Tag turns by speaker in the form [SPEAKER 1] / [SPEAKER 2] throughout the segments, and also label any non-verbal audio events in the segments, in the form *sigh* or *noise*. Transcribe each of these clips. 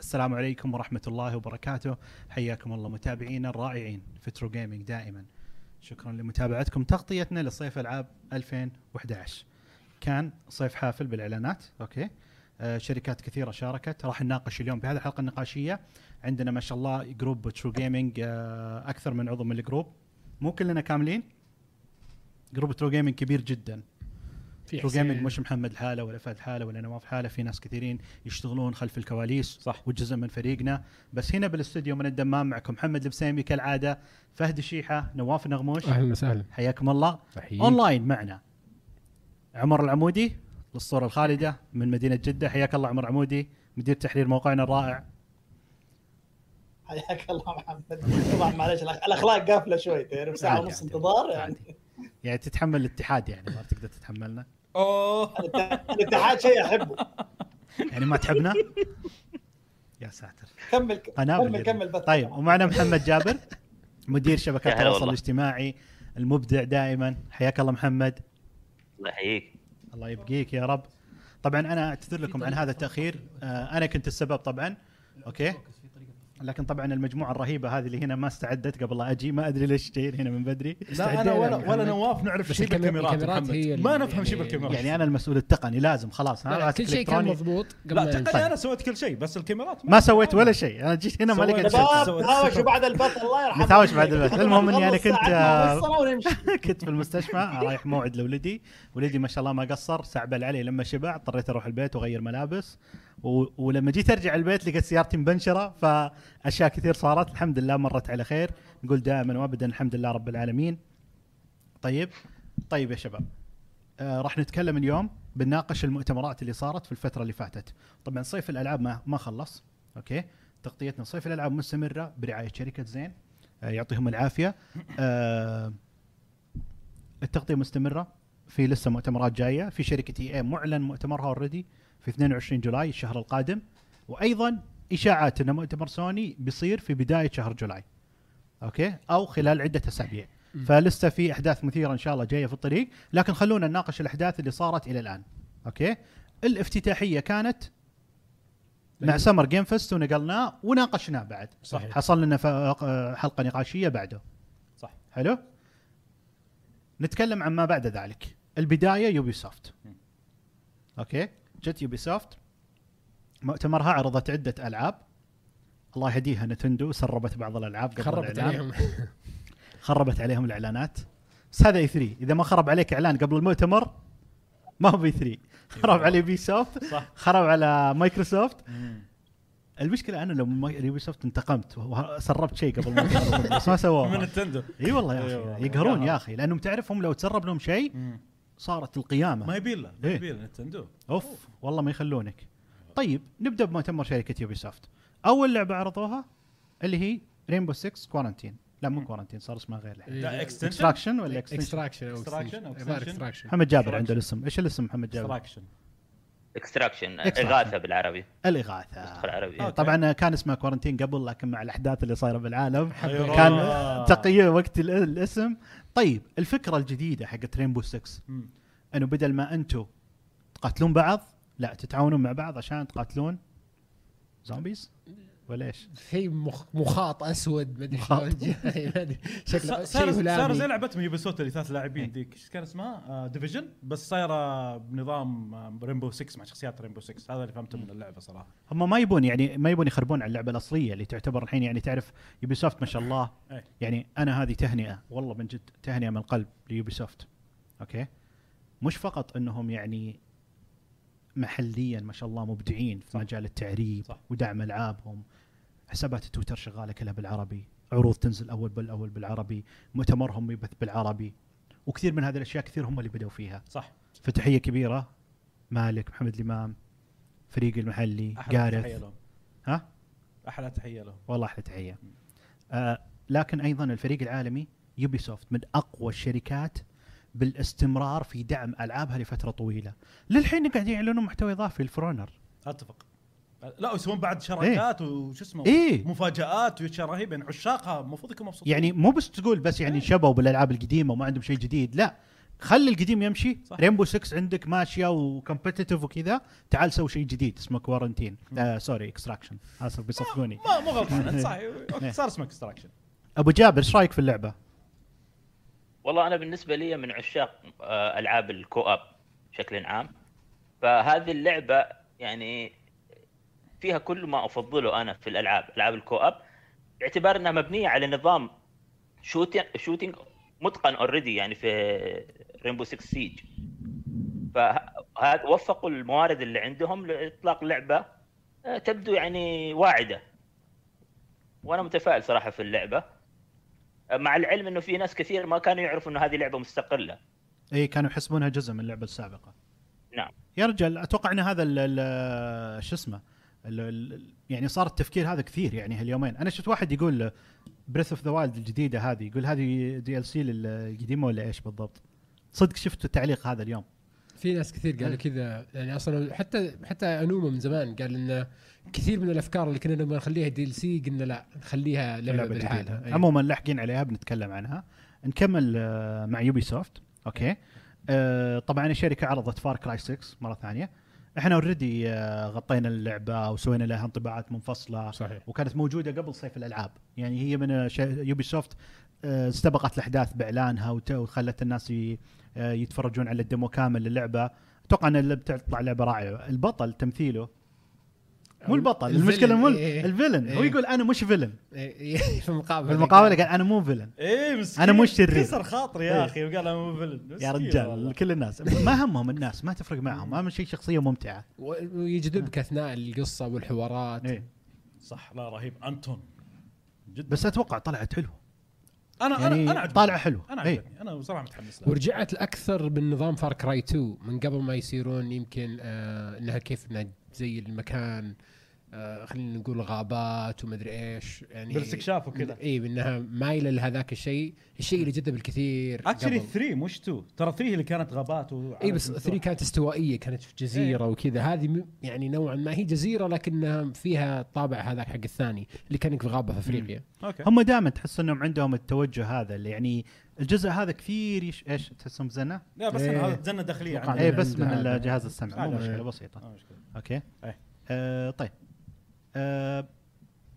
[SPEAKER 1] السلام عليكم ورحمة الله وبركاته حياكم الله متابعينا الرائعين في ترو جيمنج دائما شكرا لمتابعتكم تغطيتنا لصيف العاب 2011 كان صيف حافل بالاعلانات اوكي آه شركات كثيره شاركت راح نناقش اليوم بهذه الحلقه النقاشيه عندنا ما شاء الله جروب ترو جيمنج آه اكثر من عضو من الجروب مو كلنا كاملين جروب ترو جيمنج كبير جدا
[SPEAKER 2] في
[SPEAKER 1] ترو
[SPEAKER 2] حسين.
[SPEAKER 1] جيمنج مش محمد الحاله ولا فهد الحاله ولا نواف الحاله في ناس كثيرين يشتغلون خلف الكواليس
[SPEAKER 3] صح.
[SPEAKER 1] وجزء من فريقنا بس هنا بالاستوديو من الدمام معكم محمد البسيمي كالعاده فهد الشيحه نواف النغموش
[SPEAKER 2] اهلا وسهلا
[SPEAKER 1] حياكم الله
[SPEAKER 2] تحييك.
[SPEAKER 1] اونلاين معنا عمر العمودي للصوره الخالده من مدينه جده حياك الله عمر عمودي مدير تحرير موقعنا الرائع
[SPEAKER 4] حياك الله محمد طبعا معلش الأخ- الاخلاق قافله شوي تعرف ساعه
[SPEAKER 1] عادي،
[SPEAKER 4] ونص
[SPEAKER 1] عادي، *laughs*
[SPEAKER 4] انتظار يعني
[SPEAKER 1] عادي يعني تتحمل الاتحاد يعني ما تقدر تتحملنا
[SPEAKER 3] اوه
[SPEAKER 4] الاتحاد- الاتحاد شيء احبه
[SPEAKER 1] يعني ما تحبنا يا ساتر
[SPEAKER 4] كمل
[SPEAKER 1] قنابل
[SPEAKER 4] كمل
[SPEAKER 1] جدا.
[SPEAKER 4] كمل بث
[SPEAKER 1] طيب ومعنا محمد جابر مدير شبكات
[SPEAKER 5] يا هلا
[SPEAKER 1] التواصل
[SPEAKER 5] والله.
[SPEAKER 1] الاجتماعي المبدع دائما حياك الله محمد
[SPEAKER 5] الله يحييك
[SPEAKER 1] الله يبقيك يا رب طبعا انا اعتذر لكم عن هذا التاخير آه، انا كنت السبب طبعا اوكي لكن طبعا المجموعه الرهيبه هذه اللي هنا ما استعدت قبل لا اجي ما ادري ليش جايين هنا من بدري
[SPEAKER 6] لا
[SPEAKER 2] استعدينا
[SPEAKER 6] انا ولا
[SPEAKER 2] يا
[SPEAKER 6] ولا
[SPEAKER 2] محمد.
[SPEAKER 6] نواف نعرف
[SPEAKER 2] بس
[SPEAKER 6] شيء
[SPEAKER 2] الكاميرا-
[SPEAKER 6] بالكاميرات
[SPEAKER 2] الكاميرات
[SPEAKER 6] محمد.
[SPEAKER 2] هي
[SPEAKER 6] ما
[SPEAKER 2] اللي-
[SPEAKER 6] نفهم شيء
[SPEAKER 2] يعني-
[SPEAKER 6] بالكاميرات
[SPEAKER 1] يعني انا المسؤول التقني لازم خلاص
[SPEAKER 2] لا،
[SPEAKER 1] ها
[SPEAKER 2] إيه، كل شيء كان مضبوط
[SPEAKER 6] لا
[SPEAKER 2] قبل
[SPEAKER 6] تقني انا سويت كل شيء بس الكاميرات
[SPEAKER 1] ما سويت ولا شيء انا جيت هنا ما
[SPEAKER 6] سويت-
[SPEAKER 1] لقيت شيء. *laughs*
[SPEAKER 4] شباب
[SPEAKER 6] سويت-
[SPEAKER 4] تهاوشوا بعد البث الله يرحمه
[SPEAKER 1] نتهاوش بعد البث. المهم إني أنا كنت، آه،
[SPEAKER 4] ونمشي
[SPEAKER 1] كنت في المستشفى *laughs* رايح موعد لولدي ولدي ما شاء الله ما قصر سعبل علي لما شبع اضطريت اروح البيت واغير ملابس و... ولما جيت ارجع البيت لقيت سيارتي مبنشره فاشياء كثير صارت الحمد لله مرت على خير نقول دائما وابدا الحمد لله رب العالمين طيب طيب يا شباب آه راح نتكلم اليوم بنناقش المؤتمرات اللي صارت في الفتره اللي فاتت طبعا صيف الالعاب ما ما خلص اوكي تغطيتنا صيف الالعاب مستمره برعايه شركه زين آه يعطيهم العافيه آه التغطيه مستمره في لسه مؤتمرات جايه في شركه اي اي معلن مؤتمرها اوريدي في 22 جولاي الشهر القادم وايضا اشاعات ان مؤتمر سوني بيصير في بدايه شهر جولاي اوكي او خلال عده اسابيع فلسه في احداث مثيره ان شاء الله جايه في الطريق لكن خلونا نناقش الاحداث اللي صارت الى الان اوكي الافتتاحيه كانت مع سمر جيم فيست ونقلناه وناقشناه بعد
[SPEAKER 6] صحيح.
[SPEAKER 1] حصل لنا ف- حلقه نقاشيه بعده
[SPEAKER 3] صح.
[SPEAKER 1] حلو نتكلم عن ما بعد ذلك البدايه يوبي سوفت اوكي جت يوبي سوفت مؤتمرها عرضت عده العاب الله يهديها نتندو سربت بعض الالعاب قبل
[SPEAKER 2] خربت
[SPEAKER 1] الإعلان.
[SPEAKER 2] عليهم
[SPEAKER 1] خربت عليهم الاعلانات بس هذا اي 3 اذا ما خرب عليك اعلان قبل المؤتمر ما هو بي 3 خرب على بي سوفت
[SPEAKER 3] صح.
[SPEAKER 1] خرب على مايكروسوفت المشكله انا لو من يوبي سوفت انتقمت وسربت شيء قبل المؤتمر بس ما
[SPEAKER 3] من
[SPEAKER 1] سووه
[SPEAKER 3] نتندو
[SPEAKER 1] اي والله يا
[SPEAKER 3] إي والله.
[SPEAKER 1] اخي يقهرون يا اخي لانهم تعرفهم لو تسرب لهم شيء صارت
[SPEAKER 3] ما
[SPEAKER 1] القيامه
[SPEAKER 3] يبي له ما
[SPEAKER 1] إيه.
[SPEAKER 3] يبي له نتندو
[SPEAKER 1] اوف والله ما يخلونك طيب نبدا بمؤتمر شركه يوبي سوفت اول لعبه عرضوها اللي هي رينبو 6 كوارنتين لا مو كوارنتين صار اسمها غير الحين
[SPEAKER 3] لا
[SPEAKER 2] إيه.
[SPEAKER 3] اكستنشن
[SPEAKER 1] اكستراكشن ولا اكستراكشن
[SPEAKER 2] اكستراكشن او
[SPEAKER 3] Extraction أو
[SPEAKER 2] إيه،
[SPEAKER 3] extension.
[SPEAKER 2] extraction.
[SPEAKER 1] محمد جابر
[SPEAKER 3] Extraction.
[SPEAKER 1] عنده الاسم ايش الاسم محمد جابر
[SPEAKER 3] اكستراكشن
[SPEAKER 5] اكستراكشن
[SPEAKER 1] Extraction.
[SPEAKER 5] اغاثه بالعالعربي ندخل
[SPEAKER 1] الاغاثه
[SPEAKER 5] عربي
[SPEAKER 1] إيه، طبعا كان اسمه كورنتين قبل لكن مع الاحداث اللي صايره بالعالم
[SPEAKER 3] أيوة.
[SPEAKER 1] كان
[SPEAKER 3] آه.
[SPEAKER 1] تقييم وقت ال- الاسم طيب الفكره الجديده حقت رينبو 6
[SPEAKER 3] مم.
[SPEAKER 1] انه بدل ما انتم تقاتلون بعض لا تتعاونون مع بعض عشان تقاتلون زومبيز ولا ايش؟
[SPEAKER 2] شيء مخ- مخاط اسود ما ادري
[SPEAKER 1] مخاط.
[SPEAKER 2] شلون *laughs* جاي ما ادري شكله شيء
[SPEAKER 3] صار صار زي
[SPEAKER 2] هلامي
[SPEAKER 3] لعبتهم يوبي سوت اللي ثلاث لاعبين ذيك ايش كان اسمها؟ ديفيجن بس صايره بنظام ريمبو 6 مع شخصيات ريمبو 6 هذا اللي فهمته من اللعبه صراحه
[SPEAKER 1] هم ما يبون يعني ما يبون يخربون على اللعبه الاصليه اللي تعتبر الحين يعني تعرف يوبي سوفت ما شاء الله
[SPEAKER 3] أي.
[SPEAKER 1] يعني انا هذه تهنئه والله من جد تهنئه من القلب ليوبي سوفت اوكي مش فقط انهم يعني محليا ما شاء الله مبدعين في مجال التعريب
[SPEAKER 3] صح.
[SPEAKER 1] ودعم العابهم حسابات تويتر شغاله كلها بالعربي عروض تنزل اول بالاول بالعربي مؤتمرهم يبث بالعربي وكثير من هذه الاشياء كثير هم اللي بدوا فيها
[SPEAKER 3] صح
[SPEAKER 1] فتحيه كبيره مالك محمد الامام فريق المحلي
[SPEAKER 3] احلى تحيه
[SPEAKER 1] جارث
[SPEAKER 3] لهم
[SPEAKER 1] ها
[SPEAKER 3] احلى تحيه لهم
[SPEAKER 1] والله احلى تحيه آه لكن ايضا الفريق العالمي يوبي سوفت من اقوى الشركات بالاستمرار في دعم العابها لفتره طويله للحين قاعد يعلنون محتوى اضافي الفرونر
[SPEAKER 3] اتفق لا ويسوون بعد شراكات وش اسمه
[SPEAKER 1] إيه.
[SPEAKER 3] مفاجات واشياء رهيبه يعني عشاقها المفروض يكونوا مبسوطين
[SPEAKER 1] يعني مو بس تقول بس يعني شبوا بالالعاب القديمه وما عندهم شيء جديد لا خلي القديم يمشي
[SPEAKER 3] صح.
[SPEAKER 1] ريمبو 6 عندك ماشيه وكومبتتف وكذا تعال سوي شيء جديد اسمه كوارنتين آه سوري اكستراكشن اسف بيصفقوني
[SPEAKER 3] ما مو
[SPEAKER 1] *laughs*
[SPEAKER 3] غلطان أنت صحيح
[SPEAKER 1] إيه.
[SPEAKER 3] أوكي، صار اسمه اكستراكشن
[SPEAKER 1] ابو جابر ايش رايك في اللعبه؟
[SPEAKER 5] والله انا بالنسبه لي من عشاق آه، العاب الكو اب بشكل عام فهذه اللعبه يعني فيها كل ما افضله انا في الالعاب العاب الكو اب باعتبار انها مبنيه على نظام شوتينج شوتينج متقن اوريدي يعني في ريمبو 6 سيج فهذا وفقوا الموارد اللي عندهم لاطلاق لعبه آه، تبدو يعني واعده وانا متفائل صراحه في اللعبه مع العلم انه في ناس كثير ما كانوا يعرفوا انه هذه لعبه مستقله
[SPEAKER 1] اي إيه، كانوا يحسبونها جزء من اللعبه السابقه
[SPEAKER 5] نعم.
[SPEAKER 1] يا رجل اتوقع ان هذا ال- ال- شو اسمه ال- ال- يعني صار التفكير هذا كثير يعني هاليومين انا شفت واحد يقول بريث اوف ذا وايلد الجديده هذه يقول هذه دي ال سي للقديمه ولا ايش بالضبط صدق شفت التعليق هذا اليوم
[SPEAKER 2] في ناس كثير قالوا كذا يعني اصلا حتى حتى انوما من زمان قال ان كثير من الافكار اللي كنا نبغى نخليها دي ال سي قلنا لا نخليها لعبه
[SPEAKER 1] لعبه جديده
[SPEAKER 2] بالحالة إيه.
[SPEAKER 1] عموما لاحقين عليها بنتكلم عنها نكمل آه، مع يوبي سوفت اوكي آه، طبعا الشركه عرضت فار كراي 6 مره ثانيه احنا اوريدي آه، غطينا اللعبه وسوينا لها انطباعات منفصله
[SPEAKER 2] صحيح
[SPEAKER 1] وكانت موجوده قبل صيف الالعاب يعني هي من يوبي سوفت آه، استبقت الاحداث باعلانها وت- وخلت الناس ي- آه، يتفرجون على الديمو كامل للعبه اتوقع ان اللعبة بتطلع لعبه رائعه البطل تمثيله مو البطل
[SPEAKER 2] الفيلن،
[SPEAKER 1] المشكله مو ال-
[SPEAKER 2] إيه، إيه.
[SPEAKER 1] الفيلن هو
[SPEAKER 2] إيه.
[SPEAKER 1] يقول انا مش فيلن
[SPEAKER 2] إيه، *laughs* في يعني المقابله
[SPEAKER 1] في المقابله قال انا مو فيلن
[SPEAKER 3] اي إيه، مسكين
[SPEAKER 1] أنا مو شرير.
[SPEAKER 3] كسر خاطري
[SPEAKER 1] إيه.
[SPEAKER 3] يا اخي وقال انا مو فيلن
[SPEAKER 1] يا رجال كل الناس ما همهم الناس ما تفرق
[SPEAKER 2] *laughs*
[SPEAKER 1] معهم اهم شيء شخصيه ممتعه
[SPEAKER 2] و- ويجذبك اثناء القصه والحوارات
[SPEAKER 1] إيه.
[SPEAKER 3] صح لا رهيب انتون جدا
[SPEAKER 1] بس اتوقع طلعت حلوه
[SPEAKER 3] انا
[SPEAKER 1] يعني
[SPEAKER 3] انا انا عجبني.
[SPEAKER 1] طالعه حلوه
[SPEAKER 3] انا
[SPEAKER 1] إيه.
[SPEAKER 3] عجبني انا بصراحه متحمس لها
[SPEAKER 2] ورجعت الاكثر بالنظام فار كراي 2 من قبل ما يصيرون يمكن آه انها كيف انها زي المكان آه خلينا نقول غابات ومدري ايش يعني
[SPEAKER 3] بالاستكشاف وكذا.
[SPEAKER 1] إيه.
[SPEAKER 2] اي انها مايله لهذاك الشيء الشيء اللي جذب الكثير
[SPEAKER 3] اكشلي
[SPEAKER 2] قبل.
[SPEAKER 3] 3 مش 2 ترى 3 اللي كانت غابات و
[SPEAKER 1] إيه،
[SPEAKER 2] اي بس 3 كانت استوائيه كانت في جزيره وكذا هذه م- يعني نوعا ما هي جزيره لكنها فيها طابع هذاك حق الثاني اللي كانك في غابه في افريقيا
[SPEAKER 3] اوكي
[SPEAKER 1] هم دائما تحس انهم عندهم التوجه هذا اللي يعني الجزء هذا كثير يش... ايش تحسهم زنه؟
[SPEAKER 3] لا بس
[SPEAKER 2] إيه.
[SPEAKER 3] أنا هذا تزنى داخليه
[SPEAKER 2] أتوقع
[SPEAKER 3] عندي.
[SPEAKER 1] اي إيه، بس
[SPEAKER 2] عنده
[SPEAKER 1] من
[SPEAKER 2] هذا.
[SPEAKER 1] الجهاز السمع مو
[SPEAKER 3] هذا.
[SPEAKER 1] مشكله بسيطه
[SPEAKER 3] ما مشكلة.
[SPEAKER 1] اوكي؟
[SPEAKER 3] إيه.
[SPEAKER 1] آه طيب آه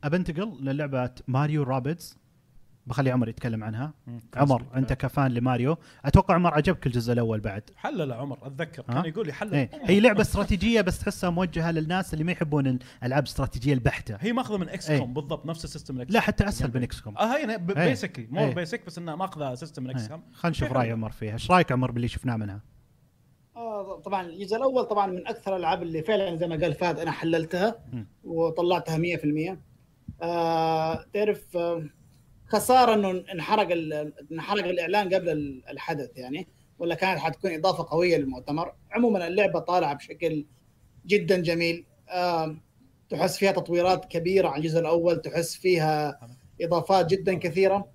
[SPEAKER 1] ابنتقل للعبه ماريو رابيدز بخلي عمر يتكلم عنها
[SPEAKER 3] مم.
[SPEAKER 1] عمر انت كفان لماريو اتوقع عمر عجبك الجزء الاول بعد
[SPEAKER 3] حلل عمر اتذكر
[SPEAKER 1] ها؟
[SPEAKER 3] كان يقول لي حلل *laughs*
[SPEAKER 1] ايه هي لعبه استراتيجيه بس تحسها موجهه للناس اللي ما يحبون الالعاب الاستراتيجيه البحته
[SPEAKER 3] هي ماخذه من اكس
[SPEAKER 1] إيه.
[SPEAKER 3] كوم بالضبط نفس السيستم
[SPEAKER 1] لا حتى اسهل من اكس كوم
[SPEAKER 3] اه هي
[SPEAKER 1] إيه.
[SPEAKER 3] بيسكلي
[SPEAKER 1] إيه.
[SPEAKER 3] مور بيسك بس انها ماخذه سيستم من اكس
[SPEAKER 1] خلينا
[SPEAKER 3] كوم
[SPEAKER 1] نشوف راي عمر فيها ايش رايك عمر باللي شفناه منها
[SPEAKER 4] آه طبعا الجزء الاول طبعا من اكثر الالعاب اللي فعلا زي ما قال فهد انا حللتها
[SPEAKER 1] مم.
[SPEAKER 4] وطلعتها 100% آه تعرف آه خساره انه انحرق ال- انحرق الاعلان قبل ال- الحدث يعني ولا كانت حتكون اضافه قويه للمؤتمر عموما اللعبه طالعه بشكل جدا جميل آه تحس فيها تطويرات كبيره عن الجزء الاول تحس فيها اضافات جدا كثيره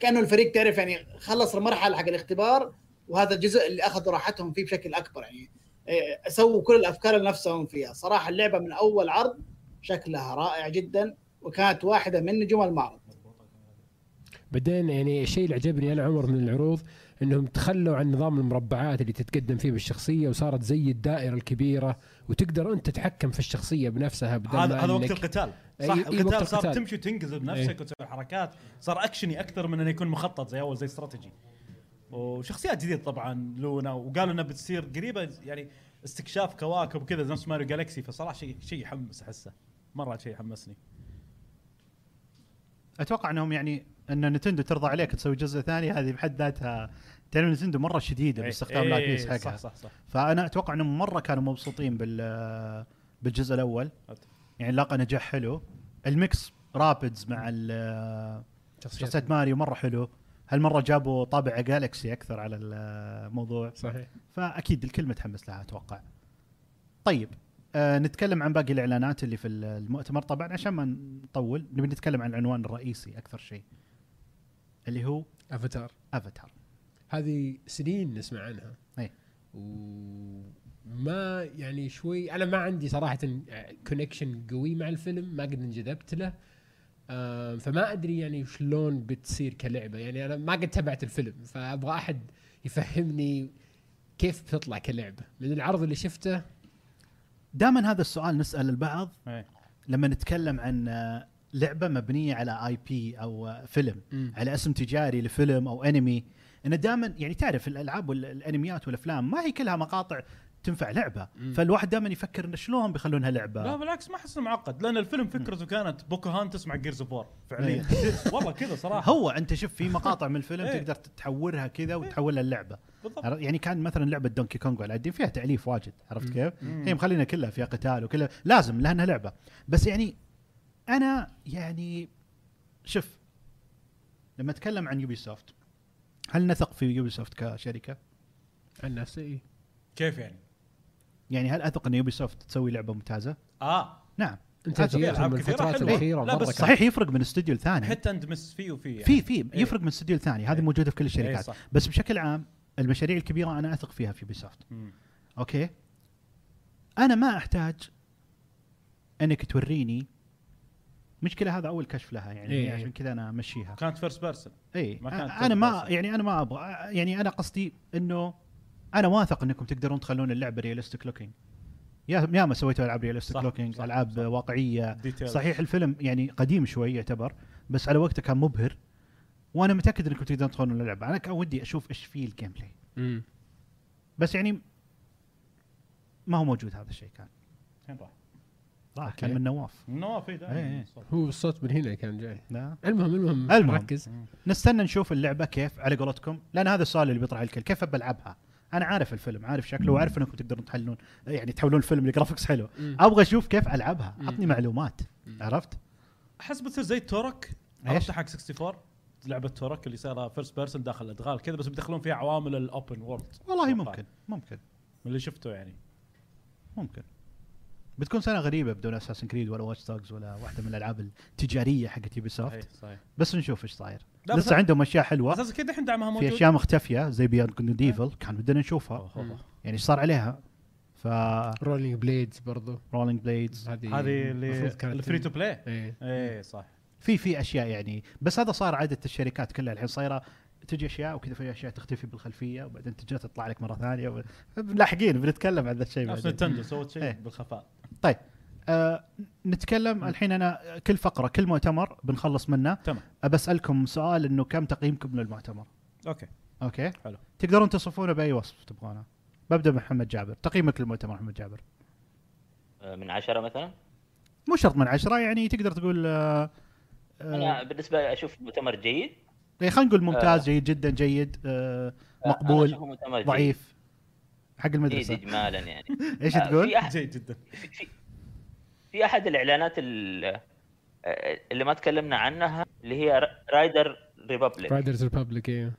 [SPEAKER 4] كانه الفريق تعرف يعني خلص المرحله حق الاختبار وهذا الجزء اللي اخذوا راحتهم فيه بشكل اكبر يعني إيه، سووا كل الافكار اللي نفسهم فيها صراحه اللعبه من اول عرض شكلها رائع جدا وكانت واحده من نجوم المعرض
[SPEAKER 2] بعدين يعني الشيء اللي عجبني انا عمر من العروض انهم تخلوا عن نظام المربعات اللي تتقدم فيه بالشخصيه وصارت زي الدائره الكبيره وتقدر انت تتحكم في الشخصيه بنفسها بدل
[SPEAKER 3] هذا
[SPEAKER 2] ما
[SPEAKER 3] هذا وقت
[SPEAKER 2] إنك-
[SPEAKER 3] القتال
[SPEAKER 2] أي-
[SPEAKER 3] صح
[SPEAKER 2] أي وقت
[SPEAKER 3] القتال صار
[SPEAKER 2] القتال. إيه.
[SPEAKER 3] تمشي وتنقز بنفسك وتسوي حركات صار اكشني اكثر من انه يكون مخطط زي اول زي استراتيجي وشخصيات جديده طبعا لونا وقالوا انها بتصير قريبه يعني استكشاف كواكب وكذا نفس ماريو جالكسي فصراحه شيء شيء يحمس احسه مره شيء يحمسني
[SPEAKER 1] اتوقع انهم يعني ان نتندو ترضى عليك تسوي جزء ثاني هذه بحد ذاتها تعرف نتندو مره شديده باستخدام
[SPEAKER 3] إيه،
[SPEAKER 1] اللايسنس
[SPEAKER 3] صح
[SPEAKER 1] حقها
[SPEAKER 3] صح صح
[SPEAKER 1] فانا اتوقع انهم مره كانوا مبسوطين بال بالجزء الاول
[SPEAKER 3] أتفق.
[SPEAKER 1] يعني لاقى نجاح حلو الميكس رابيدز مع ال-
[SPEAKER 2] شخصيات.
[SPEAKER 1] شخصيه ماريو مره حلو هالمره جابوا طابع جالكسي اكثر على الموضوع
[SPEAKER 2] صحيح
[SPEAKER 1] فاكيد الكل متحمس لها اتوقع. طيب آه نتكلم عن باقي الاعلانات اللي في المؤتمر طبعا عشان ما نطول نبي نتكلم عن العنوان الرئيسي اكثر شيء. اللي هو
[SPEAKER 2] افاتار
[SPEAKER 1] افاتار.
[SPEAKER 2] هذه سنين نسمع عنها
[SPEAKER 1] أي.
[SPEAKER 2] وما يعني شوي انا ما عندي صراحه كونكشن قوي مع الفيلم ما قد انجذبت له آم، فما ادري يعني شلون بتصير كلعبه يعني انا ما قد تابعت الفيلم فابغى احد يفهمني كيف بتطلع كلعبه لان العرض اللي شفته
[SPEAKER 1] دائما هذا السؤال نسال البعض
[SPEAKER 3] إيه.
[SPEAKER 1] لما نتكلم عن آه، لعبه مبنيه على اي بي او آه، فيلم
[SPEAKER 2] مم.
[SPEAKER 1] على اسم تجاري لفيلم او انمي انه دائما يعني تعرف الالعاب والانميات والافلام ما هي كلها مقاطع تنفع لعبه
[SPEAKER 2] مم.
[SPEAKER 1] فالواحد دائما يفكر انه شلون بيخلونها
[SPEAKER 3] لا
[SPEAKER 1] لعبه
[SPEAKER 3] بالعكس ما احس إنه معقد لان الفيلم فكرته كانت بوكو هانتس مع جيرز اوف وور فعليا والله كذا صراحه
[SPEAKER 1] إيه. هو انت شوف في مقاطع من الفيلم
[SPEAKER 3] *laughs* إيه.
[SPEAKER 1] تقدر تحورها كذا وتحولها للعبه
[SPEAKER 3] بالضبط
[SPEAKER 1] عر- يعني كان مثلا لعبه دونكي كونغ على الدين فيها تاليف واجد عرفت
[SPEAKER 2] مم.
[SPEAKER 1] كيف؟
[SPEAKER 3] مم.
[SPEAKER 1] هي مخلينا كلها فيها قتال وكلها لازم لانها لعبه بس يعني انا يعني شوف لما اتكلم عن يوبي سوفت هل نثق في يوبي سوفت كشركه؟
[SPEAKER 2] عن نفسي إيه.
[SPEAKER 3] كيف يعني؟
[SPEAKER 1] يعني هل اثق ان يوبي سوفت تسوي لعبه ممتازه؟
[SPEAKER 3] اه
[SPEAKER 1] نعم
[SPEAKER 2] انتاجيتهم
[SPEAKER 3] ألعاب
[SPEAKER 2] من
[SPEAKER 3] كثيرة
[SPEAKER 2] الفترات
[SPEAKER 3] حلوة.
[SPEAKER 2] الاخيره
[SPEAKER 3] لا،
[SPEAKER 2] مرة
[SPEAKER 3] بس
[SPEAKER 2] كانت-
[SPEAKER 1] صحيح يفرق من استوديو لثاني
[SPEAKER 3] حتى اندمس فيه وفيه يعني.
[SPEAKER 1] في في يفرق من استوديو لثاني هذه موجوده في كل
[SPEAKER 3] إيه،
[SPEAKER 1] الشركات
[SPEAKER 3] صح.
[SPEAKER 1] بس بشكل عام المشاريع الكبيره انا اثق فيها في يوبي سوفت
[SPEAKER 3] مم.
[SPEAKER 1] اوكي انا ما احتاج انك توريني مشكله هذا اول كشف لها يعني
[SPEAKER 2] إيه.
[SPEAKER 1] إيه. عشان كذا انا امشيها
[SPEAKER 3] كانت فيرست بيرسون
[SPEAKER 1] اي
[SPEAKER 3] ما كانت
[SPEAKER 1] انا ما
[SPEAKER 3] تجربة.
[SPEAKER 1] يعني انا ما ابغى يعني انا قصدي انه انا واثق انكم تقدرون تخلون اللعبه ريالستيك لوكينج يا يا ما سويتوا العاب ريالستيك
[SPEAKER 3] صح،
[SPEAKER 1] لوكينج
[SPEAKER 3] صح،
[SPEAKER 1] العاب
[SPEAKER 3] صح.
[SPEAKER 1] واقعيه
[SPEAKER 3] ديتيلز
[SPEAKER 1] صحيح الفيلم يعني قديم شوي يعتبر بس على وقته كان مبهر وانا متاكد انكم تقدرون تخلون اللعبه انا كان ودي اشوف ايش فيه الجيم بلاي
[SPEAKER 2] مم.
[SPEAKER 1] بس يعني ما هو موجود هذا الشيء كان
[SPEAKER 3] فين راح؟
[SPEAKER 1] راح
[SPEAKER 2] آه، أوكي.
[SPEAKER 1] كان من نواف
[SPEAKER 3] نوافي
[SPEAKER 1] إيه، إيه.
[SPEAKER 3] دائما
[SPEAKER 2] هو الصوت من هنا كان جاي
[SPEAKER 1] لا
[SPEAKER 2] المهم المهم
[SPEAKER 1] المهم.
[SPEAKER 2] ركز
[SPEAKER 1] نستنى نشوف اللعبه كيف على قولتكم لان هذا السؤال اللي بيطرح الكل كيف بلعبها انا عارف الفيلم عارف شكله وعارف انكم تقدرون تحلون يعني تحولون الفيلم لجرافكس حلو
[SPEAKER 2] مم.
[SPEAKER 1] ابغى اشوف كيف العبها
[SPEAKER 2] مم.
[SPEAKER 1] عطني معلومات عرفت
[SPEAKER 3] احس بتصير زي تورك
[SPEAKER 1] إيش؟
[SPEAKER 3] عرفت حق 64 لعبه تورك اللي صايره فيرست بيرسون داخل الادغال كذا بس بيدخلون فيها عوامل الاوبن وورلد
[SPEAKER 1] والله ممكن ممكن
[SPEAKER 3] من اللي شفته يعني
[SPEAKER 1] ممكن بتكون سنه غريبه بدون اساسن كريد ولا واتش دوجز ولا واحده من الالعاب التجاريه حقت يوبي
[SPEAKER 3] إيه،
[SPEAKER 1] سوفت
[SPEAKER 3] صحيح
[SPEAKER 1] بس نشوف ايش صاير
[SPEAKER 3] لا، بس-
[SPEAKER 1] لسه عندهم اشياء حلوه
[SPEAKER 3] اساسا كذا الحين دعمها
[SPEAKER 1] في
[SPEAKER 3] موجود
[SPEAKER 1] اشياء مختفيه زي بياند جود ايفل كان بدنا نشوفها
[SPEAKER 3] أوه، أوه.
[SPEAKER 1] يعني ايش صار عليها ف
[SPEAKER 2] رولينج بليدز برضو
[SPEAKER 1] رولينج بليدز
[SPEAKER 2] هذه
[SPEAKER 1] إيه،
[SPEAKER 3] هذه
[SPEAKER 2] المفروض
[SPEAKER 3] اللي
[SPEAKER 2] كانت
[SPEAKER 3] الفري تو بلاي
[SPEAKER 2] ايه
[SPEAKER 3] اي إيه، صح
[SPEAKER 1] في في اشياء يعني بس هذا صار عاده الشركات كلها الحين صايره تجي اشياء وكذا في اشياء تختفي بالخلفيه وبعدين تجي تطلع لك مره ثانيه وب... لاحقين بنتكلم عن ذا الشيء
[SPEAKER 3] نفس
[SPEAKER 1] بعدين.
[SPEAKER 3] نتندو سوت
[SPEAKER 1] إيه.
[SPEAKER 3] شيء بالخفاء
[SPEAKER 1] طيب آه نتكلم الحين انا كل فقره كل مؤتمر بنخلص منه
[SPEAKER 3] تمام
[SPEAKER 1] بسالكم سؤال انه كم تقييمكم للمؤتمر
[SPEAKER 3] اوكي
[SPEAKER 1] إيه. اوكي
[SPEAKER 3] حلو.
[SPEAKER 1] تقدرون تصفونه باي وصف تبغونه ببدا بمحمد جابر تقييمك للمؤتمر محمد جابر
[SPEAKER 5] آه، من عشرة مثلا
[SPEAKER 1] مو شرط من عشرة يعني تقدر تقول آه آه
[SPEAKER 5] انا بالنسبه لي اشوف مؤتمر جيد
[SPEAKER 1] إيه، خلينا نقول ممتاز جيد جدا جيد آه
[SPEAKER 5] آه، أنا أشوفه
[SPEAKER 1] مقبول
[SPEAKER 5] مؤتمر جيد.
[SPEAKER 1] ضعيف حق
[SPEAKER 5] جيد
[SPEAKER 1] المدرسه
[SPEAKER 5] اجمالا يعني
[SPEAKER 1] ايش
[SPEAKER 5] آه،
[SPEAKER 1] تقول؟
[SPEAKER 5] في أحد
[SPEAKER 3] جيد جدا
[SPEAKER 5] في- في- في احد الاعلانات ال- آه، اللي ما تكلمنا عنها اللي هي رايدر ريبابليك
[SPEAKER 2] رايدرز ريبابليك ايه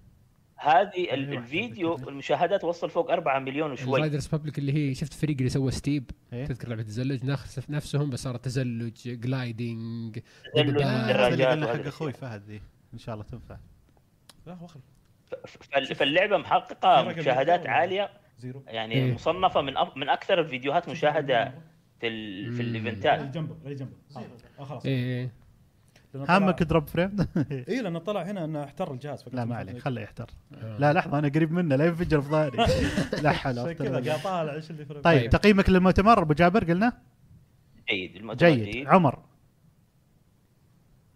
[SPEAKER 5] هذه
[SPEAKER 1] أيوة،
[SPEAKER 5] ال- الفيديو المشاهدات وصل فوق 4 مليون
[SPEAKER 1] يعني
[SPEAKER 5] وشوي
[SPEAKER 2] الرايدرز بابليك اللي هي شفت الفريق اللي سوى ستيب
[SPEAKER 1] إيه.
[SPEAKER 2] تذكر لعبه التزلج ناخ- نفسهم بس صار تزلج جلايدنج
[SPEAKER 5] تزلج،
[SPEAKER 1] هذا اللي
[SPEAKER 5] الدراجات
[SPEAKER 1] قلنا
[SPEAKER 5] وهذا
[SPEAKER 1] حق اخوي
[SPEAKER 5] الشيء.
[SPEAKER 1] فهد ذي ان شاء الله تنفع
[SPEAKER 3] لا هو خل
[SPEAKER 5] ف- ف- فاللعبه محققه
[SPEAKER 3] رقم
[SPEAKER 5] مشاهدات
[SPEAKER 3] مليون.
[SPEAKER 5] عاليه
[SPEAKER 3] زيرو
[SPEAKER 5] يعني
[SPEAKER 2] إيه.
[SPEAKER 5] مصنفه من أف- من اكثر الفيديوهات مشاهده في ال- في
[SPEAKER 2] مم.
[SPEAKER 3] اللي
[SPEAKER 5] الايفنتات
[SPEAKER 3] جنبه اللي جنبه آه، خلاص
[SPEAKER 1] إيه.
[SPEAKER 2] ايه
[SPEAKER 3] لأنه طلع-
[SPEAKER 1] هامك دروب فريم *laughs*
[SPEAKER 3] اي لانه إيه، طلع هنا انه احتر الجهاز فقلت
[SPEAKER 1] لا ما
[SPEAKER 3] له
[SPEAKER 1] عليك
[SPEAKER 3] خليك.
[SPEAKER 1] خله يحتر
[SPEAKER 2] آه.
[SPEAKER 1] لا لحظه انا قريب منه لا ينفجر في ظهري
[SPEAKER 3] *laughs*
[SPEAKER 1] لا حول ولا
[SPEAKER 3] عشان
[SPEAKER 1] قوة
[SPEAKER 3] كذا
[SPEAKER 1] إلا
[SPEAKER 3] قاعد طالع ايش اللي فرق
[SPEAKER 1] طيب تقييمك للمؤتمر ابو جابر قلنا
[SPEAKER 5] جيد المؤتمر
[SPEAKER 1] جيد
[SPEAKER 5] جيد
[SPEAKER 1] عمر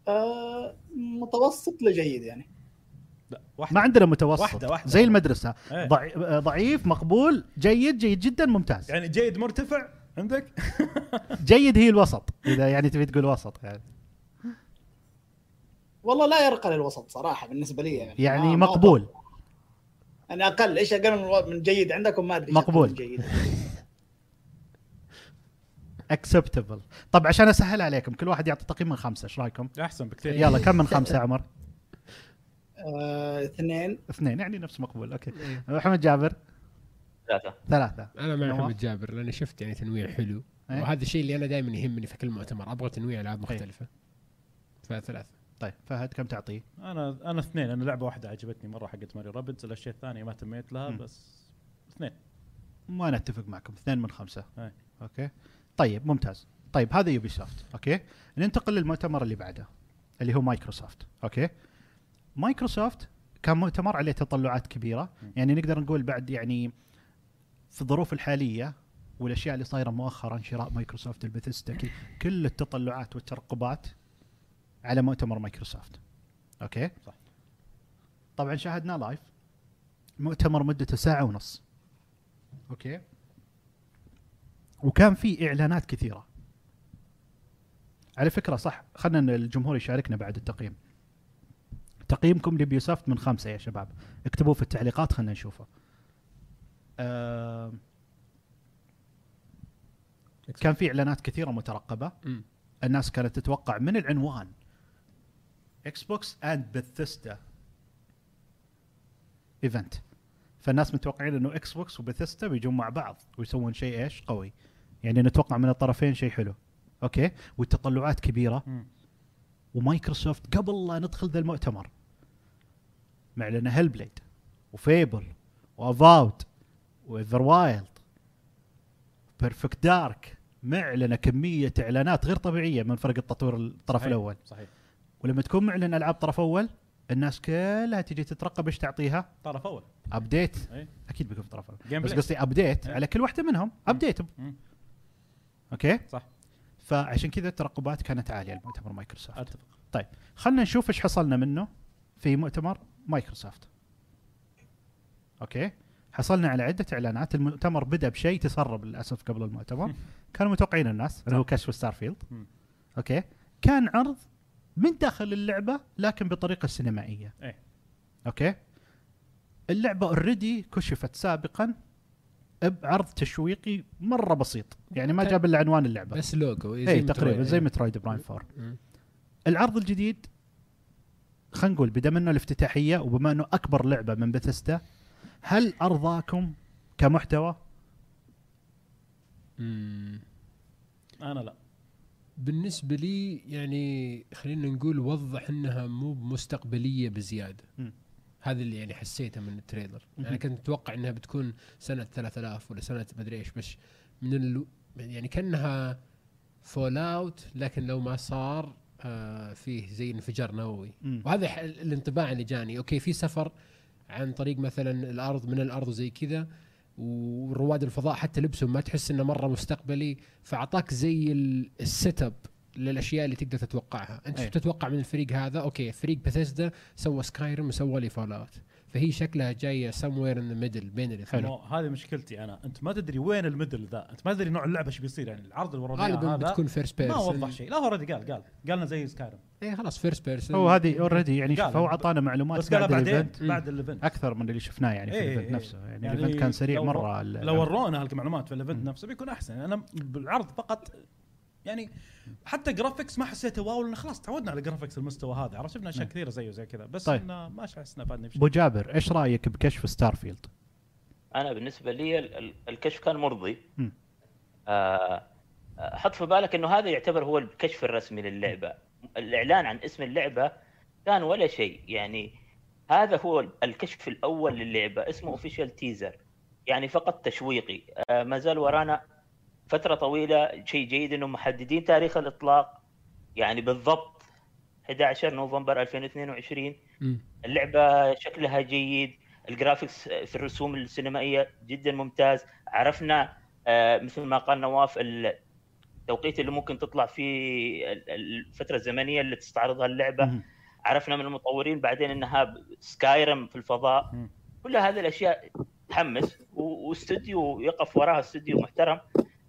[SPEAKER 4] آه متوسط لجيد يعني
[SPEAKER 3] لا، واحد
[SPEAKER 1] ما عندنا متوسط
[SPEAKER 3] واحدة- واحدة.
[SPEAKER 1] زي المدرسه
[SPEAKER 3] إيه.
[SPEAKER 1] ضعي- آه، ضعيف مقبول جيد جيد جدا ممتاز
[SPEAKER 3] يعني جيد مرتفع عندك
[SPEAKER 1] جيد هي الوسط اذا يعني تبي تقول وسط يعني
[SPEAKER 4] والله لا يرقى للوسط صراحه بالنسبه لي يعني
[SPEAKER 1] يعني
[SPEAKER 4] ما- ما
[SPEAKER 1] مقبول
[SPEAKER 4] انا اقل ايش اقل من الو- من جيد عندكم ما ادري إيش
[SPEAKER 1] مقبول.
[SPEAKER 4] أقل من جيد
[SPEAKER 1] اكسبتبل طب عشان اسهل عليكم كل واحد يعطي تقييم من خمسه ايش رايكم؟
[SPEAKER 3] احسن بكثير
[SPEAKER 1] يلا كم من خمسه يا عمر؟
[SPEAKER 4] آه اثنين
[SPEAKER 1] اثنين يعني نفس مقبول اوكي محمد جابر
[SPEAKER 5] ثلاثه
[SPEAKER 1] ثلاثه
[SPEAKER 2] انا مع
[SPEAKER 1] نواف؟
[SPEAKER 2] محمد جابر لان شفت يعني تنويع حلو
[SPEAKER 1] إيه.
[SPEAKER 2] وهذا الشيء اللي انا دائما يهمني في كل مؤتمر ابغى تنويع العاب مختلفه فثلاثه
[SPEAKER 1] طيب فهد كم تعطيه؟
[SPEAKER 3] انا انا اثنين انا لعبه واحده عجبتني مره حقت ماري رابيدز الاشياء الثانيه ما تميت لها
[SPEAKER 1] مم.
[SPEAKER 3] بس اثنين
[SPEAKER 1] ما انا اتفق معكم اثنين من خمسه
[SPEAKER 3] أي.
[SPEAKER 1] اوكي طيب ممتاز طيب هذا يوبي سوفت اوكي ننتقل للمؤتمر اللي بعده اللي هو مايكروسوفت اوكي مايكروسوفت كان مؤتمر عليه تطلعات كبيره يعني نقدر نقول بعد يعني في الظروف الحاليه والاشياء اللي صايره مؤخرا شراء مايكروسوفت البثيستا كل- كل التطلعات والترقبات على مؤتمر مايكروسوفت اوكي
[SPEAKER 3] صح.
[SPEAKER 1] طبعا شاهدنا لايف مؤتمر مدته ساعه ونص اوكي وكان في اعلانات كثيره على فكره صح خلينا الجمهور يشاركنا بعد التقييم تقييمكم لبيوسافت من خمسه يا شباب اكتبوه في التعليقات خلينا نشوفه آه كان في اعلانات كثيره مترقبه
[SPEAKER 2] مم.
[SPEAKER 1] الناس كانت تتوقع من العنوان اكس بوكس اند بثيستا ايفنت فالناس متوقعين انه اكس بوكس وبثيستا بيجون مع بعض ويسوون شيء ايش قوي يعني نتوقع من الطرفين شيء حلو اوكي والتطلعات كبيره
[SPEAKER 3] مم.
[SPEAKER 1] ومايكروسوفت قبل لا ندخل ذا المؤتمر معلنه هيل بليد وفيبل وافاوت وايفر وايلد بيرفكت دارك معلنه كميه اعلانات غير طبيعيه من فرق التطوير الطرف
[SPEAKER 3] صحيح.
[SPEAKER 1] الاول
[SPEAKER 3] صحيح
[SPEAKER 1] ولما تكون معلن العاب طرف اول الناس كلها تجي تترقب ايش تعطيها
[SPEAKER 3] طرف اول
[SPEAKER 1] ابديت
[SPEAKER 3] إيه.
[SPEAKER 1] اكيد بيكون في طرف أول.
[SPEAKER 3] Gameplay.
[SPEAKER 1] بس قصدي ابديت
[SPEAKER 3] إيه.
[SPEAKER 1] على كل واحده منهم ابديت
[SPEAKER 3] مم.
[SPEAKER 1] اوكي
[SPEAKER 3] صح.
[SPEAKER 1] فعشان كذا الترقبات كانت عاليه لمؤتمر مايكروسوفت
[SPEAKER 3] اتفق
[SPEAKER 1] طيب، خلنا نشوف ايش حصلنا منه في مؤتمر مايكروسوفت اوكي حصلنا على عده اعلانات المؤتمر بدا بشيء تسرب للاسف قبل
[SPEAKER 3] *laughs*
[SPEAKER 1] المؤتمر كانوا متوقعين الناس اللي هو كشف ستارفيلد
[SPEAKER 3] مم.
[SPEAKER 1] اوكي كان عرض من داخل اللعبه لكن بطريقه سينمائيه
[SPEAKER 3] إيه.
[SPEAKER 1] اوكي اللعبه اوريدي كشفت سابقا بعرض تشويقي مره بسيط يعني ما
[SPEAKER 3] طيب.
[SPEAKER 2] كان-
[SPEAKER 1] جاب الا عنوان اللعبه
[SPEAKER 2] بس لوجو زي
[SPEAKER 1] اي
[SPEAKER 2] مترويد.
[SPEAKER 1] تقريبا زي
[SPEAKER 2] إيه.
[SPEAKER 1] مترويد برايم 4
[SPEAKER 2] مم.
[SPEAKER 1] العرض الجديد خلينا نقول بما انه الافتتاحيه وبما انه اكبر لعبه من بثستا هل ارضاكم كمحتوى؟
[SPEAKER 2] مم.
[SPEAKER 3] انا لا
[SPEAKER 2] بالنسبه لي يعني خلينا نقول وضح انها مو مستقبليه بزياده
[SPEAKER 1] مم.
[SPEAKER 2] هذا اللي يعني حسيته من التريلر
[SPEAKER 1] مهم.
[SPEAKER 2] انا كنت اتوقع انها بتكون سنه 3000 ولا سنه مدري ايش بس من ال... يعني كانها فول اوت لكن لو ما صار آه فيه زي انفجار نووي
[SPEAKER 1] مم.
[SPEAKER 2] وهذا ح- الانطباع اللي جاني اوكي في سفر عن طريق مثلا الارض من الارض وزي كذا ورواد الفضاء حتى لبسهم ما تحس انه مره مستقبلي فاعطاك زي ال- السيت اب للاشياء اللي تقدر تتوقعها انت شو
[SPEAKER 3] إيه.
[SPEAKER 1] أي.
[SPEAKER 2] تتوقع من الفريق هذا اوكي فريق بثيسدا سوى سكايرم وسوى لي فول اوت فهي شكلها جايه سموير ان ميدل بين الاثنين
[SPEAKER 3] مو- هذه مشكلتي انا انت ما تدري وين الميدل ذا انت ما تدري نوع اللعبه ايش بيصير يعني العرض اللي ورانا إياه
[SPEAKER 2] غالبا
[SPEAKER 3] هذا
[SPEAKER 2] بتكون فيرست بيرسون
[SPEAKER 3] ما وضح شيء لا هو اوريدي قال قال قالنا زي سكايرم
[SPEAKER 2] اي إيه، خلاص فيرست بيرسون
[SPEAKER 1] هو هذه اوريدي يعني شوف
[SPEAKER 3] قال.
[SPEAKER 1] هو اعطانا معلومات
[SPEAKER 3] بس قالها
[SPEAKER 1] بعد
[SPEAKER 3] بعدين
[SPEAKER 1] الايفنت
[SPEAKER 3] بعد الايفنت
[SPEAKER 1] اكثر من اللي شفناه يعني في
[SPEAKER 3] إيه،
[SPEAKER 1] الايفنت
[SPEAKER 3] إيه.
[SPEAKER 1] نفسه يعني,
[SPEAKER 3] يعني
[SPEAKER 1] الايفنت كان سريع
[SPEAKER 3] لو-
[SPEAKER 1] مره ال-
[SPEAKER 3] لو ورونا هالمعلومات في الايفنت
[SPEAKER 1] مم.
[SPEAKER 3] نفسه بيكون احسن انا بالعرض فقط يعني حتى جرافيكس ما حسيته واو لان خلاص تعودنا على جرافيكس المستوى هذا عرفت شفنا اشياء
[SPEAKER 1] مم.
[SPEAKER 3] كثيره زيه زي كذا بس
[SPEAKER 1] نعم. طيب.
[SPEAKER 3] انه ما حسنا فادني بشيء
[SPEAKER 1] ابو جابر ايش رايك بكشف ستارفيلد؟
[SPEAKER 5] انا بالنسبه لي ال- ال- الكشف كان مرضي
[SPEAKER 1] مم.
[SPEAKER 5] آه، آه، حط في بالك انه هذا يعتبر هو الكشف الرسمي للعبه الاعلان عن اسم اللعبه كان ولا شيء يعني هذا هو الكشف الاول للعبه اسمه اوفيشال تيزر يعني فقط تشويقي آه، ما زال ورانا فتره طويله شيء جيد انهم محددين تاريخ الاطلاق يعني بالضبط 11 نوفمبر 2022
[SPEAKER 2] مم.
[SPEAKER 5] اللعبه شكلها جيد الجرافيكس في الرسوم السينمائيه جدا ممتاز عرفنا آه، مثل ما قال نواف التوقيت اللي ممكن تطلع فيه ال- ال- الفتره الزمنيه اللي تستعرضها اللعبه
[SPEAKER 1] مم.
[SPEAKER 5] عرفنا من المطورين بعدين انها سكايرم في الفضاء
[SPEAKER 3] مم.
[SPEAKER 5] كل هذه الاشياء تحمس و- واستوديو يقف وراها استوديو محترم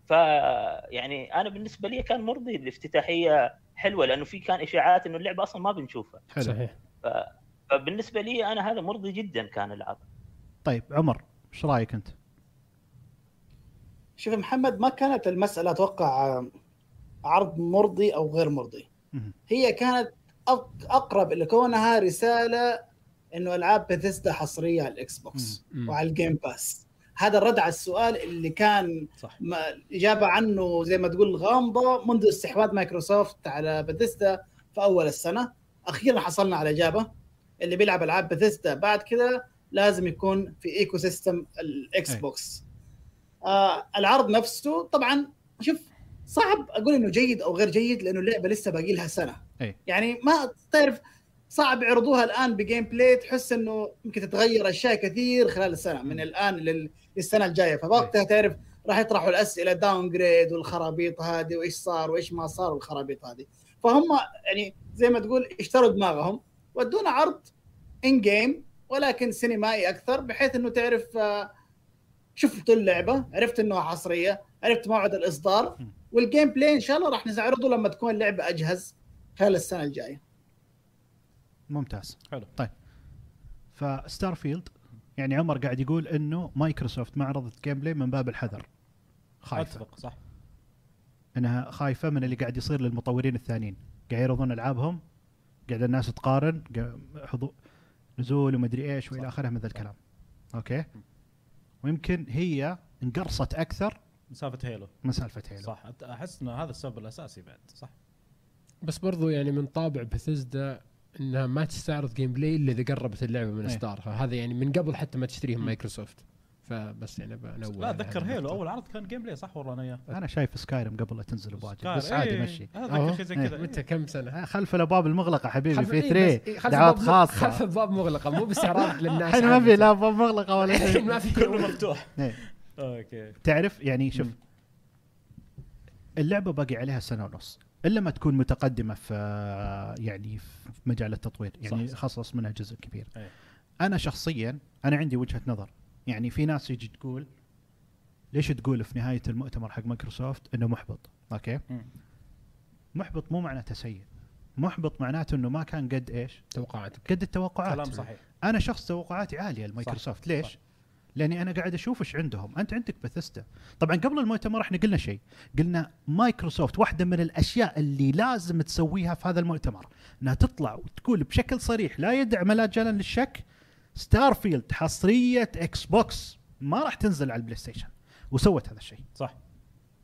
[SPEAKER 5] فيعني انا بالنسبه لي كان مرضي الافتتاحيه حلوه لانه في كان اشاعات انه اللعبه اصلا ما بنشوفها
[SPEAKER 2] حلو صحيح
[SPEAKER 5] فبالنسبه لي انا هذا مرضي جدا كان العرض
[SPEAKER 1] طيب عمر ايش رايك انت؟
[SPEAKER 4] شوف يا محمد ما كانت المساله اتوقع آه، عرض مرضي او غير مرضي
[SPEAKER 1] مهم.
[SPEAKER 4] هي كانت أق- اقرب لكونها رساله انه العاب بثيستا حصريه على الاكس بوكس
[SPEAKER 2] مم.
[SPEAKER 4] وعلى الجيم باس هذا الرد على السؤال اللي كان
[SPEAKER 3] صح.
[SPEAKER 4] ما اجابه عنه زي ما تقول غامضه منذ استحواذ مايكروسوفت على بثيستا في اول السنه اخيرا حصلنا على اجابه اللي بيلعب العاب بثيستا بعد كذا لازم يكون في ايكو سيستم الاكس
[SPEAKER 1] أي.
[SPEAKER 4] بوكس آه العرض نفسه طبعا شوف صعب اقول انه جيد او غير جيد لانه اللعبه لسه باقي لها سنه
[SPEAKER 1] أي.
[SPEAKER 4] يعني ما تعرف صعب يعرضوها الان بجيم بلاي تحس انه يمكن تتغير اشياء كثير خلال السنه من الان لل- للسنه الجايه فوقتها تعرف راح يطرحوا الاسئله داون جريد والخرابيط هذه وايش صار وايش ما صار والخرابيط هذه فهم يعني زي ما تقول اشتروا دماغهم ودونا عرض ان جيم ولكن سينمائي اكثر بحيث انه تعرف آه، شفت اللعبه عرفت انها حصريه عرفت موعد الاصدار والجيم بلاي ان شاء الله راح نستعرضه لما تكون اللعبه اجهز خلال السنه الجايه
[SPEAKER 1] ممتاز
[SPEAKER 3] حلو.
[SPEAKER 1] طيب فستار فيلد يعني عمر قاعد يقول انه مايكروسوفت ما عرضت جيم بلاي من باب الحذر خايفه
[SPEAKER 3] اتفق صح
[SPEAKER 1] انها خايفه من اللي قاعد يصير للمطورين الثانيين قاعد يعرضون العابهم قاعد الناس تقارن قا- حضور نزول ومدري ايش والى اخره من ذا الكلام اوكي ويمكن هي انقرصت اكثر
[SPEAKER 3] مسافه هيلو
[SPEAKER 1] من سالفه هيلو
[SPEAKER 3] صح أت- احس ان هذا السبب الاساسي بعد صح
[SPEAKER 2] بس برضو يعني من طابع بثزدا انها ما تستعرض جيم بلاي الا اذا قربت اللعبه من
[SPEAKER 1] إيه.
[SPEAKER 2] اصدارها هذا يعني من قبل حتى ما تشتريها مايكروسوفت فبس يعني بنوه
[SPEAKER 3] لا اتذكر هيلو اول عرض كان جيم بلاي صح والله انا اياه
[SPEAKER 1] انا شايف سكايرم قبل لا تنزل بواجد
[SPEAKER 3] سكار،
[SPEAKER 1] بس عادي
[SPEAKER 3] إيه،
[SPEAKER 1] مشي
[SPEAKER 3] انا
[SPEAKER 2] أهو.
[SPEAKER 3] اتذكر شيء زي
[SPEAKER 1] إيه. *laughs*
[SPEAKER 3] *laughs* كذا
[SPEAKER 2] متى كم سنه؟
[SPEAKER 1] آه، خلف الابواب المغلقه حبيبي
[SPEAKER 2] خلف-
[SPEAKER 1] في
[SPEAKER 2] إيه، بس- إيه،
[SPEAKER 1] 3
[SPEAKER 2] خلف
[SPEAKER 1] دعوات
[SPEAKER 2] الباب-
[SPEAKER 1] خاصه
[SPEAKER 2] خلف الباب مغلقه مو
[SPEAKER 1] *laughs*
[SPEAKER 2] باستعراض للناس
[SPEAKER 1] الحين ما
[SPEAKER 2] عامة.
[SPEAKER 1] في لا ابواب مغلقه
[SPEAKER 2] *laughs*
[SPEAKER 1] ولا
[SPEAKER 2] الحين
[SPEAKER 1] شيء
[SPEAKER 2] ما في
[SPEAKER 3] كله مفتوح
[SPEAKER 1] إيه.
[SPEAKER 3] اوكي
[SPEAKER 1] تعرف يعني شوف اللعبه باقي عليها سنه ونص الا ما تكون متقدمه في يعني في مجال التطوير يعني
[SPEAKER 3] صح. إيه.
[SPEAKER 1] خصص منها جزء كبير
[SPEAKER 3] أي.
[SPEAKER 1] انا شخصيا انا عندي وجهه نظر يعني في ناس يجي تقول ليش تقول في نهايه المؤتمر حق مايكروسوفت انه محبط اوكي
[SPEAKER 3] مم.
[SPEAKER 1] محبط مو معناته سيء محبط معناته انه ما كان قد ايش
[SPEAKER 2] توقعات
[SPEAKER 1] قد التوقعات
[SPEAKER 3] كلام صحيح
[SPEAKER 1] انا شخص توقعاتي عاليه لمايكروسوفت ليش؟
[SPEAKER 3] صح.
[SPEAKER 1] لاني انا قاعد اشوف ايش عندهم، انت عندك بثستا، طبعا قبل المؤتمر احنا قلنا شيء، قلنا مايكروسوفت واحده من الاشياء اللي لازم تسويها في هذا المؤتمر، انها تطلع وتقول بشكل صريح لا يدع ملاجلا للشك ستار فيلد حصريه اكس بوكس ما راح تنزل على البلاي ستيشن، وسوت هذا الشيء،
[SPEAKER 3] صح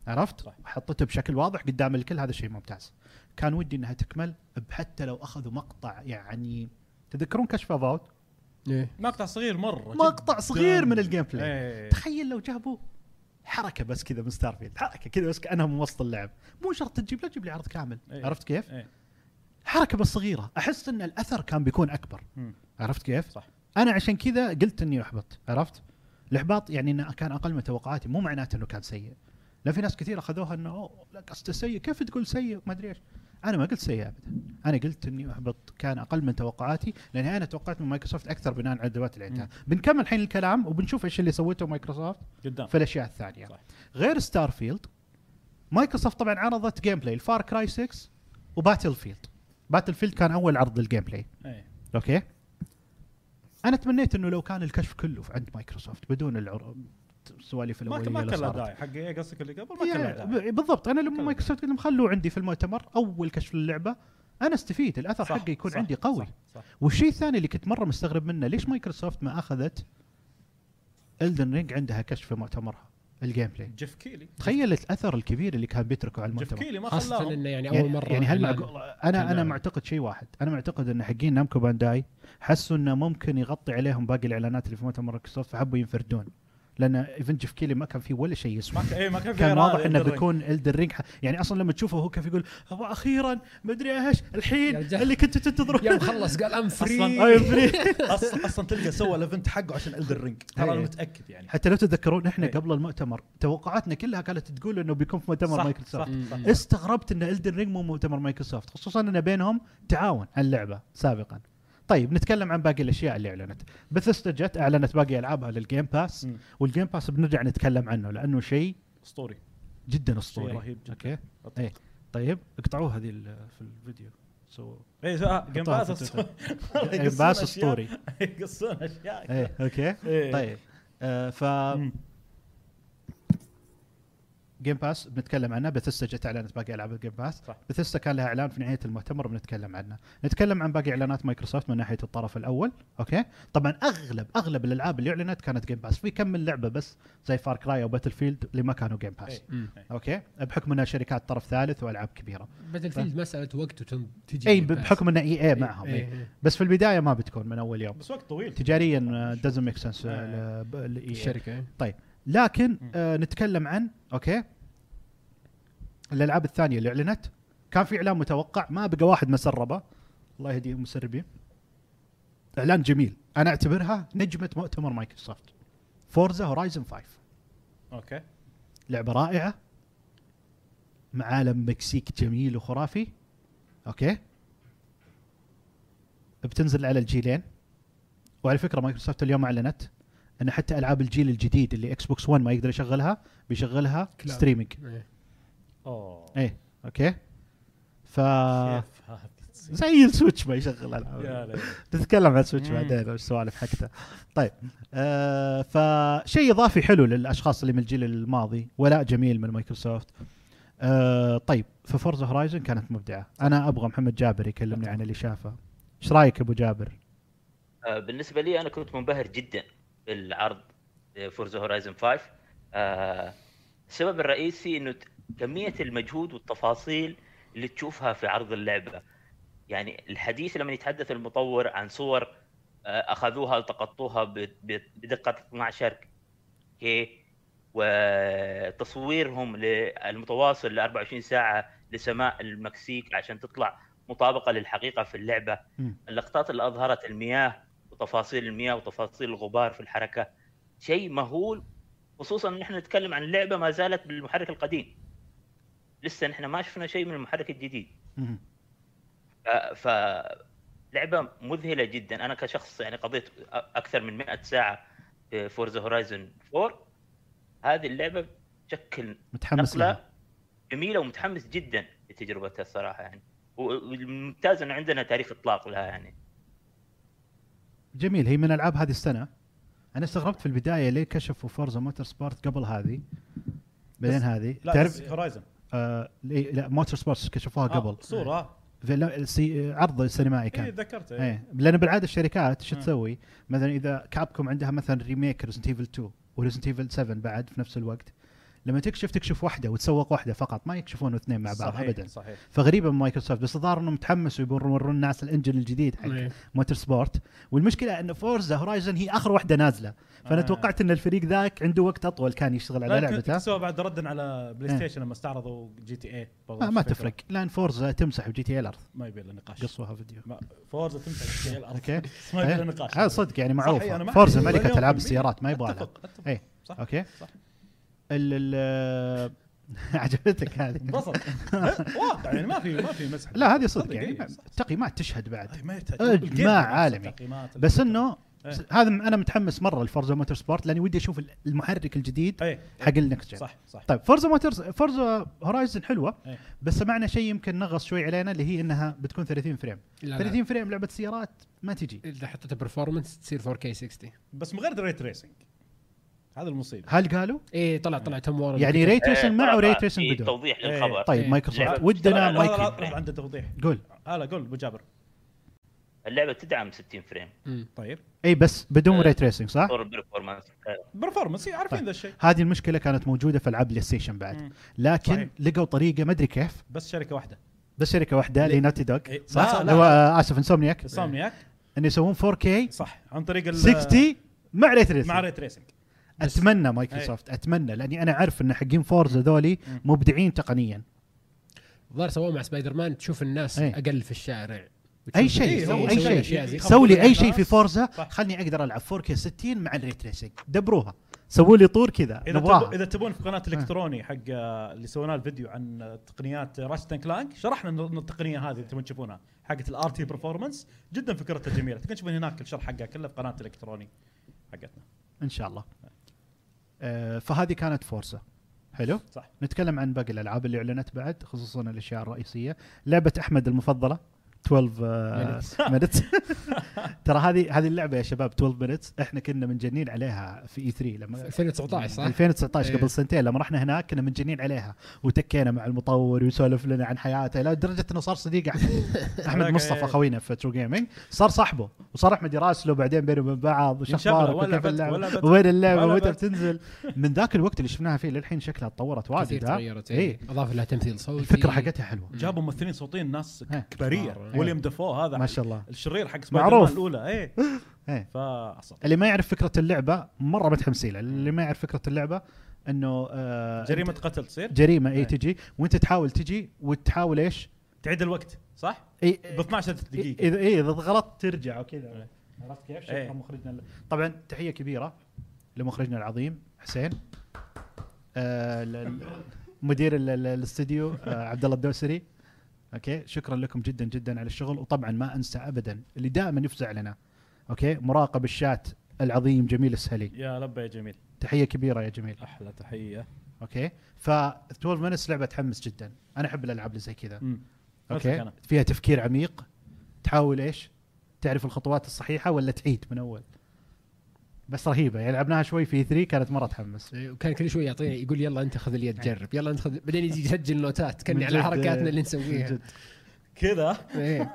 [SPEAKER 1] عرفت؟
[SPEAKER 3] صح.
[SPEAKER 1] حطته بشكل واضح قدام الكل هذا شيء ممتاز. كان ودي انها تكمل حتى لو اخذوا مقطع يعني تذكرون كشف اباوت؟
[SPEAKER 2] إيه.
[SPEAKER 3] مقطع صغير مره
[SPEAKER 1] مقطع
[SPEAKER 3] جداً.
[SPEAKER 1] صغير من الجيم بلاي
[SPEAKER 3] إيه.
[SPEAKER 1] تخيل لو جابوا حركه بس كذا من ستار فيلد حركه كذا بس كانها من وسط اللعب مو شرط تجيب لا تجيب لي عرض كامل
[SPEAKER 3] إيه.
[SPEAKER 1] عرفت كيف
[SPEAKER 3] إيه.
[SPEAKER 1] حركه بس صغيره احس ان الاثر كان بيكون اكبر
[SPEAKER 3] مم.
[SPEAKER 1] عرفت كيف
[SPEAKER 3] صح.
[SPEAKER 1] انا عشان كذا قلت اني احبط عرفت الاحباط يعني انه كان اقل من توقعاتي مو معناته انه كان سيء لا في ناس كثير اخذوها انه أوه، لا قصده سيء كيف تقول سيء ما ادري ايش انا ما قلت سيء ابدا انا قلت اني احبط كان اقل من توقعاتي لاني انا توقعت من مايكروسوفت اكثر بناء على الادوات اللي عندها بنكمل الحين الكلام وبنشوف ايش اللي سويته مايكروسوفت
[SPEAKER 3] قدام
[SPEAKER 1] في الاشياء الثانيه
[SPEAKER 3] صح.
[SPEAKER 1] غير ستار فيلد مايكروسوفت طبعا عرضت جيم بلاي الفار كراي 6 وباتل فيلد باتل فيلد كان اول عرض للجيم بلاي
[SPEAKER 3] إيه.
[SPEAKER 1] اوكي انا تمنيت انه لو كان الكشف كله عند مايكروسوفت بدون العر... السواليف
[SPEAKER 3] ما
[SPEAKER 1] الاوليه
[SPEAKER 3] كان ما
[SPEAKER 1] اللي
[SPEAKER 3] كان له
[SPEAKER 1] صارت.
[SPEAKER 3] داعي حق إيه، قصدك اللي قبل ما كان له
[SPEAKER 1] يا-
[SPEAKER 3] داعي
[SPEAKER 1] ب- بالضبط انا لما
[SPEAKER 3] كلام.
[SPEAKER 1] مايكروسوفت قلت لهم خلوه عندي في المؤتمر اول كشف للعبه انا استفيد الاثر
[SPEAKER 3] صح،
[SPEAKER 1] حقي يكون
[SPEAKER 3] صح،
[SPEAKER 1] عندي قوي
[SPEAKER 3] صح، صح.
[SPEAKER 1] والشيء الثاني اللي كنت مره مستغرب منه ليش مايكروسوفت ما اخذت الدن رينج عندها كشف في مؤتمرها الجيم بلاي
[SPEAKER 3] جيف كيلي
[SPEAKER 1] تخيل الاثر الكبير اللي كان بيتركه على
[SPEAKER 3] جيف
[SPEAKER 1] المؤتمر
[SPEAKER 3] كيلي ما
[SPEAKER 2] خاصه
[SPEAKER 3] خلاهم
[SPEAKER 2] انه يعني
[SPEAKER 1] يعني
[SPEAKER 2] اول مره
[SPEAKER 1] يعني هل
[SPEAKER 2] إعلان.
[SPEAKER 1] معقول انا انا
[SPEAKER 2] إعلان.
[SPEAKER 1] معتقد شيء واحد انا معتقد ان حقين نامكو بانداي حسوا انه ممكن يغطي عليهم باقي الاعلانات اللي في مؤتمر مايكروسوفت فحبوا ينفردون لان ايفنت جيف كيلي ما كان فيه ولا شيء يسوى
[SPEAKER 3] ما كان إيه، ما كان في
[SPEAKER 1] كان
[SPEAKER 3] إرادة
[SPEAKER 1] واضح انه
[SPEAKER 3] يقدر
[SPEAKER 1] بيكون الدر رينج يعني اصلا لما تشوفه هو كيف يقول هو اخيرا مدري ايش الحين
[SPEAKER 2] يا رجال.
[SPEAKER 1] اللي كنتوا تنتظرون *laughs*
[SPEAKER 2] يوم خلص قال ام فري
[SPEAKER 3] أصلاً.
[SPEAKER 1] أيوة، فري.
[SPEAKER 3] اصلا اصلا تلقى سوى الايفنت حقه عشان الدر رينج ترى انا
[SPEAKER 1] إيه.
[SPEAKER 3] متاكد يعني
[SPEAKER 1] حتى لو تتذكرون احنا
[SPEAKER 3] إيه.
[SPEAKER 1] قبل المؤتمر توقعاتنا كلها كانت تقول انه بيكون في *laughs* مؤتمر
[SPEAKER 3] صح
[SPEAKER 1] مايكروسوفت
[SPEAKER 3] صح صح
[SPEAKER 1] استغربت ان الدن رينج مو مؤتمر مايكروسوفت خصوصا ان بينهم تعاون على اللعبه سابقا طيب نتكلم عن باقي الاشياء اللي اعلنت بثستا جت اعلنت باقي العابها للجيم باس
[SPEAKER 3] مم.
[SPEAKER 1] والجيم باس بنرجع نتكلم عنه لانه شيء
[SPEAKER 3] اسطوري
[SPEAKER 1] جدا
[SPEAKER 3] شيء
[SPEAKER 1] اسطوري
[SPEAKER 3] رهيب جدا
[SPEAKER 1] اوكي ايه طيب اقطعوا هذه ال- في الفيديو سو
[SPEAKER 3] ايه
[SPEAKER 1] حطها
[SPEAKER 3] جيم باس
[SPEAKER 1] في تويتر.
[SPEAKER 3] اسطوري والله
[SPEAKER 1] جيم
[SPEAKER 3] يقصون
[SPEAKER 1] باس
[SPEAKER 3] أشياء-
[SPEAKER 1] أسطوري.
[SPEAKER 3] *laughs* يقصون اشياء
[SPEAKER 1] ايه اوكي
[SPEAKER 3] إيه.
[SPEAKER 1] طيب آه ف
[SPEAKER 3] مم.
[SPEAKER 1] جيم باس بنتكلم عنه بثستا جت اعلنت باقي العاب الجيم باس
[SPEAKER 3] صح.
[SPEAKER 1] بثستا كان لها اعلان في نهايه المؤتمر بنتكلم عنه نتكلم عن باقي اعلانات مايكروسوفت من ناحيه الطرف الاول اوكي طبعا اغلب اغلب الالعاب اللي اعلنت كانت جيم باس في كم من لعبه بس زي فار كراي او باتل فيلد اللي ما كانوا جيم باس
[SPEAKER 3] إيه.
[SPEAKER 2] مم.
[SPEAKER 1] اوكي بحكم انها شركات طرف ثالث والعاب كبيره
[SPEAKER 2] بدل فيلد مساله وقت وتن- تجي
[SPEAKER 1] اي
[SPEAKER 2] Game Pass.
[SPEAKER 1] إيه، بحكم ان اي اي معهم
[SPEAKER 2] إيه،
[SPEAKER 1] إيه.
[SPEAKER 2] إيه.
[SPEAKER 1] بس في البدايه ما بتكون من اول يوم
[SPEAKER 3] بس وقت طويل
[SPEAKER 1] تجاريا دزنت ميك سنس
[SPEAKER 3] إيه.
[SPEAKER 2] الشركه إيه.
[SPEAKER 1] لكن
[SPEAKER 3] مم.
[SPEAKER 1] آه نتكلم عن اوكي الالعاب الثانيه اللي اعلنت كان في اعلان متوقع ما بقى واحد مسربه الله يهديهم المسربين اعلان جميل انا اعتبرها نجمه مؤتمر مايكروسوفت فورزا هورايزن 5
[SPEAKER 3] اوكي
[SPEAKER 1] لعبه رائعه مع عالم مكسيك جميل وخرافي اوكي بتنزل على الجيلين وعلى فكره مايكروسوفت اليوم اعلنت ان حتى العاب الجيل الجديد اللي اكس بوكس 1 ما يقدر يشغلها بيشغلها
[SPEAKER 2] كلاود.
[SPEAKER 1] ستريمينج
[SPEAKER 2] إيه.
[SPEAKER 3] اوه
[SPEAKER 1] ايه اوكي ف آه.
[SPEAKER 3] كيف هذه تصير؟
[SPEAKER 1] زي السويتش ما يشغل العاب
[SPEAKER 3] يا ليل.
[SPEAKER 1] نتكلم عن السويتش
[SPEAKER 3] مم.
[SPEAKER 1] بعدين والسوالف حقته طيب آه فشيء اضافي حلو للاشخاص اللي من الجيل الماضي ولاء جميل من مايكروسوفت آه طيب ففورزا هورايزن كانت مبدعه انا ابغى محمد جابر يكلمني عن اللي شافه ايش رايك ابو جابر
[SPEAKER 5] آه، بالنسبه لي انا كنت منبهر جدا بالعرض فورزا هورايزن 5 آه، السبب الرئيسي انه ت- كميه المجهود والتفاصيل اللي تشوفها في عرض اللعبه يعني الحديث لما يتحدث المطور عن صور آه، اخذوها التقطوها ب- ب- بدقه 12 كي وتصويرهم المتواصل ل 24 ساعه لسماء المكسيك عشان تطلع مطابقه للحقيقه في اللعبه
[SPEAKER 1] مم.
[SPEAKER 5] اللقطات اللي اظهرت المياه وتفاصيل المياه وتفاصيل الغبار في الحركه شيء مهول خصوصا ان احنا نتكلم عن لعبه ما زالت بالمحرك القديم لسه نحن ما شفنا شيء من المحرك الجديد
[SPEAKER 1] مم.
[SPEAKER 5] ف- ف لعبه مذهله جدا انا كشخص يعني قضيت أ- اكثر من 100 ساعه في فورزا هورايزن 4 هذه اللعبه تشكل
[SPEAKER 1] متحمس
[SPEAKER 5] نقله
[SPEAKER 1] لها
[SPEAKER 5] جميله ومتحمس جدا لتجربتها الصراحه يعني والممتاز انه عندنا تاريخ اطلاق لها يعني
[SPEAKER 1] جميل هي من العاب هذه السنه انا استغربت في البدايه ليه كشفوا فورزا موتور سبورت قبل هذه بعدين
[SPEAKER 3] بس- آه،
[SPEAKER 1] هذه
[SPEAKER 3] لا
[SPEAKER 1] تعرف
[SPEAKER 3] تعرف هورايزن
[SPEAKER 1] آه ليه- لا موتور سبورت كشفوها قبل
[SPEAKER 3] صوره
[SPEAKER 1] في لا- سي- عرض سينمائي كان
[SPEAKER 3] اي تذكرت إيه.
[SPEAKER 1] ايه لان بالعاده الشركات شو
[SPEAKER 3] مم.
[SPEAKER 1] تسوي؟ مثلا اذا كابكم عندها مثلا ريميك ريزنت ايفل 2 وريزنت ايفل 7 بعد في نفس الوقت لما تكشف تكشف واحده وتسوق واحده فقط ما يكشفون اثنين مع بعض
[SPEAKER 3] صحيح،
[SPEAKER 1] ابدا
[SPEAKER 3] صحيح
[SPEAKER 1] فغريبه من مايكروسوفت بس الظاهر انهم متحمسوا يبون يورون الناس الانجن الجديد حق
[SPEAKER 2] إيه.
[SPEAKER 1] موتور سبورت والمشكله ان فورزا هورايزن هي اخر واحده نازله فانا
[SPEAKER 3] آه.
[SPEAKER 1] توقعت ان الفريق ذاك عنده وقت اطول كان يشتغل على لعبته
[SPEAKER 3] سوى بعد ردا على بلاي
[SPEAKER 1] إيه. آه،
[SPEAKER 3] ستيشن لما استعرضوا جي تي اي
[SPEAKER 1] ما, ما تفرق لان فورزا تمسح بجي تي إيه الارض
[SPEAKER 3] ما يبي له نقاش
[SPEAKER 1] قصوها فيديو
[SPEAKER 3] ما- فورزا تمسح جي تي اي الارض
[SPEAKER 1] اوكي
[SPEAKER 3] *laughs* ما يبي
[SPEAKER 1] إيه.
[SPEAKER 3] له نقاش
[SPEAKER 1] هذا صدق يعني
[SPEAKER 3] صحيح، أنا
[SPEAKER 1] معروفه
[SPEAKER 3] معك.
[SPEAKER 1] فورزا
[SPEAKER 3] مليون
[SPEAKER 1] ملكه العاب
[SPEAKER 3] بالمية.
[SPEAKER 1] السيارات ما يبغى لها
[SPEAKER 3] اتفق اتفق
[SPEAKER 1] ايه
[SPEAKER 3] صح
[SPEAKER 1] اوكي
[SPEAKER 3] صح.
[SPEAKER 1] ال ال *laughs* عجبتك هذه
[SPEAKER 3] بسط واقع يعني ما في ما في مسح
[SPEAKER 1] لا هذه صدق
[SPEAKER 3] صدق،
[SPEAKER 1] يعني
[SPEAKER 3] إيه، صح.
[SPEAKER 1] تقييمات تشهد بعد
[SPEAKER 3] أي ما يحتاج
[SPEAKER 1] إجماع
[SPEAKER 3] الجيم نفسه،
[SPEAKER 1] عالمي.
[SPEAKER 3] التقييمات،
[SPEAKER 1] بس انه
[SPEAKER 3] إيه.
[SPEAKER 1] س- هذا انا متحمس مره لفورزا موتور سبورت لاني ودي اشوف ال- المحرك الجديد
[SPEAKER 3] ايه
[SPEAKER 1] حق النكست جن
[SPEAKER 3] صح صح
[SPEAKER 1] طيب فورزا موتور فورزا هورايزن حلوه
[SPEAKER 3] إيه.
[SPEAKER 1] بس سمعنا شيء يمكن نغص شوي علينا اللي هي انها بتكون 30 فريم
[SPEAKER 2] لا، لا
[SPEAKER 1] 30 فريم لعبه سيارات ما تجي
[SPEAKER 2] اذا حطيتها برفورمنس تصير 4K 60
[SPEAKER 3] بس من غير ريت ريسنج هذا المصيبه
[SPEAKER 1] هل قالوا
[SPEAKER 3] إيه.
[SPEAKER 2] ايه طلع طلع تم وارن
[SPEAKER 1] يعني ري
[SPEAKER 5] إيه.
[SPEAKER 1] تريسنج مع وري
[SPEAKER 5] طبعاً،
[SPEAKER 1] تريسنج
[SPEAKER 5] في
[SPEAKER 1] بدون
[SPEAKER 5] توضيح
[SPEAKER 3] إيه.
[SPEAKER 5] للخبر
[SPEAKER 1] طيب
[SPEAKER 2] إيه.
[SPEAKER 1] مايكروسوفت
[SPEAKER 5] لعبة-
[SPEAKER 1] ودنا
[SPEAKER 5] لا، لا،
[SPEAKER 3] لحظه
[SPEAKER 1] مايك
[SPEAKER 3] لحظه عنده توضيح
[SPEAKER 1] قول
[SPEAKER 3] هلا قول ابو جابر
[SPEAKER 5] اللعبه تدعم 60 فريم
[SPEAKER 3] طيب
[SPEAKER 1] اي بس بدون
[SPEAKER 5] إيه.
[SPEAKER 1] ري تريسنج صح؟
[SPEAKER 5] فور برفورمانس
[SPEAKER 3] برفورمانس عارفين
[SPEAKER 1] طيب.
[SPEAKER 3] ذا الشيء
[SPEAKER 1] هذه المشكله كانت موجوده في العاب بلاي ستيشن بعد
[SPEAKER 3] مم.
[SPEAKER 1] لكن
[SPEAKER 3] صحيح.
[SPEAKER 1] لقوا طريقه ما ادري كيف
[SPEAKER 3] بس شركه واحده
[SPEAKER 1] بس شركه واحده اللي نوتي دوغ
[SPEAKER 3] إيه،
[SPEAKER 1] صح؟
[SPEAKER 3] لا،
[SPEAKER 1] لا
[SPEAKER 3] لا.
[SPEAKER 1] هو آه، اسف انسومنياك
[SPEAKER 3] سامنياك
[SPEAKER 1] ان يسوون 4K
[SPEAKER 3] صح عن طريق ال
[SPEAKER 1] 60 مع ري تريسنج
[SPEAKER 3] مع ريت ريسنج
[SPEAKER 1] اتمنى مايكروسوفت اتمنى لاني انا عارف ان حقين فورزا ذولي
[SPEAKER 3] إيه. مم.
[SPEAKER 1] مبدعين تقنيا
[SPEAKER 2] الظاهر سووه مع سبايدر مان تشوف الناس
[SPEAKER 1] إيه.
[SPEAKER 2] اقل في الشارع
[SPEAKER 1] اي
[SPEAKER 2] إيه،
[SPEAKER 1] شيء
[SPEAKER 2] هو
[SPEAKER 1] أو
[SPEAKER 2] يسوي
[SPEAKER 1] اي
[SPEAKER 2] أشياء
[SPEAKER 1] شيء
[SPEAKER 2] زي-
[SPEAKER 1] سوي لي اي شيء في فورزا
[SPEAKER 3] يعني. صح.
[SPEAKER 1] خلني اقدر العب 4K 60 مع الري تريسنج دبروها سووا لي طور كذا
[SPEAKER 3] اذا تبو
[SPEAKER 1] نبغاها إيه.
[SPEAKER 3] اذا تبون في قناه الكتروني حق آه، اللي سوينا الفيديو عن آه، تقنيات راشد كلانك شرحنا إن- إن التقنيه هذه تبون تشوفونها حقت الار تي برفورمانس جدا فكرتها جميله تقدرون تشوفون هناك الشرح حقها كله في قناه الكتروني حقتنا
[SPEAKER 1] ان شاء الله آه، فهذه كانت فورزا حلو
[SPEAKER 3] صح
[SPEAKER 1] نتكلم عن باقي الالعاب اللي اعلنت بعد خصوصا الاشياء الرئيسيه لعبه احمد المفضله *laughs*
[SPEAKER 2] يعني
[SPEAKER 1] 12 مينتس آه، ترى هذه هذه اللعبه يا شباب 12 مينتس احنا كنا منجنين عليها في اي 3 لما
[SPEAKER 2] 2019 صح؟
[SPEAKER 1] 2019
[SPEAKER 2] إيه.
[SPEAKER 1] قبل سنتين لما رحنا هناك كنا منجنين عليها وتكينا مع المطور ويسولف لنا عن حياته لا لدرجه انه صار صديق
[SPEAKER 3] *laughs*
[SPEAKER 1] احمد احمد
[SPEAKER 3] ذاك
[SPEAKER 1] مصطفى
[SPEAKER 3] إيه.
[SPEAKER 1] خوينا في ترو جيمنج صار صاحبه وصار احمد يراسله بعدين بينه وبين بعض وش
[SPEAKER 3] انشغلوا،
[SPEAKER 1] اخبارك
[SPEAKER 3] ولا
[SPEAKER 1] وكيف
[SPEAKER 3] بت-
[SPEAKER 1] اللعبة؟
[SPEAKER 3] ولا بت-
[SPEAKER 1] وين اللعبه
[SPEAKER 3] ولا
[SPEAKER 1] متى
[SPEAKER 3] بت- *laughs*
[SPEAKER 1] بتنزل من ذاك الوقت اللي شفناها فيه للحين شكلها تطورت واجد
[SPEAKER 2] كثير
[SPEAKER 1] ها؟
[SPEAKER 2] تغيرت
[SPEAKER 1] إيه.
[SPEAKER 2] ايه اضاف لها تمثيل صوتي
[SPEAKER 1] الفكره حقتها حلوه
[SPEAKER 3] جابوا ممثلين صوتيين ناس
[SPEAKER 1] إيه.
[SPEAKER 3] كباريه
[SPEAKER 2] كبار.
[SPEAKER 3] ويليام دافو هذا
[SPEAKER 1] ما شاء الله
[SPEAKER 3] الشرير حق سبايدر
[SPEAKER 1] معروف.
[SPEAKER 3] مان الاولى ايه
[SPEAKER 1] *laughs* إيه.
[SPEAKER 3] فاصلا
[SPEAKER 1] اللي ما يعرف فكره اللعبه مره متحمسين لها اللي ما يعرف فكره اللعبه انه آه
[SPEAKER 3] جريمه قتل تصير
[SPEAKER 1] جريمه اي
[SPEAKER 3] إيه.
[SPEAKER 1] تجي وانت تحاول تجي وتحاول ايش؟
[SPEAKER 3] تعيد الوقت صح؟
[SPEAKER 1] اي
[SPEAKER 3] ب 12 دقيقه
[SPEAKER 1] اذا اي اذا غلطت إيه، ترجع وكذا عرفت كيف؟
[SPEAKER 3] إيه.
[SPEAKER 1] شكرا مخرجنا ال- طبعا تحيه كبيره لمخرجنا العظيم حسين آه، ال- ال- مدير ال- ال- الاستديو آه، عبد الله الدوسري اوكي شكرا لكم جدا جدا على الشغل وطبعا ما انسى ابدا اللي دائما يفزع لنا اوكي مراقب الشات العظيم جميل السهلي
[SPEAKER 3] يا لبى يا جميل
[SPEAKER 1] تحيه كبيره يا جميل
[SPEAKER 3] احلى تحيه
[SPEAKER 1] اوكي ف 12 مينتس لعبه تحمس جدا انا احب الالعاب اللي زي كذا
[SPEAKER 3] مم. أوافقك
[SPEAKER 1] اوكي
[SPEAKER 3] أنا.
[SPEAKER 1] فيها تفكير عميق تحاول ايش تعرف الخطوات الصحيحه ولا تعيد من اول بس رهيبه يعني لعبناها شوي في 3 كانت مره تحمس
[SPEAKER 2] إيه. وكان كل شوي يعطينا يقول يلا انت خذ اليد جرب يلا انت خذ بعدين يجي يسجل نوتات
[SPEAKER 1] إيه. من
[SPEAKER 2] كنا
[SPEAKER 1] جد،
[SPEAKER 2] على حركاتنا اللي
[SPEAKER 1] من
[SPEAKER 2] نسويها
[SPEAKER 1] جد.
[SPEAKER 3] كذا
[SPEAKER 2] إيه.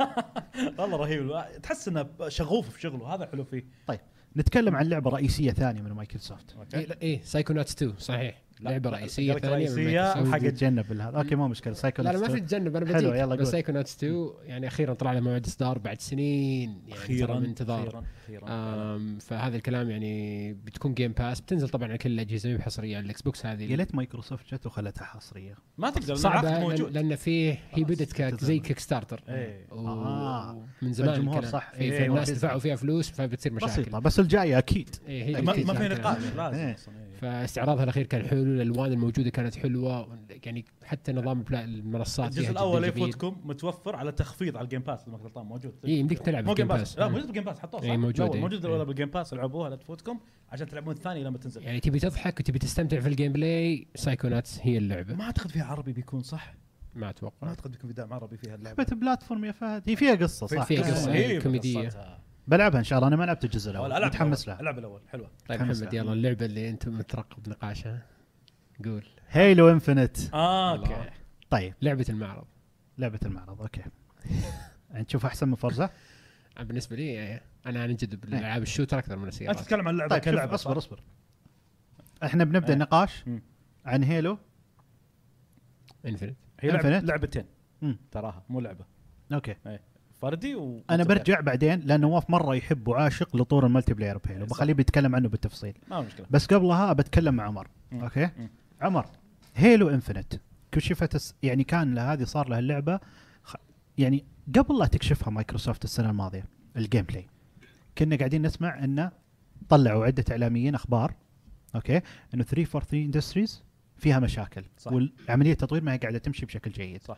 [SPEAKER 3] والله رهيب الوا- تحس انه شغوف في شغله هذا حلو فيه
[SPEAKER 1] طيب نتكلم عن لعبه رئيسيه ثانيه من مايكروسوفت
[SPEAKER 2] ايه لا، ايه سايكوناتس 2 صحيح
[SPEAKER 3] لا،
[SPEAKER 2] لعبه
[SPEAKER 3] لا،
[SPEAKER 2] رئيسيه
[SPEAKER 3] قالك
[SPEAKER 2] ثانيه من
[SPEAKER 3] رئيسية،
[SPEAKER 2] مايكروسوفت.
[SPEAKER 3] حق-
[SPEAKER 1] تتجنب هذا اوكي ما مشكله سايكو
[SPEAKER 2] لا لا ما في تتجنب انا
[SPEAKER 1] حلو،
[SPEAKER 2] بديك
[SPEAKER 1] يلا قول.
[SPEAKER 2] بس سايكوناتس 2 يعني اخيرا طلع له موعد اصدار بعد سنين يعني ترى من انتظار آه،
[SPEAKER 3] اخيرا اخيرا
[SPEAKER 2] آم، فهذا الكلام يعني بتكون جيم باس بتنزل طبعا على كل الاجهزه مو بحصريه على الاكس بوكس
[SPEAKER 1] يا
[SPEAKER 2] هذه
[SPEAKER 1] ليت مايكروسوفت جت وخلتها حصريه
[SPEAKER 3] ما تقدر
[SPEAKER 2] صعبه
[SPEAKER 3] صعب
[SPEAKER 2] لأن,
[SPEAKER 3] موجود
[SPEAKER 2] لان فيه هي بدت ك-
[SPEAKER 1] تزعل.
[SPEAKER 2] زي كيك ستارتر
[SPEAKER 3] إيه.
[SPEAKER 2] و-
[SPEAKER 1] آه.
[SPEAKER 2] من زمان
[SPEAKER 1] فالجمهور
[SPEAKER 2] الكلام.
[SPEAKER 1] صح.
[SPEAKER 2] في-
[SPEAKER 1] إيه،
[SPEAKER 2] في الناس
[SPEAKER 1] وتزعل.
[SPEAKER 2] دفعوا فيها فلوس فبتصير مشاكل
[SPEAKER 1] بسيطه بس الجايه اكيد
[SPEAKER 2] إيه، هي
[SPEAKER 3] ما
[SPEAKER 2] أكيد
[SPEAKER 3] ما في
[SPEAKER 2] فيها
[SPEAKER 3] نقاش
[SPEAKER 2] كلام.
[SPEAKER 3] لازم
[SPEAKER 1] إيه.
[SPEAKER 3] أصلاً، إيه.
[SPEAKER 2] فاستعراضها الاخير كان حلو الالوان الموجوده كانت حلوه يعني حتى نظام البلا- المنصات فيها
[SPEAKER 3] إيه.
[SPEAKER 2] جداً
[SPEAKER 3] الجزء الاول
[SPEAKER 2] جميل.
[SPEAKER 3] يفوتكم متوفر على تخفيض على الجيم باس إذا ما كنت غلطان موجود
[SPEAKER 2] إيه، يمديك تلعب
[SPEAKER 3] مو
[SPEAKER 2] الجيم
[SPEAKER 3] جيم
[SPEAKER 2] باس.
[SPEAKER 3] باس لا
[SPEAKER 2] مم.
[SPEAKER 3] موجود بالجيم باس حطوه صح
[SPEAKER 2] إيه، موجود،
[SPEAKER 3] الأول.
[SPEAKER 2] إيه.
[SPEAKER 3] موجود
[SPEAKER 2] إيه.
[SPEAKER 3] الاول بالجيم باس العبوها لا تفوتكم عشان تلعبون الثاني لما تنزل
[SPEAKER 2] يعني تبي تضحك وتبي تستمتع في الجيم بلاي سايكوناتس هي اللعبه
[SPEAKER 3] ما اعتقد فيها عربي بيكون صح
[SPEAKER 2] ما
[SPEAKER 3] ما
[SPEAKER 2] اتوقع
[SPEAKER 3] اعتقد بيكون في دعم عربي فيها اللعبه
[SPEAKER 1] لعبه بلاتفورم يا فهد هي فيها قصه صح
[SPEAKER 2] فيها قصة.
[SPEAKER 1] إيه.
[SPEAKER 3] إيه،
[SPEAKER 2] كوميدية.
[SPEAKER 3] قصتها.
[SPEAKER 1] بلعبها ان شاء الله انا ما لعبت الجزء
[SPEAKER 3] أو
[SPEAKER 1] الاول
[SPEAKER 3] الألعاب
[SPEAKER 1] متحمس
[SPEAKER 3] الأول.
[SPEAKER 1] لها
[SPEAKER 3] الألعب الاول حلوه
[SPEAKER 2] طيب
[SPEAKER 1] خمسة.
[SPEAKER 2] محمد يلا اللعبه اللي انت مترقب نقاشها قول
[SPEAKER 1] هيلو انفنت
[SPEAKER 3] اه
[SPEAKER 2] الله.
[SPEAKER 3] اوكي
[SPEAKER 1] طيب
[SPEAKER 2] لعبه المعرض
[SPEAKER 1] لعبه المعرض *laughs* اوكي نشوف احسن من فرزه
[SPEAKER 2] أنا بالنسبه لي إيه، انا انجذب لالعاب الشوتر اكثر من
[SPEAKER 3] انت
[SPEAKER 2] السيارات
[SPEAKER 3] تتكلم عن اللعبه
[SPEAKER 1] طيب شوف
[SPEAKER 3] كلعبه
[SPEAKER 1] اصبر آه.
[SPEAKER 3] صح؟
[SPEAKER 1] اصبر احنا بنبدا نقاش
[SPEAKER 3] مم.
[SPEAKER 1] عن هيلو
[SPEAKER 2] انفنت
[SPEAKER 3] هي لعبة-
[SPEAKER 1] Infinite.
[SPEAKER 3] لعبتين
[SPEAKER 1] مم.
[SPEAKER 3] تراها مو لعبه
[SPEAKER 1] اوكي
[SPEAKER 3] فردي و
[SPEAKER 1] انا برجع بعدين لان نواف مره يحب وعاشق لطور الملتي بلاير بهيلو بخليه بيتكلم عنه بالتفصيل
[SPEAKER 3] ما في مشكله
[SPEAKER 1] بس قبلها بتكلم مع عمر
[SPEAKER 3] مم.
[SPEAKER 1] اوكي
[SPEAKER 3] مم.
[SPEAKER 1] عمر هيلو انفنت كشفت الس- يعني كان لها- هذه صار لها اللعبه خ... يعني قبل لا تكشفها مايكروسوفت السنه الماضيه الجيم بلاي كنا قاعدين نسمع انه طلعوا عده اعلاميين اخبار اوكي انه 343 اندستريز فيها مشاكل
[SPEAKER 3] صح.
[SPEAKER 1] والعمليه التطوير ما هي قاعده تمشي بشكل جيد
[SPEAKER 3] صح.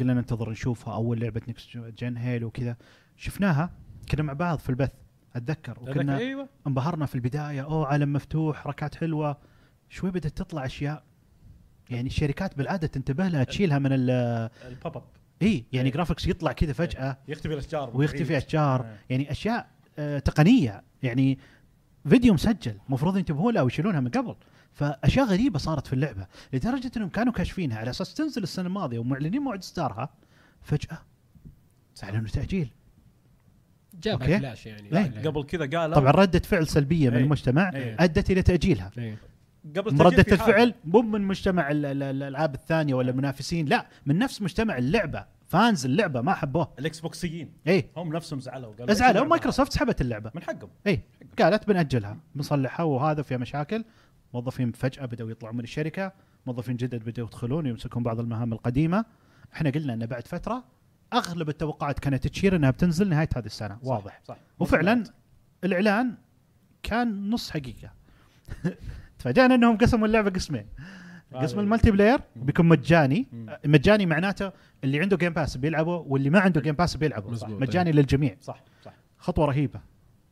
[SPEAKER 1] قلنا ننتظر نشوفها اول لعبه نكست جن هيلو وكذا شفناها كنا مع بعض في البث اتذكر وكنا
[SPEAKER 3] وكنا ايوه
[SPEAKER 1] انبهرنا في البدايه اوه عالم مفتوح ركعات حلوه شوي بدات تطلع اشياء يعني الشركات بالعاده تنتبه لها تشيلها من ال
[SPEAKER 3] البوب اب
[SPEAKER 1] اي يعني
[SPEAKER 3] إيه. إيه.
[SPEAKER 1] جرافكس يطلع كذا فجاه
[SPEAKER 3] يختفي الاشجار من
[SPEAKER 1] ويختفي
[SPEAKER 3] بعيد.
[SPEAKER 1] اشجار يعني اشياء آه، تقنيه يعني فيديو مسجل المفروض ينتبهوا لها ويشيلونها من قبل فاشياء غريبه صارت في اللعبه لدرجه انهم كانوا كاشفينها على اساس تنزل السنه الماضيه ومعلنين موعد اصدارها فجاه اعلنوا تاجيل
[SPEAKER 2] جاب
[SPEAKER 1] أوكي.
[SPEAKER 2] بلاش يعني
[SPEAKER 1] إيه،
[SPEAKER 2] لا.
[SPEAKER 3] قبل كذا قالوا
[SPEAKER 1] طبعا رده فعل سلبيه من
[SPEAKER 3] إيه.
[SPEAKER 1] المجتمع
[SPEAKER 3] إيه.
[SPEAKER 1] ادت الى تاجيلها
[SPEAKER 2] إيه.
[SPEAKER 3] قبل
[SPEAKER 1] ردة
[SPEAKER 3] التسجيل في حاجة.
[SPEAKER 1] الفعل مو من مجتمع ال- ال- الالعاب الثانيه ولا المنافسين لا من نفس مجتمع اللعبه فانز اللعبه ما حبوه
[SPEAKER 3] الاكس بوكسيين
[SPEAKER 1] اي
[SPEAKER 3] هم نفسهم زعلوا قالوا
[SPEAKER 1] ازعلوا مايكروسوفت سحبت اللعبه
[SPEAKER 3] من حقهم
[SPEAKER 1] اي قالت بنأجلها بنصلحها وهذا فيها مشاكل موظفين فجاه بداوا يطلعوا من الشركه موظفين جدد بداوا يدخلون ويمسكون بعض المهام القديمه احنا قلنا ان بعد فتره اغلب التوقعات كانت تشير انها بتنزل نهايه هذه السنه
[SPEAKER 3] صح،
[SPEAKER 1] واضح
[SPEAKER 3] صح
[SPEAKER 1] وفعلا الاعلان كان نص *laughs* حقيقه تفاجئنا انهم قسموا اللعبه قسمين قسم
[SPEAKER 3] هذا-
[SPEAKER 1] الملتي بلاير بيكون مجاني آه،
[SPEAKER 3] مم.
[SPEAKER 1] مجاني معناته اللي عنده جيم باس بيلعبه واللي ما عنده جيم باس بيلعبه
[SPEAKER 2] مزبوط،
[SPEAKER 1] مجاني للجميع
[SPEAKER 3] صح صح
[SPEAKER 1] خطوه رهيبه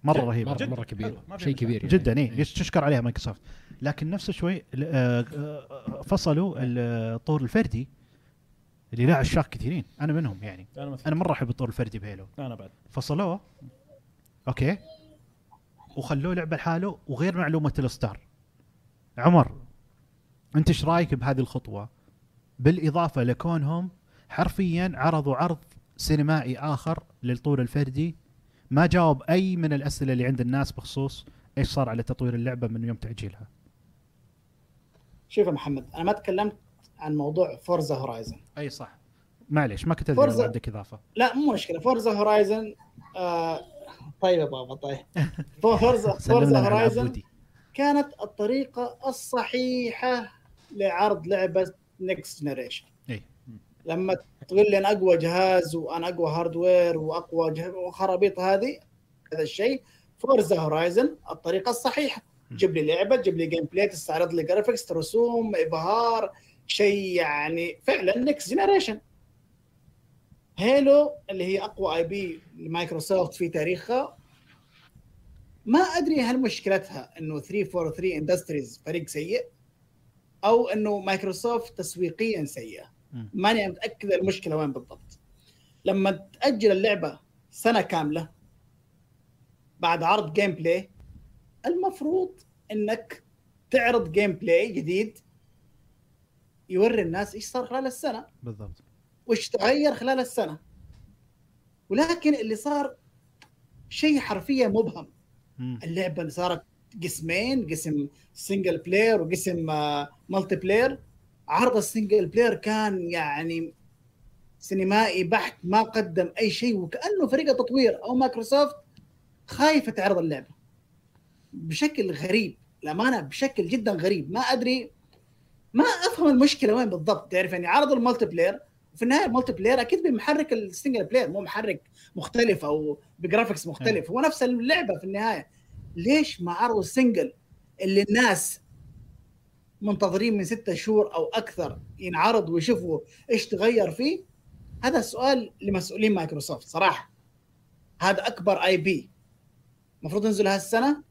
[SPEAKER 1] مره
[SPEAKER 3] جد،
[SPEAKER 1] رهيبه
[SPEAKER 2] مره
[SPEAKER 3] جد. إيه.
[SPEAKER 2] مره
[SPEAKER 3] حلو،
[SPEAKER 2] كبير
[SPEAKER 3] ما في
[SPEAKER 2] شيء
[SPEAKER 3] مشكلة.
[SPEAKER 2] كبير يعني.
[SPEAKER 1] جدا اي تشكر إيه. عليها مايكروسوفت لكن نفس شوي ال- آه، آه، فصلوا الطور الفردي اللي له عشاق كثيرين انا منهم يعني
[SPEAKER 3] انا ما في
[SPEAKER 1] انا مره احب الطور الفردي بهيلو
[SPEAKER 3] انا بعد
[SPEAKER 1] فصلوه اوكي وخلوه لعبه لحاله وغير معلومه الاصدار عمر انت ايش رايك بهذه الخطوه بالاضافه لكونهم حرفيا عرضوا عرض سينمائي اخر للطور الفردي ما جاوب اي من الاسئله اللي عند الناس بخصوص ايش صار على تطوير اللعبه من يوم تعجيلها
[SPEAKER 4] شوف يا محمد انا ما تكلمت عن موضوع فورزا هورايزن
[SPEAKER 1] اي صح معليش ما كنت ادري
[SPEAKER 4] فرصة.
[SPEAKER 1] إنه عندك اضافه
[SPEAKER 4] لا مو مشكله فورزا هورايزن آه طيب يا بابا طيب فورزا
[SPEAKER 1] سلم لنا
[SPEAKER 4] فورزا
[SPEAKER 1] على
[SPEAKER 4] هورايزن
[SPEAKER 1] عبودي.
[SPEAKER 4] كانت الطريقه الصحيحه لعرض لعبه نكست جنريشن
[SPEAKER 1] إيه.
[SPEAKER 4] لما تقول لي انا اقوى جهاز وانا اقوى هاردوير واقوى جهاز وخرابيط هذه هذا الشيء فورزا هورايزن الطريقه الصحيحه جيب لي لعبه جيب لي جيم بلاي تستعرض لي جرافيكس رسوم ابهار شيء يعني فعلا نكست جنريشن هيلو اللي هي اقوى اي بي لمايكروسوفت في تاريخها ما ادري هل مشكلتها انه 343 اندستريز فريق سيء او انه مايكروسوفت تسويقيا سيئه
[SPEAKER 1] مم.
[SPEAKER 4] ماني متاكد المشكله وين بالضبط لما تاجل اللعبه سنه كامله بعد عرض جيم بلاي المفروض انك تعرض جيم بلاي جديد يوري الناس ايش صار خلال السنه
[SPEAKER 1] بالضبط
[SPEAKER 4] وش تغير خلال السنه ولكن اللي صار شيء حرفيا مبهم
[SPEAKER 1] مم.
[SPEAKER 4] اللعبه صارت قسمين قسم سنجل بلاير وقسم آه، ملتي بلاير عرض السنجل بلاير كان يعني سينمائي بحت ما قدم اي شيء وكانه فريق التطوير او مايكروسوفت خايفه تعرض اللعبه بشكل غريب الامانه بشكل جدا غريب ما ادري ما افهم المشكله وين بالضبط تعرف يعني عرضوا الملتي بلاير وفي النهايه الملتي بلاير اكيد بمحرك السنجل بلاير مو محرك مختلف او بجرافيكس مختلف هو نفس اللعبه في النهايه ليش ما عرضوا السنجل اللي الناس منتظرين من ستة شهور او اكثر ينعرض ويشوفوا ايش تغير فيه هذا سؤال لمسؤولين مايكروسوفت صراحه هذا اكبر اي بي المفروض ينزل هالسنه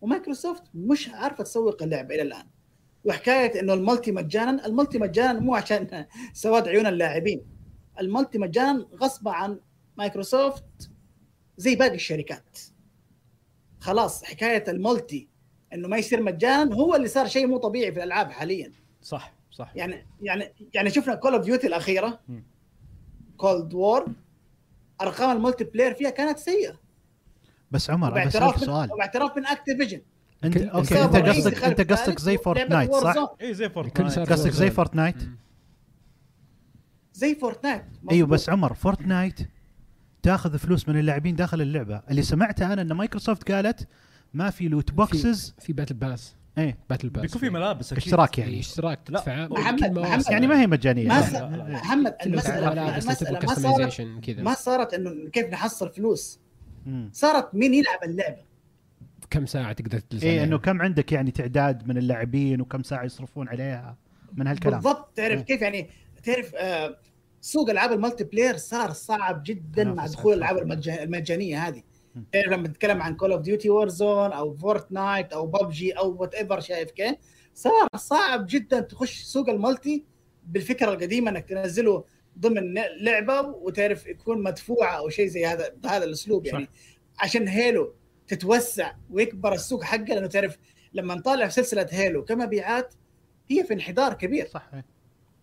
[SPEAKER 4] ومايكروسوفت مش عارفه تسوق اللعبه الى الان وحكايه انه المالتي مجانا المالتي مجانا مو عشان *laughs* سواد عيون اللاعبين المالتي مجانا غصب عن مايكروسوفت زي باقي الشركات خلاص حكايه المالتي انه ما يصير مجانا هو اللي صار شيء مو طبيعي في الالعاب حاليا
[SPEAKER 3] صح صح
[SPEAKER 4] يعني يعني يعني شفنا كول اوف ديوتي الاخيره كولد وور ارقام الملتي بلاير فيها كانت سيئه
[SPEAKER 1] بس عمر ابى اسالك
[SPEAKER 4] وباعتراف
[SPEAKER 1] سؤال
[SPEAKER 4] من واعتراف من اكتيفيجن
[SPEAKER 1] انت
[SPEAKER 2] كل-
[SPEAKER 1] اوكي
[SPEAKER 2] كل-
[SPEAKER 1] انت
[SPEAKER 2] كل-
[SPEAKER 1] قصدك انت قصدك زي فورتنايت صح؟
[SPEAKER 3] اي إيه، زي فورتنايت
[SPEAKER 2] الكل صار
[SPEAKER 1] قصدك زي
[SPEAKER 2] زون.
[SPEAKER 1] فورتنايت
[SPEAKER 4] زي فورتنايت
[SPEAKER 1] ايوه بس عمر فورتنايت تاخذ فلوس من اللاعبين داخل اللعبه اللي سمعته انا ان مايكروسوفت قالت ما في لوت بوكسز
[SPEAKER 2] في باتل باس
[SPEAKER 1] ايه
[SPEAKER 2] باتل باس
[SPEAKER 3] بيكون في ملابس أكيد.
[SPEAKER 1] اشتراك
[SPEAKER 2] يعني
[SPEAKER 1] يعني
[SPEAKER 2] اشتراك
[SPEAKER 3] لا.
[SPEAKER 2] تدفع
[SPEAKER 4] محمد-
[SPEAKER 2] كل ما
[SPEAKER 4] محمد-
[SPEAKER 2] وصل.
[SPEAKER 1] يعني ما هي مجانيه
[SPEAKER 4] ما
[SPEAKER 1] لا.
[SPEAKER 4] س- محمد
[SPEAKER 2] كله
[SPEAKER 4] المساله
[SPEAKER 2] ملابس
[SPEAKER 4] المساله
[SPEAKER 2] وتبغى
[SPEAKER 4] ما صارت
[SPEAKER 2] customization
[SPEAKER 4] ما
[SPEAKER 2] كذا
[SPEAKER 4] صارت انه كيف نحصل فلوس
[SPEAKER 1] مم.
[SPEAKER 4] صارت مين يلعب اللعبه
[SPEAKER 2] كم ساعه تقدر تجلس
[SPEAKER 1] ايه
[SPEAKER 2] عليها؟
[SPEAKER 1] انه كم عندك يعني تعداد من اللاعبين وكم ساعه يصرفون عليها من هالكلام
[SPEAKER 4] بالضبط تعرف
[SPEAKER 1] إيه.
[SPEAKER 4] كيف يعني تعرف آه، سوق العاب المالتي بلاير صار صعب جدا
[SPEAKER 1] تنافس
[SPEAKER 4] مع
[SPEAKER 1] صعب
[SPEAKER 4] دخول
[SPEAKER 1] صعب.
[SPEAKER 4] الالعاب المج- المجانيه هذه
[SPEAKER 1] م.
[SPEAKER 4] تعرف لما نتكلم عن كول اوف ديوتي وورزون او فورتنايت او ببجي او وات ايفر شايف كيف صار صعب جدا تخش سوق المالتي بالفكره القديمه انك تنزله ضمن ن- لعبه وتعرف يكون مدفوعه او شيء زي هذا بهذا الاسلوب يعني عشان هيلو تتوسع ويكبر السوق حقه لانه تعرف لما نطالع سلسله هيلو كمبيعات هي في انحدار كبير
[SPEAKER 1] صح إيه.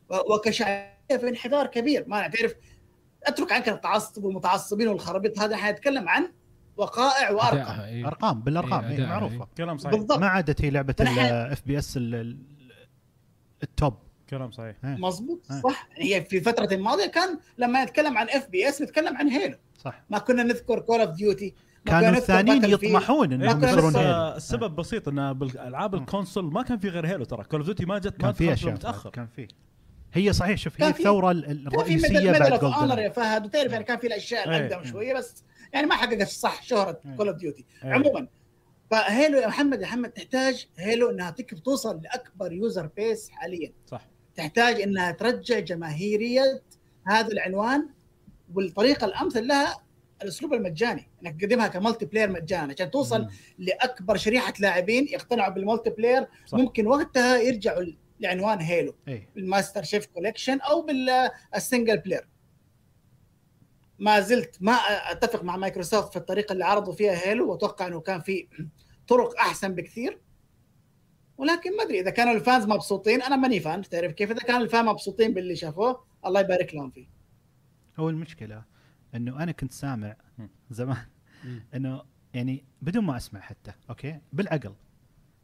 [SPEAKER 4] و- وكشعبيه في انحدار كبير ما تعرف اترك عنك التعصب والمتعصبين والخرابيط هذا حنتكلم عن وقائع وارقام
[SPEAKER 2] أداءها، إيه.
[SPEAKER 1] ارقام بالارقام
[SPEAKER 2] إيه،
[SPEAKER 1] إيه
[SPEAKER 2] أداء،
[SPEAKER 1] معروفه
[SPEAKER 3] كلام صحيح
[SPEAKER 4] بالضبط
[SPEAKER 1] ما عادت هي لعبه
[SPEAKER 4] فنحن-
[SPEAKER 1] الاف بي اس التوب
[SPEAKER 3] كلام صحيح
[SPEAKER 4] مظبوط
[SPEAKER 1] آه.
[SPEAKER 4] صح يعني هي في فتره الماضيه كان لما نتكلم عن اف بي اس نتكلم عن هيلو
[SPEAKER 1] صح
[SPEAKER 4] ما كنا نذكر كول اوف ديوتي
[SPEAKER 1] كانوا الثانيين يطمحون انهم
[SPEAKER 4] ما كان
[SPEAKER 1] يصيرون
[SPEAKER 4] لسه-
[SPEAKER 1] هيلو آه.
[SPEAKER 3] هيلو. إيه، السبب بسيط ان بالالعاب
[SPEAKER 1] مم.
[SPEAKER 3] الكونسول ما كان في غير هيلو ترى كول اوف ديوتي ما جت ما
[SPEAKER 1] كان في
[SPEAKER 3] دخلت
[SPEAKER 1] اشياء
[SPEAKER 3] متاخر
[SPEAKER 1] كان في هي صحيح شوف هي
[SPEAKER 4] كان في-
[SPEAKER 1] الثوره ال- الرئيسيه بعد آه.
[SPEAKER 4] اونر
[SPEAKER 1] جولدن
[SPEAKER 4] يا فهد وتعرف يعني كان في الاشياء
[SPEAKER 3] إيه.
[SPEAKER 4] الاقدم شويه بس يعني ما حققت صح شهره
[SPEAKER 1] إيه.
[SPEAKER 4] كول اوف ديوتي
[SPEAKER 3] إيه.
[SPEAKER 4] عموما فهيلو يا محمد يا محمد تحتاج هيلو انها تك- توصل لاكبر يوزر بيس حاليا
[SPEAKER 3] صح.
[SPEAKER 4] تحتاج انها ترجع جماهيريه هذا العنوان والطريقه الامثل لها الاسلوب المجاني انك تقدمها كمالتي بلاير مجانا عشان توصل
[SPEAKER 1] مم.
[SPEAKER 4] لاكبر شريحه لاعبين يقتنعوا بالمالتي بلاير
[SPEAKER 3] صح.
[SPEAKER 4] ممكن وقتها يرجعوا لعنوان هيلو
[SPEAKER 1] ايه
[SPEAKER 4] بالماستر شيف كوليكشن او بالسنجل بلاير ما زلت ما اتفق مع مايكروسوفت في الطريقه اللي عرضوا فيها هيلو واتوقع انه كان في طرق احسن بكثير ولكن ما ادري اذا كانوا الفانز مبسوطين انا ماني فان تعرف كيف اذا كانوا الفان مبسوطين باللي شافوه الله يبارك لهم فيه
[SPEAKER 1] هو المشكله انه انا كنت سامع
[SPEAKER 3] مم.
[SPEAKER 1] زمان
[SPEAKER 2] مم.
[SPEAKER 1] انه يعني بدون ما اسمع حتى اوكي بالعقل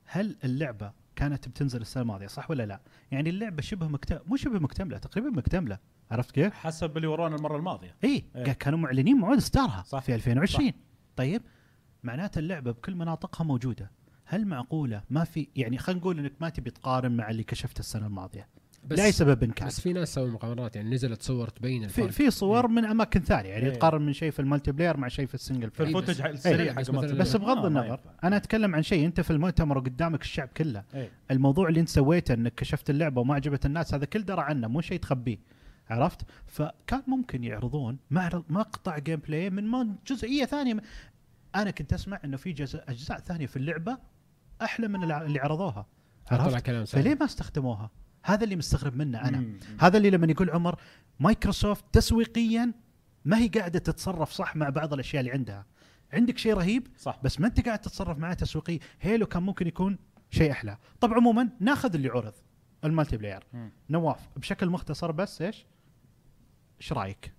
[SPEAKER 1] هل اللعبه كانت بتنزل السنه الماضيه صح ولا لا؟ يعني اللعبه شبه مكتمله مو شبه مكتمله تقريبا مكتمله عرفت كيف؟
[SPEAKER 3] حسب اللي ورانا المره الماضيه
[SPEAKER 1] اي
[SPEAKER 3] إيه.
[SPEAKER 1] قا- كانوا معلنين موعد ستارها
[SPEAKER 3] صح.
[SPEAKER 1] في 2020 طيب معناته اللعبه بكل مناطقها موجوده هل معقوله ما في يعني خلينا نقول انك ما تبي تقارن مع اللي كشفته السنه الماضيه
[SPEAKER 2] بس
[SPEAKER 1] لاي سبب إن كان
[SPEAKER 2] بس في ناس سووا مقارنات يعني نزلت صور
[SPEAKER 1] في
[SPEAKER 2] تبين الفرق
[SPEAKER 1] في صور من اماكن ثانيه يعني
[SPEAKER 3] إيه.
[SPEAKER 1] تقارن من شيء في المالتي بلاير مع شيء في السنجل
[SPEAKER 3] في
[SPEAKER 1] بلاير
[SPEAKER 3] الفوتج
[SPEAKER 2] بس-
[SPEAKER 3] السريع
[SPEAKER 2] إيه،
[SPEAKER 3] حق
[SPEAKER 2] بس
[SPEAKER 3] مالتي
[SPEAKER 2] مثلاً-
[SPEAKER 3] بلاير.
[SPEAKER 1] بس بغض
[SPEAKER 3] آه، ما
[SPEAKER 1] النظر
[SPEAKER 3] ينفع.
[SPEAKER 1] انا اتكلم عن شيء انت في المؤتمر وقدامك الشعب كله
[SPEAKER 3] إيه.
[SPEAKER 1] الموضوع اللي انت سويته انك كشفت اللعبه وما عجبت الناس هذا كل درى عنه مو شيء تخبيه عرفت فكان ممكن يعرضون معرض مقطع جيم بلاي من ما- جزئيه ثانيه من- انا كنت اسمع انه في جز- اجزاء ثانيه في اللعبه احلى من الع- اللي عرضوها
[SPEAKER 2] طلع
[SPEAKER 1] عرفت
[SPEAKER 2] كلام
[SPEAKER 1] فليه
[SPEAKER 2] سهل
[SPEAKER 1] ما استخدموها هذا اللي مستغرب منه انا
[SPEAKER 3] مم.
[SPEAKER 1] هذا اللي لما يقول عمر مايكروسوفت تسويقيا ما هي قاعده تتصرف صح مع بعض الاشياء اللي عندها عندك شيء رهيب
[SPEAKER 3] صح
[SPEAKER 1] بس ما انت قاعد تتصرف معاه تسويقيا هيلو كان ممكن يكون شيء احلى طب عموما ناخذ اللي عرض المالتي بلاير
[SPEAKER 3] مم.
[SPEAKER 1] نواف بشكل مختصر بس ايش ايش رايك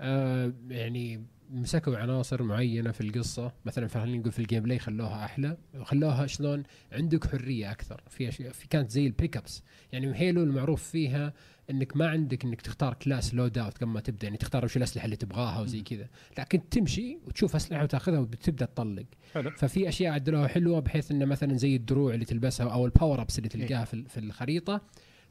[SPEAKER 2] آه يعني مسكوا عناصر معينه في القصه مثلا خلينا نقول في الجيم بلاي خلوها احلى وخلوها شلون عندك حريه اكثر في اشياء في كانت زي البيك ابس يعني هيلو المعروف فيها انك ما عندك انك تختار كلاس لود اوت قبل ما تبدا يعني تختار وش الاسلحه اللي تبغاها وزي كذا لكن تمشي وتشوف اسلحه وتاخذها وبتبدا تطلق
[SPEAKER 3] حلو.
[SPEAKER 2] ففي اشياء عدلوها حلوه بحيث انه مثلا زي الدروع اللي تلبسها او الباور ابس اللي تلقاها في في الخريطه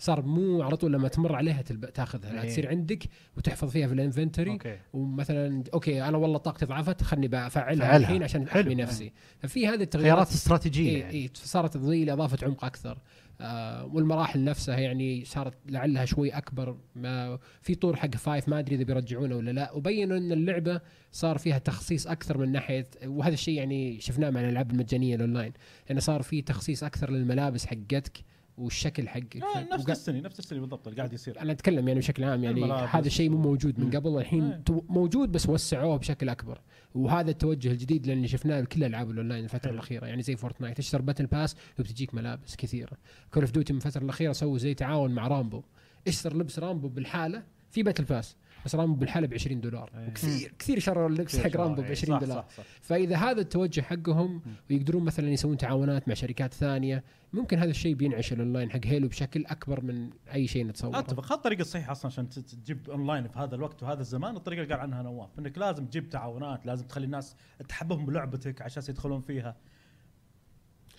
[SPEAKER 2] صار مو على طول لما تمر عليها تلب... تاخذها لا
[SPEAKER 1] إيه.
[SPEAKER 2] تصير عندك وتحفظ فيها في الانفنتوري
[SPEAKER 1] اوكي
[SPEAKER 2] ومثلا اوكي انا والله طاقتي ضعفت خلني بفعلها
[SPEAKER 1] فعلها.
[SPEAKER 2] الحين عشان
[SPEAKER 1] حلو.
[SPEAKER 2] احمي نفسي ففي هذه التغييرات
[SPEAKER 1] خيارات استراتيجيه
[SPEAKER 2] إيه
[SPEAKER 1] يعني.
[SPEAKER 2] إيه صارت تضيل اضافه عمق اكثر آه والمراحل نفسها يعني صارت لعلها شوي اكبر ما في طور حق فايف ما ادري اذا بيرجعونه ولا لا وبينوا ان اللعبه صار فيها تخصيص اكثر من ناحيه وهذا الشيء يعني شفناه مع الالعاب المجانيه الاونلاين يعني صار في تخصيص اكثر للملابس حقتك والشكل حقك
[SPEAKER 3] آه،
[SPEAKER 2] وقا-
[SPEAKER 3] نفس السنه نفس السنه بالضبط اللي قاعد يصير
[SPEAKER 2] انا اتكلم يعني بشكل عام يعني
[SPEAKER 3] الملابس
[SPEAKER 2] هذا الشيء مو موجود من
[SPEAKER 1] مم.
[SPEAKER 2] قبل
[SPEAKER 3] إيه.
[SPEAKER 2] الحين تو- موجود بس وسعوه بشكل اكبر وهذا التوجه الجديد لان شفناه بكل العاب الاونلاين الفتره
[SPEAKER 1] حلو.
[SPEAKER 2] الاخيره يعني زي فورتنايت تشتري باتل باس وبتجيك ملابس كثيره كول اوف ديوتي من الفتره الاخيره سووا زي تعاون مع رامبو اشتر لبس رامبو بالحاله في باتل باس بس رامبو بالحاله ب 20 دولار
[SPEAKER 1] إيه.
[SPEAKER 2] وكثير كثير شروا اللبس
[SPEAKER 1] كثير
[SPEAKER 2] حق
[SPEAKER 1] شروا،
[SPEAKER 2] رامبو ب
[SPEAKER 1] إيه.
[SPEAKER 2] 20
[SPEAKER 3] صح،
[SPEAKER 2] دولار
[SPEAKER 3] صح صح
[SPEAKER 2] فاذا هذا التوجه حقهم ويقدرون مثلا يسوون تعاونات مع شركات ثانيه ممكن هذا الشيء بينعش الاونلاين حق هيلو بشكل اكبر من اي شيء نتصوره
[SPEAKER 3] اتفق هذه الطريقه الصحيحه اصلا عشان ت- تجيب اونلاين في هذا الوقت وهذا الزمان الطريقه اللي قال عنها نواف انك لازم تجيب تعاونات لازم تخلي الناس تحببهم بلعبتك عشان يدخلون فيها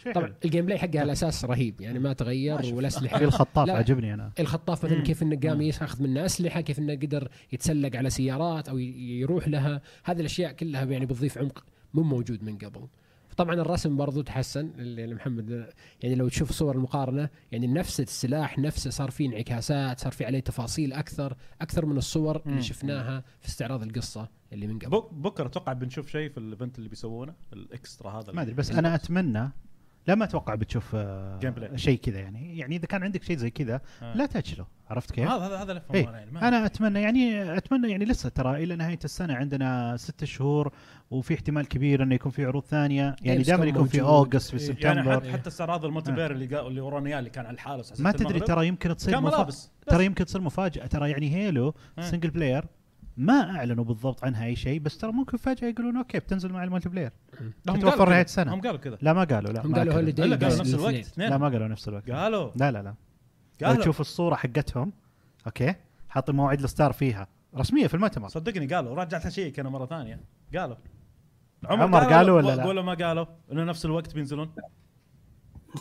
[SPEAKER 1] شيء
[SPEAKER 2] طبعا
[SPEAKER 1] حلو.
[SPEAKER 2] الجيم بلاي حقها على اساس رهيب يعني ما
[SPEAKER 1] ما
[SPEAKER 2] تغير
[SPEAKER 1] شفنا.
[SPEAKER 2] والاسلحه
[SPEAKER 1] في الخطاف
[SPEAKER 2] لا.
[SPEAKER 1] عجبني انا
[SPEAKER 2] الخطاف مثلا
[SPEAKER 3] مم.
[SPEAKER 2] كيف انه قام ياخذ منه اسلحه كيف انه قدر يتسلق على سيارات او ي- يروح لها هذه الاشياء كلها يعني بتضيف عمق مو موجود من قبل طبعا الرسم برضو تحسن اللي اللي محمد يعني لو تشوف صور المقارنه يعني نفس السلاح نفسه صار فيه انعكاسات صار فيه عليه تفاصيل اكثر اكثر من الصور اللي
[SPEAKER 3] مم.
[SPEAKER 2] شفناها في استعراض القصه اللي من قبل
[SPEAKER 3] بك- بكره اتوقع بنشوف شيء في الايفنت اللي بيسوونه الاكسترا هذا إيه.
[SPEAKER 1] ما ادري بس انا اتمنى لا ما اتوقع بتشوف آه،
[SPEAKER 3] Game play.
[SPEAKER 1] شيء كذا يعني يعني اذا كان عندك شيء زي كذا
[SPEAKER 3] آه.
[SPEAKER 1] لا تاجله عرفت كيف؟
[SPEAKER 3] هذا هذا هذا اللي
[SPEAKER 1] إيه.
[SPEAKER 3] افهمه انا يعني ما-
[SPEAKER 1] انا اتمنى يعني اتمنى يعني لسه ترى الى نهايه السنه عندنا ستة شهور وفي احتمال كبير انه يكون في عروض ثانيه
[SPEAKER 3] إيه،
[SPEAKER 1] يعني
[SPEAKER 2] Gamescom
[SPEAKER 1] دائما يكون في
[SPEAKER 2] موجود.
[SPEAKER 1] اوغست في
[SPEAKER 2] إيه.
[SPEAKER 1] سبتمبر
[SPEAKER 3] يعني حت- حتى استعراض المالتي بلاير اللي قا- اللي ورانا إياه اللي كان على الحاله بس
[SPEAKER 1] آه. ما
[SPEAKER 3] حسيت
[SPEAKER 1] تدري
[SPEAKER 3] المغرب
[SPEAKER 1] ترى يمكن تصير
[SPEAKER 3] كان
[SPEAKER 1] مفاجأة.
[SPEAKER 3] ملابس
[SPEAKER 1] ترى يمكن تصير مفاجاه ترى يعني هيلو
[SPEAKER 3] آه.
[SPEAKER 1] سنجل بلاير ما اعلنوا بالضبط عنها اي شيء بس ترى ممكن فجاه يقولون اوكي بتنزل مع المالتي بلاير
[SPEAKER 3] هم
[SPEAKER 1] تتوفر
[SPEAKER 3] قالوا
[SPEAKER 1] نهاية
[SPEAKER 3] كذا.
[SPEAKER 1] سنة.
[SPEAKER 3] هم قالوا كذا
[SPEAKER 1] لا ما قالوا لا
[SPEAKER 2] هم
[SPEAKER 1] ما
[SPEAKER 2] قالوا
[SPEAKER 1] كذا.
[SPEAKER 2] هوليداي
[SPEAKER 3] الا قالوا
[SPEAKER 2] بس
[SPEAKER 3] نفس الوقت
[SPEAKER 2] الاثنين.
[SPEAKER 3] اثنين
[SPEAKER 1] لا ما قالوا طيب، نفس الوقت لا
[SPEAKER 3] قالوا
[SPEAKER 1] لا لا لو
[SPEAKER 3] قالوا
[SPEAKER 1] تشوف الصوره حقتهم اوكي حاطين موعد الستار فيها رسميه في المؤتمر
[SPEAKER 3] صدقني قالوا رجعت اشيك انا مره ثانيه قالوا
[SPEAKER 1] عمر قالوا ولا
[SPEAKER 3] و-
[SPEAKER 1] لا؟
[SPEAKER 3] ولا ما قالوا انه نفس الوقت بينزلون
[SPEAKER 4] *laughs*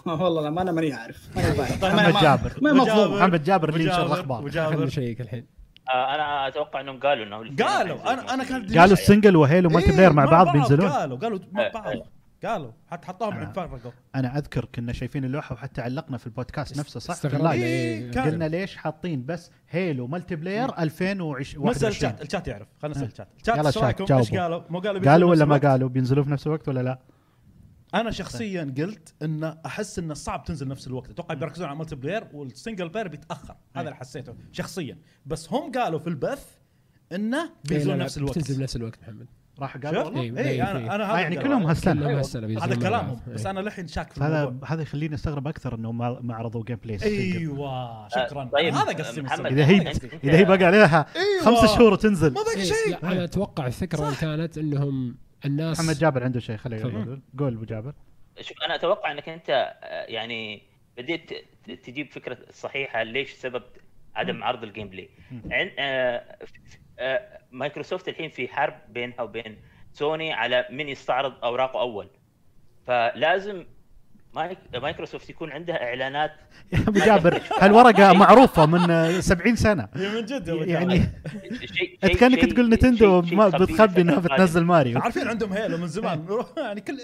[SPEAKER 4] والله لا ما انا ماني عارف ما أنا بعرف. ما أنا
[SPEAKER 1] محمد
[SPEAKER 4] ما-
[SPEAKER 1] جابر
[SPEAKER 4] ما مفهوم
[SPEAKER 1] محمد جابر اللي ينشر
[SPEAKER 3] وجابر-
[SPEAKER 1] الاخبار
[SPEAKER 3] وجابر
[SPEAKER 2] شيء الحين
[SPEAKER 5] آه انا اتوقع انهم قالوا انه الاثنين
[SPEAKER 3] قالوا انا انا كان
[SPEAKER 1] قالوا السنجل وهيلو مالتي بلاير مع
[SPEAKER 3] إيه،
[SPEAKER 1] بعض بينزلون آه.
[SPEAKER 3] قالوا قالوا مع
[SPEAKER 5] إيه،
[SPEAKER 3] بعض
[SPEAKER 5] إيه.
[SPEAKER 3] قالوا حتى حطوهم
[SPEAKER 1] أنا-
[SPEAKER 3] عن فرقوا
[SPEAKER 1] انا اذكر كنا شايفين اللوحه وحتى علقنا في البودكاست نفسه صح في
[SPEAKER 2] استغربنا.
[SPEAKER 1] اللايف
[SPEAKER 3] إيه، كان-
[SPEAKER 1] قلنا ليش حاطين بس هيلو مالتي بلاير
[SPEAKER 3] نسال
[SPEAKER 1] 2021
[SPEAKER 3] الشات الشات يعرف خلينا نسال
[SPEAKER 1] إيه.
[SPEAKER 3] الشات الشات
[SPEAKER 1] يلا
[SPEAKER 3] ايش
[SPEAKER 1] الشات،
[SPEAKER 3] رايكم ايش
[SPEAKER 1] جاوبوا.
[SPEAKER 3] قالوا مو قالوا
[SPEAKER 1] قالوا
[SPEAKER 3] بينزلون
[SPEAKER 1] ولا
[SPEAKER 3] نفس
[SPEAKER 1] ما
[SPEAKER 3] الوقت؟
[SPEAKER 1] قالوا بينزلوا في نفس الوقت ولا لا
[SPEAKER 3] انا شخصيا قلت ان احس انه صعب تنزل نفس الوقت اتوقع بيركزون على الملتي بلاير والسنجل بلاير بيتاخر هذا اللي حسيته شخصيا بس هم قالوا في البث انه
[SPEAKER 2] إيه، لا،
[SPEAKER 3] بينزلون
[SPEAKER 2] لا،
[SPEAKER 3] نفس الوقت
[SPEAKER 2] بتنزل بنفس الوقت محمد
[SPEAKER 1] راح
[SPEAKER 3] شفت؟
[SPEAKER 1] قالوا والله
[SPEAKER 2] إيه،
[SPEAKER 3] إيه،
[SPEAKER 2] إيه،
[SPEAKER 3] انا
[SPEAKER 2] إيه.
[SPEAKER 3] انا
[SPEAKER 1] آه،
[SPEAKER 3] هذا
[SPEAKER 1] يعني
[SPEAKER 3] اللي
[SPEAKER 1] كلهم
[SPEAKER 3] قالوا.
[SPEAKER 1] هسلنا
[SPEAKER 2] كلهم هسلة بينزلون
[SPEAKER 3] هذا
[SPEAKER 2] مع
[SPEAKER 3] كلامهم
[SPEAKER 2] بعض.
[SPEAKER 3] بس انا للحين شاك في الموضوع
[SPEAKER 1] هذا هذا يخليني استغرب اكثر انه ما ما عرضوا جيم بلاي single.
[SPEAKER 3] ايوه شكرا
[SPEAKER 5] آه، طيب،
[SPEAKER 3] هذا قصدي من
[SPEAKER 5] محمد.
[SPEAKER 3] السبب.
[SPEAKER 1] اذا هي
[SPEAKER 5] أنت-
[SPEAKER 1] اذا هي بقى عليها
[SPEAKER 3] أيوة.
[SPEAKER 1] خمسة شهور وتنزل
[SPEAKER 3] ما باقي
[SPEAKER 2] إيه،
[SPEAKER 3] طيب، شيء
[SPEAKER 2] لا، انا اتوقع الفكره اللي كانت انهم الناس
[SPEAKER 1] محمد جابر عنده شيء خليه
[SPEAKER 2] تفضل.
[SPEAKER 1] يقول قول ابو جابر *laughs*
[SPEAKER 5] شوف انا اتوقع انك انت آه، يعني بديت ت- ت- تجيب فكره صحيحه ليش سبب عدم عرض الجيم بلاي عن- آه، ف- آه، مايكروسوفت الحين في حرب بينها وبين سوني على من يستعرض اوراقه اول فلازم مايك- مايكروسوفت يكون عندها اعلانات
[SPEAKER 1] يا ابو جابر هالورقه
[SPEAKER 3] أيوة.
[SPEAKER 1] معروفه من 70 سنه
[SPEAKER 3] من جد يا رجال.
[SPEAKER 1] يعني
[SPEAKER 5] شيء- شيء
[SPEAKER 1] انت كانك
[SPEAKER 5] شيء-
[SPEAKER 1] تقول
[SPEAKER 5] شيء-
[SPEAKER 1] نتندو
[SPEAKER 5] شيء
[SPEAKER 1] ما
[SPEAKER 5] خفيف
[SPEAKER 1] بتخبي انها
[SPEAKER 5] الفترة
[SPEAKER 1] بتنزل ماريو
[SPEAKER 3] عارفين عندهم هيلو من زمان
[SPEAKER 2] إيه.
[SPEAKER 3] نروح- يعني كل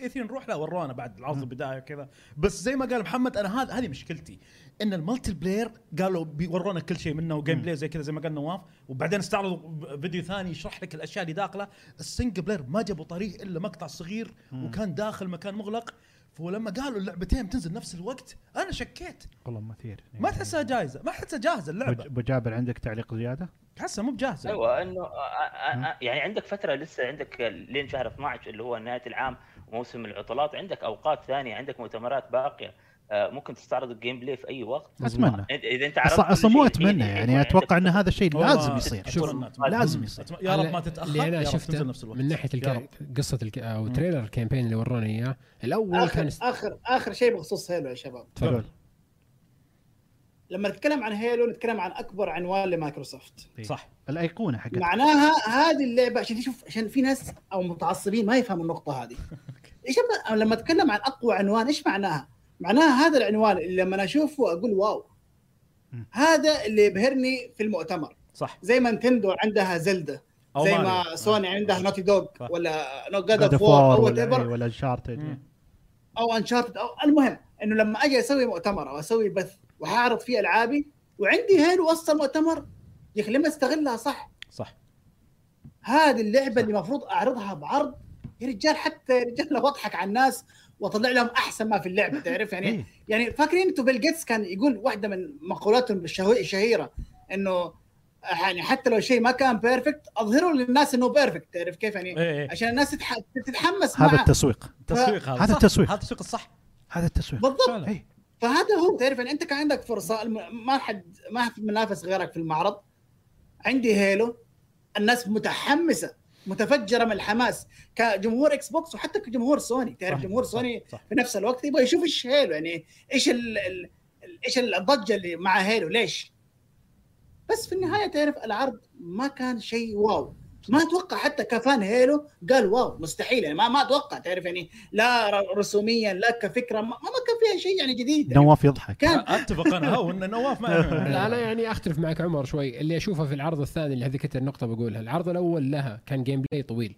[SPEAKER 3] اي 3 نروح له ورونا بعد العرض البدايه كذا بس زي ما قال محمد انا هذا هذه مشكلتي ان المالتي بلاير قالوا بيورونا كل شيء منه وجيم بلاي زي كذا زي ما قال نواف وبعدين استعرضوا فيديو ثاني يشرح لك الاشياء اللي داخله السنجل بلاير ما جابوا طريق الا مقطع صغير وكان داخل مكان مغلق فلما قالوا اللعبتين بتنزل نفس الوقت انا شكيت
[SPEAKER 1] والله مثير
[SPEAKER 2] إيه.
[SPEAKER 3] ما تحسها جاهزه ما تحسها جاهزه اللعبه
[SPEAKER 1] ابو جابر عندك تعليق زياده؟
[SPEAKER 3] تحسها مو بجاهزه
[SPEAKER 5] ايوه انه آه، آه، آه، يعني عندك فتره لسه عندك لين شهر 12 اللي هو نهايه العام وموسم العطلات عندك اوقات ثانيه عندك مؤتمرات باقيه آه، ممكن تستعرض الجيم بلاي في اي وقت
[SPEAKER 1] اتمنى
[SPEAKER 5] إنت- اذا انت عرفت
[SPEAKER 1] أص-
[SPEAKER 5] كل
[SPEAKER 1] اصلا مو
[SPEAKER 5] شيء
[SPEAKER 1] اتمنى
[SPEAKER 5] الحين،
[SPEAKER 1] يعني
[SPEAKER 5] يعني
[SPEAKER 1] اتوقع
[SPEAKER 5] عندك-
[SPEAKER 1] ان هذا الشيء
[SPEAKER 3] والله
[SPEAKER 1] لازم يصير
[SPEAKER 3] أتمنى-
[SPEAKER 2] شوف،
[SPEAKER 3] أتمنى-
[SPEAKER 1] لازم يصير.
[SPEAKER 3] أتمنى- يا رب
[SPEAKER 2] على-
[SPEAKER 3] ما تتاخر
[SPEAKER 2] اللي
[SPEAKER 3] يا
[SPEAKER 2] انا
[SPEAKER 3] رب تنزل
[SPEAKER 2] شفته
[SPEAKER 3] نفس الوقت
[SPEAKER 2] من ناحيه
[SPEAKER 3] يا رب.
[SPEAKER 2] الكا... قصه الك... او تريلر الكامبين اللي ورونا اياه الاول كان
[SPEAKER 4] اخر
[SPEAKER 2] است...
[SPEAKER 4] اخر اخر شيء بخصوص هيلو يا شباب
[SPEAKER 2] تفضل
[SPEAKER 4] لما نتكلم عن هيلو نتكلم عن اكبر عنوان لمايكروسوفت
[SPEAKER 3] صح
[SPEAKER 1] الايقونه حقت
[SPEAKER 4] معناها هذه اللعبه عشان شوف عشان في ناس او متعصبين ما يفهموا النقطه هذه ايش أما- لما اتكلم عن اقوى عنوان ايش معناها؟ معناها هذا العنوان اللي لما أنا اشوفه اقول واو هذا اللي يبهرني في المؤتمر
[SPEAKER 3] صح
[SPEAKER 4] زي ما نتندو عندها زلدة
[SPEAKER 3] أو
[SPEAKER 4] زي
[SPEAKER 3] ماريو.
[SPEAKER 4] ما سوني عندها نوتي دوغ
[SPEAKER 3] صح.
[SPEAKER 4] ولا جاد
[SPEAKER 1] آه. God of
[SPEAKER 4] اوف
[SPEAKER 1] War
[SPEAKER 4] وور او
[SPEAKER 1] ولا إيه،
[SPEAKER 4] whatever،
[SPEAKER 1] ولا انشارتد
[SPEAKER 3] مم.
[SPEAKER 4] او انشارتد او المهم انه لما اجي اسوي مؤتمر او اسوي بث وحاعرض فيه العابي وعندي هيلو وسط المؤتمر يا اخي لما استغلها صح
[SPEAKER 3] صح
[SPEAKER 4] هذه اللعبه اللي المفروض اعرضها بعرض يا رجال حتى يا رجال لو اضحك على الناس واطلع لهم احسن ما في اللعبه تعرف
[SPEAKER 1] إيه.
[SPEAKER 4] يعني يعني فاكرين انتم بيل جيتس كان يقول واحده من مقولاته الشهو- الشهيره انه يعني حتى لو شيء ما كان بيرفكت اظهروا للناس انه بيرفكت تعرف كيف يعني
[SPEAKER 3] إيه إيه.
[SPEAKER 4] عشان الناس تتح- تتحمس
[SPEAKER 1] هذا
[SPEAKER 4] معه
[SPEAKER 1] التسويق
[SPEAKER 3] تسويق هذا
[SPEAKER 1] هذا
[SPEAKER 3] صح.
[SPEAKER 1] التسويق.
[SPEAKER 3] هذا التسويق
[SPEAKER 1] *laughs*
[SPEAKER 3] الصح
[SPEAKER 1] هذا التسويق
[SPEAKER 4] بالضبط
[SPEAKER 1] إيه.
[SPEAKER 4] فهذا هو تعرف يعني انت كان عندك فرصه الم- ما حد ما حد منافس غيرك في المعرض عندي هيلو الناس متحمسه متفجره من الحماس كجمهور اكس بوكس وحتى كجمهور سوني تعرف
[SPEAKER 3] صح،
[SPEAKER 4] جمهور
[SPEAKER 3] صح،
[SPEAKER 4] سوني
[SPEAKER 3] صح.
[SPEAKER 4] في نفس الوقت يبغى يشوف ايش هيلو يعني ايش ال- ال- ال- ايش الضجه اللي مع هيلو ليش؟ بس في النهايه تعرف العرض ما كان شيء واو ما اتوقع حتى كفان هيلو قال واو مستحيل يعني ما ما اتوقع تعرف يعني لا ر- رسوميا لا كفكره ما, ما كان فيها شيء يعني جديد يعني
[SPEAKER 1] نواف يضحك
[SPEAKER 4] كان
[SPEAKER 3] اتفق انا هو ان
[SPEAKER 1] *laughs*
[SPEAKER 3] نواف ما
[SPEAKER 2] لا انا
[SPEAKER 3] يعمل.
[SPEAKER 2] يعني اختلف معك عمر شوي اللي اشوفه في العرض الثاني اللي هذه كنت النقطه بقولها العرض الاول لها كان جيم بلاي طويل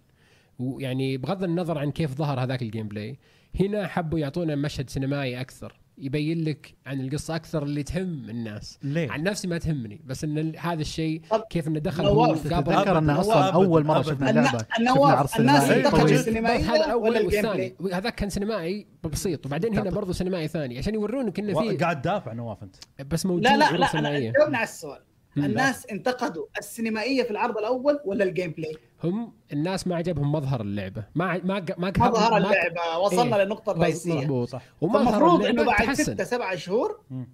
[SPEAKER 2] ويعني بغض النظر عن كيف ظهر هذاك الجيم بلاي هنا حبوا يعطونا مشهد سينمائي اكثر يبين لك عن القصه اكثر اللي تهم الناس
[SPEAKER 3] ليه؟
[SPEAKER 2] عن نفسي ما تهمني بس ان ال- هذا الشيء
[SPEAKER 4] طب
[SPEAKER 2] كيف انه دخل
[SPEAKER 4] نواف،
[SPEAKER 2] هو في قابل-
[SPEAKER 1] تتذكر ان
[SPEAKER 3] أبداً،
[SPEAKER 1] اصلا
[SPEAKER 3] أبداً،
[SPEAKER 1] اول مره
[SPEAKER 3] أبداً.
[SPEAKER 1] شفنا
[SPEAKER 4] النا-
[SPEAKER 1] اللعبه شفنا
[SPEAKER 4] النواف
[SPEAKER 1] عرض
[SPEAKER 4] الناس
[SPEAKER 1] سينمائي
[SPEAKER 4] دخلت
[SPEAKER 1] طويل.
[SPEAKER 2] بس
[SPEAKER 4] السينمائية
[SPEAKER 2] هذا اول
[SPEAKER 4] ولا الجيم
[SPEAKER 2] والثاني
[SPEAKER 4] بلاي؟
[SPEAKER 2] هذاك كان سينمائي بسيط وبعدين هنا برضه سينمائي ثاني عشان يورونك انه
[SPEAKER 3] وا-
[SPEAKER 2] في
[SPEAKER 3] قاعد دافع نواف انت
[SPEAKER 2] بس موجود
[SPEAKER 4] لا لا
[SPEAKER 2] عروض
[SPEAKER 4] لا
[SPEAKER 2] سينمائية.
[SPEAKER 4] انا جاوبنا على السؤال
[SPEAKER 2] مم.
[SPEAKER 4] الناس انتقدوا السينمائيه في العرض الاول ولا الجيم بلاي؟
[SPEAKER 2] هم الناس ما عجبهم مظهر اللعبه ما ع- ما ق- ما
[SPEAKER 4] مظهر
[SPEAKER 2] ما-
[SPEAKER 4] اللعبه وصلنا
[SPEAKER 2] إيه.
[SPEAKER 4] للنقطه الرئيسيه
[SPEAKER 2] مضبوط
[SPEAKER 3] صح.
[SPEAKER 2] ومظهر
[SPEAKER 4] المفروض انه
[SPEAKER 2] اللعبه
[SPEAKER 4] بعد
[SPEAKER 2] تحسن
[SPEAKER 4] ستة سبعة شهور
[SPEAKER 3] مم.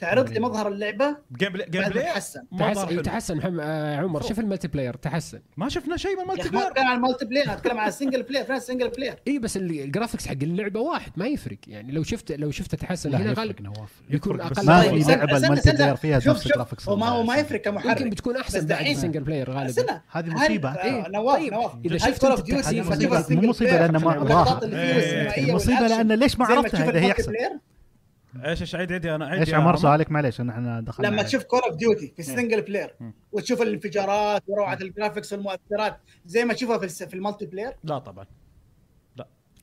[SPEAKER 4] تعرض لي مظهر اللعبه
[SPEAKER 3] جيم بلاي جيم
[SPEAKER 4] بعد ما
[SPEAKER 3] بلاي
[SPEAKER 4] تحسن
[SPEAKER 3] مظهر
[SPEAKER 2] تحسن
[SPEAKER 3] حلو.
[SPEAKER 2] تحسن محمد آه عمر شوف الملتي بلاير تحسن
[SPEAKER 3] ما شفنا شيء من
[SPEAKER 4] يا
[SPEAKER 3] المالتي
[SPEAKER 4] أخي ما
[SPEAKER 3] بلاير
[SPEAKER 4] اتكلم عن المالتي بلاير أنا اتكلم عن السنجل بلاير فين السنجل بلاير؟
[SPEAKER 2] اي بس ال- الجرافيكس حق اللعبه واحد ما يفرق يعني لو شفت لو شفت تحسن
[SPEAKER 1] لا
[SPEAKER 2] هنا
[SPEAKER 1] يفرق
[SPEAKER 2] غالب
[SPEAKER 1] نواف
[SPEAKER 2] بيكون
[SPEAKER 3] يفرق بس
[SPEAKER 2] اقل
[SPEAKER 1] ما
[SPEAKER 2] طيب،
[SPEAKER 1] في
[SPEAKER 2] استنى-
[SPEAKER 1] لعبة المالتي بلاير فيها نفس الجرافيكس
[SPEAKER 4] وما هو ما يفرق
[SPEAKER 2] يمكن
[SPEAKER 4] كمحرك
[SPEAKER 2] بتكون احسن
[SPEAKER 4] بس
[SPEAKER 2] بعد
[SPEAKER 4] دحين-
[SPEAKER 2] السنجل بلاير غالبا
[SPEAKER 4] استنى
[SPEAKER 1] هذه
[SPEAKER 4] هل-
[SPEAKER 1] مصيبة.
[SPEAKER 4] آه،
[SPEAKER 1] إيه.
[SPEAKER 4] نواف
[SPEAKER 2] طيب،
[SPEAKER 4] نواف
[SPEAKER 2] إذا
[SPEAKER 4] هل
[SPEAKER 2] شفت
[SPEAKER 4] Call of
[SPEAKER 2] التحدي
[SPEAKER 4] Duty لما
[SPEAKER 2] مصيبة.
[SPEAKER 4] تشوف السنجل
[SPEAKER 1] مو مصيبة
[SPEAKER 4] بلاير
[SPEAKER 1] لأن ما
[SPEAKER 4] عشان
[SPEAKER 1] أبغاها.
[SPEAKER 4] اللقطات اللي فيها
[SPEAKER 3] إيه.
[SPEAKER 4] السينمائية
[SPEAKER 1] المصيبة
[SPEAKER 4] والأكشن.
[SPEAKER 1] لأن ليش ما
[SPEAKER 4] زي
[SPEAKER 1] عرفتها
[SPEAKER 4] تشوف
[SPEAKER 1] إذا هي
[SPEAKER 4] المالتي
[SPEAKER 1] أحسن؟
[SPEAKER 4] بلاير،
[SPEAKER 3] ايش ايش عيد عيدي انا عيدي
[SPEAKER 1] ايش
[SPEAKER 3] يا
[SPEAKER 1] عمر سؤالك معليش إن احنا دخلنا
[SPEAKER 4] لما
[SPEAKER 1] عليه.
[SPEAKER 4] تشوف كول اوف ديوتي في
[SPEAKER 2] إيه.
[SPEAKER 4] السنجل بلاير وتشوف الانفجارات وروعه الجرافيكس والمؤثرات زي ما تشوفها في الس- في المالتي بلاير
[SPEAKER 3] لا طبعا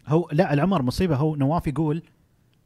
[SPEAKER 1] هو لا العمر مصيبه هو نواف يقول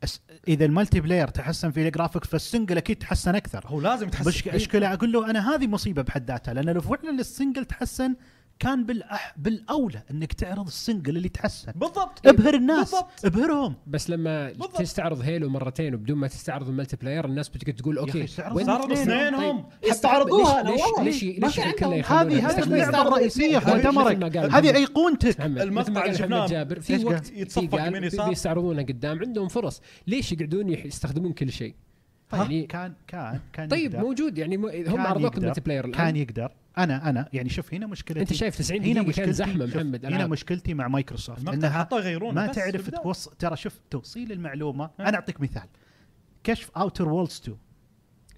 [SPEAKER 1] أس... اذا الملتي بلاير تحسن في الجرافيكس فالسنجل اكيد تحسن اكثر
[SPEAKER 3] هو لازم تحسن
[SPEAKER 1] بش... اشكله اقول له انا هذه مصيبه بحد ذاتها لان لو فعلا السنجل تحسن كان بالأح... بالاولى انك تعرض السنجل اللي تحسن
[SPEAKER 3] بالضبط
[SPEAKER 1] ابهر الناس
[SPEAKER 3] طيب. بالضبط.
[SPEAKER 1] ابهرهم
[SPEAKER 2] بس لما
[SPEAKER 3] بالضبط.
[SPEAKER 2] تستعرض هيلو مرتين وبدون ما تستعرض الملتي بلاير الناس بتقعد تقول اوكي
[SPEAKER 1] استعرض
[SPEAKER 2] وين-
[SPEAKER 3] صاروا اثنينهم
[SPEAKER 4] يستعرضوها
[SPEAKER 2] طيب، ليش-
[SPEAKER 4] نواف.
[SPEAKER 2] ليش-
[SPEAKER 4] ما
[SPEAKER 2] ليش
[SPEAKER 4] كان
[SPEAKER 2] الكل
[SPEAKER 4] عندهم-
[SPEAKER 2] يخلونه
[SPEAKER 1] هذه هذه
[SPEAKER 2] يستعرض؟
[SPEAKER 1] اللعبه الرئيسيه في
[SPEAKER 2] مثل ما
[SPEAKER 1] مؤتمرك
[SPEAKER 2] قال
[SPEAKER 1] هذه
[SPEAKER 2] محمد.
[SPEAKER 1] ايقونتك
[SPEAKER 2] محمد
[SPEAKER 3] المقطع
[SPEAKER 2] مثل ما
[SPEAKER 3] اللي
[SPEAKER 2] قال
[SPEAKER 3] شفناه
[SPEAKER 2] محمد جابر
[SPEAKER 1] إيش
[SPEAKER 2] في
[SPEAKER 1] قال؟
[SPEAKER 2] وقت
[SPEAKER 3] يتصفق
[SPEAKER 2] في قاعد-
[SPEAKER 3] يمين يسار.
[SPEAKER 2] بيستعرضونه قدام عندهم فرص ليش يقعدون يح- يستخدمون كل شيء؟
[SPEAKER 1] طيب
[SPEAKER 2] يعني
[SPEAKER 1] كان كان كان
[SPEAKER 2] طيب
[SPEAKER 1] يقدر.
[SPEAKER 2] موجود يعني مو- هم
[SPEAKER 1] كان
[SPEAKER 2] عرضوك
[SPEAKER 1] يقدر.
[SPEAKER 2] الملتي
[SPEAKER 1] كان
[SPEAKER 2] بلاير الان
[SPEAKER 1] يقدر انا انا يعني شوف هنا مشكلتي
[SPEAKER 2] انت شايف 90
[SPEAKER 1] هنا
[SPEAKER 2] دقيقه كان
[SPEAKER 1] مشكلتي
[SPEAKER 2] زحمه
[SPEAKER 1] شوف،
[SPEAKER 2] محمد
[SPEAKER 1] هنا
[SPEAKER 2] العاب
[SPEAKER 1] مشكلتي مع مايكروسوفت
[SPEAKER 3] المقطع
[SPEAKER 1] انها
[SPEAKER 3] حطوا يغيرون
[SPEAKER 1] ما
[SPEAKER 3] بس في
[SPEAKER 1] تعرف
[SPEAKER 3] البداية.
[SPEAKER 1] توصل ترى شوف توصيل المعلومه انا اعطيك مثال كشف اوتر وولز 2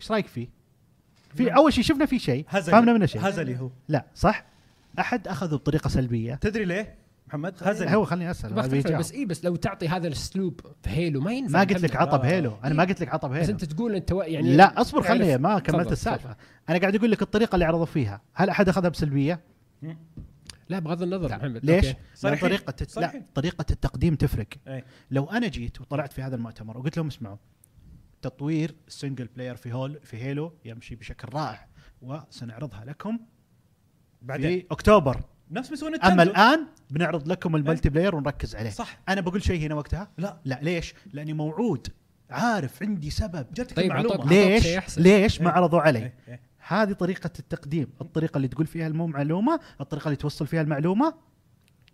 [SPEAKER 1] ايش رايك فيه؟
[SPEAKER 3] نعم.
[SPEAKER 1] في اول شيء شفنا فيه شيء
[SPEAKER 3] هزلي
[SPEAKER 1] فهمنا منه شيء
[SPEAKER 3] هزلي هو
[SPEAKER 1] لا صح؟ احد اخذه بطريقه سلبيه
[SPEAKER 3] تدري ليه؟ محمد هزني
[SPEAKER 1] هو خليني اسال
[SPEAKER 2] تبغى
[SPEAKER 1] هذا
[SPEAKER 2] تفهم،
[SPEAKER 1] بيجاوب.
[SPEAKER 2] بس اي بس لو تعطي هذا الاسلوب في هيلو ما ينفع
[SPEAKER 1] ما قلت
[SPEAKER 2] محمد.
[SPEAKER 1] لك عطب
[SPEAKER 3] آه.
[SPEAKER 1] هيلو انا ما قلت لك عطب
[SPEAKER 2] بس
[SPEAKER 1] هيلو
[SPEAKER 2] انت تقول انت وا- يعني
[SPEAKER 1] يعني لا اصبر
[SPEAKER 2] تعرف-
[SPEAKER 1] خليها ما كملت
[SPEAKER 2] تفضل،
[SPEAKER 1] السالفه
[SPEAKER 2] تفضل.
[SPEAKER 1] انا قاعد اقول لك الطريقه اللي عرضوا فيها هل احد اخذها بسلبيه
[SPEAKER 2] لا بغض النظر محمد
[SPEAKER 1] ليش
[SPEAKER 2] أوكي.
[SPEAKER 1] لأن
[SPEAKER 3] صحيح.
[SPEAKER 1] طريقه الت...
[SPEAKER 3] صحيح.
[SPEAKER 1] لا طريقه التقديم تفرق
[SPEAKER 3] إيه.
[SPEAKER 1] لو انا جيت وطلعت في هذا المؤتمر وقلت لهم اسمعوا تطوير السنجل بلاير في هول في هيلو يمشي بشكل رائع وسنعرضها لكم
[SPEAKER 3] بعدين
[SPEAKER 1] في اكتوبر
[SPEAKER 3] نفس ما يسوون
[SPEAKER 1] اما
[SPEAKER 3] نتندو.
[SPEAKER 1] الان بنعرض لكم الملتي بلاير ونركز عليه
[SPEAKER 3] صح.
[SPEAKER 1] انا بقول شيء هنا وقتها
[SPEAKER 3] لا.
[SPEAKER 1] لا ليش لاني موعود عارف عندي سبب
[SPEAKER 3] جتك
[SPEAKER 2] طيب،
[SPEAKER 3] المعلومه
[SPEAKER 2] عطوك- شيء
[SPEAKER 1] ليش
[SPEAKER 2] أحسن.
[SPEAKER 1] ليش ما
[SPEAKER 3] إيه.
[SPEAKER 1] عرضوا علي
[SPEAKER 3] إيه، إيه.
[SPEAKER 1] هذه طريقة التقديم، الطريقة اللي تقول فيها المو معلومة، الطريقة اللي توصل فيها المعلومة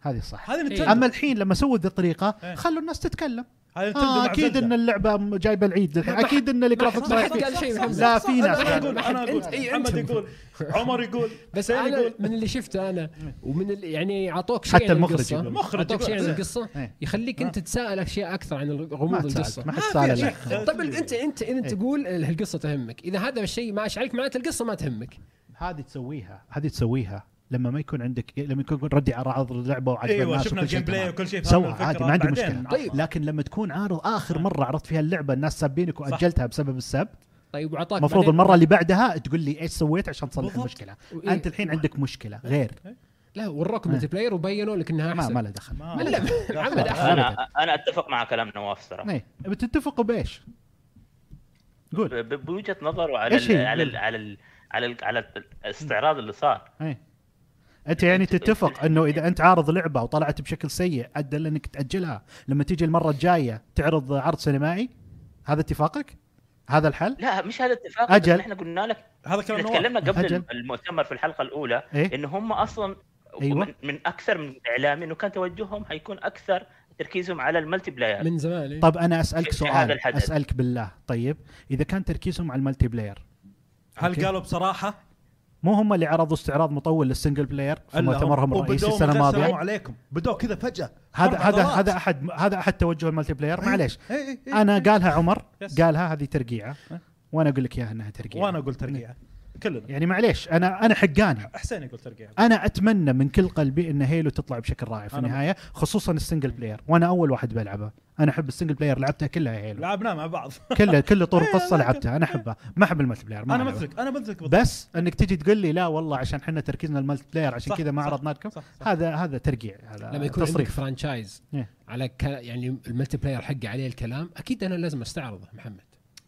[SPEAKER 1] هذه الصح.
[SPEAKER 3] هذا نتندو
[SPEAKER 1] اما الحين لما سووا ذي الطريقة
[SPEAKER 3] إيه.
[SPEAKER 1] خلوا الناس تتكلم.
[SPEAKER 3] هذا نتندو
[SPEAKER 1] آه
[SPEAKER 3] مع
[SPEAKER 1] اكيد
[SPEAKER 3] زلدة.
[SPEAKER 1] ان اللعبة م- جايبة العيد للحين، اكيد ان الجرافيكس
[SPEAKER 2] ما
[SPEAKER 1] رايح
[SPEAKER 2] حد
[SPEAKER 1] فيه.
[SPEAKER 2] قال شيء
[SPEAKER 3] صح، صح،
[SPEAKER 2] محمد.
[SPEAKER 1] لا
[SPEAKER 3] صح،
[SPEAKER 1] في
[SPEAKER 3] أنا
[SPEAKER 1] ناس
[SPEAKER 3] أقول-
[SPEAKER 1] قالوا.
[SPEAKER 3] انا اقول
[SPEAKER 2] أنت- أي
[SPEAKER 3] محمد
[SPEAKER 2] أنت.
[SPEAKER 3] يقول عمر يقول
[SPEAKER 2] بس
[SPEAKER 3] سعيد
[SPEAKER 2] انا
[SPEAKER 3] يقول.
[SPEAKER 2] من اللي شفته انا ومن اللي يعني اعطوك شيء
[SPEAKER 1] حتى
[SPEAKER 2] عن
[SPEAKER 1] المخرج
[SPEAKER 2] القصة.
[SPEAKER 1] يقول.
[SPEAKER 3] المخرج
[SPEAKER 2] اعطوك شيء
[SPEAKER 3] يقول.
[SPEAKER 2] عن القصه
[SPEAKER 1] إيه.
[SPEAKER 2] يخليك انت تتساءل اشياء اكثر عن
[SPEAKER 1] ما
[SPEAKER 2] غموض طيب،
[SPEAKER 1] تسالت
[SPEAKER 2] القصه
[SPEAKER 1] ما حد
[SPEAKER 3] ما في
[SPEAKER 1] سال
[SPEAKER 3] شيء.
[SPEAKER 1] لا.
[SPEAKER 2] طب انت انت انت
[SPEAKER 1] إيه.
[SPEAKER 2] تقول القصه تهمك اذا هذا الشيء ما اشعلك معناته القصه ما تهمك
[SPEAKER 1] هذه تسويها، هذه تسويها لما ما يكون عندك لما يكون ردي على عرض اللعبه وعجب
[SPEAKER 3] ايوه
[SPEAKER 1] الناس
[SPEAKER 3] شفنا
[SPEAKER 1] وكل شيء
[SPEAKER 3] الجيم بلاي
[SPEAKER 1] تمام.
[SPEAKER 3] وكل شيء
[SPEAKER 1] سوى
[SPEAKER 3] فهمنا الفكرة،
[SPEAKER 1] عادي ما عندي
[SPEAKER 3] بعدين نعم.
[SPEAKER 1] مشكله
[SPEAKER 3] نعرضها.
[SPEAKER 2] طيب.
[SPEAKER 1] لكن لما تكون عارض اخر مره عرضت فيها اللعبه الناس سابينك واجلتها بسبب السب
[SPEAKER 2] طيب وعطاك
[SPEAKER 1] المفروض
[SPEAKER 2] بعدين-
[SPEAKER 1] المره اللي بعدها تقول لي ايش سويت عشان تصلح
[SPEAKER 3] بالضبط.
[SPEAKER 1] المشكله
[SPEAKER 2] وإيه؟
[SPEAKER 1] انت الحين عندك مشكله غير
[SPEAKER 2] لا وراك
[SPEAKER 1] إيه.
[SPEAKER 2] ملتي بلاير وبينوا لك انها
[SPEAKER 1] ما
[SPEAKER 2] احسن
[SPEAKER 1] ما له دخل
[SPEAKER 3] ما-
[SPEAKER 2] ما لا محمد
[SPEAKER 1] لا.
[SPEAKER 2] احسن
[SPEAKER 5] انا انا اتفق مع كلام نواف صراحه
[SPEAKER 1] إيه. بتتفقوا بايش؟
[SPEAKER 5] ب-
[SPEAKER 1] قول
[SPEAKER 5] بوجهه نظره على
[SPEAKER 1] إيش
[SPEAKER 5] ال
[SPEAKER 1] هي؟
[SPEAKER 5] على ال على ال على, ال على الاستعراض اللي صار
[SPEAKER 1] إيه. انت يعني تتفق انه اذا انت عارض لعبه وطلعت بشكل سيء ادى لانك تاجلها لما تيجي المره الجايه تعرض عرض سينمائي هذا اتفاقك؟ هذا الحل؟
[SPEAKER 5] لا مش هذا اتفاق
[SPEAKER 1] أجل.
[SPEAKER 5] احنا قلنا لك
[SPEAKER 3] هذا كلام
[SPEAKER 5] احنا
[SPEAKER 3] نواف
[SPEAKER 5] تكلمنا قبل
[SPEAKER 1] أجل.
[SPEAKER 5] المؤتمر في الحلقه الاولى
[SPEAKER 1] إيه؟
[SPEAKER 5] ان هم اصلا
[SPEAKER 1] أيوة.
[SPEAKER 5] من, من اكثر من اعلام انه كان توجههم حيكون اكثر تركيزهم على الملتي بلاير
[SPEAKER 2] من زمان إيه.
[SPEAKER 1] طب انا اسالك
[SPEAKER 5] في- في
[SPEAKER 1] طيب سؤال
[SPEAKER 5] هذا الحدث.
[SPEAKER 1] اسالك بالله طيب اذا كان تركيزهم على الملتي بلاير أوكي.
[SPEAKER 3] هل قالوا بصراحه
[SPEAKER 1] مو هم اللي عرضوا استعراض مطول للسنجل بلاير في
[SPEAKER 3] ألا هم-
[SPEAKER 1] مؤتمرهم
[SPEAKER 3] وبدوا
[SPEAKER 1] الرئيسي
[SPEAKER 3] من
[SPEAKER 1] السنه
[SPEAKER 3] غير السلام
[SPEAKER 1] الماضيه
[SPEAKER 3] عليكم بدوا كذا فجاه
[SPEAKER 1] هذا
[SPEAKER 3] أربع
[SPEAKER 1] هذا
[SPEAKER 3] ضربات.
[SPEAKER 1] هذا احد هذا احد توجه الملتي بلاير معليش
[SPEAKER 3] إيه، إيه، إيه.
[SPEAKER 1] انا قالها عمر
[SPEAKER 3] يس.
[SPEAKER 1] قالها هذه ترقيعه
[SPEAKER 3] إيه.
[SPEAKER 1] وانا اقول لك اياها انها ترقيعه
[SPEAKER 3] وانا اقول ترقيعه كلنا
[SPEAKER 1] يعني معليش انا انا حقاني
[SPEAKER 3] حسين يقول ترقيعه
[SPEAKER 1] انا اتمنى من كل قلبي ان هيلو تطلع بشكل رائع في
[SPEAKER 3] أنا
[SPEAKER 1] النهايه خصوصا السنجل بلاير وانا اول واحد بلعبه انا احب السنجل بلاير لعبتها كلها هيلو
[SPEAKER 3] لعبناه مع بعض
[SPEAKER 1] كله كله طور
[SPEAKER 3] إيه،
[SPEAKER 1] قصه
[SPEAKER 3] أنا-
[SPEAKER 1] لعبتها انا احبها ما احب الملتي بلاير ما
[SPEAKER 3] انا
[SPEAKER 1] ألعبه.
[SPEAKER 3] مثلك انا مثلك بالضبط
[SPEAKER 1] بس انك تجي تقول لي لا والله عشان احنا تركيزنا الملتي بلاير عشان
[SPEAKER 3] صح،
[SPEAKER 1] كذا ما
[SPEAKER 3] صح،
[SPEAKER 1] عرضنا لكم
[SPEAKER 3] صح، صح.
[SPEAKER 1] هذا هذا ترقيع هذا
[SPEAKER 2] لما يكون عندك
[SPEAKER 1] تصريف
[SPEAKER 2] فرانشايز
[SPEAKER 1] إيه.
[SPEAKER 2] على ك... يعني الملتي بلاير حقي عليه الكلام اكيد انا لازم استعرضه محمد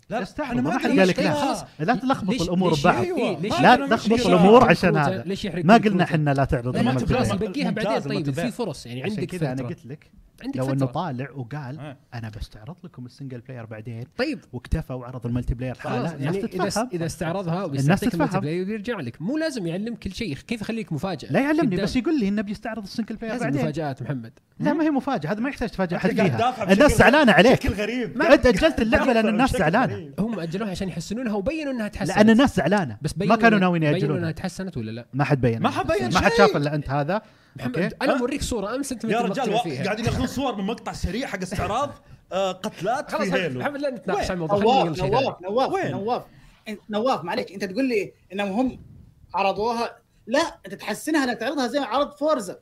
[SPEAKER 3] لا
[SPEAKER 2] طيب،
[SPEAKER 1] استعرض،
[SPEAKER 3] انا ما
[SPEAKER 1] ما
[SPEAKER 3] أدري
[SPEAKER 1] حد
[SPEAKER 3] ليش
[SPEAKER 1] قال لك لا.
[SPEAKER 3] كذا.
[SPEAKER 1] خلاص. لا تلخبط
[SPEAKER 2] ليش-
[SPEAKER 1] الأمور
[SPEAKER 2] ليش-
[SPEAKER 1] ببعض.
[SPEAKER 2] إيه، ليش-
[SPEAKER 3] لا
[SPEAKER 1] لا
[SPEAKER 3] أنا مش
[SPEAKER 1] تلخبط
[SPEAKER 3] كذا.
[SPEAKER 1] الامور
[SPEAKER 2] يحرق
[SPEAKER 1] عشان
[SPEAKER 2] الكروزة؟
[SPEAKER 1] هذا
[SPEAKER 2] ليش يحرق
[SPEAKER 1] ما
[SPEAKER 2] الكروزة؟
[SPEAKER 1] قلنا احنا لا تعرض
[SPEAKER 2] لا ما
[SPEAKER 1] الملتي
[SPEAKER 2] انت
[SPEAKER 1] بلاير
[SPEAKER 2] خلاص
[SPEAKER 3] بلازم.
[SPEAKER 2] بقيها بعدين
[SPEAKER 3] ممتاز
[SPEAKER 2] طيب
[SPEAKER 3] المنتبه.
[SPEAKER 2] في فرص يعني
[SPEAKER 1] عشان
[SPEAKER 2] عندك
[SPEAKER 1] كذا انا
[SPEAKER 2] فتره
[SPEAKER 1] قلت لك
[SPEAKER 2] عندك
[SPEAKER 1] لو انه
[SPEAKER 2] فترة.
[SPEAKER 1] طالع وقال
[SPEAKER 3] إيه.
[SPEAKER 1] انا بستعرض لكم السنجل بلاير بعدين
[SPEAKER 2] طيب
[SPEAKER 1] واكتفى وعرض الملتي بلاير
[SPEAKER 2] خلاص
[SPEAKER 1] حاله الناس
[SPEAKER 2] يعني اذا
[SPEAKER 1] تتفهم
[SPEAKER 2] اذا استعرضها
[SPEAKER 1] الناس
[SPEAKER 2] ويستعطيك الملتي
[SPEAKER 1] تتفهم.
[SPEAKER 2] بلاير ويرجع لك مو لازم يعلم كل شيء كيف يخليك مفاجاه
[SPEAKER 1] لا يعلمني
[SPEAKER 2] قدام.
[SPEAKER 1] بس يقول لي انه بيستعرض السنجل بلاير
[SPEAKER 2] لازم
[SPEAKER 1] بعدين
[SPEAKER 2] مفاجات محمد
[SPEAKER 1] لا ما هي مفاجاه هذا ما يحتاج تفاجئ احد
[SPEAKER 3] أنت قاعد تدافع
[SPEAKER 1] فيها
[SPEAKER 3] بشكل
[SPEAKER 1] الناس
[SPEAKER 3] غريب.
[SPEAKER 1] زعلانه عليك
[SPEAKER 3] بشكل غيب
[SPEAKER 1] انت اجلت اللعبه لان
[SPEAKER 3] دافع
[SPEAKER 1] الناس
[SPEAKER 3] بشكل
[SPEAKER 1] زعلانه
[SPEAKER 3] غريب.
[SPEAKER 2] هم اجلوها عشان يحسنونها وبينوا انها تحسنت
[SPEAKER 1] لان الناس زعلانه
[SPEAKER 2] بس
[SPEAKER 1] ما كانوا
[SPEAKER 2] إنها-
[SPEAKER 1] ناويين
[SPEAKER 2] بينوا انها
[SPEAKER 1] ياجلونها
[SPEAKER 2] تحسنت ولا لا؟
[SPEAKER 1] ما حد بين يعني.
[SPEAKER 3] ما حد بين
[SPEAKER 1] ما حد
[SPEAKER 3] شيء.
[SPEAKER 1] شاف الا انت هذا اوكي
[SPEAKER 2] محمد انا بوريك صوره امس انت
[SPEAKER 3] يا
[SPEAKER 2] متمتع
[SPEAKER 3] رجال وا-
[SPEAKER 2] فيها.
[SPEAKER 3] قاعدين ياخذون صور من مقطع سريع حق استعراض آه، قتلات
[SPEAKER 2] خلاص
[SPEAKER 3] في هيلو
[SPEAKER 2] محمد لا نتناقش عن
[SPEAKER 3] وين؟
[SPEAKER 2] الموضوع خلينا نقول
[SPEAKER 4] نواف
[SPEAKER 2] شيء ثاني.
[SPEAKER 4] نواف نواف
[SPEAKER 3] وين؟
[SPEAKER 4] نواف أنت- نواف معليش انت تقول لي انهم هم عرضوها لا انت تحسنها انك تعرضها زي ما عرضت فورزا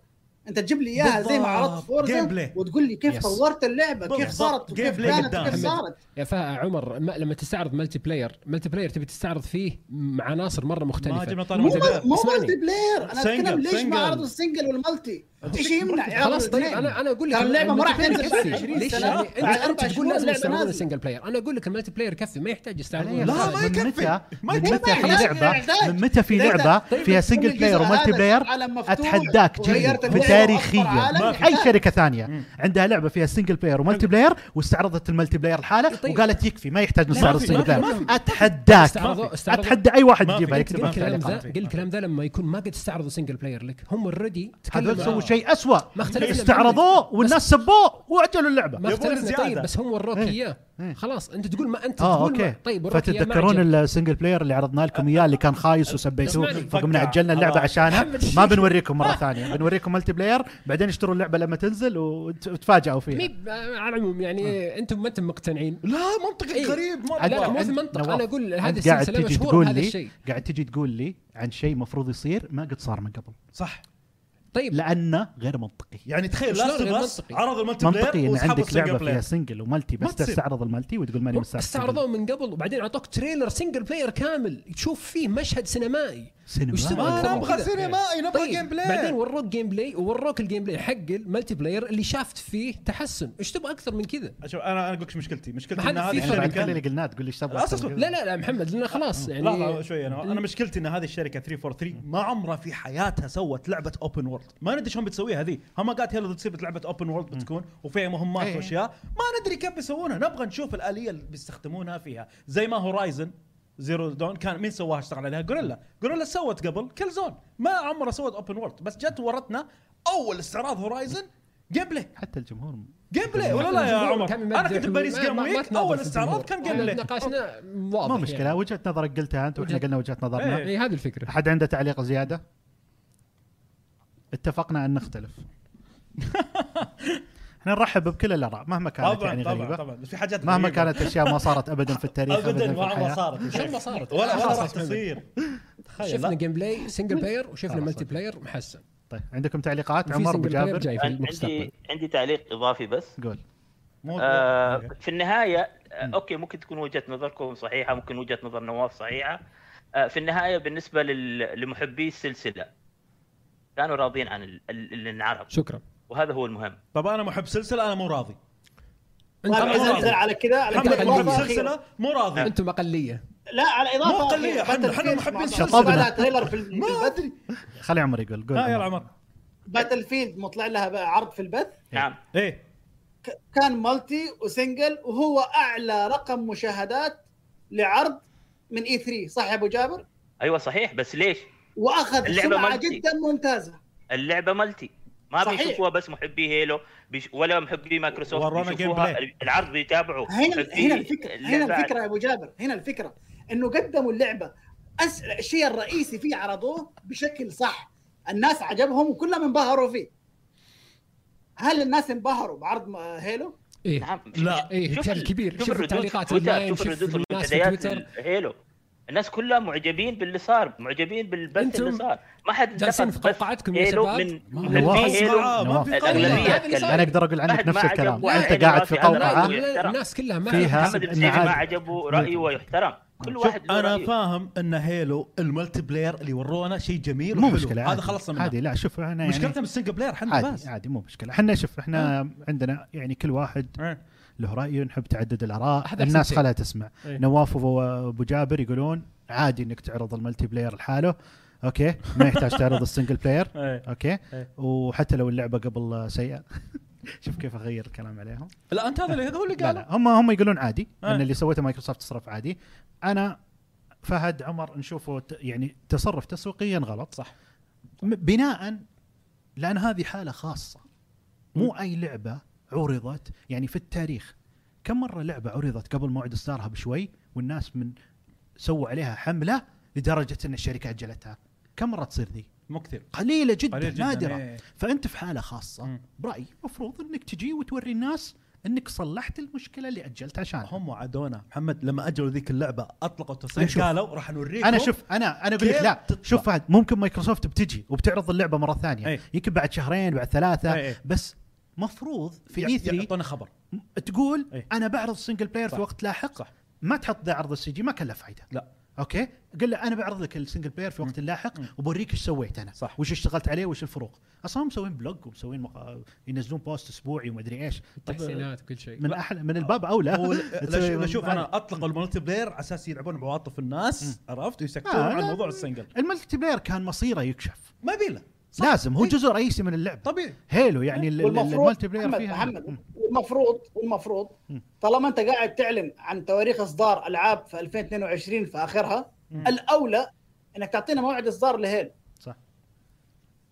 [SPEAKER 4] انت تجيب لي اياها زي ما عرضت
[SPEAKER 3] بالضبط. جيم
[SPEAKER 4] فورزا
[SPEAKER 3] بلاي.
[SPEAKER 4] وتقول لي كيف
[SPEAKER 2] يس.
[SPEAKER 4] طورت اللعبه كيف
[SPEAKER 3] بالضبط.
[SPEAKER 4] صارت
[SPEAKER 3] جيم
[SPEAKER 4] وكيف
[SPEAKER 3] بلاي
[SPEAKER 4] كانت
[SPEAKER 3] قدام.
[SPEAKER 4] وكيف صارت
[SPEAKER 2] يا فا عمر ما لما تستعرض ملتي بلاير ملتي بلاير تبي تستعرض فيه مع عناصر مره
[SPEAKER 3] ما
[SPEAKER 2] مختلفه
[SPEAKER 3] جبنا طاري
[SPEAKER 4] مو
[SPEAKER 3] ملتي بلاير.
[SPEAKER 4] مل- مو
[SPEAKER 2] اسمعني.
[SPEAKER 4] ملتي بلاير انا اتكلم
[SPEAKER 3] سنجل،
[SPEAKER 4] ليش
[SPEAKER 3] سنجل.
[SPEAKER 4] ما عرضوا السنجل والمالتي ايش يمنع يعرضوا
[SPEAKER 2] خلاص طيب
[SPEAKER 4] الاثنين؟
[SPEAKER 2] انا انا اقول لك
[SPEAKER 4] ترى اللعبة ما راح
[SPEAKER 2] الملتي بلاير
[SPEAKER 4] تنزل
[SPEAKER 2] يكفي.
[SPEAKER 4] بعد 20
[SPEAKER 2] ليش؟
[SPEAKER 4] سنة،
[SPEAKER 2] يعني انت
[SPEAKER 4] بعد
[SPEAKER 2] انت
[SPEAKER 4] أربع
[SPEAKER 2] تقول
[SPEAKER 4] شهور
[SPEAKER 2] لازم
[SPEAKER 4] اللعبة
[SPEAKER 2] يستعرضون
[SPEAKER 4] نازلة.
[SPEAKER 2] السنجل بلاير انا اقول لك الملتي بلاير يكفي ما يحتاج يستعرضون
[SPEAKER 1] علي
[SPEAKER 3] لا،
[SPEAKER 1] خلاص.
[SPEAKER 3] ما
[SPEAKER 1] من
[SPEAKER 3] يكفي.
[SPEAKER 1] متى
[SPEAKER 3] ما
[SPEAKER 1] من
[SPEAKER 3] يكفي.
[SPEAKER 1] متى في
[SPEAKER 4] لا،
[SPEAKER 1] لعبه
[SPEAKER 4] لا،
[SPEAKER 1] من متى في
[SPEAKER 4] لا، لا.
[SPEAKER 1] لعبه
[SPEAKER 4] طيب،
[SPEAKER 1] فيها
[SPEAKER 4] كل
[SPEAKER 1] سنجل
[SPEAKER 4] الجزء
[SPEAKER 1] بلاير ومالتي
[SPEAKER 4] هذا
[SPEAKER 1] بلاير
[SPEAKER 4] عالم مفتوح
[SPEAKER 1] اتحداك جيلي
[SPEAKER 4] وغيرت الدنيا
[SPEAKER 1] تاريخيا
[SPEAKER 4] وأصبح عالم
[SPEAKER 1] اي
[SPEAKER 4] حداك.
[SPEAKER 1] شركه ثانيه عندها لعبه فيها سنجل بلاير ومالتي بلاير واستعرضت المالتي بلاير الحالة
[SPEAKER 2] طيب.
[SPEAKER 1] وقالت يكفي ما يحتاج نستعرض
[SPEAKER 3] ما في-
[SPEAKER 1] السنجل
[SPEAKER 3] ما
[SPEAKER 1] بلاير
[SPEAKER 3] في-
[SPEAKER 1] اتحداك
[SPEAKER 2] استعرضوا- استعرضوا-
[SPEAKER 1] اتحدى اي واحد
[SPEAKER 3] ما في-
[SPEAKER 1] يجيبها
[SPEAKER 3] قلت-
[SPEAKER 2] قل
[SPEAKER 1] يكتبها في
[SPEAKER 2] الكلام ذا
[SPEAKER 1] التعليقات
[SPEAKER 3] تعليقات.
[SPEAKER 2] قل الكلام ذا لما يكون ما قد استعرضوا سنجل بلاير لك هم اوريدي
[SPEAKER 1] هذول
[SPEAKER 2] تكلموا
[SPEAKER 1] سووا شيء اسوء
[SPEAKER 2] ما اختلفنا
[SPEAKER 1] استعرضوه والناس سبوه واجلوا اللعبه
[SPEAKER 2] ما
[SPEAKER 3] يبون
[SPEAKER 2] اختلفنا
[SPEAKER 3] زيادة.
[SPEAKER 2] طيب بس هم وروك
[SPEAKER 1] إيه.
[SPEAKER 2] اياه
[SPEAKER 1] إيه.
[SPEAKER 2] خلاص انت تقول ما انت
[SPEAKER 1] اه
[SPEAKER 2] تقول ما
[SPEAKER 1] اوكي
[SPEAKER 2] طيب وروك إياه ما
[SPEAKER 1] فتتذكرون
[SPEAKER 2] عجبك.
[SPEAKER 1] السنجل بلاير اللي عرضنا لكم اياه اللي كان خايس وسبيتوه
[SPEAKER 2] اسمعني.
[SPEAKER 1] فقمنا
[SPEAKER 3] فقع.
[SPEAKER 1] عجلنا اللعبه
[SPEAKER 3] الله.
[SPEAKER 1] عشانه
[SPEAKER 2] محمد آه. شيش.
[SPEAKER 1] ما بنوريكم مره ثانيه بنوريكم ملتي بلاير بعدين اشتروا اللعبه لما تنزل وت- وتفاجئوا فيها
[SPEAKER 2] مي- آه، على العموم يعني انتم ما انتم مقتنعين
[SPEAKER 3] لا منطقي
[SPEAKER 2] إيه.
[SPEAKER 3] غريب
[SPEAKER 2] لا
[SPEAKER 1] أنت-
[SPEAKER 2] لا
[SPEAKER 3] مره
[SPEAKER 2] مو في
[SPEAKER 1] أنت-
[SPEAKER 2] منطق
[SPEAKER 1] نواف،
[SPEAKER 2] انا اقول هذه
[SPEAKER 1] أنت قاعد
[SPEAKER 2] السلسله
[SPEAKER 1] تجي
[SPEAKER 2] مشهوره
[SPEAKER 1] تقول
[SPEAKER 2] بهذا
[SPEAKER 1] لي
[SPEAKER 2] الشيء
[SPEAKER 1] قاعد تجي تقول لي عن شيء مفروض يصير ما قد صار من قبل
[SPEAKER 3] صح
[SPEAKER 2] طيب
[SPEAKER 1] لانه غير منطقي
[SPEAKER 3] يعني تخيل
[SPEAKER 2] شلون
[SPEAKER 3] لاست
[SPEAKER 2] غير
[SPEAKER 3] اوف اس
[SPEAKER 2] منطقي؟
[SPEAKER 3] عرض الملتي بلاير
[SPEAKER 1] منطقي ان
[SPEAKER 3] وسحبوا
[SPEAKER 1] عندك
[SPEAKER 3] السنجل
[SPEAKER 1] لعبه
[SPEAKER 3] بلاير.
[SPEAKER 1] فيها سنجل ومالتي
[SPEAKER 3] ما
[SPEAKER 1] بس
[SPEAKER 3] تصير.
[SPEAKER 1] تستعرض المالتي وتقول ماني مستعرض
[SPEAKER 2] استعرضوه من قبل وبعدين اعطوك تريلر سنجل بلاير كامل تشوف فيه مشهد سينمائي
[SPEAKER 1] سينما آه.
[SPEAKER 2] وش تبغى أكثر
[SPEAKER 1] ما
[SPEAKER 2] من
[SPEAKER 6] نبغى
[SPEAKER 2] كذا؟
[SPEAKER 6] سينمائي، نبغى
[SPEAKER 2] طيب،
[SPEAKER 6] جيم بلاي.
[SPEAKER 2] بعدين وروك جيم بلاي ووروك الجيم بلاي حق الملتي بلاير اللي شافت فيه تحسن ايش تبغى اكثر من كذا
[SPEAKER 3] شوف انا انا اقول لك إيش مشكلتي
[SPEAKER 2] ما
[SPEAKER 3] مشكلتي
[SPEAKER 2] حد
[SPEAKER 3] ان هذه
[SPEAKER 2] في
[SPEAKER 1] بعد
[SPEAKER 2] فرق.
[SPEAKER 1] كل
[SPEAKER 3] الشركه
[SPEAKER 1] يعني اللي قلناه تقول لي ايش تبغى
[SPEAKER 3] لا،
[SPEAKER 1] أكثر من
[SPEAKER 3] أصبر.
[SPEAKER 1] كذا؟
[SPEAKER 2] لا لا لا محمد لان خلاص يعني
[SPEAKER 3] لحظه شوي انا انا مشكلتي ان هذه الشركه 343 ما عمرها في حياتها سوت لعبه اوبن وورلد ما ندري شلون بتسويها هذه هم قالت يلا تصير لعبه اوبن وورلد بتكون وفيها مهمات
[SPEAKER 1] إيه.
[SPEAKER 3] واشياء ما ندري كيف بيسوونها نبغى نشوف الاليه اللي بيستخدمونها فيها زي ما هورايزن زيرو دون كان مين سواها اشتغل عليها جوريلا جوريلا سوت قبل كل زون ما عمرها سوت اوبن وورلد بس جت ورتنا اول استعراض هورايزن جيم بلاي
[SPEAKER 1] حتى الجمهور م-
[SPEAKER 3] جيم بلاي ولا لا يا عمر انا كنت بباريس جيم ويك اول استعراض كان جيم بلاي
[SPEAKER 2] نقاشنا واضح
[SPEAKER 1] ما مشكله وجهه نظرك قلتها انت واحنا
[SPEAKER 2] وجهة-
[SPEAKER 1] قلنا وجهه
[SPEAKER 3] يعني. إيه.
[SPEAKER 1] نظرنا
[SPEAKER 2] يعني. اي هذه الفكره
[SPEAKER 1] احد عنده تعليق زياده اتفقنا ان
[SPEAKER 3] *laughs*
[SPEAKER 1] نختلف احنا نرحب بكل الاراء مهما كانت
[SPEAKER 3] طبعا
[SPEAKER 1] يعني
[SPEAKER 3] طبعا
[SPEAKER 1] غريبه
[SPEAKER 3] طبعا بس في حاجات
[SPEAKER 1] مهما
[SPEAKER 3] غريبة.
[SPEAKER 1] كانت اشياء ما صارت ابدا في التاريخ
[SPEAKER 3] ابدا
[SPEAKER 1] ابدا في
[SPEAKER 3] ما عمرها
[SPEAKER 1] الحياه *laughs*
[SPEAKER 3] صارت
[SPEAKER 2] عمرها صارت.
[SPEAKER 3] *laughs* ولا ولا
[SPEAKER 2] خلاص
[SPEAKER 3] راح
[SPEAKER 2] أحمد.
[SPEAKER 3] تصير تخيل
[SPEAKER 2] شفنا
[SPEAKER 3] لا.
[SPEAKER 2] جيم بلاي سنجل بلاير وشفنا
[SPEAKER 1] خلاص.
[SPEAKER 2] ملتي بلاير محسن
[SPEAKER 1] طيب عندكم تعليقات
[SPEAKER 2] وفي
[SPEAKER 1] عمر
[SPEAKER 2] single
[SPEAKER 1] ابو
[SPEAKER 2] player
[SPEAKER 1] جابر
[SPEAKER 2] جاي في المستقبل
[SPEAKER 5] عندي عندي تعليق اضافي بس
[SPEAKER 1] قول
[SPEAKER 3] مو
[SPEAKER 5] آه،
[SPEAKER 3] أوكي.
[SPEAKER 5] في النهايه آه، اوكي ممكن تكون وجهه نظركم صحيحه ممكن وجهه نظر نواف صحيحه آه، في النهايه بالنسبه لل- لمحبي السلسله كانوا راضين عن ال- ال- اللي انعرض
[SPEAKER 2] شكرا
[SPEAKER 5] وهذا هو المهم
[SPEAKER 3] طب انا محب سلسله انا مو راضي
[SPEAKER 2] انت
[SPEAKER 3] طبعاً.
[SPEAKER 4] اذا طيب، إذا على كذا على
[SPEAKER 3] محمد
[SPEAKER 4] كذا
[SPEAKER 2] خلينا
[SPEAKER 3] محب
[SPEAKER 4] إضافة أخيرة.
[SPEAKER 3] سلسله مو راضي
[SPEAKER 2] انتم اقليه
[SPEAKER 4] لا على اضافه
[SPEAKER 3] مو أقلية،
[SPEAKER 4] أخيرة.
[SPEAKER 3] حنا-
[SPEAKER 4] باتل
[SPEAKER 3] حنا
[SPEAKER 4] فيلد
[SPEAKER 3] محبين
[SPEAKER 4] 17
[SPEAKER 1] شطبنا.
[SPEAKER 4] طلع تريلر في ال-
[SPEAKER 3] ما
[SPEAKER 4] في البث
[SPEAKER 3] ادري
[SPEAKER 1] خلي عمر يقول قول
[SPEAKER 3] ها طيب، يا
[SPEAKER 1] عمر.
[SPEAKER 3] عمر
[SPEAKER 4] باتل فيلد مطلع لها بقى عرض في البث
[SPEAKER 2] إيه.
[SPEAKER 5] نعم
[SPEAKER 3] ايه
[SPEAKER 4] ك- كان مالتي وسنجل وهو اعلى رقم مشاهدات لعرض من اي 3 صح يا ابو جابر؟
[SPEAKER 5] ايوه صحيح بس ليش؟
[SPEAKER 4] واخذ
[SPEAKER 5] اللعبة
[SPEAKER 4] سمعه
[SPEAKER 5] مالتي.
[SPEAKER 4] جدا ممتازه
[SPEAKER 5] اللعبه ملتي ما
[SPEAKER 4] صحيح.
[SPEAKER 5] بيشوفوها بس محبي هيلو بيش ولا محبي مايكروسوفت
[SPEAKER 3] ورونا
[SPEAKER 5] بيشوفوها
[SPEAKER 3] game play.
[SPEAKER 5] العرض بيتابعوا
[SPEAKER 4] هنا
[SPEAKER 5] محبي
[SPEAKER 4] هنا الفكره هنا
[SPEAKER 5] اللعبة
[SPEAKER 4] الفكره يا ابو جابر هنا الفكره انه قدموا اللعبه أس... الشيء الرئيسي فيه عرضوه بشكل صح الناس عجبهم وكلهم انبهروا فيه هل الناس انبهروا بعرض م- هيلو؟
[SPEAKER 2] ايه
[SPEAKER 5] نعم
[SPEAKER 2] لا، إيه، بشكل كبير. شوف
[SPEAKER 5] الردود
[SPEAKER 2] التعليقات
[SPEAKER 5] في تويتر،
[SPEAKER 2] اللاين،
[SPEAKER 5] شوف
[SPEAKER 2] شوف
[SPEAKER 5] الردود في
[SPEAKER 2] الناس في
[SPEAKER 5] منتديات
[SPEAKER 2] تويتر.
[SPEAKER 5] هيلو الناس كلها معجبين باللي صار معجبين بالبث
[SPEAKER 2] أنتم
[SPEAKER 5] اللي صار ما حد
[SPEAKER 2] جالسين
[SPEAKER 5] انتقد
[SPEAKER 2] في
[SPEAKER 5] بث
[SPEAKER 2] قوقعتكم يا
[SPEAKER 5] هيلو
[SPEAKER 2] شباب.
[SPEAKER 5] من
[SPEAKER 1] ما
[SPEAKER 5] من
[SPEAKER 1] هو
[SPEAKER 5] في
[SPEAKER 1] أصلاً
[SPEAKER 5] هيلو
[SPEAKER 3] آه، ما في
[SPEAKER 1] نواف.
[SPEAKER 3] قوي.
[SPEAKER 5] الأغلبية
[SPEAKER 2] هذا اللي صار.
[SPEAKER 1] انا اقدر اقول عنك
[SPEAKER 5] واحد
[SPEAKER 1] نفس
[SPEAKER 5] ما عجبه،
[SPEAKER 1] الكلام
[SPEAKER 5] واحد
[SPEAKER 1] انت
[SPEAKER 5] ما
[SPEAKER 1] قاعد في
[SPEAKER 5] عجبه، أنا
[SPEAKER 1] قوقعه
[SPEAKER 5] رأيي.
[SPEAKER 2] لا، لا، الناس كلها ما
[SPEAKER 1] فيها-
[SPEAKER 2] عندها
[SPEAKER 5] محمد
[SPEAKER 1] إن
[SPEAKER 2] سمع.
[SPEAKER 5] السيري
[SPEAKER 1] عاد-
[SPEAKER 5] ما عجبه رايه ويحترم كل
[SPEAKER 3] شوف
[SPEAKER 5] واحد له
[SPEAKER 3] انا
[SPEAKER 5] رأيه.
[SPEAKER 3] فاهم ان هيلو الملتي بلاير اللي ورونا شيء جميل
[SPEAKER 1] مو
[SPEAKER 3] وحلو.
[SPEAKER 1] مشكله عادي.
[SPEAKER 3] هذا خلصنا منه
[SPEAKER 1] عادي لا شوف انا يعني
[SPEAKER 3] مشكلتنا آه. بالسنجل بلاير حنا
[SPEAKER 1] عادي
[SPEAKER 3] بس
[SPEAKER 1] عادي مو مشكله احنا شوف احنا عندنا يعني كل واحد
[SPEAKER 3] إيه.
[SPEAKER 1] له راي نحب تعدد الاراء
[SPEAKER 2] هذا
[SPEAKER 1] الناس
[SPEAKER 2] أحسن شيء.
[SPEAKER 1] خلها تسمع
[SPEAKER 3] إيه.
[SPEAKER 1] نواف وابو أبو جابر يقولون عادي انك تعرض الملتي بلاير لحاله اوكي ما يحتاج تعرض السنجل بلاير
[SPEAKER 3] إيه.
[SPEAKER 1] اوكي
[SPEAKER 3] إيه.
[SPEAKER 1] وحتى لو اللعبه قبل سيئه *laughs* شوف كيف اغير الكلام عليهم
[SPEAKER 3] لا انت هذا اللي هو اللي
[SPEAKER 1] لا
[SPEAKER 3] قاله
[SPEAKER 1] لا هم هم يقولون عادي
[SPEAKER 3] إيه.
[SPEAKER 1] ان اللي سويته مايكروسوفت تصرف عادي انا فهد عمر نشوفه ت- يعني تصرف تسويقيا غلط
[SPEAKER 3] صح.
[SPEAKER 1] م- بناء لان هذه حاله خاصه مو اي لعبه عرضت يعني في التاريخ كم مره لعبه عرضت قبل موعد اصدارها بشوي والناس من سووا عليها حمله لدرجه ان الشركه اجلتها كم مره تصير ذي
[SPEAKER 3] مو كثير
[SPEAKER 1] قليله جدا,
[SPEAKER 3] قليل جداً،
[SPEAKER 1] نادره
[SPEAKER 3] إيه.
[SPEAKER 1] فانت في حاله خاصه
[SPEAKER 3] مم.
[SPEAKER 1] برايي المفروض انك تجي وتوري الناس انك صلحت المشكله اللي اجلت عشانها
[SPEAKER 3] هم وعدونا محمد لما اجلوا ذيك اللعبه اطلقوا تصريح
[SPEAKER 1] أشوف.
[SPEAKER 3] قالوا راح نوريكم
[SPEAKER 1] انا شوف انا انا اقول لك
[SPEAKER 3] كيف
[SPEAKER 1] لا
[SPEAKER 3] تطلع؟ إيه.
[SPEAKER 1] شوف فهد ممكن مايكروسوفت بتجي وبتعرض اللعبه مره ثانيه
[SPEAKER 3] أي.
[SPEAKER 1] يمكن بعد شهرين بعد ثلاثه
[SPEAKER 3] أي أي.
[SPEAKER 1] بس مفروض في E اي 3
[SPEAKER 3] يعطونا خبر
[SPEAKER 1] تقول
[SPEAKER 3] أي.
[SPEAKER 1] انا بعرض سنجل بلاير
[SPEAKER 3] إيه. صح.
[SPEAKER 1] في وقت لاحق
[SPEAKER 3] صح.
[SPEAKER 1] ما تحط ذا عرض السي جي ما كان له فائده
[SPEAKER 3] لا.
[SPEAKER 1] اوكي قل له انا بعرض لك السنجل بلاير في وقت لاحق وبوريك ايش سويت انا
[SPEAKER 3] صح.
[SPEAKER 1] وش اشتغلت عليه وش الفروق اصلا هم مسوين بلوج ومسوين مق... ينزلون بوست اسبوعي وما ادري ايش طب
[SPEAKER 3] طيب،
[SPEAKER 2] تحسينات وكل طيب، شيء
[SPEAKER 1] من احلى من الباب اولى
[SPEAKER 3] آه،
[SPEAKER 1] *laughs*
[SPEAKER 3] *laughs* هو
[SPEAKER 1] تسوي-
[SPEAKER 3] لا شوف انا اطلق الملتي بلاير على اساس يلعبون بعواطف الناس عرفت ويسكتون
[SPEAKER 1] آه،
[SPEAKER 3] عن
[SPEAKER 1] لا.
[SPEAKER 3] موضوع السنجل
[SPEAKER 1] الملتي بلاير كان مصيره يكشف
[SPEAKER 3] ما بيله صح.
[SPEAKER 1] لازم هو
[SPEAKER 3] إيه.
[SPEAKER 1] جزء رئيسي من اللعبه
[SPEAKER 3] طبيعي
[SPEAKER 1] هيلو يعني ال- ال-
[SPEAKER 4] والمفروض
[SPEAKER 1] الملتي بلاير
[SPEAKER 4] محمد
[SPEAKER 1] فيها
[SPEAKER 4] محمد
[SPEAKER 1] مم.
[SPEAKER 4] والمفروض والمفروض طالما انت قاعد تعلن عن تواريخ اصدار العاب في 2022 في اخرها الاولى انك تعطينا موعد اصدار لهيل
[SPEAKER 1] صح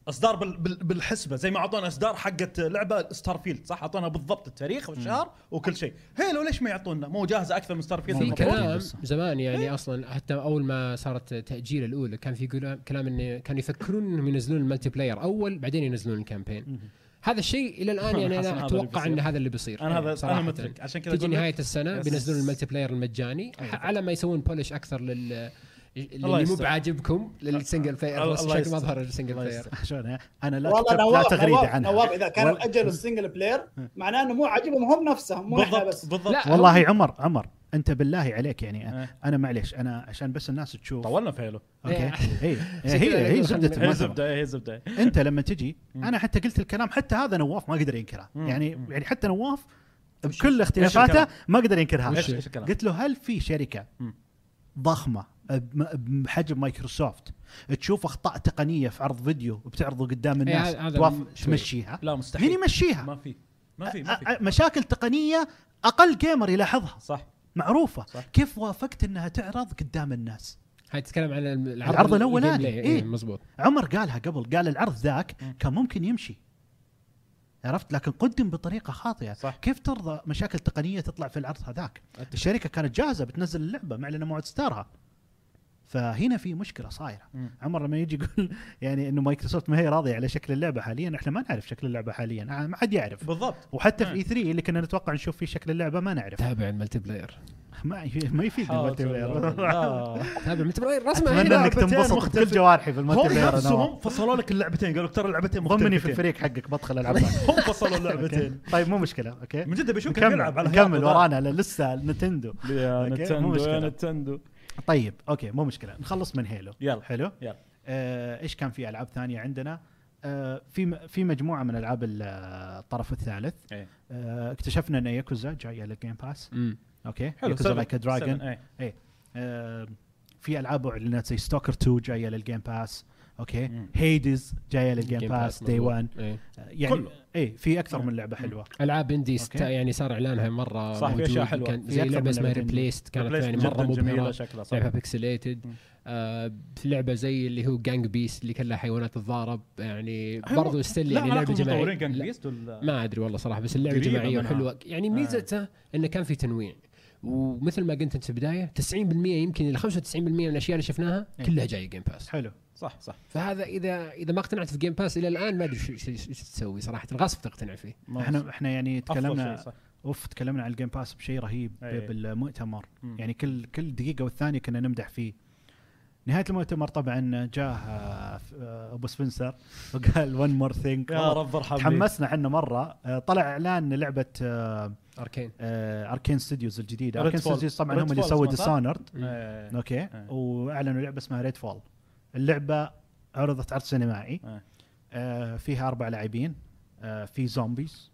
[SPEAKER 3] اصدار بال... بال... بالحسبه زي ما اعطونا اصدار حقت لعبه ستار فيلد صح اعطونا بالضبط التاريخ والشهر وكل شيء هيلو ليش ما يعطونا مو جاهزه اكثر من ستار فيلد
[SPEAKER 2] في
[SPEAKER 3] المفروض؟
[SPEAKER 2] كلام
[SPEAKER 1] بس.
[SPEAKER 2] زمان يعني اصلا حتى اول ما صارت تاجيل الاولى كان في كلام- كلام انه كانوا يفكرون انهم ينزلون الملتي بلاير اول بعدين ينزلون الكامبين هذا الشيء الى الان يعني
[SPEAKER 3] حسن هذا
[SPEAKER 2] انا
[SPEAKER 3] اللي
[SPEAKER 2] اتوقع
[SPEAKER 3] بيصير.
[SPEAKER 2] ان هذا اللي بيصير
[SPEAKER 3] أنا هذا- أنا
[SPEAKER 2] صراحة.
[SPEAKER 3] مثلك، عشان كذا
[SPEAKER 2] تجي
[SPEAKER 3] أقول لك
[SPEAKER 2] نهايه السنه
[SPEAKER 3] يس. أيوة.
[SPEAKER 2] بينزلون الملتي بلاير المجاني ح- على ما يسوون بولش اكثر لل اللي مو
[SPEAKER 3] يستر.
[SPEAKER 2] بعاجبكم للسنجل بلاير
[SPEAKER 3] الله-
[SPEAKER 2] بس
[SPEAKER 3] الله
[SPEAKER 2] شكل ما
[SPEAKER 3] يستر.
[SPEAKER 2] ظهر السنجل
[SPEAKER 1] الله
[SPEAKER 2] بلاير
[SPEAKER 1] يستر. *laughs* شلون انا لا
[SPEAKER 4] والله
[SPEAKER 1] كتبت لا
[SPEAKER 4] نواف
[SPEAKER 1] تغريده
[SPEAKER 4] نواف,
[SPEAKER 1] عنها
[SPEAKER 4] نواف اذا كانوا
[SPEAKER 1] وال-
[SPEAKER 4] اجلوا السنجل بلاير معناه انه مو عاجبهم هم نفسهم مو احنا
[SPEAKER 3] بالضبط
[SPEAKER 4] بس
[SPEAKER 3] بالضبط
[SPEAKER 2] لا.
[SPEAKER 1] والله عمر عمر انت بالله عليك يعني
[SPEAKER 3] إيه.
[SPEAKER 1] انا معليش انا عشان بس الناس تشوف
[SPEAKER 3] طولنا
[SPEAKER 1] *laughs*
[SPEAKER 3] في هيلو
[SPEAKER 1] اوكي
[SPEAKER 2] إيه.
[SPEAKER 3] *laughs*
[SPEAKER 1] هي
[SPEAKER 2] شكله
[SPEAKER 3] إيه،
[SPEAKER 1] هي هي زبده
[SPEAKER 2] خلنا-
[SPEAKER 3] هي
[SPEAKER 1] المؤتمر.
[SPEAKER 3] زبده هي زبده
[SPEAKER 1] انت لما تجي انا حتى قلت الكلام حتى هذا نواف ما قدر ينكره
[SPEAKER 3] مم.
[SPEAKER 1] يعني
[SPEAKER 3] مم.
[SPEAKER 1] يعني حتى نواف بكل
[SPEAKER 3] الكلام؟
[SPEAKER 1] اختلافاته ما قدر ينكرها
[SPEAKER 3] ايش ايش الكلام؟
[SPEAKER 1] قلت له هل في شركه
[SPEAKER 3] مم.
[SPEAKER 1] ضخمه بم- بحجم مايكروسوفت تشوف اخطاء تقنيه في عرض فيديو وبتعرضه قدام الناس
[SPEAKER 2] هذا- هذا
[SPEAKER 1] توافق
[SPEAKER 2] شوي.
[SPEAKER 1] تمشيها
[SPEAKER 3] لا
[SPEAKER 1] مين
[SPEAKER 3] إيه، مستحيل
[SPEAKER 1] يمشيها
[SPEAKER 3] ما في ما في ما
[SPEAKER 1] أ-
[SPEAKER 3] في
[SPEAKER 1] أ- مشاكل تقنيه اقل جيمر يلاحظها
[SPEAKER 3] صح
[SPEAKER 1] معروفه
[SPEAKER 3] صح.
[SPEAKER 1] كيف وافقت انها تعرض قدام الناس
[SPEAKER 2] هاي تتكلم عن العرض,
[SPEAKER 1] العرض الأولاني.
[SPEAKER 2] الجيم بلاي.
[SPEAKER 1] إيه.
[SPEAKER 2] إيه مزبوط
[SPEAKER 1] عمر قالها قبل قال العرض ذاك كان ممكن يمشي عرفت لكن قدم بطريقه خاطئه
[SPEAKER 3] صح.
[SPEAKER 1] كيف ترضى مشاكل تقنيه تطلع في العرض هذاك الشركه كانت جاهزه بتنزل اللعبه معلنه موعد ستارها فهنا في مشكله صايره
[SPEAKER 3] مم.
[SPEAKER 1] عمر لما يجي يقول *laughs* يعني انه مايكروسوفت ما هي راضيه على شكل اللعبه حاليا احنا ما نعرف شكل اللعبه حاليا آه، ما حد يعرف
[SPEAKER 3] بالضبط
[SPEAKER 1] وحتى في
[SPEAKER 3] مم.
[SPEAKER 1] اي 3 اللي كنا نتوقع نشوف فيه شكل اللعبه ما نعرف
[SPEAKER 2] تابع الملتي بلاير
[SPEAKER 1] ما ي- ما يفيد الملتي بلاير
[SPEAKER 3] *laughs* لا.
[SPEAKER 2] تابع الملتي بلاير رسمه
[SPEAKER 1] اتمنى انك
[SPEAKER 3] لعبتين
[SPEAKER 1] تنبسط
[SPEAKER 3] مختلفة.
[SPEAKER 1] بكل جوارحي في
[SPEAKER 3] هم
[SPEAKER 1] الملتي بلاير
[SPEAKER 3] نفسهم
[SPEAKER 1] نواف.
[SPEAKER 3] فصلوا لك اللعبتين قالوا لك ترى اللعبتين
[SPEAKER 1] ضمني في
[SPEAKER 3] مختلفين.
[SPEAKER 1] الفريق حقك بدخل العب معك.
[SPEAKER 3] هم فصلوا اللعبتين
[SPEAKER 1] أوكي. طيب مو مشكله اوكي
[SPEAKER 3] من جد بشوفك
[SPEAKER 1] نكمل
[SPEAKER 3] يلعب على
[SPEAKER 1] نكمل
[SPEAKER 3] هذا.
[SPEAKER 1] ورانا لا، لسه نتندو
[SPEAKER 3] يا
[SPEAKER 1] أوكي، مو
[SPEAKER 3] نتندو
[SPEAKER 1] مشكلة.
[SPEAKER 3] يا نتندو
[SPEAKER 1] طيب اوكي مو مشكله نخلص من هيلو
[SPEAKER 3] يلا.
[SPEAKER 1] حلو
[SPEAKER 3] يلا.
[SPEAKER 1] آه، ايش كان في العاب ثانيه عندنا آه، في م- في مجموعه من العاب ال- آه، الطرف الثالث
[SPEAKER 3] إيه.
[SPEAKER 1] آه، اكتشفنا ان ياكوزا جايه للجيم باس
[SPEAKER 2] مم.
[SPEAKER 1] اوكي
[SPEAKER 3] حلو
[SPEAKER 1] ياكوزا
[SPEAKER 3] سبعة.
[SPEAKER 1] لايك دراجون
[SPEAKER 3] سبعة، إيه.
[SPEAKER 1] آه، في العاب اعلنت زي ستوكر 2 جايه للجيم باس اوكي
[SPEAKER 3] مم.
[SPEAKER 1] هيدز جايه للجيم
[SPEAKER 2] جيم
[SPEAKER 1] باس دي
[SPEAKER 2] مزبوط.
[SPEAKER 1] 1
[SPEAKER 2] إيه.
[SPEAKER 1] يعني
[SPEAKER 3] كله. نعم.
[SPEAKER 1] اي في اكثر من لعبه حلوه
[SPEAKER 2] العاب اندي است...
[SPEAKER 1] أوكي.
[SPEAKER 2] يعني صار اعلانها مره
[SPEAKER 3] صح، في
[SPEAKER 2] موجود.
[SPEAKER 3] أشياء حلوة.
[SPEAKER 2] كان
[SPEAKER 1] في
[SPEAKER 2] زي
[SPEAKER 1] أكثر
[SPEAKER 2] لعبه
[SPEAKER 1] من
[SPEAKER 2] اسمها
[SPEAKER 1] لعبة إندي.
[SPEAKER 2] ريبليست كانت
[SPEAKER 3] بلايستيشن
[SPEAKER 2] يعني مره
[SPEAKER 3] جداً جميلة
[SPEAKER 2] مبهره
[SPEAKER 3] شكلها صح
[SPEAKER 2] لعبه بيكسليتد آه في لعبه زي اللي هو جانج بيس اللي كلها حيوانات تضارب يعني
[SPEAKER 3] أيوة.
[SPEAKER 2] برضو ستيل
[SPEAKER 3] لا
[SPEAKER 2] يعني
[SPEAKER 3] علاقة
[SPEAKER 2] لعبه جماعيه
[SPEAKER 3] مطورين كان
[SPEAKER 2] لا،
[SPEAKER 3] بيست ولا
[SPEAKER 2] ما ادري والله صراحه بس اللعبه
[SPEAKER 3] قريبة
[SPEAKER 2] جماعيه
[SPEAKER 3] منها. آه.
[SPEAKER 2] وحلوه يعني ميزتها انه كان في تنويع ومثل ما قلت انت في البدايه 90% يمكن الى 95% من الاشياء اللي شفناها
[SPEAKER 1] إيه.
[SPEAKER 2] كلها جايه جيم باس
[SPEAKER 1] حلو
[SPEAKER 3] صح صح
[SPEAKER 2] فهذا اذا اذا ما اقتنعت في جيم باس الى الان ما ادري شو- شو شو تسوي صراحه الغصب تقتنع فيه
[SPEAKER 3] ما-
[SPEAKER 1] احنا احنا يعني
[SPEAKER 3] أفضل
[SPEAKER 1] تكلمنا
[SPEAKER 3] شيء، صح.
[SPEAKER 1] اوف تكلمنا عن الجيم باس بشيء رهيب ب-
[SPEAKER 3] أي.
[SPEAKER 1] بالمؤتمر
[SPEAKER 3] مم.
[SPEAKER 1] يعني كل كل دقيقه والثانيه كنا نمدح فيه نهايه المؤتمر طبعا جاه آه، ف- آه، ابو سبنسر وقال ون مور ثينج
[SPEAKER 3] يا رب ارحمني
[SPEAKER 1] تحمسنا احنا مره آه، طلع اعلان لعبه آه،
[SPEAKER 2] اركين
[SPEAKER 1] آه، اركين ستوديوز الجديده
[SPEAKER 3] Redfall.
[SPEAKER 1] اركين ستوديوز طبعا هم اللي
[SPEAKER 3] Redfall
[SPEAKER 1] سووا
[SPEAKER 3] اسمها،
[SPEAKER 1] ديسانرد
[SPEAKER 3] إيه.
[SPEAKER 1] اوكي
[SPEAKER 3] أي.
[SPEAKER 1] واعلنوا لعبه اسمها ريد فول اللعبه عرضت عرض سينمائي
[SPEAKER 3] أي.
[SPEAKER 1] آه، فيها اربع لاعبين آه، في زومبيز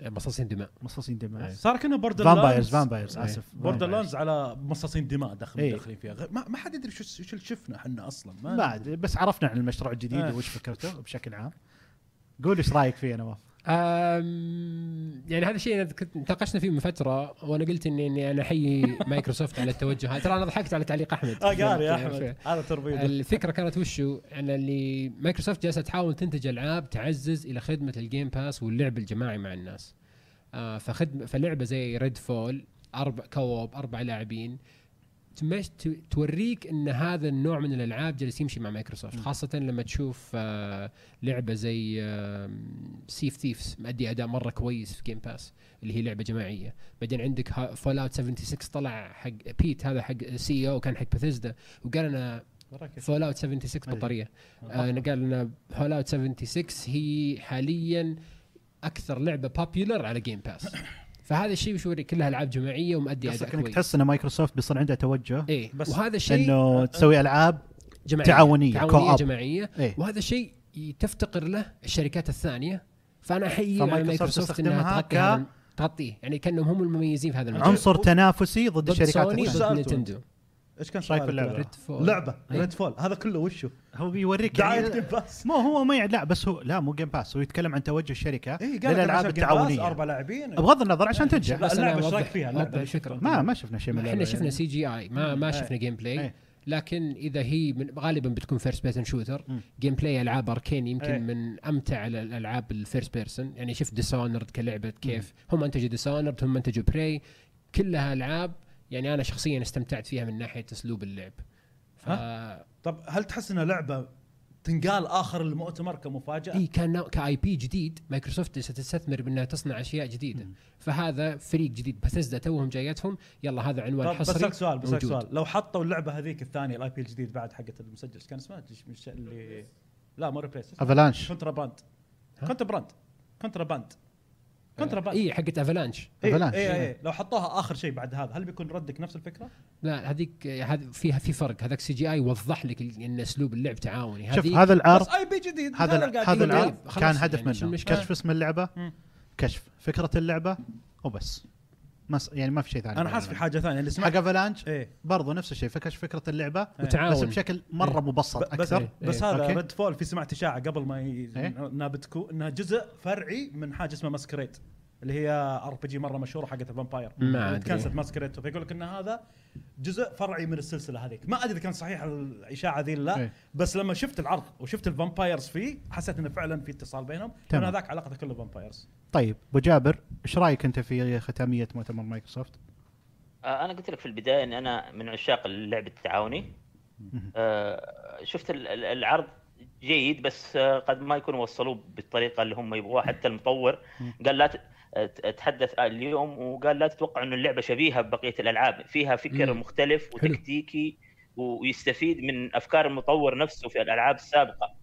[SPEAKER 2] إيه، مصاصين دماء
[SPEAKER 1] مصاصين دماء
[SPEAKER 3] صار كنا بوردر
[SPEAKER 1] فامبايرز فامبايرز
[SPEAKER 2] إيه.
[SPEAKER 1] اسف
[SPEAKER 3] بوردر
[SPEAKER 1] vampires.
[SPEAKER 3] لاندز على مصاصين دماء داخل
[SPEAKER 1] إيه.
[SPEAKER 3] داخلين فيها غير- ما, ما حد يدري شو شو اللي شفنا احنا اصلا ما
[SPEAKER 1] ما ادري بس عرفنا عن المشروع الجديد
[SPEAKER 3] آه.
[SPEAKER 1] وش فكرته بشكل عام قول ايش رايك فيه يا نواف
[SPEAKER 2] أم، يعني هذا الشيء أنا كنت ناقشنا فيه من فتره وانا قلت اني اني انا *laughs* احيي مايكروسوفت على التوجه هذا. ترى انا ضحكت على تعليق احمد
[SPEAKER 3] اه قال يا احمد هذا تربيد
[SPEAKER 2] الفكره كانت وشو ان اللي مايكروسوفت جالسه تحاول تنتج العاب تعزز الى خدمه الجيم باس واللعب الجماعي مع الناس آه فخدمه فلعبه زي ريد فول اربع كوب اربع لاعبين تمش ت- توريك ان هذا النوع من الالعاب جالس يمشي مع مايكروسوفت خاصه لما تشوف آه لعبه زي سيف ثيفز مادي اداء مره كويس في جيم باس اللي هي لعبه جماعيه بعدين عندك فول اوت 76 طلع حق بيت هذا حق سي او كان حق بثيزدا وقال انا فول اوت 76 بطاريه آه، انا قال ان فول اوت 76 هي حاليا اكثر لعبه بوبيولر على جيم باس
[SPEAKER 1] *coughs*
[SPEAKER 2] فهذا الشيء وش يوريك كلها العاب جماعيه ومؤدي
[SPEAKER 1] قصدك
[SPEAKER 2] اداء
[SPEAKER 1] انك
[SPEAKER 2] كويس
[SPEAKER 1] تحس ان مايكروسوفت بيصير عندها توجه
[SPEAKER 2] ايه
[SPEAKER 3] بس
[SPEAKER 2] وهذا الشيء
[SPEAKER 1] انه تسوي العاب
[SPEAKER 2] جماعيه
[SPEAKER 1] تعاونية،
[SPEAKER 2] تعاونيه
[SPEAKER 1] co-op.
[SPEAKER 2] جماعيه
[SPEAKER 1] إيه.
[SPEAKER 2] وهذا الشيء ي- تفتقر له الشركات الثانيه فانا احيي على
[SPEAKER 1] فمايكروسوفت
[SPEAKER 2] مايكروسوفت
[SPEAKER 1] تستخدمها
[SPEAKER 2] انها
[SPEAKER 1] ك-
[SPEAKER 2] تغطي هذا- تغطيه يعني كانهم هم المميزين في هذا المجال
[SPEAKER 1] عنصر تنافسي ضد
[SPEAKER 2] ضد
[SPEAKER 1] الشركات
[SPEAKER 2] سوني
[SPEAKER 1] الثانية.
[SPEAKER 2] ضد
[SPEAKER 3] سألته.
[SPEAKER 2] نينتندو
[SPEAKER 3] ايش كان
[SPEAKER 1] إيش رايك في اللعبة؟
[SPEAKER 3] سؤالك؟
[SPEAKER 2] Redfall.
[SPEAKER 3] لعبه
[SPEAKER 2] إيه.
[SPEAKER 3] ريد فول هذا كله وشو
[SPEAKER 1] هو بيوريك
[SPEAKER 3] دعايه جيم
[SPEAKER 1] يعني
[SPEAKER 3] باس
[SPEAKER 1] مو هو ما يع- لا بس هو لا مو جيم باس هو يتكلم عن توجه الشركه
[SPEAKER 3] اي إيه، قال
[SPEAKER 1] للالعاب
[SPEAKER 3] اربع
[SPEAKER 1] التعاونيه
[SPEAKER 3] لاعبين
[SPEAKER 1] بغض النظر عشان تنجح
[SPEAKER 3] لا،
[SPEAKER 2] بس أنا
[SPEAKER 3] اللعبة إيش
[SPEAKER 2] أوضح-
[SPEAKER 3] رايك فيها؟ اللعبة
[SPEAKER 2] أوضح
[SPEAKER 3] إيش
[SPEAKER 2] الفكرة.
[SPEAKER 1] ما ما شفنا شيء من
[SPEAKER 2] احنا
[SPEAKER 1] اللعبة
[SPEAKER 2] شفنا
[SPEAKER 1] يعني.
[SPEAKER 2] سي جي اي ما ما شفنا جيم بلاي
[SPEAKER 1] إيه.
[SPEAKER 2] لكن اذا هي من غالبا بتكون فيرست بيرسون شوتر جيم بلاي العاب اركين يمكن
[SPEAKER 3] إيه.
[SPEAKER 2] من امتع ال- الالعاب الفيرست بيرسون يعني شفت ديسونرد كلعبه كيف هم انتجوا ديسونرد هم انتجوا براي كلها العاب يعني انا شخصيا استمتعت فيها من ناحيه اسلوب اللعب ف...
[SPEAKER 3] طب هل تحس انها لعبه تنقال اخر المؤتمر كمفاجاه
[SPEAKER 2] اي كان كاي بي جديد مايكروسوفت ستستثمر بانها تصنع اشياء جديده فهذا فريق جديد بثزدا توهم جايتهم يلا هذا عنوان
[SPEAKER 3] طب
[SPEAKER 2] حصري
[SPEAKER 3] بسألك سؤال بسألك
[SPEAKER 2] موجود.
[SPEAKER 3] سؤال لو حطوا اللعبه هذيك الثانيه الاي بي الجديد بعد حقت المسجل إيش كان اسمها مش- مش اللي لا مو ريبليس
[SPEAKER 1] افلانش
[SPEAKER 3] كونترا باند
[SPEAKER 2] ها؟ إيه.
[SPEAKER 3] كونترا باند كونترا باند كونترا
[SPEAKER 1] طيب.
[SPEAKER 3] باند
[SPEAKER 2] اي حقت افلانش
[SPEAKER 1] Avalanche.
[SPEAKER 3] اي اي إيه، لو حطوها اخر شيء بعد هذا هل بيكون ردك نفس الفكره؟
[SPEAKER 2] لا هذيك هذ- فيها في فرق هذاك سي جي اي وضح لك ال- ان اسلوب اللعب تعاوني
[SPEAKER 1] شوف
[SPEAKER 2] هذيك
[SPEAKER 1] هذا العرض
[SPEAKER 3] بس اي بي جديد
[SPEAKER 1] هذا
[SPEAKER 3] اللي
[SPEAKER 1] الع-
[SPEAKER 3] قاعد
[SPEAKER 1] هذا
[SPEAKER 3] يقول. إيه.
[SPEAKER 1] العرض
[SPEAKER 2] خلاص
[SPEAKER 1] كان هدف
[SPEAKER 2] يعني شو
[SPEAKER 1] منه
[SPEAKER 2] المشكلة؟
[SPEAKER 1] كشف اسم اللعبه
[SPEAKER 3] مم.
[SPEAKER 1] كشف فكره اللعبه وبس ما س- يعني ما في شيء ثاني
[SPEAKER 3] انا حاسس في حاجه ثانيه اللي
[SPEAKER 1] حق
[SPEAKER 3] سمعت
[SPEAKER 1] افلانش
[SPEAKER 3] ايه
[SPEAKER 1] برضو نفس الشيء فكشف فكره اللعبه بس
[SPEAKER 2] وتعاون
[SPEAKER 1] بشكل مره
[SPEAKER 3] ب-
[SPEAKER 1] مبسط
[SPEAKER 3] بس
[SPEAKER 1] اكثر
[SPEAKER 3] بس
[SPEAKER 2] إيه.
[SPEAKER 3] هذا
[SPEAKER 1] أوكي.
[SPEAKER 3] ريد فول في سمعت اشاعه قبل ما ي...
[SPEAKER 1] إيه.
[SPEAKER 3] نابتكو انها جزء فرعي من حاجه اسمها ماسكريد اللي هي ار بي جي مره مشهوره حقت الفامباير
[SPEAKER 2] ما أدري.
[SPEAKER 3] تكنسلت ماسكريد فيقول لك ان هذا جزء فرعي من السلسله هذيك ما ادري اذا كان صحيح الاشاعه ذي ولا لا
[SPEAKER 1] إيه.
[SPEAKER 3] بس لما شفت العرض وشفت الفامبايرز فيه حسيت انه فعلا في اتصال بينهم
[SPEAKER 1] تمام.
[SPEAKER 3] تمام هذاك علاقته كله فامبايرز
[SPEAKER 1] طيب ابو جابر ايش رايك انت في ختاميه مؤتمر مايكروسوفت؟
[SPEAKER 5] آه، انا قلت لك في البدايه اني انا من عشاق اللعب التعاوني آه، شفت ال- ال- العرض جيد بس آه، قد ما يكونوا وصلوه بالطريقه اللي هم يبغوها حتى المطور قال لا ت- آه، ت- تحدث اليوم وقال لا تتوقع انه اللعبه شبيهه ببقيه الالعاب فيها فكر
[SPEAKER 2] مم.
[SPEAKER 5] مختلف
[SPEAKER 2] حلو.
[SPEAKER 5] وتكتيكي ويستفيد من افكار المطور نفسه في الالعاب السابقه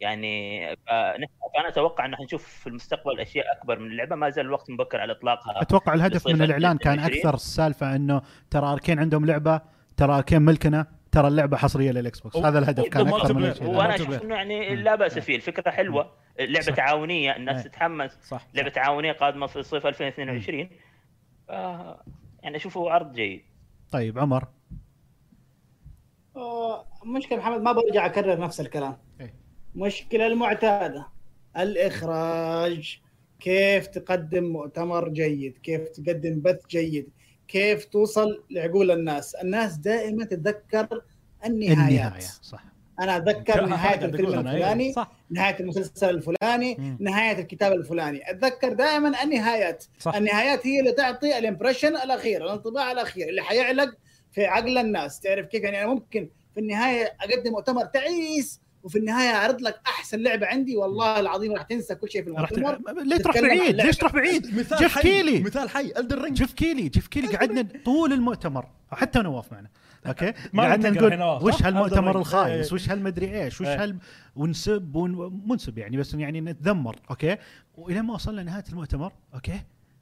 [SPEAKER 5] يعني آه، نحن- فانا اتوقع ان حنشوف في المستقبل اشياء اكبر من اللعبه ما زال الوقت مبكر على اطلاقها
[SPEAKER 1] اتوقع الهدف من
[SPEAKER 5] لصيف
[SPEAKER 1] الاعلان كان
[SPEAKER 5] 2020.
[SPEAKER 1] اكثر السالفه انه ترى اركين عندهم لعبه ترى اركين ملكنا ترى اللعبه حصريه للاكس بوكس هذا الهدف كان
[SPEAKER 3] بالضبط.
[SPEAKER 1] اكثر من
[SPEAKER 3] بالضبط.
[SPEAKER 1] الشيء
[SPEAKER 5] وانا
[SPEAKER 3] ملتي
[SPEAKER 5] اشوف
[SPEAKER 3] بلاير.
[SPEAKER 5] انه يعني
[SPEAKER 1] إيه، مم.
[SPEAKER 5] لا باس فيه الفكره حلوه لعبه تعاونيه الناس
[SPEAKER 3] إيه.
[SPEAKER 5] تتحمس
[SPEAKER 3] صح
[SPEAKER 5] لعبه تعاونيه قادمه في صيف 2022 آه يعني اشوفه عرض جيد
[SPEAKER 1] طيب عمر
[SPEAKER 4] آه، مشكلة محمد ما برجع أكرر نفس الكلام
[SPEAKER 1] إيه.
[SPEAKER 4] مشكلة المعتادة الإخراج كيف تقدم مؤتمر جيد كيف تقدم بث جيد كيف توصل لعقول الناس الناس دائما تتذكر النهايات
[SPEAKER 1] النهايه صح
[SPEAKER 4] أنا أتذكر نهاية الفيلم
[SPEAKER 3] أنا إيه.
[SPEAKER 4] الفلاني
[SPEAKER 3] صح
[SPEAKER 4] نهايه المسلسل الفلاني
[SPEAKER 3] مم.
[SPEAKER 4] نهايه الكتاب الفلاني اتذكر دائما النهايات *laughs*
[SPEAKER 3] صح.
[SPEAKER 4] النهايات هي اللي تعطي الامبريشن الاخير الانطباع الاخير اللي حيعلق في عقل الناس تعرف كيف يعني انا ممكن في النهايه اقدم مؤتمر تعيس وفي النهايه اعرض لك احسن لعبه عندي والله العظيم راح تنسى كل شيء في
[SPEAKER 1] رحت
[SPEAKER 4] المؤتمر
[SPEAKER 1] ليه تروح
[SPEAKER 4] تتكلم عن
[SPEAKER 1] بعيد؟
[SPEAKER 4] لعبة.
[SPEAKER 1] ليش تروح بعيد؟
[SPEAKER 3] مثال
[SPEAKER 1] جيف
[SPEAKER 3] حي
[SPEAKER 1] كيلي.
[SPEAKER 3] مثال حي الدر رينج
[SPEAKER 1] جيف كيلي جيف كيلي قعدنا طول المؤتمر حتى نواف معنا اوكي
[SPEAKER 3] ما
[SPEAKER 1] قعدنا
[SPEAKER 3] منطقة
[SPEAKER 1] نقول
[SPEAKER 3] نواف،
[SPEAKER 1] وش
[SPEAKER 3] صح؟ هذا
[SPEAKER 1] هالمؤتمر
[SPEAKER 3] الرأي.
[SPEAKER 1] الخايس
[SPEAKER 3] إيه.
[SPEAKER 1] وش هالمدري ايش وش
[SPEAKER 3] إيه.
[SPEAKER 1] هال ونسب ونسب يعني بس يعني نتذمر اوكي والى ما وصلنا نهايه المؤتمر اوكي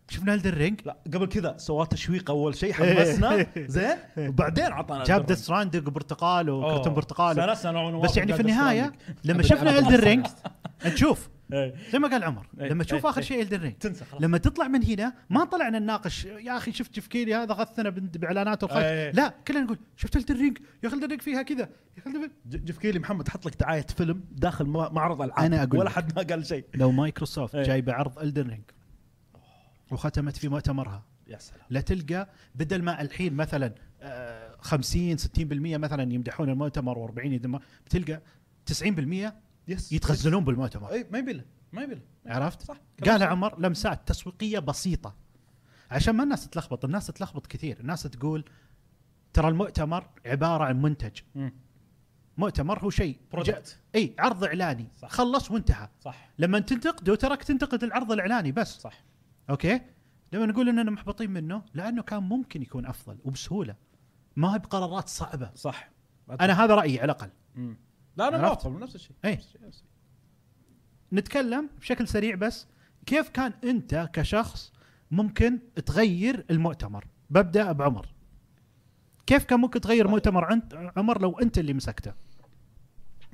[SPEAKER 1] شفنا الدرينج
[SPEAKER 3] لا قبل كذا سواه تشويق اول شيء حمسنا
[SPEAKER 1] *laughs*
[SPEAKER 3] زين وبعدين عطانا
[SPEAKER 1] إيه. جاب
[SPEAKER 3] Elden Ring.
[SPEAKER 1] ديث ستراندنج برتقال
[SPEAKER 3] أوه.
[SPEAKER 1] وكرتون برتقال
[SPEAKER 3] سلسنا نوع من
[SPEAKER 1] بس يعني في
[SPEAKER 3] واحد
[SPEAKER 1] النهايه
[SPEAKER 3] Death
[SPEAKER 1] لما
[SPEAKER 3] أبداً،
[SPEAKER 1] شفنا
[SPEAKER 3] أبداً.
[SPEAKER 1] الدرينج
[SPEAKER 3] *laughs*
[SPEAKER 1] نشوف
[SPEAKER 3] Stranding.
[SPEAKER 1] زي ما قال عمر
[SPEAKER 3] إيه،
[SPEAKER 1] لما تشوف
[SPEAKER 3] إيه،
[SPEAKER 1] اخر
[SPEAKER 3] إيه.
[SPEAKER 1] شيء الدرينج
[SPEAKER 3] تنسى خلاص
[SPEAKER 1] لما تطلع من هنا ما طلعنا نناقش يا اخي شفت جفكيلي هذا غثنا بن- باعلاناته الخايسة.
[SPEAKER 3] أي.
[SPEAKER 1] لا كلنا نقول شفت الدرينج يا اخي الدرينج فيها كذا يا أخي الدرينج-
[SPEAKER 3] ج- جيف كيلي محمد حط لك دعايه فيلم داخل مع- معرض العاب
[SPEAKER 1] أنا أقول
[SPEAKER 3] ولا
[SPEAKER 1] لك.
[SPEAKER 3] حد ما قال شيء
[SPEAKER 1] لو مايكروسوفت
[SPEAKER 3] أي.
[SPEAKER 1] جايبه عرض الدرينج وختمت في مؤتمرها
[SPEAKER 3] يا سلام
[SPEAKER 1] لا تلقى بدل ما الحين مثلا آه، 50 60% مثلا يمدحون المؤتمر و40 يذم بتلقى 90%
[SPEAKER 3] يس
[SPEAKER 1] يتخزنون بالمؤتمر
[SPEAKER 3] اي ما يبي له ما يبي له
[SPEAKER 1] عرفت؟
[SPEAKER 3] إيه. صح
[SPEAKER 1] قالها عمر لمسات تسويقيه بسيطه عشان ما الناس تتلخبط الناس تتلخبط كثير الناس تقول ترى المؤتمر عباره عن منتج
[SPEAKER 3] مم.
[SPEAKER 1] مؤتمر هو شيء
[SPEAKER 3] Product.
[SPEAKER 1] اي عرض اعلاني
[SPEAKER 3] صح.
[SPEAKER 1] خلص وانتهى
[SPEAKER 3] صح
[SPEAKER 1] لما تنتقده تراك تنتقد العرض الاعلاني بس
[SPEAKER 3] صح
[SPEAKER 1] اوكي لما نقول اننا محبطين منه لانه كان ممكن يكون افضل وبسهوله ما هي بقرارات صعبه
[SPEAKER 3] صح
[SPEAKER 1] انا هذا رايي على الاقل
[SPEAKER 3] مم. لا انا
[SPEAKER 1] عرفت؟
[SPEAKER 3] موافق نفس الشيء
[SPEAKER 1] إيه.
[SPEAKER 3] نفس الشيء، نفس الشيء.
[SPEAKER 1] نتكلم بشكل سريع بس كيف كان انت كشخص ممكن تغير المؤتمر ببدا بعمر كيف كان ممكن تغير مؤتمر انت عمر لو انت اللي مسكته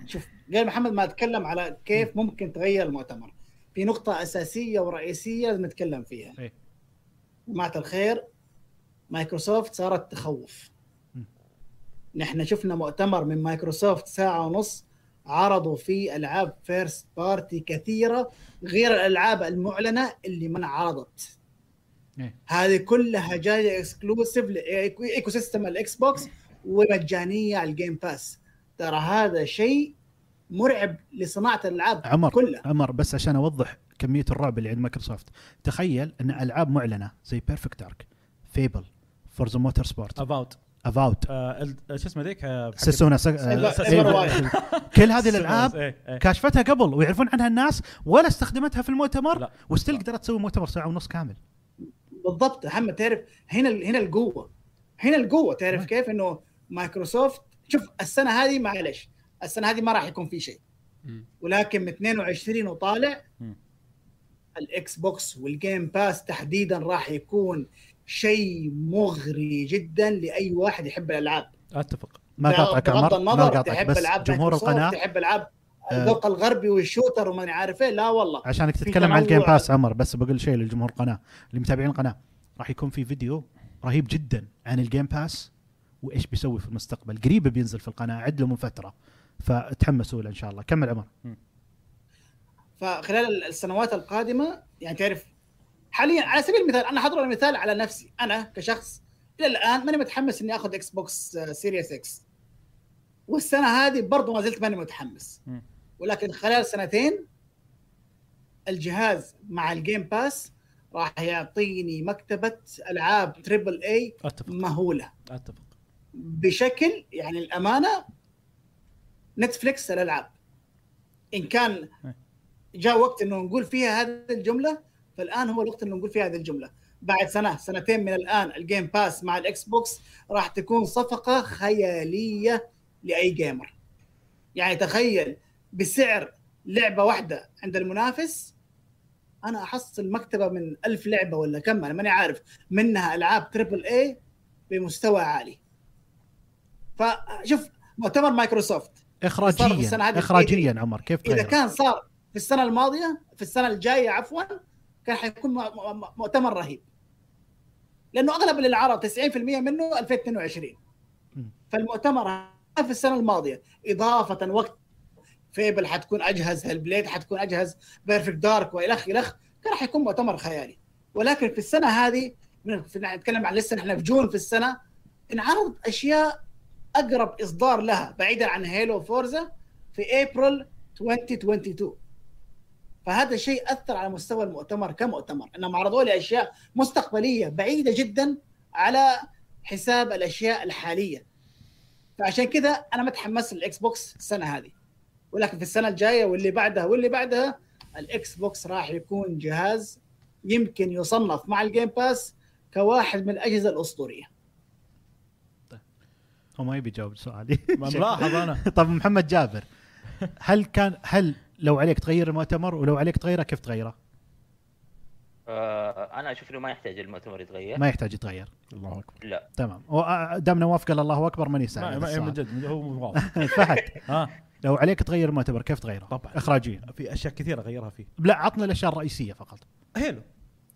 [SPEAKER 4] شوف قال محمد ما اتكلم على كيف ممكن تغير المؤتمر في نقطة أساسية ورئيسية لازم نتكلم فيها
[SPEAKER 1] إيه.
[SPEAKER 4] جماعة الخير مايكروسوفت صارت تخوف
[SPEAKER 1] مم.
[SPEAKER 4] نحن شفنا مؤتمر من مايكروسوفت ساعة ونص عرضوا فيه ألعاب فيرست بارتي كثيرة غير الألعاب المعلنة اللي ما انعرضت
[SPEAKER 1] إيه.
[SPEAKER 4] هذه كلها جاية اكسكلوسيف لإيكو سيستم الإكس بوكس ومجانية على الجيم باس ترى هذا شيء مرعب لصناعه الالعاب
[SPEAKER 1] عمر
[SPEAKER 4] كلها
[SPEAKER 1] عمر بس عشان اوضح كميه الرعب اللي عند مايكروسوفت تخيل ان العاب معلنه زي بيرفكت دارك فيبل فورزا موتور سبورت
[SPEAKER 3] اباوت
[SPEAKER 1] افاوت
[SPEAKER 3] آه، ال- شو اسمه ذيك آه، حق-
[SPEAKER 1] سيسونا سك...
[SPEAKER 4] سيبر-
[SPEAKER 1] سيبر-
[SPEAKER 4] سيبر وايد.
[SPEAKER 1] كل هذه
[SPEAKER 3] سيبر-
[SPEAKER 1] الالعاب
[SPEAKER 3] إيه، إيه.
[SPEAKER 1] كاشفتها قبل ويعرفون عنها الناس ولا استخدمتها في المؤتمر
[SPEAKER 3] لا.
[SPEAKER 1] وستيل قدرت تسوي مؤتمر ساعه ونص كامل
[SPEAKER 4] بالضبط محمد تعرف هنا هنا القوه هنا القوه تعرف كيف انه مايكروسوفت شوف السنه هذه معلش السنه هذه ما راح يكون في شيء
[SPEAKER 2] مم.
[SPEAKER 4] ولكن من 22 وطالع
[SPEAKER 3] مم.
[SPEAKER 4] الاكس بوكس والجيم باس تحديدا راح يكون شيء مغري جدا لاي واحد يحب الالعاب
[SPEAKER 3] اتفق
[SPEAKER 1] ما قاطعك
[SPEAKER 4] بغض
[SPEAKER 1] عمر ما
[SPEAKER 4] النظر
[SPEAKER 1] قاطعك
[SPEAKER 4] تحب
[SPEAKER 1] بس
[SPEAKER 4] العاب
[SPEAKER 1] جمهور
[SPEAKER 4] مايكروسوفت،
[SPEAKER 1] القناه
[SPEAKER 4] تحب العاب
[SPEAKER 1] آه.
[SPEAKER 4] الذوق الغربي والشوتر وماني عارف ايه لا والله
[SPEAKER 1] عشانك
[SPEAKER 4] في يعني.
[SPEAKER 1] تتكلم عن
[SPEAKER 4] تنوع.
[SPEAKER 1] الجيم باس عمر بس بقول شيء للجمهور القناه اللي متابعين القناه راح يكون في فيديو رهيب جدا عن الجيم باس وايش بيسوي في المستقبل قريب بينزل في القناه عد له من فتره فتحمسوا له ان شاء الله كمل عمر
[SPEAKER 4] فخلال السنوات القادمه يعني تعرف حاليا على سبيل المثال انا حضرب المثال على نفسي انا كشخص الى الان ماني متحمس اني اخذ اكس بوكس سيريس اكس والسنه هذه برضو ما زلت ماني متحمس
[SPEAKER 3] مم.
[SPEAKER 4] ولكن خلال سنتين الجهاز مع الجيم باس راح يعطيني مكتبه العاب تريبل اي
[SPEAKER 3] اتفق
[SPEAKER 4] مهوله
[SPEAKER 3] اتفق
[SPEAKER 4] بشكل يعني الامانه نتفليكس الالعاب ان كان جاء وقت انه نقول فيها هذه الجمله فالان هو الوقت انه نقول فيها هذه الجمله بعد سنه سنتين من الان الجيم باس مع الاكس بوكس راح تكون صفقه خياليه لاي جيمر يعني تخيل بسعر لعبه واحده عند المنافس انا احصل مكتبه من ألف لعبه ولا كم انا ماني عارف منها العاب تريبل اي بمستوى عالي فشوف مؤتمر مايكروسوفت صار في السنة
[SPEAKER 1] اخراجيا
[SPEAKER 4] هذه
[SPEAKER 1] اخراجيا عمر كيف
[SPEAKER 4] اذا
[SPEAKER 1] تغير؟
[SPEAKER 4] كان صار في السنه الماضيه في السنه الجايه عفوا كان حيكون م- م- م- مؤتمر رهيب لانه اغلب اللي العرض 90% منه 2022
[SPEAKER 1] مم.
[SPEAKER 4] فالمؤتمر في السنه الماضيه اضافه وقت فيبل حتكون اجهز هالبليد حتكون اجهز بيرفكت دارك والخ الخ كان حيكون مؤتمر خيالي ولكن في السنه هذه من- في- نتكلم عن لسه احنا في جون في السنه انعرض اشياء اقرب اصدار لها بعيدا عن هيلو فورزا في ابريل 2022 فهذا شيء اثر على مستوى المؤتمر كمؤتمر انهم عرضوا لي اشياء مستقبليه بعيده جدا على حساب الاشياء الحاليه فعشان كذا انا متحمس للاكس بوكس السنه هذه ولكن في السنه الجايه واللي بعدها واللي بعدها الاكس بوكس راح يكون جهاز يمكن يصنف مع الجيم باس كواحد من الاجهزه الاسطوريه
[SPEAKER 1] هو ما يبي يجاوب *laughs* سؤالي
[SPEAKER 3] ما ملاحظ انا
[SPEAKER 1] طب محمد جابر هل كان هل لو عليك تغير المؤتمر ولو عليك تغيره كيف تغيره؟
[SPEAKER 5] آه، انا اشوف انه ما يحتاج المؤتمر يتغير
[SPEAKER 1] ما يحتاج يتغير
[SPEAKER 2] الله اكبر
[SPEAKER 5] لا
[SPEAKER 1] تمام وآ- دامنا وافق على الله اكبر ماني
[SPEAKER 3] ما-
[SPEAKER 1] سعيد
[SPEAKER 3] ما- من جد هو مو
[SPEAKER 1] *laughs*
[SPEAKER 3] واضح
[SPEAKER 1] فهد
[SPEAKER 3] ها
[SPEAKER 1] لو عليك تغير المؤتمر كيف تغيره؟
[SPEAKER 3] طبعاً.
[SPEAKER 1] اخراجيا
[SPEAKER 3] في اشياء كثيره غيرها فيه
[SPEAKER 1] لا عطنا الاشياء الرئيسيه فقط
[SPEAKER 3] هيلو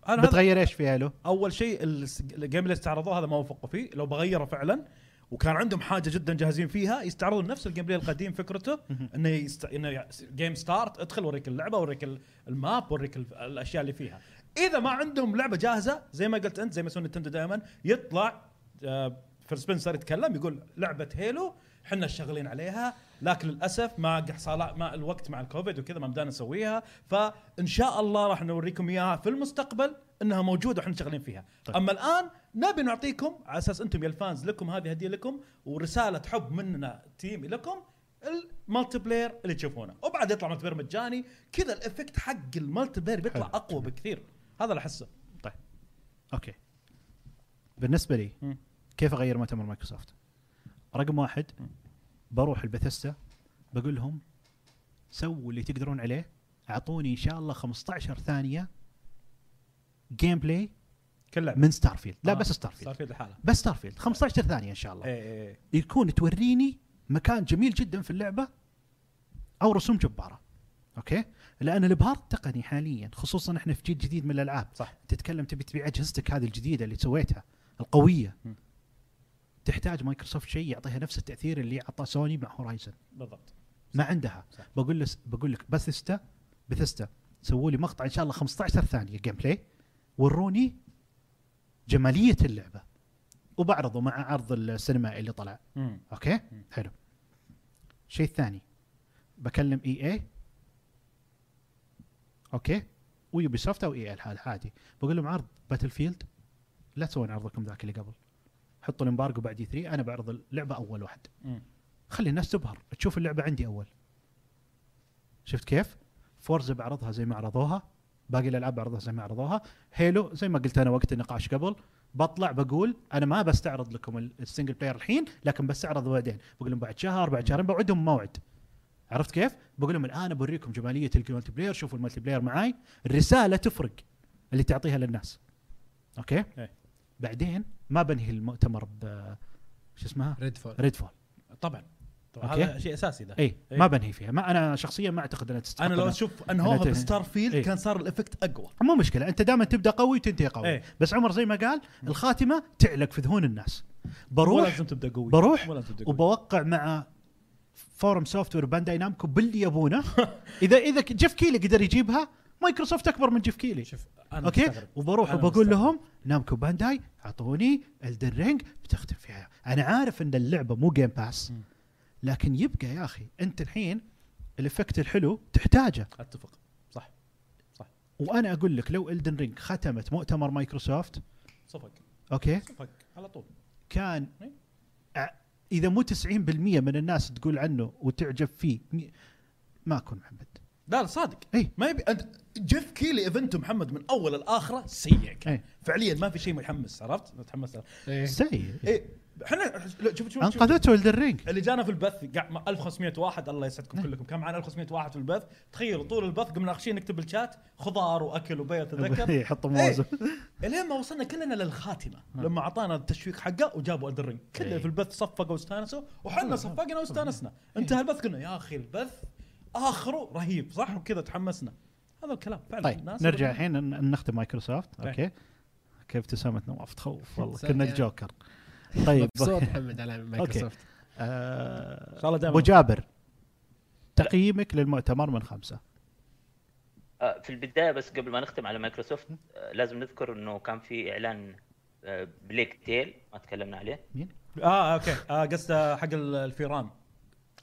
[SPEAKER 3] انا هذا
[SPEAKER 1] بتغير ايش في هيلو؟
[SPEAKER 3] اول شيء الس- الجيم اللي استعرضوه هذا ما وفقوا فيه لو بغيره فعلا وكان عندهم حاجه جدا جاهزين فيها يستعرضون نفس الجيم بلاي القديم فكرته انه يست... انه ي- جيم ستارت ادخل اوريك اللعبه اوريك ال- الماب اوريك ال- الاشياء اللي فيها اذا ما عندهم لعبه جاهزه زي ما قلت انت زي ما سوني نتندو دائما يطلع آه، فيل سبنسر يتكلم يقول لعبه هيلو احنا شغالين عليها لكن للاسف ما حصل ما الوقت مع الكوفيد وكذا ما بدانا نسويها فان شاء الله راح نوريكم اياها في المستقبل انها موجوده واحنا شغالين فيها
[SPEAKER 1] طيب.
[SPEAKER 3] طيب. اما الان نبي نعطيكم على اساس انتم يا الفانز لكم هذه هديه لكم ورساله حب مننا تيم لكم المالتي بلاير اللي تشوفونه وبعد يطلع مالتي بلاير مجاني كذا الافكت حق المالتي بلاير بيطلع
[SPEAKER 1] حلو.
[SPEAKER 3] اقوى بكثير هذا اللي احسه
[SPEAKER 1] اوكي بالنسبه لي
[SPEAKER 3] مم.
[SPEAKER 1] كيف اغير مؤتمر مايكروسوفت؟ رقم واحد بروح البثستا بقول لهم سووا اللي تقدرون عليه اعطوني ان شاء الله 15 ثانيه جيم بلاي
[SPEAKER 3] كل لعبه
[SPEAKER 1] من ستارفيلد لا
[SPEAKER 3] آه،
[SPEAKER 1] بس ستارفيلد
[SPEAKER 3] ستارفيلد لحالها
[SPEAKER 1] بس ستارفيلد 15 ثانيه ان شاء الله
[SPEAKER 3] اي اي اي
[SPEAKER 1] يكون توريني مكان جميل جدا في اللعبه او رسوم جباره اوكي لان الابهار التقني حاليا خصوصا احنا في جيل جديد من الالعاب
[SPEAKER 3] صح.
[SPEAKER 1] تتكلم تبي تبيع اجهزتك هذه الجديده اللي سويتها القويه
[SPEAKER 3] م.
[SPEAKER 1] تحتاج مايكروسوفت شيء يعطيها نفس التاثير اللي اعطاه سوني مع هورايزن
[SPEAKER 3] بالضبط
[SPEAKER 1] ما عندها
[SPEAKER 3] صح.
[SPEAKER 1] بقول لك بقول لك بثستا بثستا سووا لي مقطع ان شاء الله 15 ثانيه جيم بلاي وروني جماليه اللعبه وبعرضه مع عرض السينما اللي طلع
[SPEAKER 3] مم.
[SPEAKER 1] اوكي حلو الشيء الثاني بكلم إيه. اي اي اوكي ويوبي سوفت او اي اي الحال عادي بقول لهم عرض باتل فيلد لا تسوون عرضكم ذاك اللي قبل حطوا الامبارجو بعد جي 3 انا بعرض اللعبه اول واحد
[SPEAKER 3] مم.
[SPEAKER 1] خلي الناس تبهر تشوف اللعبه عندي اول شفت كيف؟ فورزا بعرضها زي ما عرضوها باقي الالعاب بعرضها زي ما عرضوها هيلو زي ما قلت انا وقت النقاش قبل بطلع بقول انا ما بستعرض لكم ال- السنجل بلاير الحين لكن بستعرض بعدين بقول لهم بعد شهر بعد شهرين بوعدهم موعد عرفت كيف؟ بقول لهم الان بوريكم جماليه الملتي بلاير شوفوا الملتي بلاير معاي الرساله تفرق اللي تعطيها للناس اوكي؟
[SPEAKER 3] إيه.
[SPEAKER 1] بعدين ما بنهي المؤتمر ب شو اسمها؟ *laughs*
[SPEAKER 2] ريد فول
[SPEAKER 1] ريد فول
[SPEAKER 3] طبعا طبعا
[SPEAKER 1] أوكي.
[SPEAKER 3] هذا شيء اساسي ذا
[SPEAKER 1] اي
[SPEAKER 3] إيه.
[SPEAKER 1] ما بنهي فيها ما انا شخصيا ما اعتقد انها تستحق
[SPEAKER 3] انا لو
[SPEAKER 1] إنها-
[SPEAKER 3] اشوف
[SPEAKER 1] أنا
[SPEAKER 3] انهوها
[SPEAKER 1] تهني.
[SPEAKER 3] بستار فيلد
[SPEAKER 1] إيه.
[SPEAKER 3] كان صار الافكت اقوى
[SPEAKER 1] مو مشكله انت دائما تبدا قوي وتنتهي قوي
[SPEAKER 3] إيه.
[SPEAKER 1] بس عمر زي ما قال الخاتمه تعلق في ذهون الناس
[SPEAKER 3] مو
[SPEAKER 1] بروح
[SPEAKER 3] لازم تبدا قوي
[SPEAKER 1] بروح
[SPEAKER 3] مو لازم تبدا قوي
[SPEAKER 1] وبوقع مع فورم سوفت وير بانداي نامكو باللي يبونه
[SPEAKER 3] *laughs*
[SPEAKER 1] اذا اذا ك- جيف كيلي قدر يجيبها مايكروسوفت اكبر من جيف كيلي
[SPEAKER 3] شوف انا
[SPEAKER 1] اوكي
[SPEAKER 3] مستغرب.
[SPEAKER 1] وبروح
[SPEAKER 3] أنا
[SPEAKER 1] وبقول
[SPEAKER 3] مستغرب.
[SPEAKER 1] لهم نامكو بانداي اعطوني الدرينج بتختم فيها انا عارف ان اللعبه مو جيم باس
[SPEAKER 3] مم.
[SPEAKER 1] لكن يبقى يا اخي انت الحين الافكت الحلو تحتاجه
[SPEAKER 3] اتفق صح
[SPEAKER 1] وانا اقول لك لو الدن رينج ختمت مؤتمر مايكروسوفت
[SPEAKER 3] صفق
[SPEAKER 1] اوكي
[SPEAKER 3] صفق على طول
[SPEAKER 1] كان أ- اذا مو 90% من الناس تقول عنه وتعجب فيه مي- ما اكون محمد
[SPEAKER 3] لا لا صادق
[SPEAKER 1] إيه.
[SPEAKER 3] ما يبي انت جيف كيلي ايفنت محمد من اول لاخره سيء كان
[SPEAKER 1] إيه.
[SPEAKER 3] فعليا ما في شيء محمس عرفت؟ متحمس
[SPEAKER 2] إيه.
[SPEAKER 1] سيء
[SPEAKER 3] ايه احنا لا، شوف شوف شوف-
[SPEAKER 1] انقذته الدن رينج
[SPEAKER 3] اللي جانا في البث قاع مع 1500 واحد الله يسعدكم
[SPEAKER 1] إيه.
[SPEAKER 3] كلكم كان معنا 1500 واحد في البث تخيلوا طول البث قمنا ناقشين نكتب بالشات خضار واكل وبيض تتذكر
[SPEAKER 1] *laughs* يحط
[SPEAKER 3] إيه. *laughs*
[SPEAKER 1] موازم
[SPEAKER 3] الين ما وصلنا كلنا للخاتمه لما اعطانا التشويق حقه وجابوا الدرين كلنا
[SPEAKER 1] نعم. إيه. نعم.
[SPEAKER 3] في البث صفقوا واستانسوا وحنا صفقنا واستانسنا
[SPEAKER 1] إيه.
[SPEAKER 3] انتهى البث قلنا يا اخي البث اخره رهيب صح وكذا تحمسنا هذا الكلام فعلا
[SPEAKER 1] طيب
[SPEAKER 3] الناس-
[SPEAKER 1] نرجع الحين ن- نختم مايكروسوفت
[SPEAKER 3] طيب.
[SPEAKER 1] اوكي كيف ابتسامه نواف
[SPEAKER 3] *laughs*
[SPEAKER 1] تخوف والله
[SPEAKER 2] صحيح.
[SPEAKER 1] كنا
[SPEAKER 3] يعني.
[SPEAKER 1] الجوكر طيب
[SPEAKER 2] مبسوط محمد على مايكروسوفت
[SPEAKER 1] *laughs* آه،
[SPEAKER 3] ان شاء الله
[SPEAKER 1] ابو
[SPEAKER 3] دائما
[SPEAKER 1] جابر تقييمك للمؤتمر من خمسه
[SPEAKER 5] آه، في البدايه بس قبل ما نختم على مايكروسوفت آه، لازم نذكر انه كان في اعلان آه، بليك تيل ما تكلمنا عليه
[SPEAKER 3] اه اوكي آه قصده حق ال- الفيران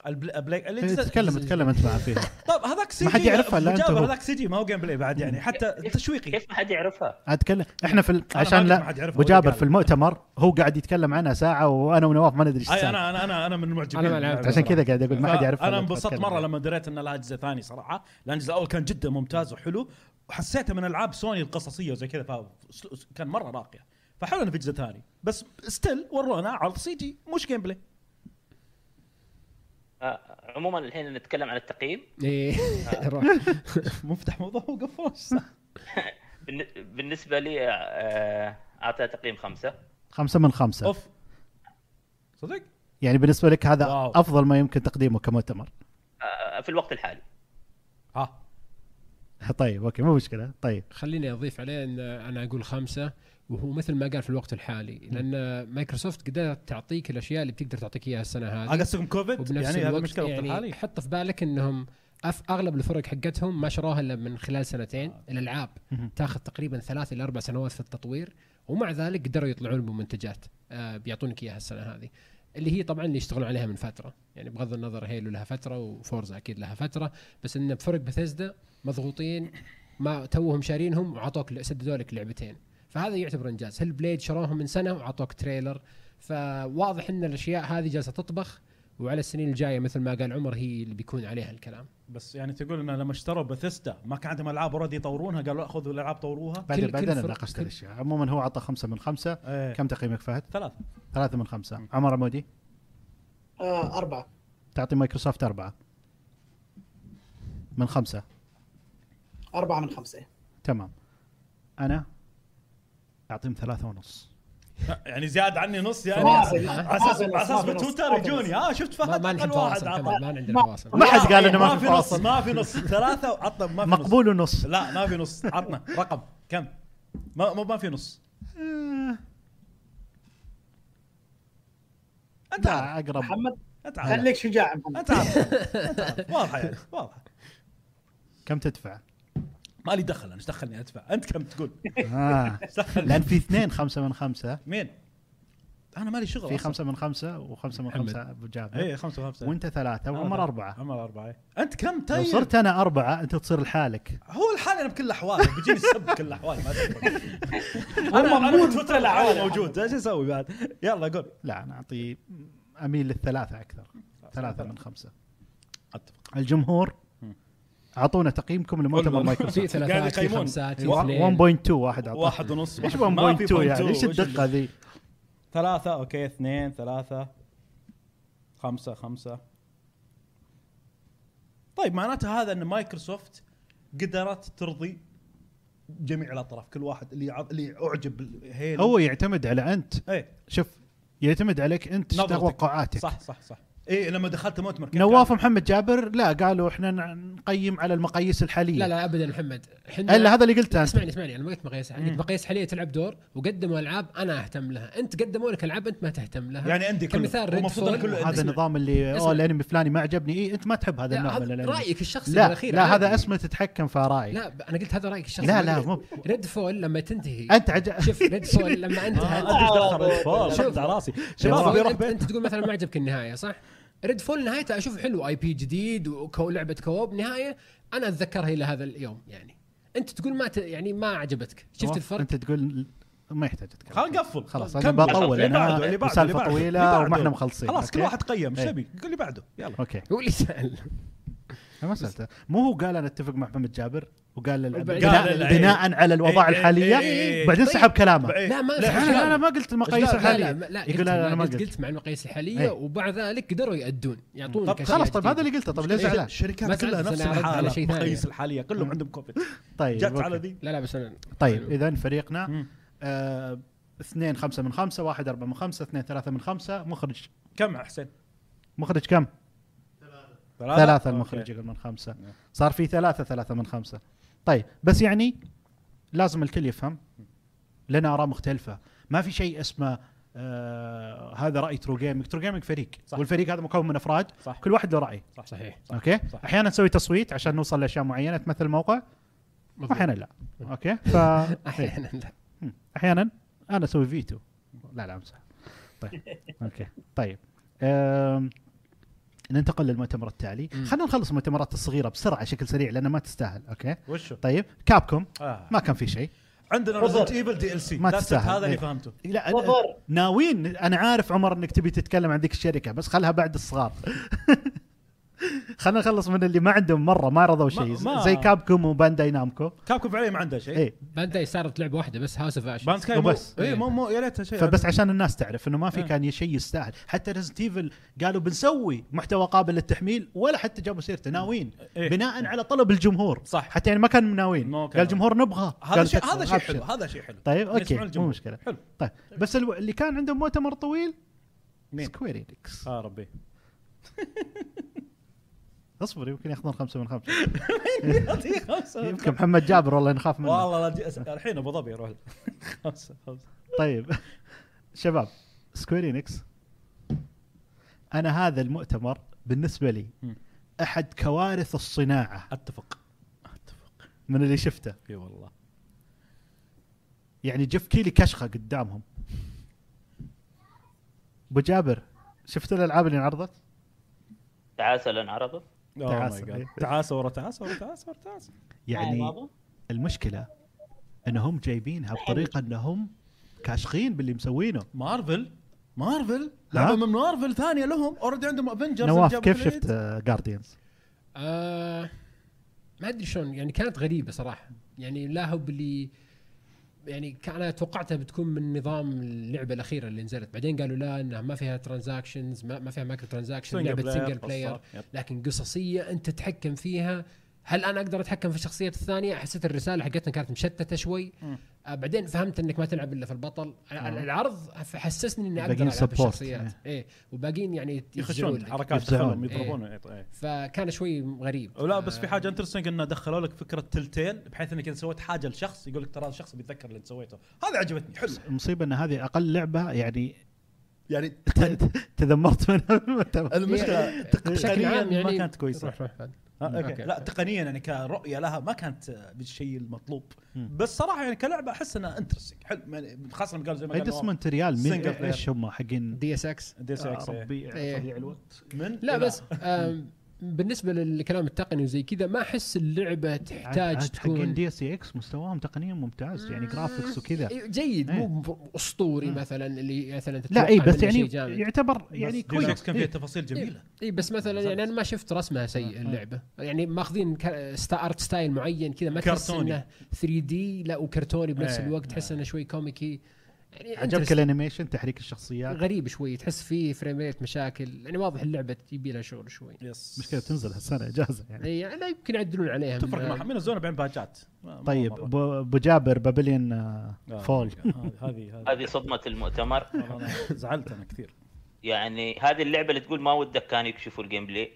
[SPEAKER 3] البل... بلاك اللي
[SPEAKER 1] تكلم تكلم انت معه فيها
[SPEAKER 3] *laughs* طب هذاك سي
[SPEAKER 1] إيه، ما
[SPEAKER 3] جي
[SPEAKER 1] حد يعرفها إلا أنت هو.
[SPEAKER 3] هذاك سي جي ما هو جيم بلاي بعد يعني حتى تشويقي
[SPEAKER 5] كيف ما حد يعرفها؟
[SPEAKER 1] اتكلم احنا في ال-
[SPEAKER 3] ما
[SPEAKER 1] عشان
[SPEAKER 3] أدري
[SPEAKER 1] لا
[SPEAKER 3] ما حد يعرفها،
[SPEAKER 1] ابو
[SPEAKER 3] هو اللي
[SPEAKER 1] جابر
[SPEAKER 3] قال.
[SPEAKER 1] في المؤتمر هو قاعد يتكلم عنها ساعه وانا ونواف ما ندري ايش
[SPEAKER 3] اي
[SPEAKER 1] السالفة.
[SPEAKER 3] انا انا انا انا من معجبين
[SPEAKER 2] أنا ما لعبت
[SPEAKER 1] عشان كذا قاعد اقول ما حد يعرفها
[SPEAKER 3] انا
[SPEAKER 1] إلا أنت
[SPEAKER 3] انبسطت
[SPEAKER 1] تتكلم
[SPEAKER 3] مره
[SPEAKER 1] عنها.
[SPEAKER 3] لما دريت ان لها جزء ثاني صراحه لان الجزء الاول كان جدا ممتاز وحلو وحسيته من العاب سوني القصصيه وزي كذا فأس- كان مره راقيه فحلو انه في جزء ثاني بس ستيل ورونا عرض سي جي مش جيم *laughs* بلاي
[SPEAKER 5] آه، عموما الحين نتكلم عن التقييم
[SPEAKER 2] ايه *laughs* روح
[SPEAKER 3] مفتح موضوع
[SPEAKER 2] *laughs*
[SPEAKER 3] وقفل
[SPEAKER 5] بالن- بالنسبه لي آه، اعطيها تقييم خمسه
[SPEAKER 1] خمسه من خمسه
[SPEAKER 3] اوف صدق
[SPEAKER 1] يعني بالنسبه لك هذا
[SPEAKER 3] واو.
[SPEAKER 1] افضل ما يمكن تقديمه كمؤتمر *laughs*
[SPEAKER 5] آه، في الوقت الحالي
[SPEAKER 3] ها
[SPEAKER 1] طيب اوكي مو مشكله طيب
[SPEAKER 2] خليني اضيف عليه ان انا اقول خمسه وهو مثل ما قال في الوقت الحالي لان مايكروسوفت قدرت تعطيك الاشياء اللي بتقدر تعطيك اياها السنه هذه
[SPEAKER 3] اقصدكم كوفيد
[SPEAKER 2] وبنفس
[SPEAKER 3] يعني هذا
[SPEAKER 2] الوقت
[SPEAKER 3] مشكله الوقت
[SPEAKER 2] يعني
[SPEAKER 3] الحالي
[SPEAKER 2] حط في بالك انهم أف اغلب الفرق حقتهم ما شروها الا من خلال سنتين
[SPEAKER 1] آه.
[SPEAKER 2] الالعاب
[SPEAKER 1] مهم.
[SPEAKER 2] تاخذ تقريبا ثلاث الى اربع سنوات في التطوير ومع ذلك قدروا يطلعون بمنتجات آه بيعطونك اياها السنه هذه اللي هي طبعا اللي يشتغلون عليها من فتره يعني بغض النظر هيلو لها فتره وفورزا اكيد لها فتره بس انه بفرق بثيسدا مضغوطين ما توهم شارينهم وعطوك سددوا لك لعبتين فهذا يعتبر انجاز هل بليد شروهم من سنه وعطوك تريلر فواضح ان الاشياء هذه جالسه تطبخ وعلى السنين الجايه مثل ما قال عمر هي اللي بيكون عليها الكلام
[SPEAKER 3] بس يعني تقول انه لما اشتروا بثيستا ما كان عندهم العاب اوريدي يطورونها قالوا خذوا الالعاب طوروها
[SPEAKER 1] بعدين
[SPEAKER 2] كل
[SPEAKER 1] بعدين
[SPEAKER 2] فرق-
[SPEAKER 1] ناقشت
[SPEAKER 2] كل-
[SPEAKER 1] الاشياء عموما هو عطى خمسه من خمسه
[SPEAKER 3] ايه
[SPEAKER 1] كم تقييمك فهد؟
[SPEAKER 3] ثلاث
[SPEAKER 1] ثلاثه من خمسه عمر عمودي
[SPEAKER 4] آه اربعه
[SPEAKER 1] تعطي مايكروسوفت اربعه من خمسه
[SPEAKER 4] اربعه من خمسه
[SPEAKER 1] تمام انا اعطيهم ثلاثه ونص
[SPEAKER 3] يعني زياد عني نص يعني
[SPEAKER 4] ما
[SPEAKER 3] على
[SPEAKER 4] في- ما
[SPEAKER 3] اساس
[SPEAKER 4] في نص،
[SPEAKER 3] على اساس
[SPEAKER 4] ما في نص،
[SPEAKER 3] بتويتر
[SPEAKER 4] ما في نص.
[SPEAKER 3] يجوني ها شفت
[SPEAKER 2] ما,
[SPEAKER 3] فهد
[SPEAKER 2] ما
[SPEAKER 3] اقل
[SPEAKER 2] عندنا
[SPEAKER 3] واحد
[SPEAKER 2] فواصل محمد،
[SPEAKER 3] عطى
[SPEAKER 2] ما عندنا فواصل
[SPEAKER 1] ما حد قال انه
[SPEAKER 3] ما في نص
[SPEAKER 1] فاصل
[SPEAKER 3] ما في نص ثلاثة وعطنا ما في نص
[SPEAKER 1] مقبول ونص
[SPEAKER 3] لا ما في نص عطنا رقم كم ما ما- ما في نص
[SPEAKER 1] آه.
[SPEAKER 3] انت عارف
[SPEAKER 1] لا اقرب
[SPEAKER 4] محمد
[SPEAKER 3] انت عارف
[SPEAKER 4] خليك شجاع يا محمد
[SPEAKER 3] انت عارف أنت عارف. واضحة يعني واضحة
[SPEAKER 1] كم تدفع؟
[SPEAKER 3] ما لي دخل انا ايش دخلني ادفع انت كم تقول
[SPEAKER 1] آه.
[SPEAKER 3] ايش دخلني
[SPEAKER 1] لان في اثنين خمسه من خمسه
[SPEAKER 3] مين انا مالي شغل
[SPEAKER 1] في
[SPEAKER 3] أصلاً.
[SPEAKER 1] خمسه من خمسه وخمسه من
[SPEAKER 2] محمد.
[SPEAKER 1] خمسه ابو جابر
[SPEAKER 3] اي خمسه وخمسه
[SPEAKER 1] وانت ثلاثه
[SPEAKER 3] أنا
[SPEAKER 1] وعمر
[SPEAKER 3] ثلاثة.
[SPEAKER 1] اربعه
[SPEAKER 3] عمر اربعه إيه. انت كم
[SPEAKER 1] لو
[SPEAKER 3] آه، طيب
[SPEAKER 1] صرت انا اربعه انت تصير لحالك
[SPEAKER 3] هو الحال انا بكل الاحوال بيجيني السب بكل الاحوال ما تفرق. انا
[SPEAKER 4] هم
[SPEAKER 3] موجود
[SPEAKER 4] موجود
[SPEAKER 3] فتره الاعوام موجود ايش اسوي بعد يلا قول
[SPEAKER 1] لا انا اعطي اميل للثلاثه اكثر ثلاثه
[SPEAKER 3] ثلاثة.
[SPEAKER 1] من خمسه
[SPEAKER 3] اتفق
[SPEAKER 1] الجمهور اعطونا تقييمكم لمؤتمر
[SPEAKER 3] قول- *laughs*
[SPEAKER 2] في
[SPEAKER 1] مايكروسوفت
[SPEAKER 3] قاعد
[SPEAKER 2] ثلاثات في
[SPEAKER 3] يقيمون.
[SPEAKER 2] خمسات في
[SPEAKER 3] وا-
[SPEAKER 2] اثنين
[SPEAKER 1] 1.2 واحد اعطاه
[SPEAKER 3] واحد ونص
[SPEAKER 1] ايش
[SPEAKER 3] واحد. ما
[SPEAKER 1] 1.2
[SPEAKER 3] في
[SPEAKER 1] يعني ايش
[SPEAKER 3] 1.2.
[SPEAKER 1] الدقه ذي؟
[SPEAKER 3] ثلاثة اوكي اثنين ثلاثة خمسة خمسة طيب معناته هذا ان مايكروسوفت قدرت ترضي جميع الاطراف كل واحد اللي يع- اللي اعجب بالهيلو
[SPEAKER 1] هو يعتمد على انت
[SPEAKER 3] ايه
[SPEAKER 1] شوف يعتمد عليك انت إيش
[SPEAKER 3] نظرتك.
[SPEAKER 1] توقعاتك
[SPEAKER 3] صح صح صح ايه لما دخلت المؤتمر كيف
[SPEAKER 1] نواف محمد جابر لا قالوا احنا ن- نقيم على المقاييس الحاليه
[SPEAKER 2] لا لا ابدا محمد احنا
[SPEAKER 1] الا هذا اللي قلته انت
[SPEAKER 2] اسمعني اسمعني انا ما قلت مقاييس حاليه مقاييس حاليه تلعب دور وقدموا العاب انا اهتم لها انت قدموا لك العاب انت ما تهتم لها
[SPEAKER 3] كان؟ يعني عندي كله
[SPEAKER 2] كمثال Redfall.
[SPEAKER 3] ومفروض كله
[SPEAKER 1] هذا
[SPEAKER 2] اسمع.
[SPEAKER 1] النظام اللي
[SPEAKER 2] اسمع.
[SPEAKER 1] اوه الانمي فلاني ما عجبني اي انت ما تحب هذا
[SPEAKER 2] لا،
[SPEAKER 1] النوع من
[SPEAKER 2] هذا
[SPEAKER 1] الانمي
[SPEAKER 2] رايك الشخصي
[SPEAKER 1] لا
[SPEAKER 2] بالاخير
[SPEAKER 1] لا
[SPEAKER 2] عادي.
[SPEAKER 1] هذا اسمه تتحكم في ارائي
[SPEAKER 2] لا ب- انا قلت هذا رايك الشخصي
[SPEAKER 1] لا لا مو
[SPEAKER 2] ريد فول لما تنتهي
[SPEAKER 1] انت عجب
[SPEAKER 2] شوف ريد فول لما انتهت
[SPEAKER 3] انت دخل الفول
[SPEAKER 2] شوف.
[SPEAKER 3] شفت على راسي
[SPEAKER 2] شوف،
[SPEAKER 3] شباب آه، بيروح
[SPEAKER 2] انت,
[SPEAKER 3] بيت
[SPEAKER 2] انت تقول مثلا ما عجبك النهايه صح؟ ريد فول نهايته اشوف حلو اي بي جديد ولعبه كواب نهايه انا اتذكرها الى هذا اليوم يعني انت تقول ما ت... يعني ما عجبتك شفت
[SPEAKER 1] أوه،
[SPEAKER 2] الفرق؟
[SPEAKER 1] انت تقول ما يحتاج اتكلم
[SPEAKER 3] خلنا نقفل
[SPEAKER 1] خلاص
[SPEAKER 3] كمل.
[SPEAKER 1] انا بطول
[SPEAKER 5] اللي
[SPEAKER 3] بعده، اللي
[SPEAKER 1] انا
[SPEAKER 3] بعده، اللي
[SPEAKER 1] سالفه
[SPEAKER 3] بعده،
[SPEAKER 1] طويله
[SPEAKER 3] اللي
[SPEAKER 1] وما
[SPEAKER 3] بعده.
[SPEAKER 1] احنا مخلصين
[SPEAKER 3] خلاص كل
[SPEAKER 1] أوكي؟
[SPEAKER 3] واحد قيم
[SPEAKER 1] إيه.
[SPEAKER 3] ايش يبي؟ قول اللي بعده يلا
[SPEAKER 1] اوكي
[SPEAKER 2] هو اللي سال
[SPEAKER 1] أنا ما سالته مو هو قال انا اتفق مع محمد جابر وقال ال-
[SPEAKER 2] وبعدين-
[SPEAKER 3] قال
[SPEAKER 1] بناء
[SPEAKER 3] ال-
[SPEAKER 1] بناء على الوضع
[SPEAKER 3] إيه، إيه، إيه،
[SPEAKER 1] الحاليه
[SPEAKER 3] إيه.
[SPEAKER 1] بعدين
[SPEAKER 2] طيب.
[SPEAKER 1] سحب كلامه
[SPEAKER 3] إيه.
[SPEAKER 2] لا ما
[SPEAKER 1] لا
[SPEAKER 2] لا،
[SPEAKER 1] انا انا ما قلت المقاييس الحاليه
[SPEAKER 2] لا لا لا
[SPEAKER 1] يقول لا انا ما قلت
[SPEAKER 2] قلت مع المقاييس الحاليه
[SPEAKER 1] إيه.
[SPEAKER 2] وبعد ذلك قدروا يأدون يعطونك
[SPEAKER 3] طب
[SPEAKER 1] خلاص
[SPEAKER 2] أشياء
[SPEAKER 1] طيب
[SPEAKER 2] جديدة.
[SPEAKER 1] هذا اللي قلته طيب ليه
[SPEAKER 2] إيه، لا،
[SPEAKER 1] زعلان؟
[SPEAKER 3] الشركات
[SPEAKER 2] ما
[SPEAKER 3] كلها
[SPEAKER 2] زعلت،
[SPEAKER 3] نفس
[SPEAKER 2] أنا أردت على
[SPEAKER 3] الحاله
[SPEAKER 2] شيء ثاني.
[SPEAKER 3] مقاييس الحاليه كلهم عندهم كوفيد
[SPEAKER 1] طيب
[SPEAKER 3] جت
[SPEAKER 1] أوكي.
[SPEAKER 3] على ذي
[SPEAKER 2] لا لا بس انا
[SPEAKER 1] طيب
[SPEAKER 2] حلو.
[SPEAKER 1] اذا فريقنا
[SPEAKER 3] مم.
[SPEAKER 1] آه، اثنين خمسه من خمسه واحد اربعه من خمسه اثنين ثلاثه من خمسه مخرج
[SPEAKER 3] كم حسين؟
[SPEAKER 1] مخرج كم؟
[SPEAKER 3] آه،
[SPEAKER 1] ثلاثة المخرج يقول من خمسة
[SPEAKER 3] نعم.
[SPEAKER 1] صار في ثلاثة ثلاثة من خمسة طيب بس يعني لازم الكل يفهم لنا آراء مختلفة ما في شيء اسمه آه هذا رأي ترو جيمنج ترو جيمنج فريق
[SPEAKER 3] صح.
[SPEAKER 1] والفريق هذا مكون من أفراد
[SPEAKER 3] صح.
[SPEAKER 1] كل واحد له رأي
[SPEAKER 3] صح
[SPEAKER 2] صحيح.
[SPEAKER 3] صح.
[SPEAKER 1] أوكي
[SPEAKER 3] صح.
[SPEAKER 1] أحيانا نسوي تصويت عشان نوصل لأشياء معينة تمثل الموقع
[SPEAKER 2] مضبوط.
[SPEAKER 1] وأحيانا لا
[SPEAKER 3] *laughs*
[SPEAKER 1] أوكي ف إيه.
[SPEAKER 2] احيانا لا
[SPEAKER 1] مم. احيانا انا اسوي فيتو لا لا امزح
[SPEAKER 3] *laughs*
[SPEAKER 1] طيب اوكي طيب أم. ننتقل للمؤتمر التالي خلينا نخلص المؤتمرات الصغيره بسرعه شكل سريع لانها ما تستاهل اوكي
[SPEAKER 3] وشو؟
[SPEAKER 1] طيب كابكم
[SPEAKER 3] آه.
[SPEAKER 1] ما كان في شيء
[SPEAKER 3] عندنا
[SPEAKER 4] تفضل.
[SPEAKER 3] ريزنت ايفل دي ال سي
[SPEAKER 1] ما تستاهل.
[SPEAKER 3] هذا اللي
[SPEAKER 1] إيه.
[SPEAKER 3] فهمته
[SPEAKER 1] لا
[SPEAKER 4] ظفر.
[SPEAKER 1] ناويين انا عارف عمر انك تبي تتكلم عن ذيك الشركه بس خلها بعد الصغار *laughs* خلينا نخلص من اللي ما عندهم مره ما رضوا شيء
[SPEAKER 3] ما- إيه.
[SPEAKER 1] زي كابكم وبانداي نامكو إيه.
[SPEAKER 3] كابكم فعليا ما عنده شيء
[SPEAKER 1] اي
[SPEAKER 2] بانداي صارت لعبه واحده بس هاوس اوف اشز
[SPEAKER 3] باند سكاي
[SPEAKER 1] وبس.
[SPEAKER 3] وبس اي مو مو يا ريتها شيء
[SPEAKER 1] فبس عشان الناس تعرف انه ما في
[SPEAKER 3] يعني. إيه.
[SPEAKER 1] كان شيء يستاهل حتى ريزنت ايفل قالوا بنسوي محتوى قابل للتحميل ولا حتى جابوا سيرته ناويين
[SPEAKER 3] إيه.
[SPEAKER 1] بناء على طلب الجمهور
[SPEAKER 3] صح.
[SPEAKER 1] حتى يعني ما كان ناويين
[SPEAKER 3] ما
[SPEAKER 1] قال
[SPEAKER 3] كان.
[SPEAKER 1] الجمهور نبغى
[SPEAKER 3] هذا
[SPEAKER 1] قالوا
[SPEAKER 3] شيء
[SPEAKER 1] تكفى،
[SPEAKER 3] هذا شيء
[SPEAKER 1] أبشر.
[SPEAKER 3] حلو هذا شيء حلو
[SPEAKER 1] طيب اوكي
[SPEAKER 3] نسمع
[SPEAKER 1] مو
[SPEAKER 3] الجمهور.
[SPEAKER 1] مشكله
[SPEAKER 3] حلو
[SPEAKER 1] طيب بس الو... اللي كان عندهم مؤتمر طويل
[SPEAKER 3] مين؟
[SPEAKER 1] سكوير انكس
[SPEAKER 3] اه ربي
[SPEAKER 1] اصبر يمكن ياخذون خمسه من
[SPEAKER 3] *laughs*
[SPEAKER 1] خمسه
[SPEAKER 3] يعطيه خمسة
[SPEAKER 1] يمكن محمد جابر والله نخاف منه
[SPEAKER 3] والله لا تجي- أس- الحين ابو
[SPEAKER 1] *laughs*
[SPEAKER 3] ظبي اروح له. خمسة خمسة
[SPEAKER 1] طيب *laughs* شباب سكوير انكس انا هذا المؤتمر بالنسبه لي
[SPEAKER 3] مم.
[SPEAKER 1] احد كوارث الصناعه
[SPEAKER 3] اتفق اتفق
[SPEAKER 1] من اللي شفته
[SPEAKER 3] اي والله Oh
[SPEAKER 1] يعني جيف كيلي كشخه قدامهم ابو جابر شفت الالعاب اللي انعرضت؟
[SPEAKER 5] تعاسه انعرضت
[SPEAKER 3] Oh my
[SPEAKER 1] تعاسة.
[SPEAKER 3] God. تعاسه ورا تعاسه ورا تعاسه ورا تعاسه
[SPEAKER 1] يعني المشكله انهم جايبينها بطريقه انهم كاشخين باللي مسوينه
[SPEAKER 3] مارفل مارفل
[SPEAKER 1] ها؟
[SPEAKER 3] لعبه من مارفل ثانيه لهم اوريدي عندهم افنجرز
[SPEAKER 1] نواف كيف شفت جارديانز؟
[SPEAKER 2] آه ما ادري شلون يعني كانت غريبه صراحه يعني لا هو باللي يعني كان- انا توقعتها بتكون من نظام اللعبه الاخيره اللي نزلت بعدين قالوا لا انها ما فيها ترانزاكشنز ما, ما فيها مايكرو ترانزاكشن لعبه سنجل بلاير لكن قصصيه انت تتحكم فيها هل انا اقدر اتحكم في الشخصيات الثانيه حسيت الرساله حقتنا كانت مشتته شوي
[SPEAKER 3] مم.
[SPEAKER 2] آه بعدين فهمت انك ما تلعب الا في البطل آه. العرض حسسني اني اقدر
[SPEAKER 1] باقيين
[SPEAKER 2] العب في
[SPEAKER 1] support. إيه.
[SPEAKER 2] الشخصيات ايه وباقيين يعني يفزعون
[SPEAKER 3] يخشون
[SPEAKER 2] لك.
[SPEAKER 3] حركات
[SPEAKER 1] يفزعون.
[SPEAKER 3] دخلهم يضربونه إيه.
[SPEAKER 2] فكان شوي غريب
[SPEAKER 3] ولا بس
[SPEAKER 2] آه،
[SPEAKER 3] في حاجه انترستنج انه دخلوا لك فكره تلتيل بحيث انك اذا سويت حاجه لشخص يقول لك ترى هذا الشخص بيتذكر اللي انت سويته هذا عجبتني حلو
[SPEAKER 1] المصيبه ان هذه اقل لعبه يعني *laughs*
[SPEAKER 3] يعني
[SPEAKER 1] ت- تذمرت منها *laughs* بالمؤتمر.
[SPEAKER 3] المشكله
[SPEAKER 2] بشكل
[SPEAKER 3] تقنيا
[SPEAKER 2] عام يعني
[SPEAKER 3] ما كانت كويسه
[SPEAKER 2] روح روح بعد.
[SPEAKER 3] آه، اوكي
[SPEAKER 2] أوكي.
[SPEAKER 3] لا تقنيا يعني كرؤيه لها ما كانت آه، بالشيء المطلوب بس صراحه يعني كلعبه احس انها انترستنج حلو يعني خاصه لما قال زي ما قال
[SPEAKER 1] اي
[SPEAKER 3] نواف.
[SPEAKER 1] اسمنت ريال مين
[SPEAKER 3] Single player.
[SPEAKER 1] ايش هم حقين
[SPEAKER 2] دي اس اكس
[SPEAKER 3] دي اس
[SPEAKER 1] يا
[SPEAKER 3] اكس إيه.
[SPEAKER 1] آه، ربي
[SPEAKER 2] إيه.
[SPEAKER 1] تضيع الوقت
[SPEAKER 3] من
[SPEAKER 2] لا
[SPEAKER 3] إلى-
[SPEAKER 2] بس آم، بالنسبه للكلام التقني وزي كذا ما احس اللعبه تحتاج
[SPEAKER 1] عاد حقين
[SPEAKER 2] تكون
[SPEAKER 1] دي اس اكس مستواهم تقنيا ممتاز
[SPEAKER 2] آه.
[SPEAKER 1] يعني جرافكس وكذا
[SPEAKER 2] إيه، جيد
[SPEAKER 1] إيه.
[SPEAKER 2] مو اسطوري مثلا اللي مثلا
[SPEAKER 1] لا
[SPEAKER 2] تتوقع
[SPEAKER 1] اي بس
[SPEAKER 2] منه
[SPEAKER 1] يعني
[SPEAKER 2] شيء جامد.
[SPEAKER 1] يعتبر يعني
[SPEAKER 3] بس دي اس
[SPEAKER 1] كويس
[SPEAKER 3] اكس كان فيها تفاصيل جميله
[SPEAKER 2] اي بس مثلا يعني انا ما شفت رسمها
[SPEAKER 1] إيه.
[SPEAKER 2] سيء اللعبه يعني ماخذين كا- ستا ارت ستايل معين كذا ما تحس
[SPEAKER 3] كرتوني.
[SPEAKER 2] انه 3 دي لا وكرتوني بنفس
[SPEAKER 3] إيه.
[SPEAKER 2] الوقت تحس انه شوي كوميكي يعني
[SPEAKER 1] عجبك
[SPEAKER 2] interesting.
[SPEAKER 1] الانيميشن تحريك الشخصيات
[SPEAKER 2] غريب شوي تحس فيه فريم ريت مشاكل يعني واضح اللعبه يبي لها شغل شوي
[SPEAKER 3] يس
[SPEAKER 1] مشكله تنزل هالسنه اجازه يعني
[SPEAKER 2] يعني لا يمكن يعدلون عليها من-
[SPEAKER 3] تفرق معهم ينزلون بعدين باجات ما- ما
[SPEAKER 1] طيب
[SPEAKER 3] مرة.
[SPEAKER 1] أبو- ابو جابر بابليون
[SPEAKER 3] آه،
[SPEAKER 1] فول
[SPEAKER 3] هذه- هذه هذه *laughs*
[SPEAKER 5] هذه صدمه المؤتمر
[SPEAKER 3] والله أنا زعلت انا كثير
[SPEAKER 5] يعني هذه اللعبه اللي تقول ما ودك كان يكشفوا الجيم بلاي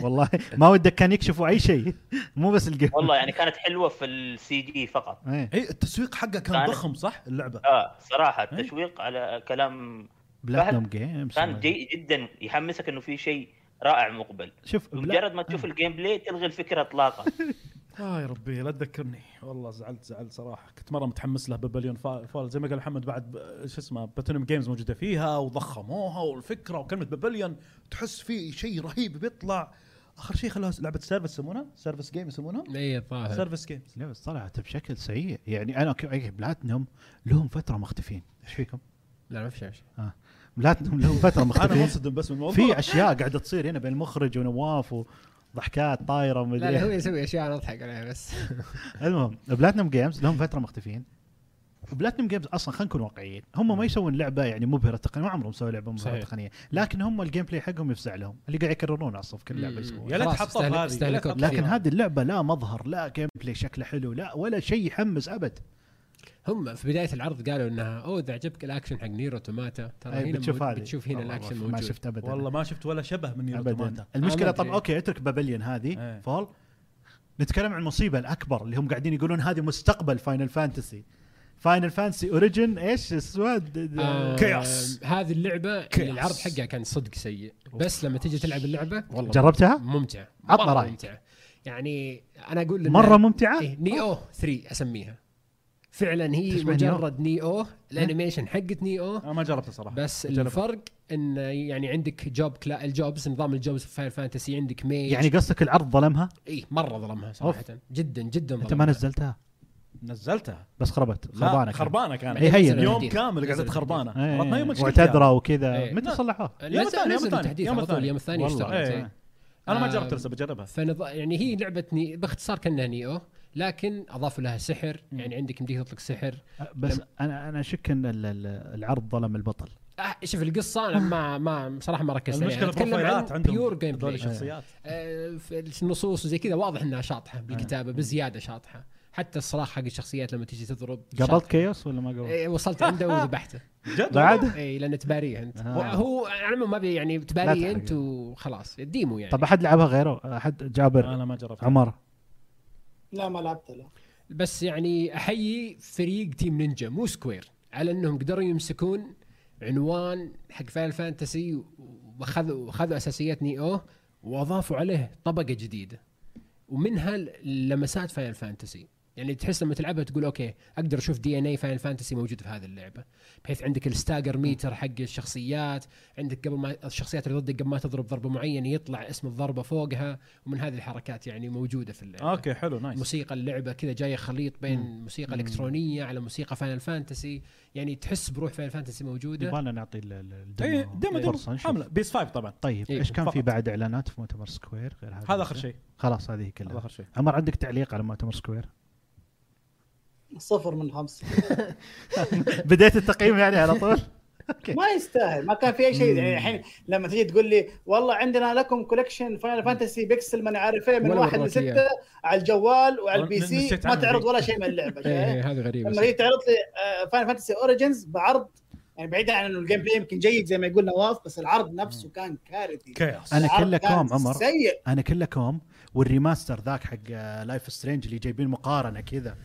[SPEAKER 1] والله ما ودك كان يكشفوا اي شيء *laughs* مو بس الجيم
[SPEAKER 5] والله يعني كانت حلوه في السي جي فقط
[SPEAKER 1] إيه.
[SPEAKER 3] اي التسويق حقه كان
[SPEAKER 5] أنا-
[SPEAKER 3] ضخم صح اللعبه
[SPEAKER 5] اه صراحه التشويق على كلام
[SPEAKER 1] بلاتنوم جيمز
[SPEAKER 5] كان جيد جدا يحمسك انه في شيء رائع مقبل
[SPEAKER 1] شوف بلا-
[SPEAKER 5] مجرد ما تشوف الجيم بلاي تلغي الفكره اطلاقا
[SPEAKER 3] اه يا ربي لا تذكرني والله زعلت زعلت صراحه كنت مره متحمس له ببليون فا- فول زي ما قال محمد بعد ب- شو اسمه باتونيوم جيمز موجوده فيها وضخموها والفكره وكلمه ببليون تحس في شيء رهيب بيطلع اخر شيء خلوها لعبه سيرفس يسمونها سيرفس جيم يسمونها
[SPEAKER 2] اي إيه، الظاهر
[SPEAKER 3] سيرفس جيمز
[SPEAKER 1] لا بس طلعت بشكل سيء يعني انا ك- إيه، بلاتنوم لهم فتره مختفين ايش فيكم؟
[SPEAKER 2] لا ما في
[SPEAKER 1] *laughs*
[SPEAKER 2] شيء
[SPEAKER 1] بلاتنوم لهم
[SPEAKER 2] *laughs*
[SPEAKER 1] فتره
[SPEAKER 3] انا
[SPEAKER 1] مختفين
[SPEAKER 3] منصدم بس من الموضوع
[SPEAKER 1] في اشياء قاعده تصير هنا بين المخرج ونواف وضحكات طايره
[SPEAKER 2] لا
[SPEAKER 1] ومدري
[SPEAKER 2] لا هو
[SPEAKER 1] إيه.
[SPEAKER 2] يسوي اشياء انا اضحك عليها بس
[SPEAKER 1] المهم بلاتنوم جيمز لهم فتره مختفين بلاتنوم جيمز اصلا خلينا نكون واقعيين هم ما يسوون لعبه يعني مبهره تقنيا ما عمرهم سووا لعبه مبهره
[SPEAKER 2] صحيح.
[SPEAKER 1] تقنيا لكن هم الجيم بلاي حقهم يفزع لهم اللي قاعد يكررونه اصلا في كل لعبه
[SPEAKER 2] مم.
[SPEAKER 1] يسوونها
[SPEAKER 3] يا ليت
[SPEAKER 2] خلاص،
[SPEAKER 3] حطوا
[SPEAKER 2] استهلك-
[SPEAKER 3] هذه
[SPEAKER 2] استهلكوا
[SPEAKER 3] يا ليت
[SPEAKER 1] لكن
[SPEAKER 2] كثير.
[SPEAKER 1] هذه اللعبه لا مظهر لا جيم بلاي شكله حلو لا ولا شيء يحمس ابد
[SPEAKER 2] هم في بدايه العرض قالوا انها اوه اذا عجبك الاكشن حق نير اوتوماتا ترى
[SPEAKER 1] أي،
[SPEAKER 2] هنا
[SPEAKER 1] بتشوف
[SPEAKER 2] مو-
[SPEAKER 1] هذه
[SPEAKER 2] بتشوف هنا
[SPEAKER 1] والله
[SPEAKER 2] الاكشن
[SPEAKER 1] ما-
[SPEAKER 2] موجود
[SPEAKER 1] ما شفت ابدا
[SPEAKER 3] والله ما شفت ولا شبه من نير
[SPEAKER 1] ابدا
[SPEAKER 3] اوتوماتا
[SPEAKER 1] المشكله
[SPEAKER 2] ما
[SPEAKER 1] طب
[SPEAKER 2] أدري.
[SPEAKER 1] اوكي اترك بابليون هذه
[SPEAKER 3] إيه.
[SPEAKER 1] فول نتكلم عن المصيبه الاكبر اللي هم قاعدين يقولون هذه مستقبل فاينل فانتسي فاينل فانتسي اوريجن ايش اسود
[SPEAKER 2] آه،
[SPEAKER 3] كياس.
[SPEAKER 2] هذه اللعبه اللي
[SPEAKER 3] كياس.
[SPEAKER 2] العرض حقها كان صدق سيء بس لما تيجي تلعب اللعبه والله
[SPEAKER 1] جربتها؟
[SPEAKER 2] ممتعه
[SPEAKER 1] عطنا
[SPEAKER 2] مرة
[SPEAKER 1] رأيك.
[SPEAKER 2] ممتعه يعني انا اقول إنها-
[SPEAKER 1] مره ممتعه
[SPEAKER 2] إيه نيو 3 اسميها فعلا هي
[SPEAKER 1] تشبه
[SPEAKER 2] مجرد نيو الانيميشن حقت نيو
[SPEAKER 3] انا ما جربتها صراحه
[SPEAKER 2] بس
[SPEAKER 3] أجربها.
[SPEAKER 2] الفرق ان يعني عندك جوب كلا الجوبز نظام الجوبز في فاير فانتسي عندك ميج
[SPEAKER 1] يعني قصدك العرض ظلمها
[SPEAKER 2] اي مره ظلمها صراحه جدا جدا
[SPEAKER 1] انت ما
[SPEAKER 2] ظلمها.
[SPEAKER 1] نزلتها
[SPEAKER 3] نزلتها
[SPEAKER 1] بس خربت
[SPEAKER 3] لا،
[SPEAKER 1] خربانه
[SPEAKER 3] خربانه كانت
[SPEAKER 1] إيه، هي.
[SPEAKER 3] يوم
[SPEAKER 2] نزلت
[SPEAKER 3] كامل
[SPEAKER 2] جديد.
[SPEAKER 3] قعدت خربانه
[SPEAKER 1] إيه،
[SPEAKER 3] عرفت؟ ما هي مشكلتي
[SPEAKER 1] معتدره وكذا
[SPEAKER 2] إيه.
[SPEAKER 1] متى
[SPEAKER 3] لا.
[SPEAKER 1] صلحوها؟
[SPEAKER 2] لا،
[SPEAKER 3] الثاني، يوم
[SPEAKER 2] نزل
[SPEAKER 3] الثاني،
[SPEAKER 2] التحديث
[SPEAKER 3] يوم
[SPEAKER 2] على طول،
[SPEAKER 3] الثاني.
[SPEAKER 2] يوم الثاني
[SPEAKER 1] والله،
[SPEAKER 2] اشتغلت
[SPEAKER 3] إيه.
[SPEAKER 2] إيه.
[SPEAKER 3] انا ما
[SPEAKER 2] آه،
[SPEAKER 3] جربت لسه بجربها
[SPEAKER 2] فنظ... يعني هي لعبه ني... باختصار كانها نيو لكن اضافوا لها سحر يعني عندك يمديك تطلق سحر
[SPEAKER 1] بس انا انا اشك ان ال- ال- العرض ظلم البطل
[SPEAKER 2] أه شوف القصه انا ما ما صراحه ما ركزت عليها
[SPEAKER 3] المشكله
[SPEAKER 2] أنا أتكلم عن
[SPEAKER 3] بروفايلات عندهم
[SPEAKER 2] بيور جيم
[SPEAKER 3] هذول
[SPEAKER 2] بلاي
[SPEAKER 3] الشخصيات
[SPEAKER 2] آه، في النصوص وزي كذا واضح انها شاطحه بالكتابه بزياده شاطحه حتى الصراخ حق الشخصيات لما تجي تضرب
[SPEAKER 1] قابلت
[SPEAKER 2] شاطحة.
[SPEAKER 1] كيوس ولا ما قابلت؟
[SPEAKER 2] إيه، وصلت
[SPEAKER 1] *laughs*
[SPEAKER 2] عنده وذبحته
[SPEAKER 3] جد
[SPEAKER 1] بعد
[SPEAKER 2] اي لان تباريه انت
[SPEAKER 1] آه.
[SPEAKER 2] هو على العموم ما بي يعني
[SPEAKER 1] لا
[SPEAKER 2] تباريه
[SPEAKER 1] تحرق.
[SPEAKER 2] انت وخلاص ديمو يعني
[SPEAKER 1] طب احد لعبها غيره احد جابر
[SPEAKER 3] انا ما جربت
[SPEAKER 1] عمر
[SPEAKER 4] لا ما لعبت لا
[SPEAKER 2] بس يعني احيي فريق تيم نينجا مو سكوير على انهم قدروا يمسكون عنوان حق فاينل فانتسي واخذوا واخذوا اساسيات نيو واضافوا عليه طبقه جديده ومنها ال- لمسات فاينل فانتسي يعني تحس لما تلعبها تقول اوكي اقدر اشوف دي ان اي فاينل فانتسي موجود في هذه اللعبه بحيث عندك الستاجر ميتر حق الشخصيات عندك قبل ما الشخصيات اللي ضدك قبل ما تضرب ضربه معينه يطلع اسم الضربه فوقها ومن هذه الحركات يعني موجوده في اللعبه
[SPEAKER 3] اوكي حلو نايس
[SPEAKER 2] موسيقى اللعبه كذا جايه خليط بين موسيقى الكترونيه على موسيقى فاينل فانتسي يعني تحس بروح فاينل فانتسي موجوده
[SPEAKER 1] يبغانا نعطي ال- ال-
[SPEAKER 3] اي
[SPEAKER 1] الدمو
[SPEAKER 3] إيه، ديمو ديمو
[SPEAKER 1] فرصة نشوف.
[SPEAKER 3] حمله بيس 5 طبعا
[SPEAKER 1] طيب
[SPEAKER 2] إيه،
[SPEAKER 1] ايش كان في
[SPEAKER 3] فقط.
[SPEAKER 1] بعد اعلانات في مؤتمر سكوير غير هذا
[SPEAKER 3] هذا اخر شيء
[SPEAKER 1] خلاص هذه
[SPEAKER 3] هذا
[SPEAKER 1] كلها
[SPEAKER 3] اخر شيء
[SPEAKER 1] عمر عندك تعليق على مؤتمر سكوير *laughs*
[SPEAKER 4] صفر من خمسه
[SPEAKER 1] بديت التقييم يعني على طول اوكي
[SPEAKER 4] ما يستاهل ما كان في اي شيء يعني الحين لما تجي تقول لي والله عندنا لكم كولكشن فاينل فانتسي بيكسل ما أنا عارف ايه من
[SPEAKER 2] ولا
[SPEAKER 4] واحد
[SPEAKER 2] مدرك إياه.
[SPEAKER 4] لسته على الجوال وعلى البي
[SPEAKER 3] نسيت
[SPEAKER 4] سي ما
[SPEAKER 3] عنها
[SPEAKER 4] تعرض
[SPEAKER 3] ذيك.
[SPEAKER 4] ولا شيء من
[SPEAKER 2] *laughs*
[SPEAKER 4] اللعبه
[SPEAKER 2] إيه،
[SPEAKER 4] شايف؟
[SPEAKER 2] هذا غريب
[SPEAKER 4] لما هي تعرض لي آه، فاينل فانتسي اوريجنز بعرض يعني بعيدا عن انه الجيم بلاي يمكن جيد زي ما يقول نواف بس العرض نفسه كان كارثي
[SPEAKER 3] كياس
[SPEAKER 1] أنا
[SPEAKER 4] العرض
[SPEAKER 1] كله
[SPEAKER 4] كان
[SPEAKER 1] كوم، عمر.
[SPEAKER 4] سيء
[SPEAKER 1] آه، انا كله كوم والريماستر ذاك حق لايف سترينج اللي جايبين مقارنه كذا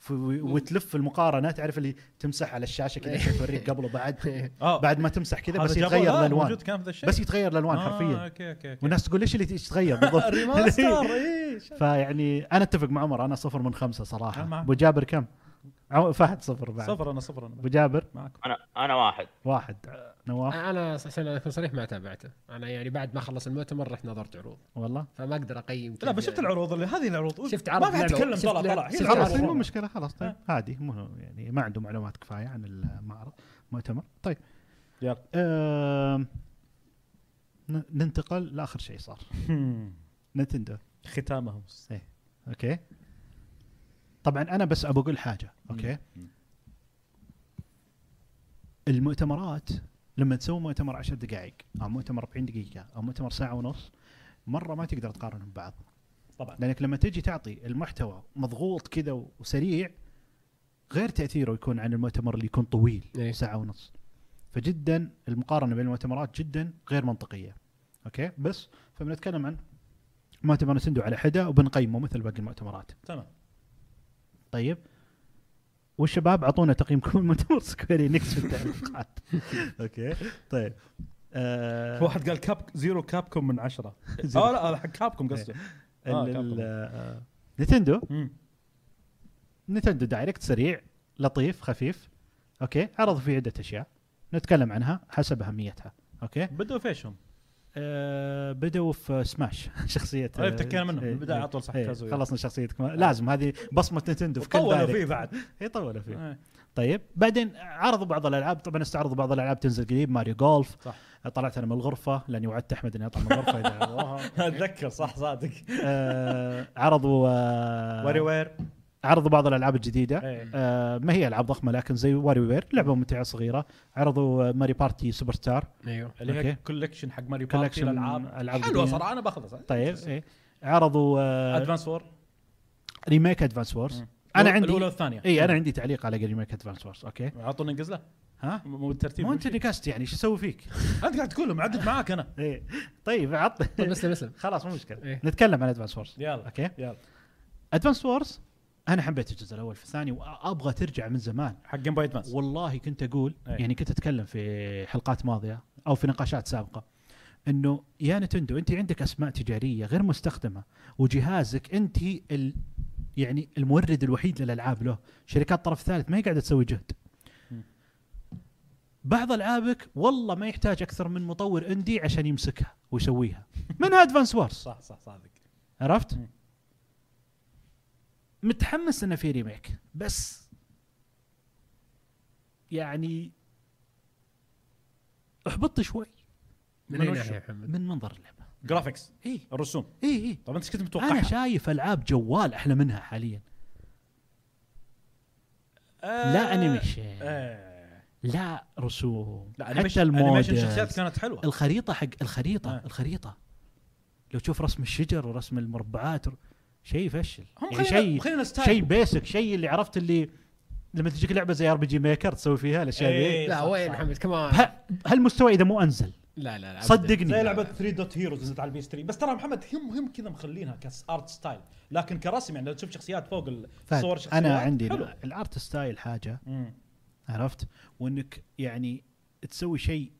[SPEAKER 1] ف- وتلف المقارنه تعرف اللي تمسح على الشاشه كذا شوي توريك قبل
[SPEAKER 3] *laughs*
[SPEAKER 1] وبعد
[SPEAKER 3] آه.
[SPEAKER 1] بعد ما تمسح كذا
[SPEAKER 3] هذا
[SPEAKER 1] بس
[SPEAKER 3] جابوه؟
[SPEAKER 1] يتغير
[SPEAKER 3] آه،
[SPEAKER 1] الالوان
[SPEAKER 3] موجود كان في ذا الشيء
[SPEAKER 1] بس يتغير الالوان
[SPEAKER 3] آه،
[SPEAKER 1] حرفيا
[SPEAKER 3] اوكي اوكي اوكي
[SPEAKER 1] والناس تقول ليش اللي يتغير
[SPEAKER 3] *laughs*
[SPEAKER 1] *laughs* بالضبط
[SPEAKER 3] آه، ريماستر
[SPEAKER 1] إيه.
[SPEAKER 3] اي
[SPEAKER 1] فيعني انا اتفق مع عمر انا صفر من خمسه
[SPEAKER 3] أنا
[SPEAKER 1] صراحه
[SPEAKER 3] معك.
[SPEAKER 1] ابو جابر كم؟ عم- فهد صفر بعد
[SPEAKER 3] صفر انا صفر انا
[SPEAKER 1] ابو جابر
[SPEAKER 5] انا انا واحد
[SPEAKER 1] واحد نواف
[SPEAKER 2] انا عشان اكون صريح ما تابعته انا يعني بعد ما خلص المؤتمر رحت نظرت عروض
[SPEAKER 1] والله
[SPEAKER 2] فما اقدر اقيم
[SPEAKER 3] لا بس
[SPEAKER 2] كيف-
[SPEAKER 3] شفت العروض اللي هذه العروض
[SPEAKER 2] شفت
[SPEAKER 3] ما
[SPEAKER 2] عرض
[SPEAKER 3] قاعد
[SPEAKER 2] لعبة.
[SPEAKER 3] اتكلم
[SPEAKER 2] شفت
[SPEAKER 3] طلع
[SPEAKER 2] لع-
[SPEAKER 3] طلع هي
[SPEAKER 2] شفت
[SPEAKER 3] العروض.
[SPEAKER 1] *laughs* خلاص
[SPEAKER 2] عرض.
[SPEAKER 1] مو مشكله خلاص طيب
[SPEAKER 3] آه.
[SPEAKER 1] عادي مو يعني ما عنده معلومات كفايه عن المعرض المؤتمر طيب
[SPEAKER 3] يلا. *laughs*
[SPEAKER 1] آم، ن- ننتقل لاخر شيء صار
[SPEAKER 3] هم.
[SPEAKER 1] نتندو
[SPEAKER 3] ختامهم
[SPEAKER 1] اوكي طبعا انا بس ابى اقول حاجه اوكي المؤتمرات لما تسوي مؤتمر 10 دقائق او مؤتمر 40 دقيقه او مؤتمر ساعه ونص مره ما تقدر تقارنهم ببعض
[SPEAKER 3] طبعاً.
[SPEAKER 1] لانك لما تجي تعطي المحتوى مضغوط كذا وسريع غير تاثيره يكون عن المؤتمر اللي يكون طويل
[SPEAKER 2] إيه.
[SPEAKER 1] ساعه ونص فجدا المقارنه بين المؤتمرات جدا غير منطقيه اوكي بس فبنتكلم عن مؤتمر نتندو على حده وبنقيمه مثل باقي المؤتمرات
[SPEAKER 3] تمام
[SPEAKER 1] طيب والشباب اعطونا تقييمكم مؤتمر سكوير انكس في *laughs* التعليقات اوكي طيب آه،
[SPEAKER 3] واحد قال كاب زيرو كابكم من عشرة
[SPEAKER 1] *laughs* زيرو. إيه.
[SPEAKER 3] اه لا حق كابكم قصده
[SPEAKER 1] ال-
[SPEAKER 3] آه،
[SPEAKER 1] ال-
[SPEAKER 3] كابكم.
[SPEAKER 1] آه، نتندو
[SPEAKER 3] مم.
[SPEAKER 1] نتندو دايركت سريع لطيف خفيف اوكي عرض فيه عده اشياء نتكلم عنها حسب اهميتها اوكي
[SPEAKER 3] بدوا فيشهم
[SPEAKER 1] آه بدأوا في سماش *laughs* شخصية
[SPEAKER 3] طيب، تكينا منهم.
[SPEAKER 1] إيه،
[SPEAKER 3] من البداية
[SPEAKER 1] إيه،
[SPEAKER 3] على طول صح،
[SPEAKER 1] إيه،
[SPEAKER 3] كازويا.
[SPEAKER 1] خلصنا شخصيتك لازم هذه بصمة نتندو في كل
[SPEAKER 3] طولوا
[SPEAKER 1] دايركت.
[SPEAKER 3] فيه بعد
[SPEAKER 1] اي طولوا فيه
[SPEAKER 3] *laughs* إيه.
[SPEAKER 1] طيب بعدين عرضوا بعض الالعاب طبعا استعرضوا بعض الالعاب تنزل قريب ماريو جولف
[SPEAKER 3] صح.
[SPEAKER 1] طلعت انا من الغرفه لاني وعدت احمد اني اطلع من الغرفه اذا
[SPEAKER 3] *laughs* اتذكر صح صادق
[SPEAKER 1] آه عرضوا آه
[SPEAKER 3] واري وير
[SPEAKER 1] عرضوا بعض الالعاب الجديده
[SPEAKER 3] إيه.
[SPEAKER 1] آه ما هي العاب ضخمه لكن زي واري وير لعبه ممتعه صغيره عرضوا آه، ماري بارتي سوبر ستار
[SPEAKER 2] ايوه
[SPEAKER 3] اللي هي
[SPEAKER 1] أوكي.
[SPEAKER 3] كولكشن حق ماريو بارتي
[SPEAKER 1] كولكشن
[SPEAKER 3] الالعاب
[SPEAKER 1] ألعاب
[SPEAKER 3] حلوه
[SPEAKER 1] جديدة.
[SPEAKER 3] صراحه انا باخذها
[SPEAKER 1] طيب إيه. عرضوا آه
[SPEAKER 3] ادفانس وور
[SPEAKER 1] ريميك ادفانس وورز
[SPEAKER 3] مم.
[SPEAKER 1] انا عندي
[SPEAKER 3] الاولى والثانيه
[SPEAKER 1] اي انا عندي تعليق على ريميك ادفانس وورز اوكي
[SPEAKER 3] اعطونا قزله
[SPEAKER 1] ها
[SPEAKER 3] مو بالترتيب
[SPEAKER 1] مو انت اللي كاست يعني شو اسوي
[SPEAKER 3] *laughs*
[SPEAKER 1] فيك؟
[SPEAKER 3] انت قاعد تقول معدد
[SPEAKER 1] *laughs*
[SPEAKER 3] معاك انا
[SPEAKER 1] إيه. طيب عط *laughs*
[SPEAKER 2] طيب اسلم
[SPEAKER 3] *laughs*
[SPEAKER 2] اسلم
[SPEAKER 1] خلاص مو مشكله
[SPEAKER 2] إيه.
[SPEAKER 1] نتكلم عن ادفانس وورز
[SPEAKER 3] يلا
[SPEAKER 1] اوكي
[SPEAKER 3] يلا
[SPEAKER 1] ادفانس وورز انا حبيت الجزء الاول في الثاني وابغى ترجع من زمان
[SPEAKER 3] حق جيم باي ادفانس
[SPEAKER 1] والله كنت اقول
[SPEAKER 3] أي.
[SPEAKER 1] يعني كنت اتكلم في حلقات ماضيه او في نقاشات سابقه انه يا نتندو انت عندك اسماء تجاريه غير مستخدمه وجهازك انت ال يعني المورد الوحيد للالعاب له شركات طرف ثالث ما هي قاعده تسوي جهد بعض العابك والله ما يحتاج اكثر من مطور اندي عشان يمسكها ويسويها منها ادفانس وورز
[SPEAKER 3] صح صح صادق
[SPEAKER 1] عرفت؟
[SPEAKER 3] مم.
[SPEAKER 1] متحمس انه في ريميك بس يعني احبطت شوي
[SPEAKER 2] من اي
[SPEAKER 3] من
[SPEAKER 2] ناحيه
[SPEAKER 3] وشو؟
[SPEAKER 2] يا
[SPEAKER 3] *laughs*
[SPEAKER 2] محمد؟
[SPEAKER 1] من منظر اللعبه
[SPEAKER 3] جرافيكس
[SPEAKER 1] اي
[SPEAKER 3] الرسوم
[SPEAKER 1] اي اي
[SPEAKER 3] طب انت ايش كنت
[SPEAKER 1] انا
[SPEAKER 3] متوقعها؟
[SPEAKER 1] شايف العاب جوال احلى منها حاليا لا انيميشن
[SPEAKER 3] آه.
[SPEAKER 1] لا رسوم
[SPEAKER 3] لا
[SPEAKER 1] حتى
[SPEAKER 3] انيميشن انيميشن
[SPEAKER 1] الموديل
[SPEAKER 3] الشخصيات كانت حلوه
[SPEAKER 1] الخريطه حق الخريطه
[SPEAKER 3] آه.
[SPEAKER 1] الخريطه لو تشوف رسم الشجر ورسم المربعات شيء يفشل
[SPEAKER 3] هم
[SPEAKER 1] يعني
[SPEAKER 3] خلينا
[SPEAKER 1] شيء
[SPEAKER 3] خلينا
[SPEAKER 1] شيء
[SPEAKER 3] ستايل
[SPEAKER 1] بيسك شيء اللي عرفت اللي لما تجيك لعبه زي ار بي جي ميكر تسوي فيها الاشياء ذي
[SPEAKER 3] إيه.
[SPEAKER 2] لا
[SPEAKER 3] صح،
[SPEAKER 2] وين
[SPEAKER 3] صح.
[SPEAKER 2] محمد كمان
[SPEAKER 1] ه- هالمستوى اذا مو انزل
[SPEAKER 2] لا لا لا أبداً.
[SPEAKER 1] صدقني
[SPEAKER 3] زي لعبه 3 دوت هيروز نزلت على البي اس 3 بس ترى محمد هم هم كذا مخلينها كارت ستايل لكن كرسم يعني لو تشوف شخصيات فوق
[SPEAKER 1] فهد،
[SPEAKER 3] الصور شخصيات
[SPEAKER 1] انا عندي
[SPEAKER 3] حلو
[SPEAKER 1] الارت ستايل حاجه
[SPEAKER 3] مم.
[SPEAKER 1] عرفت وانك يعني تسوي شيء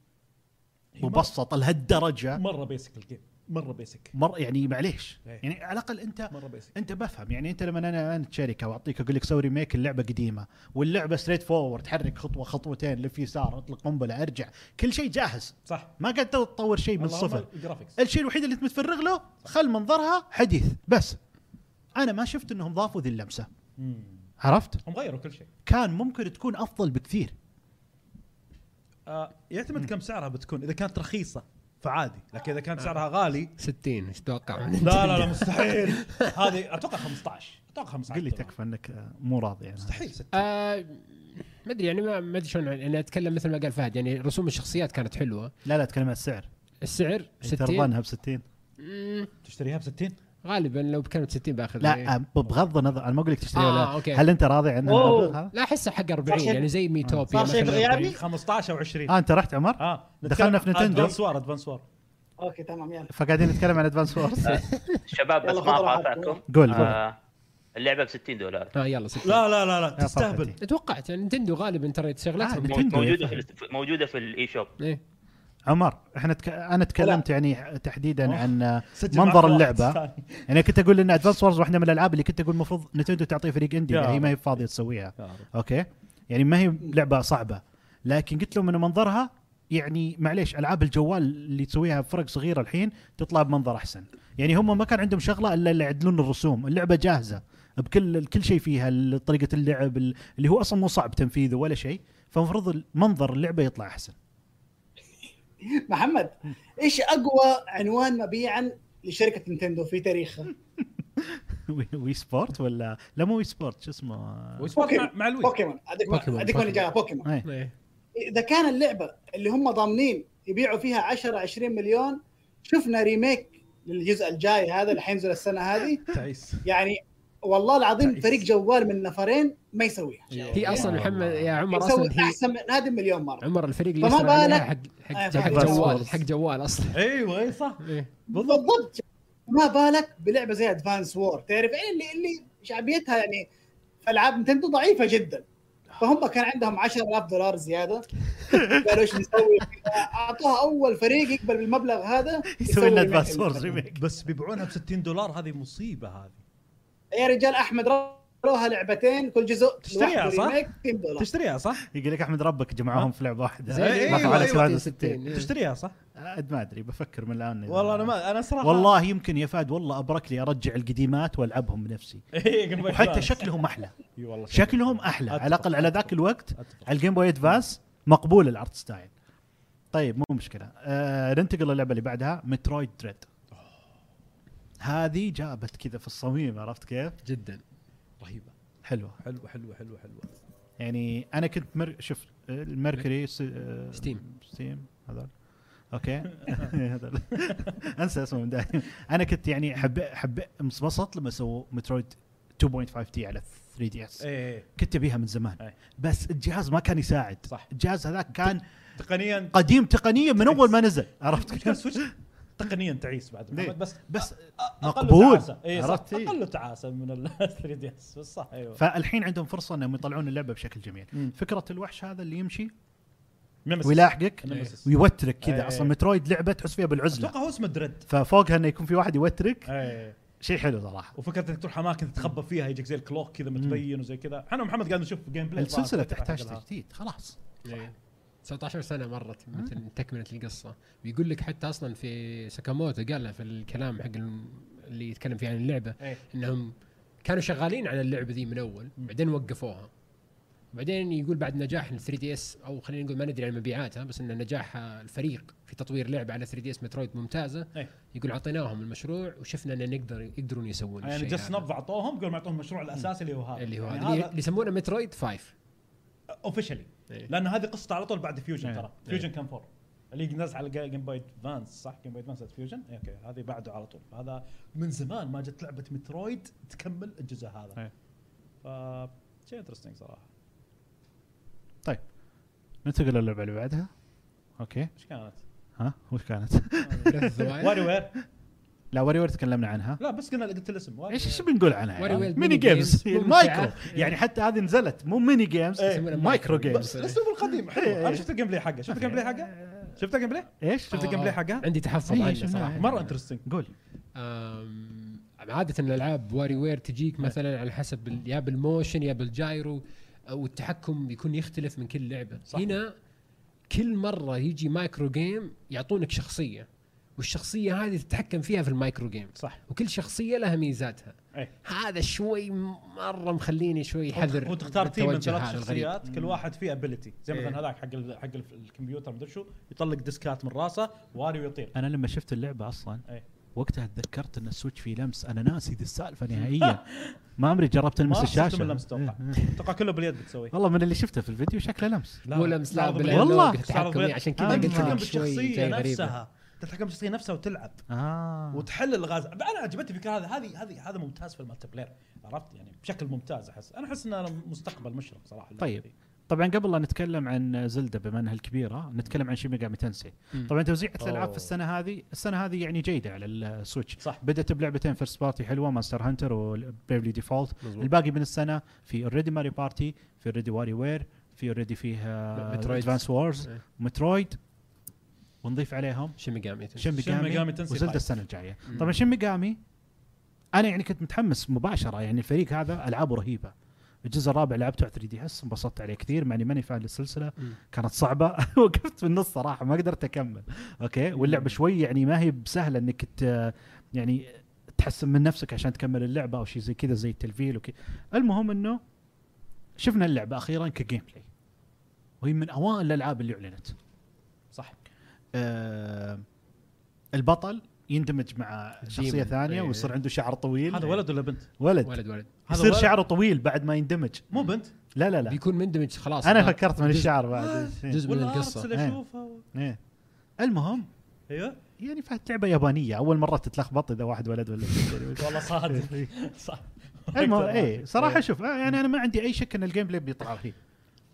[SPEAKER 3] هي مرة-
[SPEAKER 1] مبسط لهالدرجه
[SPEAKER 3] مره بيسك الجيم مره بيسك
[SPEAKER 1] مر يعني معليش
[SPEAKER 3] إيه.
[SPEAKER 1] يعني على الاقل انت
[SPEAKER 3] مره بيسك
[SPEAKER 1] انت بفهم يعني انت لما انا انا شركه واعطيك اقول لك سوي ريميك اللعبه قديمه واللعبه ستريت فورورد حرك خطوه خطوتين لف يسار اطلق قنبله ارجع كل شيء جاهز
[SPEAKER 3] صح
[SPEAKER 1] ما قاعد تطور شيء من
[SPEAKER 3] اللهم
[SPEAKER 1] الصفر
[SPEAKER 3] الجرافيكس
[SPEAKER 1] الشيء الوحيد اللي متفرغ له خل منظرها حديث بس انا ما شفت انهم ضافوا ذي اللمسه
[SPEAKER 3] مم.
[SPEAKER 1] عرفت
[SPEAKER 3] هم غيروا كل شيء
[SPEAKER 1] كان ممكن تكون افضل بكثير
[SPEAKER 3] آه يعتمد كم سعرها بتكون اذا كانت رخيصه فعادي لكن اذا كان سعرها غالي
[SPEAKER 2] 60 ايش تتوقع؟
[SPEAKER 3] آه. *laughs* لا لا لا *laughs* مستحيل هذه اتوقع 15 اتوقع 15
[SPEAKER 1] قل لي تكفى انك آه، مو راضي يعني
[SPEAKER 3] مستحيل ست
[SPEAKER 2] *laughs* آه، ما ادري يعني ما ما ادري شلون يعني اتكلم مثل ما قال فهد يعني رسوم الشخصيات كانت حلوه
[SPEAKER 1] لا لا اتكلم عن السعر يعني
[SPEAKER 2] السعر
[SPEAKER 3] إيه،
[SPEAKER 2] 60
[SPEAKER 1] ترضانها ب 60
[SPEAKER 2] مم،
[SPEAKER 3] تشتريها ب 60
[SPEAKER 2] غالبا لو بكلمة 60 باخذ إيه.
[SPEAKER 1] لا آه، بغض النظر انا ما اقول لك تشتري
[SPEAKER 2] آه،
[SPEAKER 1] ولا
[SPEAKER 2] أوكي.
[SPEAKER 1] لا. هل انت راضي عن
[SPEAKER 4] أوه.
[SPEAKER 1] المبلغ هذا؟
[SPEAKER 2] لا احسها حق 40
[SPEAKER 4] صار شيء-
[SPEAKER 2] يعني زي ميتوبيا
[SPEAKER 4] صار شيء
[SPEAKER 2] مثلا
[SPEAKER 4] غيابي؟
[SPEAKER 2] 40.
[SPEAKER 3] 15 او 20
[SPEAKER 1] اه انت رحت عمر؟
[SPEAKER 3] اه
[SPEAKER 1] دخلنا في نتندو.
[SPEAKER 3] ادفانس وار ادفانس وار
[SPEAKER 4] اوكي تمام يلا
[SPEAKER 1] فقاعدين نتكلم عن ادفانس وورز
[SPEAKER 5] شباب بس
[SPEAKER 4] يلا
[SPEAKER 5] ما
[SPEAKER 4] خذ راحتكم.
[SPEAKER 5] قاطعكم
[SPEAKER 1] قول قول
[SPEAKER 5] آه اللعبه ب 60 دولار
[SPEAKER 2] اه يلا ستين.
[SPEAKER 3] لا لا لا لا
[SPEAKER 1] يا
[SPEAKER 3] تستهبل
[SPEAKER 1] صاحبتي.
[SPEAKER 2] توقعت يعني نتندو غالبا ترى
[SPEAKER 1] آه،
[SPEAKER 2] شغلاتهم
[SPEAKER 1] نتندو.
[SPEAKER 2] آه
[SPEAKER 1] تندو،
[SPEAKER 5] موجوده
[SPEAKER 1] يا
[SPEAKER 5] في موجوده في E الاي شوب
[SPEAKER 4] *laughs*
[SPEAKER 2] ايه
[SPEAKER 1] عمر احنا تك... انا تكلمت يعني تحديدا عن
[SPEAKER 3] سجل
[SPEAKER 1] منظر
[SPEAKER 3] معك واحد
[SPEAKER 1] اللعبه
[SPEAKER 3] ثاني.
[SPEAKER 1] يعني كنت اقول ان ادفانس وورز واحده من الالعاب اللي كنت اقول المفروض نتندو تعطيه فريق اندي
[SPEAKER 3] يا
[SPEAKER 1] يعني هي
[SPEAKER 3] رب.
[SPEAKER 1] ما هي فاضيه تسويها
[SPEAKER 3] يا رب.
[SPEAKER 1] اوكي يعني ما هي لعبه صعبه لكن قلت له من منظرها يعني معليش العاب الجوال اللي تسويها فرق صغيره الحين تطلع بمنظر احسن يعني هم ما كان عندهم شغله الا اللي يعدلون الرسوم اللعبه جاهزه بكل كل شيء فيها ال- طريقه اللعب ال- اللي هو اصلا مو صعب تنفيذه ولا شيء فمفروض منظر اللعبه يطلع احسن
[SPEAKER 4] محمد ايش اقوى عنوان مبيعا لشركه نينتندو في تاريخها؟
[SPEAKER 1] *laughs* وي- وي سبورت ولا لا مو وي سبورت شو اسمه
[SPEAKER 3] وسبورت مع- مع الوي
[SPEAKER 4] بوكيمون اديك
[SPEAKER 2] بوكيمون،
[SPEAKER 4] اديك
[SPEAKER 2] بوكيمون.
[SPEAKER 4] ماني جاي بوكيمون
[SPEAKER 1] إيه.
[SPEAKER 2] ايه
[SPEAKER 4] اذا كان اللعبه اللي هم ضامنين يبيعوا فيها 10 20 مليون شفنا ريميك للجزء الجاي هذا اللي حينزل السنه هذه
[SPEAKER 3] تعيس
[SPEAKER 4] يعني والله العظيم
[SPEAKER 3] نايس.
[SPEAKER 4] فريق جوال من نفرين ما يسويها
[SPEAKER 2] هي اصلا محمد يا عمر
[SPEAKER 4] يسوي
[SPEAKER 2] اصلا هي
[SPEAKER 4] احسن من هذه مليون مره
[SPEAKER 2] عمر الفريق اللي
[SPEAKER 4] فما
[SPEAKER 2] يشتغل عليها
[SPEAKER 4] بالك-
[SPEAKER 2] حق
[SPEAKER 4] آه،
[SPEAKER 2] حق حق
[SPEAKER 1] فاهم.
[SPEAKER 2] جوال حق جوال
[SPEAKER 4] *laughs*
[SPEAKER 2] اصلا
[SPEAKER 3] ايوه اي صح
[SPEAKER 2] إيه.
[SPEAKER 4] بالضبط ما بالك بلعبه زي ادفانس وور تعرف يعني اللي اللي شعبيتها يعني في العاب نتندو ضعيفه جدا فهم كان عندهم 10000 دولار زياده قالوا ايش نسوي اعطوها اول فريق يقبل بالمبلغ هذا
[SPEAKER 1] يسوي لنا
[SPEAKER 4] ريميك
[SPEAKER 1] ادفانس وورز
[SPEAKER 4] للفريق.
[SPEAKER 1] ريميك
[SPEAKER 3] بس بيبيعونها ب 60 دولار هذه مصيبه هذه
[SPEAKER 4] يا رجال احمد روها لعبتين كل جزء
[SPEAKER 3] تشتريها،
[SPEAKER 4] لوحده
[SPEAKER 3] صح؟
[SPEAKER 4] ريميك 2 دولار
[SPEAKER 3] تشتريها صح؟
[SPEAKER 1] يقول لك احمد ربك جمعوهم في لعبه واحده
[SPEAKER 2] زي
[SPEAKER 3] إيه،
[SPEAKER 1] ما
[SPEAKER 3] إيه،
[SPEAKER 1] فعلت
[SPEAKER 3] أيوة،
[SPEAKER 1] 61.
[SPEAKER 2] 60. إيه.
[SPEAKER 3] تشتريها صح؟
[SPEAKER 1] عاد ما ادري بفكر من الان إذا-
[SPEAKER 3] والله انا ما انا صراحه
[SPEAKER 1] والله يمكن يا فهد والله ابرك لي ارجع القديمات والعبهم بنفسي
[SPEAKER 3] *laughs* إيه، قبل
[SPEAKER 1] وحتى
[SPEAKER 3] كلام.
[SPEAKER 1] شكلهم احلى
[SPEAKER 3] إي والله
[SPEAKER 1] شكلهم احلى على الاقل على ذاك الوقت
[SPEAKER 3] أتفق.
[SPEAKER 1] على الجيم بوي ادفانس مقبول الارت ستايل طيب مو مشكله آه ننتقل للعبه اللي بعدها مترويد دريد هذه جابت كذا في الصميم عرفت كيف؟
[SPEAKER 2] جدا
[SPEAKER 3] رهيبه
[SPEAKER 1] حلوه
[SPEAKER 3] حلوه حلوه حلوه حلوه
[SPEAKER 1] يعني انا كنت مر... شوف الميركوري س... آه،
[SPEAKER 2] ستيم.
[SPEAKER 1] ستيم هذول اوكي *laughs* هذول انسى اسمه من دايم انا كنت يعني حب حب انبسطت لما سووا مترويد 2.5 تي على 3 دي اس
[SPEAKER 3] إيه، ايه
[SPEAKER 1] كنت ابيها من زمان
[SPEAKER 3] إيه.
[SPEAKER 1] بس الجهاز ما كان يساعد
[SPEAKER 3] صح.
[SPEAKER 1] الجهاز هذاك كان
[SPEAKER 3] تقنيا
[SPEAKER 1] قديم تقنيا من اول ما نزل عرفت
[SPEAKER 3] مشكله
[SPEAKER 1] كيف؟
[SPEAKER 3] سويتش تقنيا تعيس بعد
[SPEAKER 1] ليه؟
[SPEAKER 3] محمد بس
[SPEAKER 1] بس
[SPEAKER 3] أقل
[SPEAKER 1] مقبول.
[SPEAKER 3] تعاسة. إيه، صح.
[SPEAKER 1] عرفت؟ إيه.
[SPEAKER 3] اقل تعاسه من ال *laughs* 3 دي اس بس صح ايوه
[SPEAKER 1] فالحين عندهم فرصه انهم يطلعون اللعبه بشكل جميل
[SPEAKER 3] مم.
[SPEAKER 1] فكره الوحش هذا اللي يمشي
[SPEAKER 3] نمسيس.
[SPEAKER 1] ويلاحقك
[SPEAKER 3] نمسيس.
[SPEAKER 1] ويوترك كذا
[SPEAKER 3] إيه.
[SPEAKER 1] اصلا مترويد لعبه تحس فيها بالعزله
[SPEAKER 3] اتوقع هو اسمه دريد
[SPEAKER 1] ففوقها انه يكون في واحد يوترك
[SPEAKER 3] ايه
[SPEAKER 1] شيء حلو صراحه
[SPEAKER 3] وفكره انك تروح اماكن تتخبى فيها يجيك زي الكلوك كذا متبين وزي كذا احنا ومحمد قاعد نشوف جيم بلاي
[SPEAKER 1] السلسله
[SPEAKER 3] ظاهر.
[SPEAKER 1] تحتاج
[SPEAKER 3] حق العاب.
[SPEAKER 1] تجديد خلاص
[SPEAKER 2] إيه. 19 سنه
[SPEAKER 4] أه.
[SPEAKER 2] مرت مثل تكمله القصه ويقول لك حتى اصلا في ساكاموتو قالها في الكلام حق الم- اللي يتكلم فيه عن اللعبه
[SPEAKER 3] إيه.
[SPEAKER 2] انهم كانوا شغالين على اللعبه ذي من اول بعدين وقفوها بعدين يقول بعد نجاح ال 3 دي اس او خلينا نقول ما ندري عن مبيعاتها بس ان نجاح الفريق في تطوير لعبه على 3 دي اس مترويد ممتازه
[SPEAKER 3] إيه.
[SPEAKER 2] يقول اعطيناهم المشروع وشفنا ان نقدر يقدرون يسوون
[SPEAKER 3] يعني
[SPEAKER 2] الشيء
[SPEAKER 3] جس
[SPEAKER 2] هذا.
[SPEAKER 3] نبض اعطوهم قالوا معطوهم المشروع الاساسي اللي هو هذا
[SPEAKER 2] اللي هو
[SPEAKER 3] يعني
[SPEAKER 2] هذا اللي
[SPEAKER 3] هذا
[SPEAKER 2] يسمونه مترويد 5
[SPEAKER 3] *laughs* اوفشلي
[SPEAKER 2] إيه.
[SPEAKER 3] لان هذه قصته على طول بعد فيوجن ترى
[SPEAKER 2] إيه.
[SPEAKER 3] فيوجن كان فور اللي نزل على جيم بوي ادفانس صح جيم بوي ادفانس فيوجن اوكي إيه، هذه بعده على طول هذا من زمان ما جت لعبه مترويد تكمل الجزء هذا
[SPEAKER 1] إيه.
[SPEAKER 3] ف شيء انترستنج صراحه
[SPEAKER 1] طيب ننتقل للعبه اللي بعدها اوكي
[SPEAKER 3] ايش كانت؟
[SPEAKER 1] ها وش كانت؟ *laughs*
[SPEAKER 2] إيه.
[SPEAKER 3] واري وير
[SPEAKER 1] لا وري وري تكلمنا عنها
[SPEAKER 3] لا بس قلنا قلت الاسم واري
[SPEAKER 1] ايش
[SPEAKER 3] وير.
[SPEAKER 1] ايش بنقول عنها؟
[SPEAKER 2] Warrior
[SPEAKER 1] يعني؟
[SPEAKER 2] World
[SPEAKER 1] ميني
[SPEAKER 2] mini
[SPEAKER 1] جيمز
[SPEAKER 2] games.
[SPEAKER 1] مايكرو
[SPEAKER 2] ممتعة.
[SPEAKER 1] يعني حتى هذه نزلت مو ميني جيمز
[SPEAKER 3] إيه.
[SPEAKER 2] يسمونه
[SPEAKER 1] مايكرو جيمز
[SPEAKER 3] بس الاسلوب القديم
[SPEAKER 2] إيه،
[SPEAKER 3] حلو انا شفت الجيم بلاي حقه شفت الجيم بلاي حقه؟ شفت الجيم بلاي؟
[SPEAKER 1] ايش؟
[SPEAKER 3] شفت الجيم بلاي حقها؟
[SPEAKER 2] آه، عندي تحفظ
[SPEAKER 1] إيه،
[SPEAKER 2] عنه
[SPEAKER 1] شفناه.
[SPEAKER 2] صراحه
[SPEAKER 3] مره انترستنج
[SPEAKER 1] قول
[SPEAKER 2] أم، عادة الالعاب واري وير
[SPEAKER 3] نعم.
[SPEAKER 2] تجيك مثلا على حسب ال- يا بالموشن يا بالجايرو والتحكم يكون يختلف من كل لعبة صح. هنا كل مرة يجي مايكرو جيم يعطونك شخصية والشخصية هذه تتحكم فيها في المايكرو جيم
[SPEAKER 3] صح
[SPEAKER 2] وكل شخصية لها ميزاتها
[SPEAKER 3] إيه.
[SPEAKER 2] هذا شوي مرة مخليني شوي حذر
[SPEAKER 3] وتختار تيم من
[SPEAKER 2] بالتوجه
[SPEAKER 3] ثلاث
[SPEAKER 2] هذا الغريب.
[SPEAKER 3] شخصيات كل واحد فيه ابيلتي زي
[SPEAKER 2] إيه.
[SPEAKER 3] مثلا هذاك حق ال- حق ال- الكمبيوتر مدري شو يطلق ديسكات من راسه واري ويطير
[SPEAKER 1] انا لما شفت اللعبه اصلا
[SPEAKER 3] إيه.
[SPEAKER 1] وقتها تذكرت ان السويتش فيه لمس انا ناسي ذي السالفه
[SPEAKER 3] *laughs*
[SPEAKER 1] نهائيا ما عمري جربت المس
[SPEAKER 3] من
[SPEAKER 1] الشاشه
[SPEAKER 3] لمس اتوقع اتوقع كله باليد بتسوي
[SPEAKER 1] والله من اللي شفته في الفيديو شكله لمس
[SPEAKER 2] إيه، مو لمس لا
[SPEAKER 3] باليد.
[SPEAKER 2] بالعنق
[SPEAKER 1] والله.
[SPEAKER 2] تتحكم فيه، عشان كذا
[SPEAKER 1] آه،
[SPEAKER 2] قلت
[SPEAKER 3] تتحكم
[SPEAKER 2] لك شوي
[SPEAKER 3] بالشخصيه
[SPEAKER 2] شيء غريبة
[SPEAKER 3] نفسها تتحكم بالشخصيه نفسها وتلعب
[SPEAKER 2] آه.
[SPEAKER 1] اه
[SPEAKER 3] وتحل الغاز انا عجبتني الفكره هذه هذه هذه هذا ممتاز في المالتي بلاير عرفت يعني بشكل ممتاز احس انا احس انه مستقبل مشرق صراحه اللعبة
[SPEAKER 1] طيب.
[SPEAKER 3] دي.
[SPEAKER 1] طبعا قبل لا نتكلم عن زلدة بما انها الكبيره نتكلم عن شيميجا تنسي
[SPEAKER 2] مم.
[SPEAKER 1] طبعا توزيعة الالعاب
[SPEAKER 3] أوه.
[SPEAKER 1] في السنه هذه السنه هذه يعني جيده على السويتش
[SPEAKER 3] صح.
[SPEAKER 1] بدات بلعبتين فيرست بارتي حلوه ماستر هانتر وبيبلي ديفولت
[SPEAKER 2] مظبوط.
[SPEAKER 1] الباقي من السنه في اوريدي ماري بارتي في اوريدي واري وير في اوريدي فيها
[SPEAKER 2] مترويد.
[SPEAKER 1] ادفانس وورز
[SPEAKER 2] إيه.
[SPEAKER 1] مترويد ونضيف عليهم
[SPEAKER 2] شيميجامي
[SPEAKER 1] شن
[SPEAKER 3] شن ميجامي
[SPEAKER 1] ميجامي
[SPEAKER 3] تنسي
[SPEAKER 1] وزلدة
[SPEAKER 3] فايف.
[SPEAKER 1] السنه الجايه طبعا شن ميجامي انا يعني كنت متحمس مباشره يعني الفريق هذا العابه رهيبه الجزء الرابع لعبته على 3 دي اس انبسطت عليه كثير مع اني ماني فان للسلسله
[SPEAKER 2] مم.
[SPEAKER 1] كانت صعبه *laughs* وقفت في النص صراحه ما قدرت اكمل اوكي واللعبه شوي يعني ما هي بسهله انك ت- يعني تحسن من نفسك عشان تكمل اللعبه او شيء زي كذا زي التلفيل وكذا المهم انه شفنا اللعبه اخيرا كجيم بلاي وهي من اوائل الالعاب اللي اعلنت
[SPEAKER 3] صح
[SPEAKER 1] آه، البطل يندمج مع شخصيه
[SPEAKER 2] ديمون.
[SPEAKER 1] ثانيه
[SPEAKER 2] إيه.
[SPEAKER 1] ويصير عنده شعر طويل
[SPEAKER 3] هذا ولد ولا بنت؟
[SPEAKER 1] ولد
[SPEAKER 2] ولد ولد
[SPEAKER 3] هذا
[SPEAKER 1] يصير
[SPEAKER 3] ولد.
[SPEAKER 1] شعره طويل بعد ما يندمج
[SPEAKER 3] مو بنت
[SPEAKER 1] لا لا لا
[SPEAKER 2] بيكون مندمج خلاص
[SPEAKER 1] انا
[SPEAKER 2] هذا
[SPEAKER 1] فكرت من
[SPEAKER 2] جزء-
[SPEAKER 1] الشعر
[SPEAKER 3] آه،
[SPEAKER 1] بعد إيه.
[SPEAKER 2] جزء من
[SPEAKER 3] ولا ارس
[SPEAKER 2] القصه
[SPEAKER 3] اللي
[SPEAKER 1] إيه.
[SPEAKER 3] اشوفها
[SPEAKER 1] إيه. المهم
[SPEAKER 3] ايوه
[SPEAKER 1] يعني فهمت لعبه يابانيه اول مره تتلخبط اذا واحد ولد ولا بنت.
[SPEAKER 3] *laughs* والله صادق صح طيب،
[SPEAKER 1] المهم اي
[SPEAKER 3] إيه.
[SPEAKER 1] صراحه شوف آه، يعني انا ما عندي اي شك ان الجيم بلاي بيطلع رهيب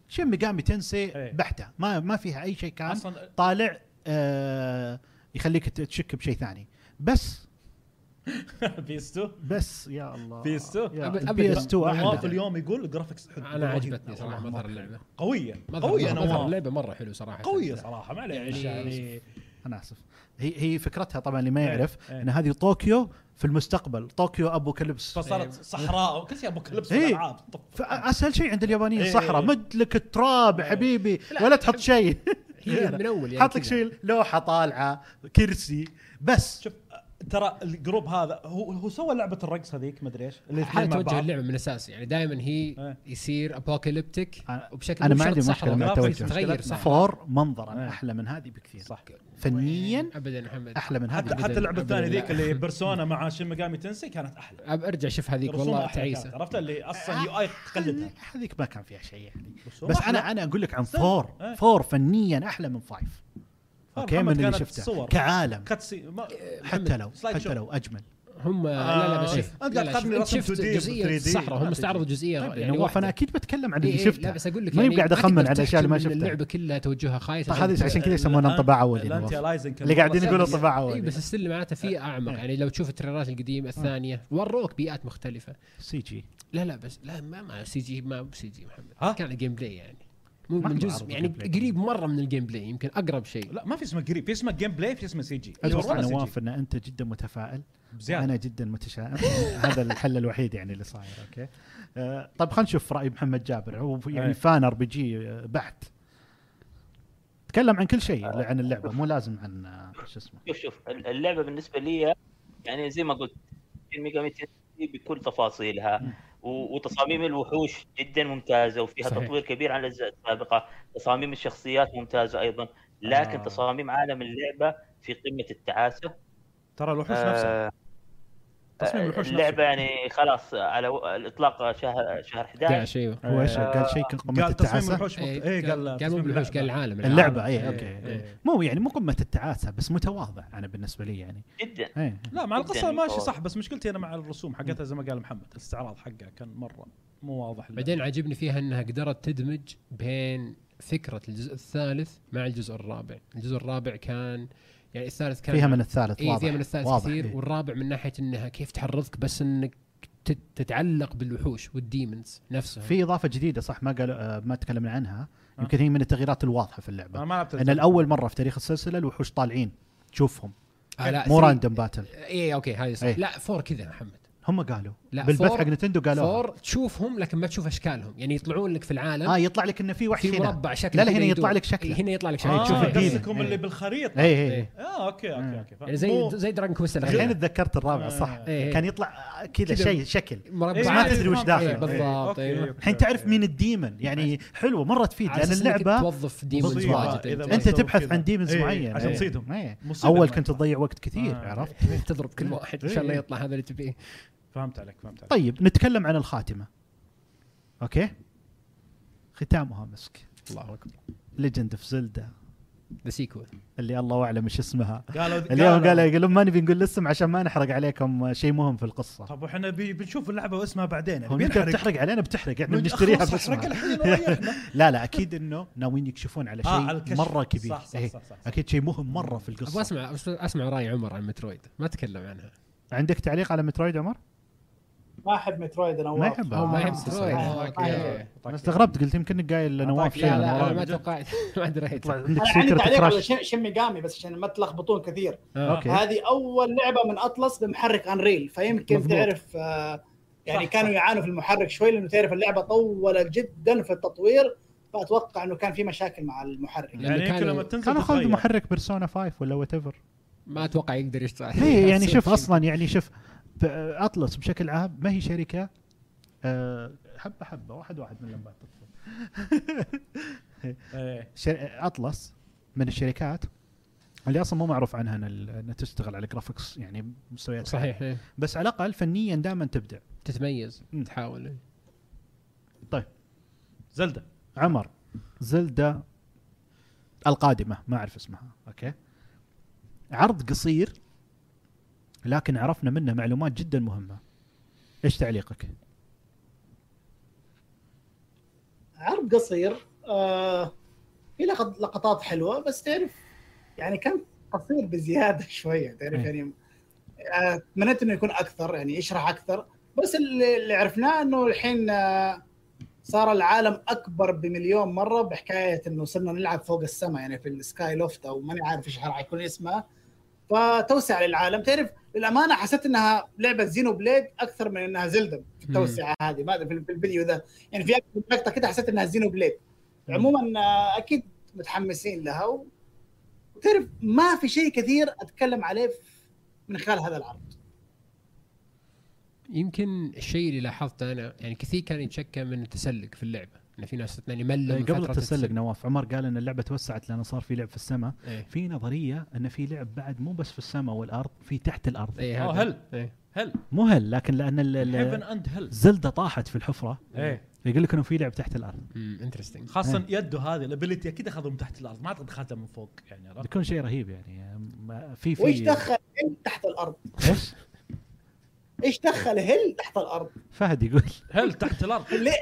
[SPEAKER 1] شن ميجامي تنسي
[SPEAKER 3] إيه.
[SPEAKER 1] بحته ما ما فيها اي شيء كان
[SPEAKER 3] اصلا
[SPEAKER 1] طالع آه يخليك ت- تشك بشيء ثاني بس
[SPEAKER 3] بيس 2
[SPEAKER 1] بس يا الله
[SPEAKER 3] PS2
[SPEAKER 2] أبد-
[SPEAKER 1] بي
[SPEAKER 2] أبداً.
[SPEAKER 1] اس 2 احلى
[SPEAKER 3] نواف اليوم يقول جرافكس حلو.
[SPEAKER 2] انا
[SPEAKER 3] رهيب.
[SPEAKER 2] عجبتني صراحه
[SPEAKER 3] والله
[SPEAKER 2] مظهر
[SPEAKER 3] مرة.
[SPEAKER 2] اللعبه
[SPEAKER 3] قويه
[SPEAKER 2] مظهر-
[SPEAKER 3] قويه
[SPEAKER 2] مظهر
[SPEAKER 3] نواف
[SPEAKER 2] اللعبه مره حلو صراحه
[SPEAKER 3] قويه صراحه ما عليه
[SPEAKER 1] إيه.
[SPEAKER 3] يعني
[SPEAKER 2] يعني-
[SPEAKER 1] انا اسف هي هي فكرتها طبعا اللي ما
[SPEAKER 3] إيه،
[SPEAKER 1] يعرف
[SPEAKER 3] إيه.
[SPEAKER 1] ان هذه طوكيو في المستقبل طوكيو ابو كلبس
[SPEAKER 3] فصارت
[SPEAKER 2] إيه.
[SPEAKER 3] صحراء وكل شيء ابوكاليبس
[SPEAKER 1] إيه.
[SPEAKER 3] والالعاب
[SPEAKER 1] فاسهل شيء عند اليابانيين
[SPEAKER 3] إيه.
[SPEAKER 1] صحراء مد لك التراب حبيبي ولا تحط شيء
[SPEAKER 2] هي من أول يعني
[SPEAKER 1] حاط لك
[SPEAKER 2] كذا.
[SPEAKER 1] شيء لوحه طالعه كرسي بس
[SPEAKER 3] شوف ترى الجروب هذا هو هو سوى لعبه الرقص هذيك ما ادري ايش
[SPEAKER 2] هذا توجه اللعبه من الاساس يعني دائما هي
[SPEAKER 3] إيه.
[SPEAKER 2] يصير ابوكاليبتيك
[SPEAKER 1] أنا-
[SPEAKER 2] وبشكل
[SPEAKER 1] انا
[SPEAKER 2] مو
[SPEAKER 1] ما عندي
[SPEAKER 2] شرط
[SPEAKER 1] مشكله مع
[SPEAKER 2] صحراء.
[SPEAKER 1] التوجه
[SPEAKER 2] تغير صح
[SPEAKER 1] فور منظرا
[SPEAKER 3] إيه.
[SPEAKER 1] احلى من هذه بكثير
[SPEAKER 3] صح
[SPEAKER 1] فنيا
[SPEAKER 2] ابدا محمد
[SPEAKER 1] احلى من
[SPEAKER 3] حتى
[SPEAKER 1] هذه
[SPEAKER 3] حتى اللعبه
[SPEAKER 2] أبداً
[SPEAKER 3] الثانيه
[SPEAKER 2] لا.
[SPEAKER 3] ذيك
[SPEAKER 2] *laughs*
[SPEAKER 3] اللي بيرسونا مع شين ميجامي تنسي كانت احلى
[SPEAKER 2] أب ارجع شوف هذيك
[SPEAKER 3] رسومها
[SPEAKER 2] والله
[SPEAKER 3] أحلى كانت.
[SPEAKER 2] تعيسه
[SPEAKER 3] عرفت اللي اصلا يو اي تقلدها
[SPEAKER 1] هذيك ما كان فيها شيء يعني
[SPEAKER 3] هو
[SPEAKER 1] بس
[SPEAKER 3] أحلى.
[SPEAKER 1] انا انا اقول لك عن
[SPEAKER 3] استنى.
[SPEAKER 1] فور
[SPEAKER 3] إيه.
[SPEAKER 1] فور فنيا احلى من فايف اوكي من
[SPEAKER 3] محمد
[SPEAKER 1] اللي
[SPEAKER 3] كانت
[SPEAKER 1] شفته آه،
[SPEAKER 3] صور.
[SPEAKER 1] كعالم
[SPEAKER 3] كاتسي ما
[SPEAKER 1] حتى لو
[SPEAKER 3] سلايد
[SPEAKER 1] حتى
[SPEAKER 3] شو.
[SPEAKER 1] لو اجمل
[SPEAKER 2] هم لا لا
[SPEAKER 1] آه،
[SPEAKER 2] بس
[SPEAKER 3] إيه.
[SPEAKER 2] شوف
[SPEAKER 3] أنت
[SPEAKER 2] لا،
[SPEAKER 3] قاعد
[SPEAKER 2] لا،
[SPEAKER 3] تقارن
[SPEAKER 2] شوف-
[SPEAKER 3] رسم
[SPEAKER 2] شفت
[SPEAKER 3] 2D
[SPEAKER 2] جزئيه
[SPEAKER 3] 3D.
[SPEAKER 2] الصحراء هم
[SPEAKER 3] ما
[SPEAKER 2] استعرضوا جزئيه
[SPEAKER 1] طيب
[SPEAKER 2] يعني
[SPEAKER 1] يعني هو انا
[SPEAKER 2] واحده
[SPEAKER 1] اكيد بتكلم عن
[SPEAKER 2] إيه،
[SPEAKER 1] اللي
[SPEAKER 2] إيه،
[SPEAKER 1] شفته
[SPEAKER 2] لا بس اقول لك
[SPEAKER 1] ماني
[SPEAKER 2] يعني
[SPEAKER 1] قاعد
[SPEAKER 2] ما تقدر
[SPEAKER 1] أخمن على الأشياء اللي ما
[SPEAKER 2] تحكم إن
[SPEAKER 1] شفتها.
[SPEAKER 2] اللعبه كلها توجهها خايس يعني
[SPEAKER 1] صح هذه عشان كذا يسمونها انطباع اولي
[SPEAKER 3] الانتي
[SPEAKER 1] نواف.
[SPEAKER 3] الايزنج
[SPEAKER 1] يعني اللي قاعدين
[SPEAKER 2] والله
[SPEAKER 1] يقولوا
[SPEAKER 2] سهل.
[SPEAKER 1] طباع اولي
[SPEAKER 2] اي إيه، بس السلم معناته
[SPEAKER 1] إيه.
[SPEAKER 2] فيه اعمق يعني لو تشوف التريلرات القديمه الثانيه وروك بيئات مختلفه
[SPEAKER 1] سي جي
[SPEAKER 2] لا لا بس لا ما ما سي جي ما سي جي محمد
[SPEAKER 3] ها؟
[SPEAKER 2] كان جيم بلاي يعني مو
[SPEAKER 1] ما
[SPEAKER 2] من
[SPEAKER 1] كانوا
[SPEAKER 2] جزء
[SPEAKER 1] عرضوا
[SPEAKER 2] يعني
[SPEAKER 1] جيم بلاي.
[SPEAKER 2] قريب مره من الجيم بلاي يمكن اقرب شيء
[SPEAKER 3] لا ما في اسمه قريب في اسمه جيم بلاي في اسمه أيوة، سي جي
[SPEAKER 1] اتوقع نواف ان انت جدا متفائل
[SPEAKER 3] زيادة.
[SPEAKER 1] انا جدا متشائم *laughs* هذا الحل الوحيد يعني اللي صاير اوكي آه، طيب خلينا نشوف راي محمد جابر هو
[SPEAKER 3] أي.
[SPEAKER 1] يعني فان ار بي جي بحت تكلم عن كل شيء
[SPEAKER 2] آه.
[SPEAKER 1] عن اللعبه مو لازم عن آه، شو اسمه
[SPEAKER 5] شوف شوف ال- اللعبه بالنسبه لي يعني زي ما قلت شين ميجامي تنسي بكل تفاصيلها و- وتصاميم الوحوش جدا ممتازه وفيها
[SPEAKER 2] صحيح.
[SPEAKER 5] تطوير كبير عن الاجزاء السابقه تصاميم الشخصيات ممتازه ايضا لكن
[SPEAKER 3] آه.
[SPEAKER 5] تصاميم عالم اللعبه في قمه التعاسه
[SPEAKER 3] ترى الوحوش نفسها
[SPEAKER 5] آه،
[SPEAKER 3] تصميم
[SPEAKER 5] آه،
[SPEAKER 3] الوحوش
[SPEAKER 5] اللعبه يعني خلاص على و- الاطلاق شهر شهر 11
[SPEAKER 2] داعش ايوه
[SPEAKER 1] هو ايش قال شيء كان قمه
[SPEAKER 3] آه، قال تصميم
[SPEAKER 1] التعاسه
[SPEAKER 3] الوحوش
[SPEAKER 2] إيه،
[SPEAKER 3] اي
[SPEAKER 2] قال-
[SPEAKER 3] قال
[SPEAKER 2] قال مو
[SPEAKER 3] تصميم
[SPEAKER 2] بالوحوش
[SPEAKER 3] اللعبة.
[SPEAKER 2] قال العالم
[SPEAKER 1] اللعبه اي
[SPEAKER 2] إيه،
[SPEAKER 1] اوكي
[SPEAKER 2] إيه.
[SPEAKER 1] إيه. مو يعني مو قمه التعاسه بس متواضع انا بالنسبه لي يعني
[SPEAKER 5] جدا
[SPEAKER 1] إيه.
[SPEAKER 3] لا مع القصه
[SPEAKER 5] جداً
[SPEAKER 3] ماشي
[SPEAKER 5] متواضع.
[SPEAKER 3] صح بس مشكلتي انا مع الرسوم حقتها زي ما قال محمد الاستعراض حقها كان مره مو واضح اللعب.
[SPEAKER 2] بعدين عجبني فيها انها قدرت تدمج بين فكره الجزء الثالث مع الجزء الرابع الجزء الرابع كان يعني الثالث كان
[SPEAKER 1] فيها من الثالث
[SPEAKER 2] اي
[SPEAKER 1] واضح
[SPEAKER 2] إيه، فيها من الثالث
[SPEAKER 1] واضح.
[SPEAKER 2] كثير
[SPEAKER 1] إيه.
[SPEAKER 2] والرابع من ناحيه انها كيف تحرضك بس انك تت- تتعلق بالوحوش والديمونز نفسها
[SPEAKER 1] في اضافه جديده صح ما قالوا آه، ما تكلمنا عنها
[SPEAKER 3] آه.
[SPEAKER 1] يمكن هي من التغييرات الواضحه في اللعبه
[SPEAKER 3] انا ما لعبت
[SPEAKER 1] ان الاول مره في تاريخ السلسله الوحوش طالعين تشوفهم
[SPEAKER 2] آه، لا،
[SPEAKER 1] مو
[SPEAKER 2] ثري-
[SPEAKER 1] راندوم باتل
[SPEAKER 2] اي اوكي هذه صح
[SPEAKER 1] إيه.
[SPEAKER 2] لا فور كذا محمد
[SPEAKER 1] هم قالوا
[SPEAKER 2] لا،
[SPEAKER 1] بالبث
[SPEAKER 2] فور-
[SPEAKER 1] حق نتندو قالوا
[SPEAKER 2] فور تشوفهم لكن ما تشوف اشكالهم يعني يطلعون لك في العالم
[SPEAKER 1] اه يطلع لك انه في وحش
[SPEAKER 2] في
[SPEAKER 1] هنا
[SPEAKER 2] مربع شكل
[SPEAKER 1] لا لا
[SPEAKER 2] كذا
[SPEAKER 1] هنا
[SPEAKER 2] يدور. إيه،
[SPEAKER 1] يطلع لك شكله
[SPEAKER 2] هنا يطلع لك شكله
[SPEAKER 3] آه
[SPEAKER 1] تشوف الديمن.
[SPEAKER 3] قصدكم
[SPEAKER 1] إيه.
[SPEAKER 3] اللي بالخريطه
[SPEAKER 1] اي اي
[SPEAKER 2] إيه.
[SPEAKER 6] آه،
[SPEAKER 3] اه اوكي اوكي اوكي فاهم.
[SPEAKER 2] يعني زي
[SPEAKER 3] مو-
[SPEAKER 2] زي دراجون كويست
[SPEAKER 1] الحين
[SPEAKER 2] الاخير
[SPEAKER 1] تذكرت الرابع صح
[SPEAKER 2] إيه.
[SPEAKER 1] كان يطلع آه، كذا
[SPEAKER 2] كذا.
[SPEAKER 1] شيء شكل
[SPEAKER 2] مربعات
[SPEAKER 6] إيه،
[SPEAKER 1] بس ما تدري وش داخله.
[SPEAKER 2] إيه، بالضبط
[SPEAKER 3] إيه،
[SPEAKER 2] ايوه
[SPEAKER 3] أوكي.
[SPEAKER 1] الحين تعرف مين الديمن يعني حلوه مره تفيد
[SPEAKER 2] إيه. على
[SPEAKER 1] لان
[SPEAKER 2] أساس إنك
[SPEAKER 1] اللعبه
[SPEAKER 2] توظف ديمونز
[SPEAKER 1] مصيبة
[SPEAKER 2] واجد
[SPEAKER 3] إذا
[SPEAKER 1] انت
[SPEAKER 2] أنت.
[SPEAKER 3] ما يسوي
[SPEAKER 1] تبحث
[SPEAKER 3] كذا.
[SPEAKER 1] عن ديمنز
[SPEAKER 3] إيه،
[SPEAKER 1] معين
[SPEAKER 3] عشان
[SPEAKER 1] إيه.
[SPEAKER 3] تصيدهم.
[SPEAKER 1] إيه.
[SPEAKER 3] مصيبة
[SPEAKER 1] اول
[SPEAKER 3] ما
[SPEAKER 1] كنت
[SPEAKER 3] يطلع.
[SPEAKER 1] تضيع وقت كثير
[SPEAKER 3] آه.
[SPEAKER 1] عرفت
[SPEAKER 2] تضرب كل واحد
[SPEAKER 3] إيه.
[SPEAKER 2] ان شاء الله يطلع هذا اللي تبيه
[SPEAKER 3] فهمت عليك فهمت عليك
[SPEAKER 1] طيب نتكلم عن الخاتمه اوكي ختامها مسك
[SPEAKER 2] الله اكبر
[SPEAKER 1] ليجند اوف زلدا
[SPEAKER 2] ذا سيكول
[SPEAKER 1] اللي الله اعلم ايش اسمها
[SPEAKER 6] قالوا
[SPEAKER 1] اليوم قال يقول لهم ما نبي نقول الاسم عشان ما نحرق عليكم شيء مهم في القصه
[SPEAKER 6] طب واحنا بي- بنشوف اللعبه واسمها بعدين
[SPEAKER 1] هو
[SPEAKER 6] يعني
[SPEAKER 1] انت
[SPEAKER 6] بينحرق.
[SPEAKER 1] بتحرق علينا بتحرق احنا
[SPEAKER 6] من-
[SPEAKER 1] بنشتريها
[SPEAKER 6] أخلص
[SPEAKER 1] باسمها.
[SPEAKER 6] احرق الحين وريحنا.
[SPEAKER 1] *laughs* لا لا اكيد انه ناويين يكشفون على شيء
[SPEAKER 6] آه، على
[SPEAKER 1] آه
[SPEAKER 6] الكشف.
[SPEAKER 1] مره كبير
[SPEAKER 6] صح، صح،
[SPEAKER 1] إيه.
[SPEAKER 6] صح، صح.
[SPEAKER 1] اكيد شيء مهم مره في
[SPEAKER 2] ابغى
[SPEAKER 1] القصه
[SPEAKER 2] اسمع اسمع راي عمر عن مترويد ما تكلم عنها
[SPEAKER 1] عندك تعليق على مترويد عمر؟
[SPEAKER 4] ما احب مترويد انا
[SPEAKER 1] ما
[SPEAKER 4] واضح.
[SPEAKER 1] يحبها
[SPEAKER 2] هو ما
[SPEAKER 1] آه،
[SPEAKER 2] يحب
[SPEAKER 1] آه،
[SPEAKER 2] مترويد
[SPEAKER 1] آه.
[SPEAKER 4] آه،
[SPEAKER 2] اوكي
[SPEAKER 1] انا استغربت قلت يمكن قايل لنواف شيء
[SPEAKER 2] لا
[SPEAKER 1] عن
[SPEAKER 2] لا انا
[SPEAKER 1] مراقبة.
[SPEAKER 2] ما توقعت ما دريت
[SPEAKER 1] يطلع عندك
[SPEAKER 4] انا عندي
[SPEAKER 1] سيكرت
[SPEAKER 4] تعليق على
[SPEAKER 1] كراش
[SPEAKER 4] شن شن ميجامي بس عشان ما تلخبطون كثير
[SPEAKER 2] آه،
[SPEAKER 1] اوكي
[SPEAKER 4] هذه اول لعبه من اطلس بمحرك انريل فيمكن
[SPEAKER 2] مظبوط.
[SPEAKER 4] مفهوم. تعرف آه، يعني
[SPEAKER 6] صح،
[SPEAKER 4] كانوا يعانوا في المحرك شوي لانه تعرف اللعبه طولت جدا في التطوير فاتوقع انه كان في مشاكل مع المحرك
[SPEAKER 2] لأنه
[SPEAKER 6] يعني يمكن
[SPEAKER 2] كانوا-
[SPEAKER 6] لما تنزل
[SPEAKER 1] كانوا خذوا
[SPEAKER 6] تتغير.
[SPEAKER 1] محرك بيرسونا 5 ولا
[SPEAKER 6] *laughs*
[SPEAKER 1] وات ايفر
[SPEAKER 2] ما اتوقع يقدر يشتغل
[SPEAKER 1] هي
[SPEAKER 2] *laughs*
[SPEAKER 1] يعني شوف اصلا يعني شوف ب- اطلس بشكل عام ما هي شركه آه، حبه حبه واحد واحد من لمبات تطلع.
[SPEAKER 6] إيه.
[SPEAKER 1] شر- اطلس من الشركات اللي اصلا مو معروف عنها إن ال- انها تشتغل على جرافيكس يعني مستويات
[SPEAKER 2] صحيح إيه.
[SPEAKER 1] بس على الاقل فنيا دائما تبدع
[SPEAKER 2] تتميز
[SPEAKER 1] مم.
[SPEAKER 2] تحاول
[SPEAKER 6] زلده
[SPEAKER 1] طيب، عمر زلدة القادمة ما أعرف اسمها أوكي عرض قصير لكن عرفنا منه معلومات جدا مهمة ايش تعليقك؟
[SPEAKER 4] عرض قصير آه في لقط- لقطات حلوه بس تعرف يعني كان قصير *laughs* بزياده شويه تعرف
[SPEAKER 1] إيه.
[SPEAKER 4] يعني آه، تمنيت انه يكون اكثر يعني يشرح اكثر بس اللي اللي عرفناه انه الحين آه، صار العالم اكبر بمليون مره بحكايه انه صرنا نلعب فوق السماء يعني في السكاي لوفت او ماني عارف ايش راح يكون اسمها فتوسع للعالم تعرف للامانه حسيت انها لعبه زينو بليد اكثر من انها زلدة في التوسعه هذه ما ادري في الفيديو ذا يعني في لقطه كده حسيت انها زينو بليد عموما آه، اكيد متحمسين لها و- وتعرف ما في شيء كثير اتكلم عليه في- من خلال هذا العرض
[SPEAKER 2] يمكن الشيء اللي لاحظته انا يعني كثير كان يتشكى من التسلق في اللعبه انه في ناس يعني ملوا من
[SPEAKER 1] إيه، قبل
[SPEAKER 2] فترة
[SPEAKER 1] التسلق نواف عمر قال ان اللعبه توسعت لان صار في لعب في السماء
[SPEAKER 2] إيه.
[SPEAKER 1] في نظريه ان في لعب بعد مو بس في السماء والارض في تحت الارض
[SPEAKER 2] اي
[SPEAKER 6] أوه،
[SPEAKER 2] هذا.
[SPEAKER 6] هل.
[SPEAKER 2] إيه.
[SPEAKER 6] هل
[SPEAKER 1] مو هل لكن لان ال- ال-
[SPEAKER 6] هيفن اند هل
[SPEAKER 1] زلدة طاحت في الحفره
[SPEAKER 6] ايه
[SPEAKER 1] يقول لك انه في لعب تحت الارض
[SPEAKER 2] انترستنج
[SPEAKER 6] خاصه
[SPEAKER 1] إيه.
[SPEAKER 6] يده هذه الابيلتي اكيد اخذوا من تحت الارض ما اعتقد خذها من فوق يعني عرفت؟
[SPEAKER 1] بيكون شيء رهيب يعني ما- في في
[SPEAKER 4] وايش دخل هيل تحت الارض؟
[SPEAKER 1] ايش؟
[SPEAKER 4] ايش دخل هيل تحت الارض؟
[SPEAKER 1] فهد يقول *laughs*
[SPEAKER 6] هل تحت الارض
[SPEAKER 4] ليه؟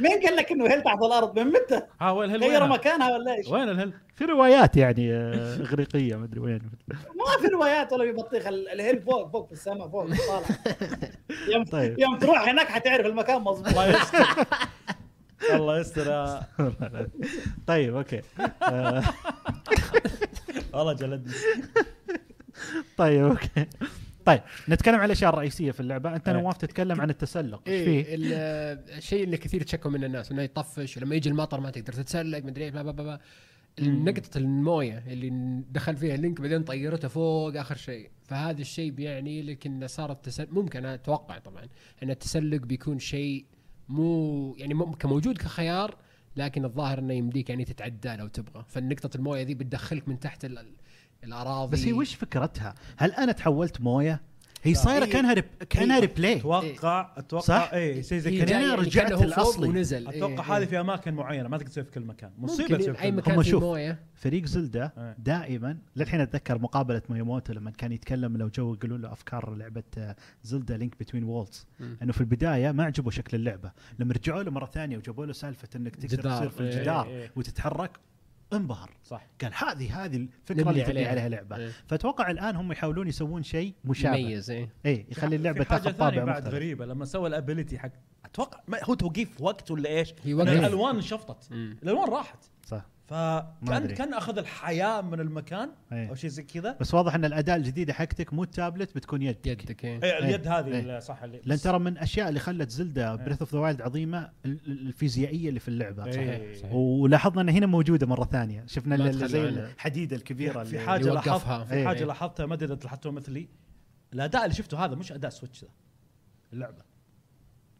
[SPEAKER 4] مين قال لك انه هيل تحت الارض؟ من متى؟
[SPEAKER 6] ها وين هل
[SPEAKER 4] غيروا
[SPEAKER 6] وين
[SPEAKER 4] مكانها ولا ايش؟
[SPEAKER 6] وين الهل
[SPEAKER 1] في روايات يعني آه، اغريقيه ما ادري وين *laughs*
[SPEAKER 4] ما في روايات ولا في بطيخ ال- الهيل فوق فوق في السماء فوق
[SPEAKER 1] *laughs*
[SPEAKER 4] طالع يوم
[SPEAKER 1] طيب.
[SPEAKER 4] يوم تروح هناك حتعرف المكان مضبوط
[SPEAKER 6] *laughs* الله يستر الله يستر يا-
[SPEAKER 1] طيب اوكي آه،
[SPEAKER 6] والله جلدني
[SPEAKER 1] طيب اوكي طيب نتكلم عن الاشياء الرئيسيه في اللعبه انت
[SPEAKER 6] إيه.
[SPEAKER 1] نواف تتكلم عن التسلق ايش فيه
[SPEAKER 2] ايه ال- الشيء اللي كثير تشكوا منه الناس انه يطفش ولما يجي المطر ما تقدر تتسلق مدري ايش بلا بلا بلا. نقطة المويه اللي دخل فيها اللينك بعدين طيرته فوق اخر شيء فهذا الشيء بيعني لك انه صار التسلق ممكن أنا اتوقع طبعا ان التسلق بيكون شيء مو يعني مو- كموجود كخيار لكن الظاهر انه يمديك يعني تتعدى لو تبغى فالنقطة المويه ذي بتدخلك من تحت ال- ال- الاراضي
[SPEAKER 1] بس هي وش فكرتها؟ هل انا تحولت مويه؟ هي صايره
[SPEAKER 2] هي-
[SPEAKER 1] كانها ريب... كانها
[SPEAKER 2] هي-
[SPEAKER 1] ريبلاي
[SPEAKER 6] اتوقع
[SPEAKER 1] إيه، صح؟ إيه،
[SPEAKER 6] اتوقع اي شيء إيه، زي
[SPEAKER 2] هي
[SPEAKER 1] كأني
[SPEAKER 6] كذا
[SPEAKER 1] جاي-
[SPEAKER 2] جاية-
[SPEAKER 1] رجعت
[SPEAKER 2] كأنه فوق
[SPEAKER 1] الأصلي.
[SPEAKER 2] ونزل إيه،
[SPEAKER 6] اتوقع
[SPEAKER 2] إيه.
[SPEAKER 6] هذه في اماكن معينه ما تقدر تسوي في كل مكان مصيبه تسوي
[SPEAKER 2] ممكن
[SPEAKER 6] في
[SPEAKER 2] اي
[SPEAKER 6] كل مكان
[SPEAKER 2] مكان
[SPEAKER 1] هم
[SPEAKER 2] فيه
[SPEAKER 1] شوف.
[SPEAKER 2] مويه
[SPEAKER 1] فريق زلدة
[SPEAKER 6] إيه.
[SPEAKER 1] دائما للحين اتذكر مقابله ميموتو لما كان يتكلم لو جو يقولوا له افكار لعبه آه، زلدة لينك بتوين وولز
[SPEAKER 2] مم.
[SPEAKER 1] انه في البدايه ما عجبه شكل اللعبه لما رجعوا له مره ثانيه وجابوا له سالفه انك تقدر
[SPEAKER 2] جدار.
[SPEAKER 1] تصير في
[SPEAKER 2] إيه،
[SPEAKER 6] إيه،
[SPEAKER 1] الجدار
[SPEAKER 6] إيه.
[SPEAKER 1] وتتحرك انبهر
[SPEAKER 6] صح
[SPEAKER 1] قال هذه هذه الفكره
[SPEAKER 2] نبني
[SPEAKER 1] اللي تبني
[SPEAKER 2] عليها.
[SPEAKER 1] عليها لعبه
[SPEAKER 2] إيه.
[SPEAKER 1] فاتوقع الان هم يحاولون يسوون شيء مشابه
[SPEAKER 2] مميز ايه
[SPEAKER 1] اي يخلي اللعبه
[SPEAKER 6] يعني في حاجة
[SPEAKER 1] تاخذ
[SPEAKER 6] ثانية
[SPEAKER 1] طابع
[SPEAKER 6] بعد
[SPEAKER 1] مختلف
[SPEAKER 6] غريبه لما سوى الابيلتي حق اتوقع ما هو توقيف وقت ولا ايش؟
[SPEAKER 2] هي
[SPEAKER 6] لأن
[SPEAKER 2] وقف.
[SPEAKER 3] نعم.
[SPEAKER 6] الالوان انشفطت
[SPEAKER 2] مم.
[SPEAKER 6] الالوان راحت
[SPEAKER 1] صح أدري.
[SPEAKER 6] فكان كان اخذ الحياه من المكان
[SPEAKER 1] إيه.
[SPEAKER 6] او شيء زي كذا
[SPEAKER 1] بس واضح ان الاداء الجديده حقتك مو التابلت بتكون يد
[SPEAKER 2] يدك ايه
[SPEAKER 6] إيه، اليد هذه
[SPEAKER 1] إيه.
[SPEAKER 6] اللي صح اللي
[SPEAKER 1] لان
[SPEAKER 6] بس-
[SPEAKER 1] ترى من الاشياء اللي خلت زلدا بريث اوف ذا وايلد عظيمه ال- ال- الفيزيائيه اللي في اللعبه
[SPEAKER 6] إيه.
[SPEAKER 2] آه، صحيح، صحيح.
[SPEAKER 1] ولاحظنا ان هنا موجوده مره ثانيه شفنا
[SPEAKER 2] ما
[SPEAKER 1] ال- ال-
[SPEAKER 2] تخلوا
[SPEAKER 1] زي
[SPEAKER 2] عنها.
[SPEAKER 1] الحديده الكبيره
[SPEAKER 6] في
[SPEAKER 1] اللي-
[SPEAKER 6] حاجه
[SPEAKER 2] اللي يوقفها.
[SPEAKER 6] لاحظتها
[SPEAKER 1] إيه.
[SPEAKER 6] في حاجه
[SPEAKER 2] إيه.
[SPEAKER 6] لاحظتها ما ادري اذا تلاحظتوها مثلي الاداء اللي شفته هذا مش اداء سويتش ذا اللعبه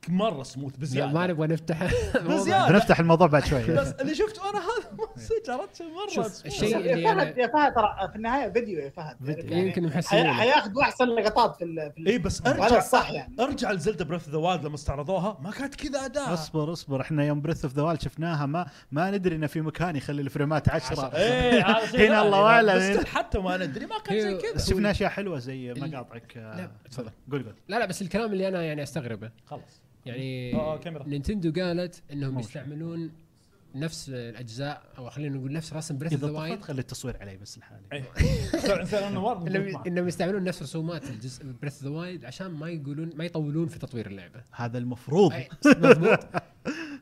[SPEAKER 3] مره سموث
[SPEAKER 2] لا، ما
[SPEAKER 3] بزياده
[SPEAKER 2] نبغى نفتح الموضوع.
[SPEAKER 3] بزياده
[SPEAKER 1] بنفتح الموضوع بعد شوي
[SPEAKER 6] *laughs*
[SPEAKER 3] بس اللي شفته انا هذا
[SPEAKER 1] إيه.
[SPEAKER 3] مسج عرفت مره
[SPEAKER 2] شوف،
[SPEAKER 3] smooth.
[SPEAKER 2] الشيء اللي
[SPEAKER 4] يا فهد
[SPEAKER 2] أنا-
[SPEAKER 4] يا فهد ترى في النهايه فيديو يا فهد
[SPEAKER 1] فيديو.
[SPEAKER 4] يعني
[SPEAKER 2] يمكن محسنين
[SPEAKER 4] حي- حياخذوا احسن لقطات في ال- في ال-
[SPEAKER 1] إيه،
[SPEAKER 3] اي إيه، بس
[SPEAKER 4] وهذا
[SPEAKER 3] ارجع
[SPEAKER 4] الصح يعني
[SPEAKER 3] ارجع لزلدا بريث ذا وايلد لما استعرضوها ما كانت كذا اداء
[SPEAKER 1] اصبر اصبر احنا يوم بريث اوف ذا وايلد شفناها ما ما ندري انه في مكان يخلي الفريمات 10
[SPEAKER 3] ايه هذا شيء
[SPEAKER 1] هنا الله
[SPEAKER 3] ثاني.
[SPEAKER 1] أعلم. إيه.
[SPEAKER 3] بس still حتى ما ندري ما كان زي كذا
[SPEAKER 6] إيه.
[SPEAKER 1] بس شفنا اشياء حلوه زي مقاطعك
[SPEAKER 2] لا،
[SPEAKER 1] آه،
[SPEAKER 2] تفضل.
[SPEAKER 1] قول قول
[SPEAKER 2] لا لا بس الكلام اللي انا يعني استغربه
[SPEAKER 3] خلاص
[SPEAKER 2] يعني
[SPEAKER 3] آه، آه،
[SPEAKER 2] *laughs*
[SPEAKER 3] كاميرا.
[SPEAKER 2] نينتندو قالت انهم يستعملون نفس الاجزاء او خلينا نقول نفس رسم بريث
[SPEAKER 1] اذا
[SPEAKER 2] ذا
[SPEAKER 1] طفت
[SPEAKER 2] وايلد
[SPEAKER 1] خلي التصوير علي بس
[SPEAKER 6] إيه.
[SPEAKER 1] لحالي
[SPEAKER 3] انسان انوار
[SPEAKER 2] انهم إنهم يستعملون نفس رسومات الجزء بريث ذا وايلد عشان ما يقولون ما يطولون في تطوير اللعبه
[SPEAKER 1] هذا المفروض
[SPEAKER 2] أي، مضبوط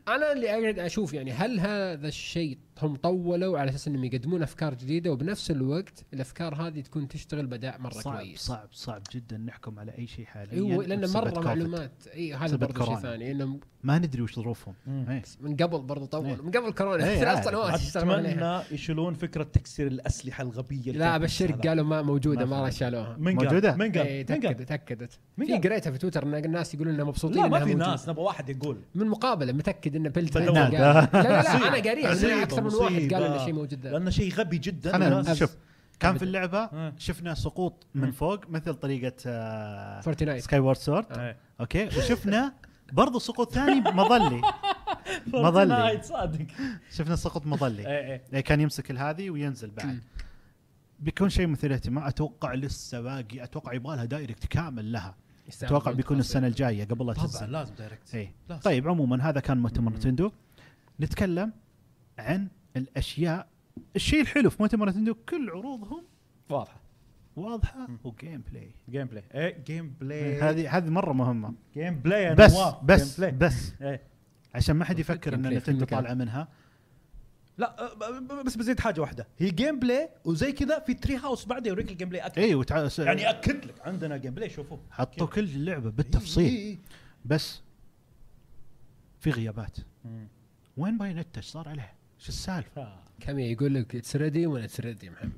[SPEAKER 2] انا اللي اقعد اشوف يعني هل هذا الشيء هم طولوا على اساس انهم يقدمون افكار جديده وبنفس الوقت الافكار هذه تكون تشتغل بداء مره
[SPEAKER 1] صعب
[SPEAKER 2] كويس
[SPEAKER 1] صعب صعب جدا نحكم على اي شيء حاليا
[SPEAKER 2] ايوه لان
[SPEAKER 1] بسبب
[SPEAKER 2] مره
[SPEAKER 1] كوفيد.
[SPEAKER 2] معلومات اي هذا
[SPEAKER 1] بسبب
[SPEAKER 2] برضه شيء
[SPEAKER 1] كورونا.
[SPEAKER 2] ثاني انهم
[SPEAKER 1] ما ندري وش ظروفهم إيه.
[SPEAKER 2] من قبل برضه طول
[SPEAKER 1] إيه.
[SPEAKER 2] من قبل كورونا
[SPEAKER 1] إيه،
[SPEAKER 2] ثلاث
[SPEAKER 1] عادي.
[SPEAKER 2] سنوات يشتغلون عليها
[SPEAKER 3] اتمنى يشيلون فكره تكسير الاسلحه الغبيه
[SPEAKER 2] لا ابشرك قالوا ما
[SPEAKER 1] ما
[SPEAKER 2] موجوده ما راح
[SPEAKER 1] في.
[SPEAKER 2] شالوها
[SPEAKER 3] من قال
[SPEAKER 1] موجودة؟
[SPEAKER 3] من
[SPEAKER 2] إيه،
[SPEAKER 3] قال من قال
[SPEAKER 2] تاكدت تاكدت
[SPEAKER 3] من
[SPEAKER 2] في
[SPEAKER 3] قال؟
[SPEAKER 2] قريتها في تويتر ان الناس يقولون انها مبسوطين
[SPEAKER 3] لا
[SPEAKER 2] إنها
[SPEAKER 3] ما في
[SPEAKER 2] موجودة.
[SPEAKER 3] ناس نبغى واحد يقول
[SPEAKER 2] من مقابله متاكد ان بلد
[SPEAKER 3] بلد
[SPEAKER 2] هيدا
[SPEAKER 1] نادى. *laughs*
[SPEAKER 2] قال- لا لا, لا
[SPEAKER 3] مصيبة.
[SPEAKER 2] انا قاريها إن
[SPEAKER 3] مصيبة،
[SPEAKER 2] اكثر من واحد قال ان
[SPEAKER 3] مصيبة.
[SPEAKER 1] آه.
[SPEAKER 2] الشيء موجود ذا
[SPEAKER 3] لانه شيء غبي جدا
[SPEAKER 1] خلينا
[SPEAKER 3] الناس-
[SPEAKER 1] شوف كان في اللعبه
[SPEAKER 3] آه.
[SPEAKER 1] شفنا سقوط من فوق مثل طريقه آه،
[SPEAKER 2] فورتنايت
[SPEAKER 1] سكاي وورد سورد
[SPEAKER 2] آه.
[SPEAKER 3] إيه.
[SPEAKER 1] اوكي وشفنا برضو سقوط ثاني مظلي مظلي
[SPEAKER 3] فورتنايت صادق
[SPEAKER 1] شفنا سقوط مظلي
[SPEAKER 3] ايه ايه
[SPEAKER 1] إيه، كان يمسك الهذه وينزل بعد بيكون شيء مثير اهتمام اتوقع لسه باقي اتوقع يبغالها دايركت كامل لها اتوقع بيكون السنه الجايه قبل لا
[SPEAKER 3] طبعا
[SPEAKER 1] تنزل
[SPEAKER 3] لازم دايركت
[SPEAKER 1] إيه.
[SPEAKER 3] لازم.
[SPEAKER 1] طيب عموما هذا كان مؤتمر نتندو نتكلم عن الاشياء الشيء الحلو في مؤتمر نتندو كل عروضهم
[SPEAKER 3] واضحه
[SPEAKER 1] واضحه وجيم بلاي
[SPEAKER 3] جيم بلاي ايه جيم بلاي
[SPEAKER 1] هذه هذه مره مهمه
[SPEAKER 3] جيم بلاي يا
[SPEAKER 1] بس
[SPEAKER 3] نواف،
[SPEAKER 1] بس
[SPEAKER 3] جيم بلاي.
[SPEAKER 1] بس
[SPEAKER 3] إيه.
[SPEAKER 1] عشان ما حد يفكر ان
[SPEAKER 2] gameplay في
[SPEAKER 1] نتندو
[SPEAKER 2] المكان.
[SPEAKER 1] طالعه منها
[SPEAKER 3] لا أه، ب- ب- بس بزيد حاجه واحده هي جيم بلاي وزي كذا في تري هاوس بعدها يوريك الجيم بلاي اكثر
[SPEAKER 2] إيه،
[SPEAKER 1] اي وتع...
[SPEAKER 3] يعني اكد لك عندنا جيم بلاي شوفوه
[SPEAKER 1] حطوا كل اللعبه
[SPEAKER 3] إي،
[SPEAKER 2] إيه.
[SPEAKER 1] بالتفصيل
[SPEAKER 3] إي، إي.
[SPEAKER 1] بس في غيابات
[SPEAKER 3] مم.
[SPEAKER 1] وين بايونيتا ايش صار عليه؟ شو السالفه؟
[SPEAKER 3] آه.
[SPEAKER 2] كامي يقول لك اتس ريدي وانا اتس ريدي محمد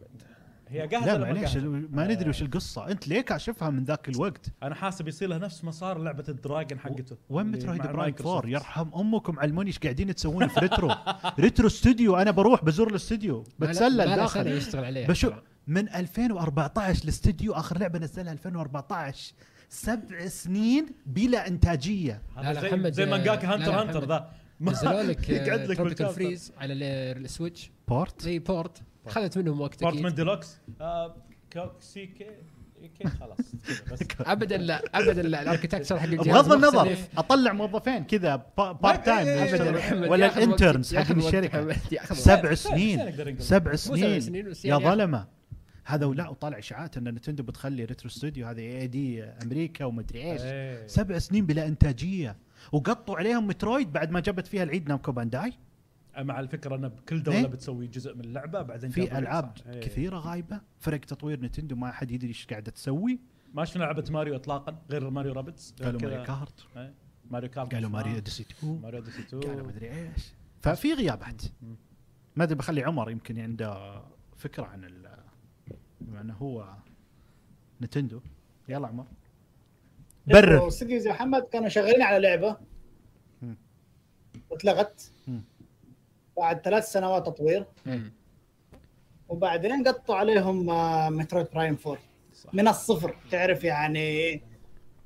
[SPEAKER 3] هي جاهزه
[SPEAKER 1] لا
[SPEAKER 3] لما
[SPEAKER 1] معليش
[SPEAKER 3] جاهزة.
[SPEAKER 1] ما ندري وش القصه انت ليه كاشفها من ذاك الوقت؟
[SPEAKER 3] انا حاسب يصير لها نفس مسار لعبه الدراجون حقته
[SPEAKER 1] وين
[SPEAKER 3] اللي
[SPEAKER 1] مترويد
[SPEAKER 3] إيه، مع
[SPEAKER 1] برايم
[SPEAKER 3] مايكروسوفت.
[SPEAKER 1] 4 يرحم امكم علموني ايش قاعدين تسوون في
[SPEAKER 3] *laughs*
[SPEAKER 1] ريترو ريترو استوديو انا بروح بزور الاستوديو
[SPEAKER 2] ما له- ما
[SPEAKER 1] بتسلل
[SPEAKER 2] له سنة
[SPEAKER 1] داخل
[SPEAKER 2] يشتغل عليها
[SPEAKER 1] بشوف
[SPEAKER 2] ترى.
[SPEAKER 1] من 2014 الاستوديو اخر لعبه نزلها 2014 سبع سنين بلا انتاجيه
[SPEAKER 3] هذا
[SPEAKER 2] لا، لا،
[SPEAKER 3] زي-
[SPEAKER 2] محمد،
[SPEAKER 3] زي
[SPEAKER 2] آه،
[SPEAKER 3] مانجاكا
[SPEAKER 2] لا،
[SPEAKER 3] هانتر
[SPEAKER 2] لا،
[SPEAKER 3] هانتر
[SPEAKER 2] محمد.
[SPEAKER 3] ذا ما-
[SPEAKER 2] نزلوا لك
[SPEAKER 3] *laughs* يقعد لك
[SPEAKER 2] تروبيكال
[SPEAKER 3] بالكاستر.
[SPEAKER 2] فريز على ال- السويتش
[SPEAKER 1] بورت
[SPEAKER 2] زي بورت خذت منهم وقت
[SPEAKER 3] بارتمن
[SPEAKER 2] اكيد
[SPEAKER 3] ديلوكس آه، كوك سي كي كي خلاص كذا بس
[SPEAKER 2] ابدا لا ابدا لا الاركتكشر حق الجهاز
[SPEAKER 1] بغض النظر
[SPEAKER 2] مختلف.
[SPEAKER 1] اطلع موظفين كذا بارت تايم
[SPEAKER 3] إيه، إيه،
[SPEAKER 2] ابدا
[SPEAKER 1] يشتغلون.
[SPEAKER 2] محمد،
[SPEAKER 1] ولا
[SPEAKER 2] ياخذ وقت-
[SPEAKER 1] الانترنز
[SPEAKER 2] ياخذ
[SPEAKER 1] حقين
[SPEAKER 2] وقت
[SPEAKER 1] الشركه
[SPEAKER 2] محمد، ياخذ وقت.
[SPEAKER 1] سبع
[SPEAKER 3] سنة- سنة
[SPEAKER 1] سنين
[SPEAKER 3] نقدر نقول.
[SPEAKER 1] سبع
[SPEAKER 2] سبع سنين
[SPEAKER 1] سنين
[SPEAKER 2] بس
[SPEAKER 1] يا
[SPEAKER 2] يعني-
[SPEAKER 1] ظلمه هذا ولا وطالع اشاعات ان نتندو بتخلي ريترو ستوديو هذه اي دي امريكا ومدري ايش
[SPEAKER 3] إيه.
[SPEAKER 1] سبع سنين بلا انتاجيه وقطوا عليهم مترويد بعد ما جابت فيها العيد نامكو بانداي
[SPEAKER 3] مع الفكره ان بكل دوله
[SPEAKER 1] إيه؟
[SPEAKER 3] بتسوي جزء من اللعبه بعدين
[SPEAKER 1] في
[SPEAKER 3] تنظم
[SPEAKER 1] العاب
[SPEAKER 3] صح. إيه.
[SPEAKER 1] كثيره غايبه فرق تطوير نتندو ما حد يدري ايش قاعده تسوي
[SPEAKER 3] ما شفنا لعبه ماريو اطلاقا غير ماريو رابتس
[SPEAKER 1] قالوا
[SPEAKER 3] كذا-
[SPEAKER 1] ماريو كارت
[SPEAKER 3] إيه. ماريو كارت
[SPEAKER 1] قالوا
[SPEAKER 3] ما شفناه.
[SPEAKER 1] ماريو اوديسي 2
[SPEAKER 3] ماريو دي
[SPEAKER 1] قالوا
[SPEAKER 3] 2
[SPEAKER 1] مدري ايش ففي غيابات ما ادري بخلي عمر يمكن عنده فكره عن ال بما انه هو نتندو يلا عمر برر
[SPEAKER 4] واستديوز محمد كانوا شغالين على لعبه
[SPEAKER 1] مم.
[SPEAKER 4] واتلغت
[SPEAKER 1] مم.
[SPEAKER 4] بعد ثلاث سنوات تطوير
[SPEAKER 2] مم.
[SPEAKER 4] وبعدين قطوا عليهم آه، مترويد برايم 4 من الصفر تعرف يعني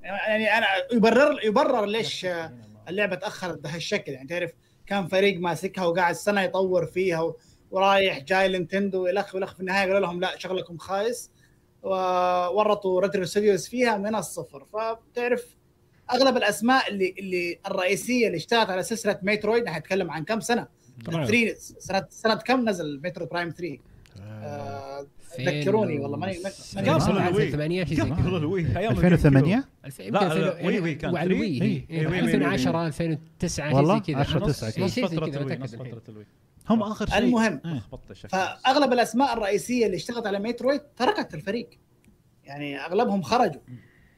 [SPEAKER 4] يعني انا يبرر يبرر ليش آه، اللعبه تاخرت بهالشكل يعني تعرف كان فريق ماسكها وقاعد سنه يطور فيها و- ورايح جاي نينتندو الخ والخ في النهايه قالوا لهم لا شغلكم خايس وورطوا ريترو ستوديوز فيها من الصفر فبتعرف اغلب الاسماء اللي اللي الرئيسيه اللي اشتغلت على سلسله مترويد هنتكلم عن كم سنه؟ 3 سنه سنه كم نزل مترو برايم 3 آه، ذكروني والله ماني ماني
[SPEAKER 3] قبل
[SPEAKER 2] قبل
[SPEAKER 3] الوي.
[SPEAKER 2] 2008 شيء زي
[SPEAKER 3] قبل
[SPEAKER 2] كذا
[SPEAKER 3] الوي أيام الجيم
[SPEAKER 1] 2008
[SPEAKER 2] الف-
[SPEAKER 3] لا،
[SPEAKER 2] يمكن
[SPEAKER 3] لا،
[SPEAKER 2] ألفين-
[SPEAKER 3] وي- وي كان
[SPEAKER 2] وعلى إيه،
[SPEAKER 3] تري.
[SPEAKER 2] الوي
[SPEAKER 1] إي،
[SPEAKER 2] إي،
[SPEAKER 3] وي- وي-
[SPEAKER 2] 2010 2009 شيء
[SPEAKER 1] والله،
[SPEAKER 2] زي كذا
[SPEAKER 1] 10
[SPEAKER 3] كيو. نص-
[SPEAKER 1] 9
[SPEAKER 2] إيه،
[SPEAKER 3] نص
[SPEAKER 2] شيء زي
[SPEAKER 3] فترة
[SPEAKER 2] كذا،
[SPEAKER 3] الوي،
[SPEAKER 2] أتأكد
[SPEAKER 3] نص
[SPEAKER 2] الحين.
[SPEAKER 3] فترة الوي
[SPEAKER 1] هم اخر شيء
[SPEAKER 4] المهم.
[SPEAKER 1] إيه.
[SPEAKER 3] لخبطت الشكل
[SPEAKER 4] فاغلب الاسماء الرئيسيه اللي اشتغلت على مترويد تركت الفريق يعني اغلبهم خرجوا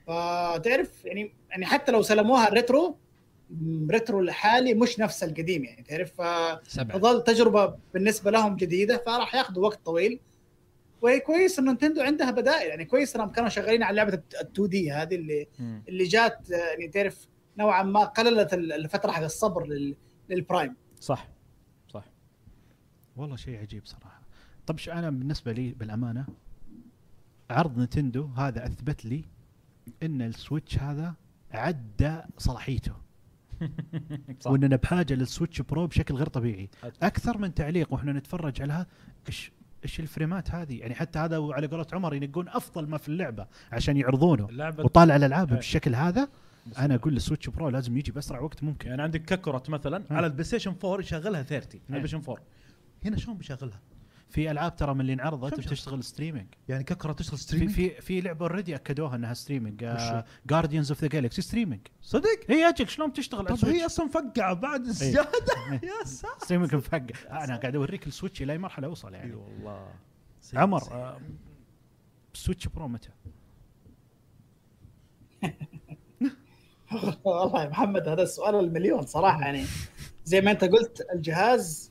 [SPEAKER 4] فتعرف يعني يعني حتى لو سلموها الريترو م، ريترو الحالي مش نفس القديم يعني تعرف
[SPEAKER 2] سبعة
[SPEAKER 4] فظل تجربه بالنسبه لهم جديده فراح ياخذوا وقت طويل وكويس ان نينتندو عندها بدائل يعني كويس انهم كانوا شغالين على لعبه ال 2 دي هذه اللي
[SPEAKER 3] مم.
[SPEAKER 4] اللي جات آه، يعني تعرف نوعا ما قللت الفتره حق الصبر لل- للبرايم
[SPEAKER 6] صح
[SPEAKER 1] والله شيء عجيب صراحه طب شو انا بالنسبه لي بالامانه عرض نتندو هذا اثبت لي ان السويتش هذا عدى صلاحيته
[SPEAKER 6] صح.
[SPEAKER 1] واننا بحاجه للسويتش برو بشكل غير طبيعي
[SPEAKER 6] أتفق.
[SPEAKER 1] اكثر من تعليق واحنا نتفرج على هذا ايش ايش الفريمات هذه يعني حتى هذا على قولة عمر ينقون افضل ما في اللعبه عشان يعرضونه
[SPEAKER 6] اللعبه
[SPEAKER 1] وطالع الالعاب
[SPEAKER 6] إيه.
[SPEAKER 1] بالشكل هذا
[SPEAKER 6] بس-
[SPEAKER 1] انا اقول السويتش برو لازم يجي باسرع وقت ممكن
[SPEAKER 6] يعني عندك كاكورت مثلا
[SPEAKER 1] مم.
[SPEAKER 6] على البلاي ستيشن 4 يشغلها 30 على البلاي ستيشن 4 هنا شلون بيشغلها؟
[SPEAKER 1] في العاب ترى من اللي انعرضت
[SPEAKER 6] خمسة.
[SPEAKER 1] بتشتغل ستريمينج
[SPEAKER 6] يعني كاكورت تشتغل
[SPEAKER 1] في
[SPEAKER 6] ستريم
[SPEAKER 1] في في لعبه اوريدي اكدوها انها ستريمينج
[SPEAKER 6] وشو؟
[SPEAKER 1] جارديانز اوف ذا جالكسي ستريمينج
[SPEAKER 6] صدق؟
[SPEAKER 1] اي اجل إيه شلون بتشتغل على
[SPEAKER 6] طب
[SPEAKER 1] السويتش؟
[SPEAKER 6] هي اصلا مفقعه بعد
[SPEAKER 1] إيه.
[SPEAKER 6] الزياده يا ساتر
[SPEAKER 1] ستريمينج مفقع *laughs* انا قاعد اوريك السويتش الى أي مرحله اوصل
[SPEAKER 6] اي
[SPEAKER 1] يعني
[SPEAKER 6] والله سيء،
[SPEAKER 1] عمر
[SPEAKER 6] سيء.
[SPEAKER 1] آه، سويتش برو متى؟
[SPEAKER 4] *laughs* والله يا محمد هذا السؤال المليون صراحه يعني زي ما انت قلت الجهاز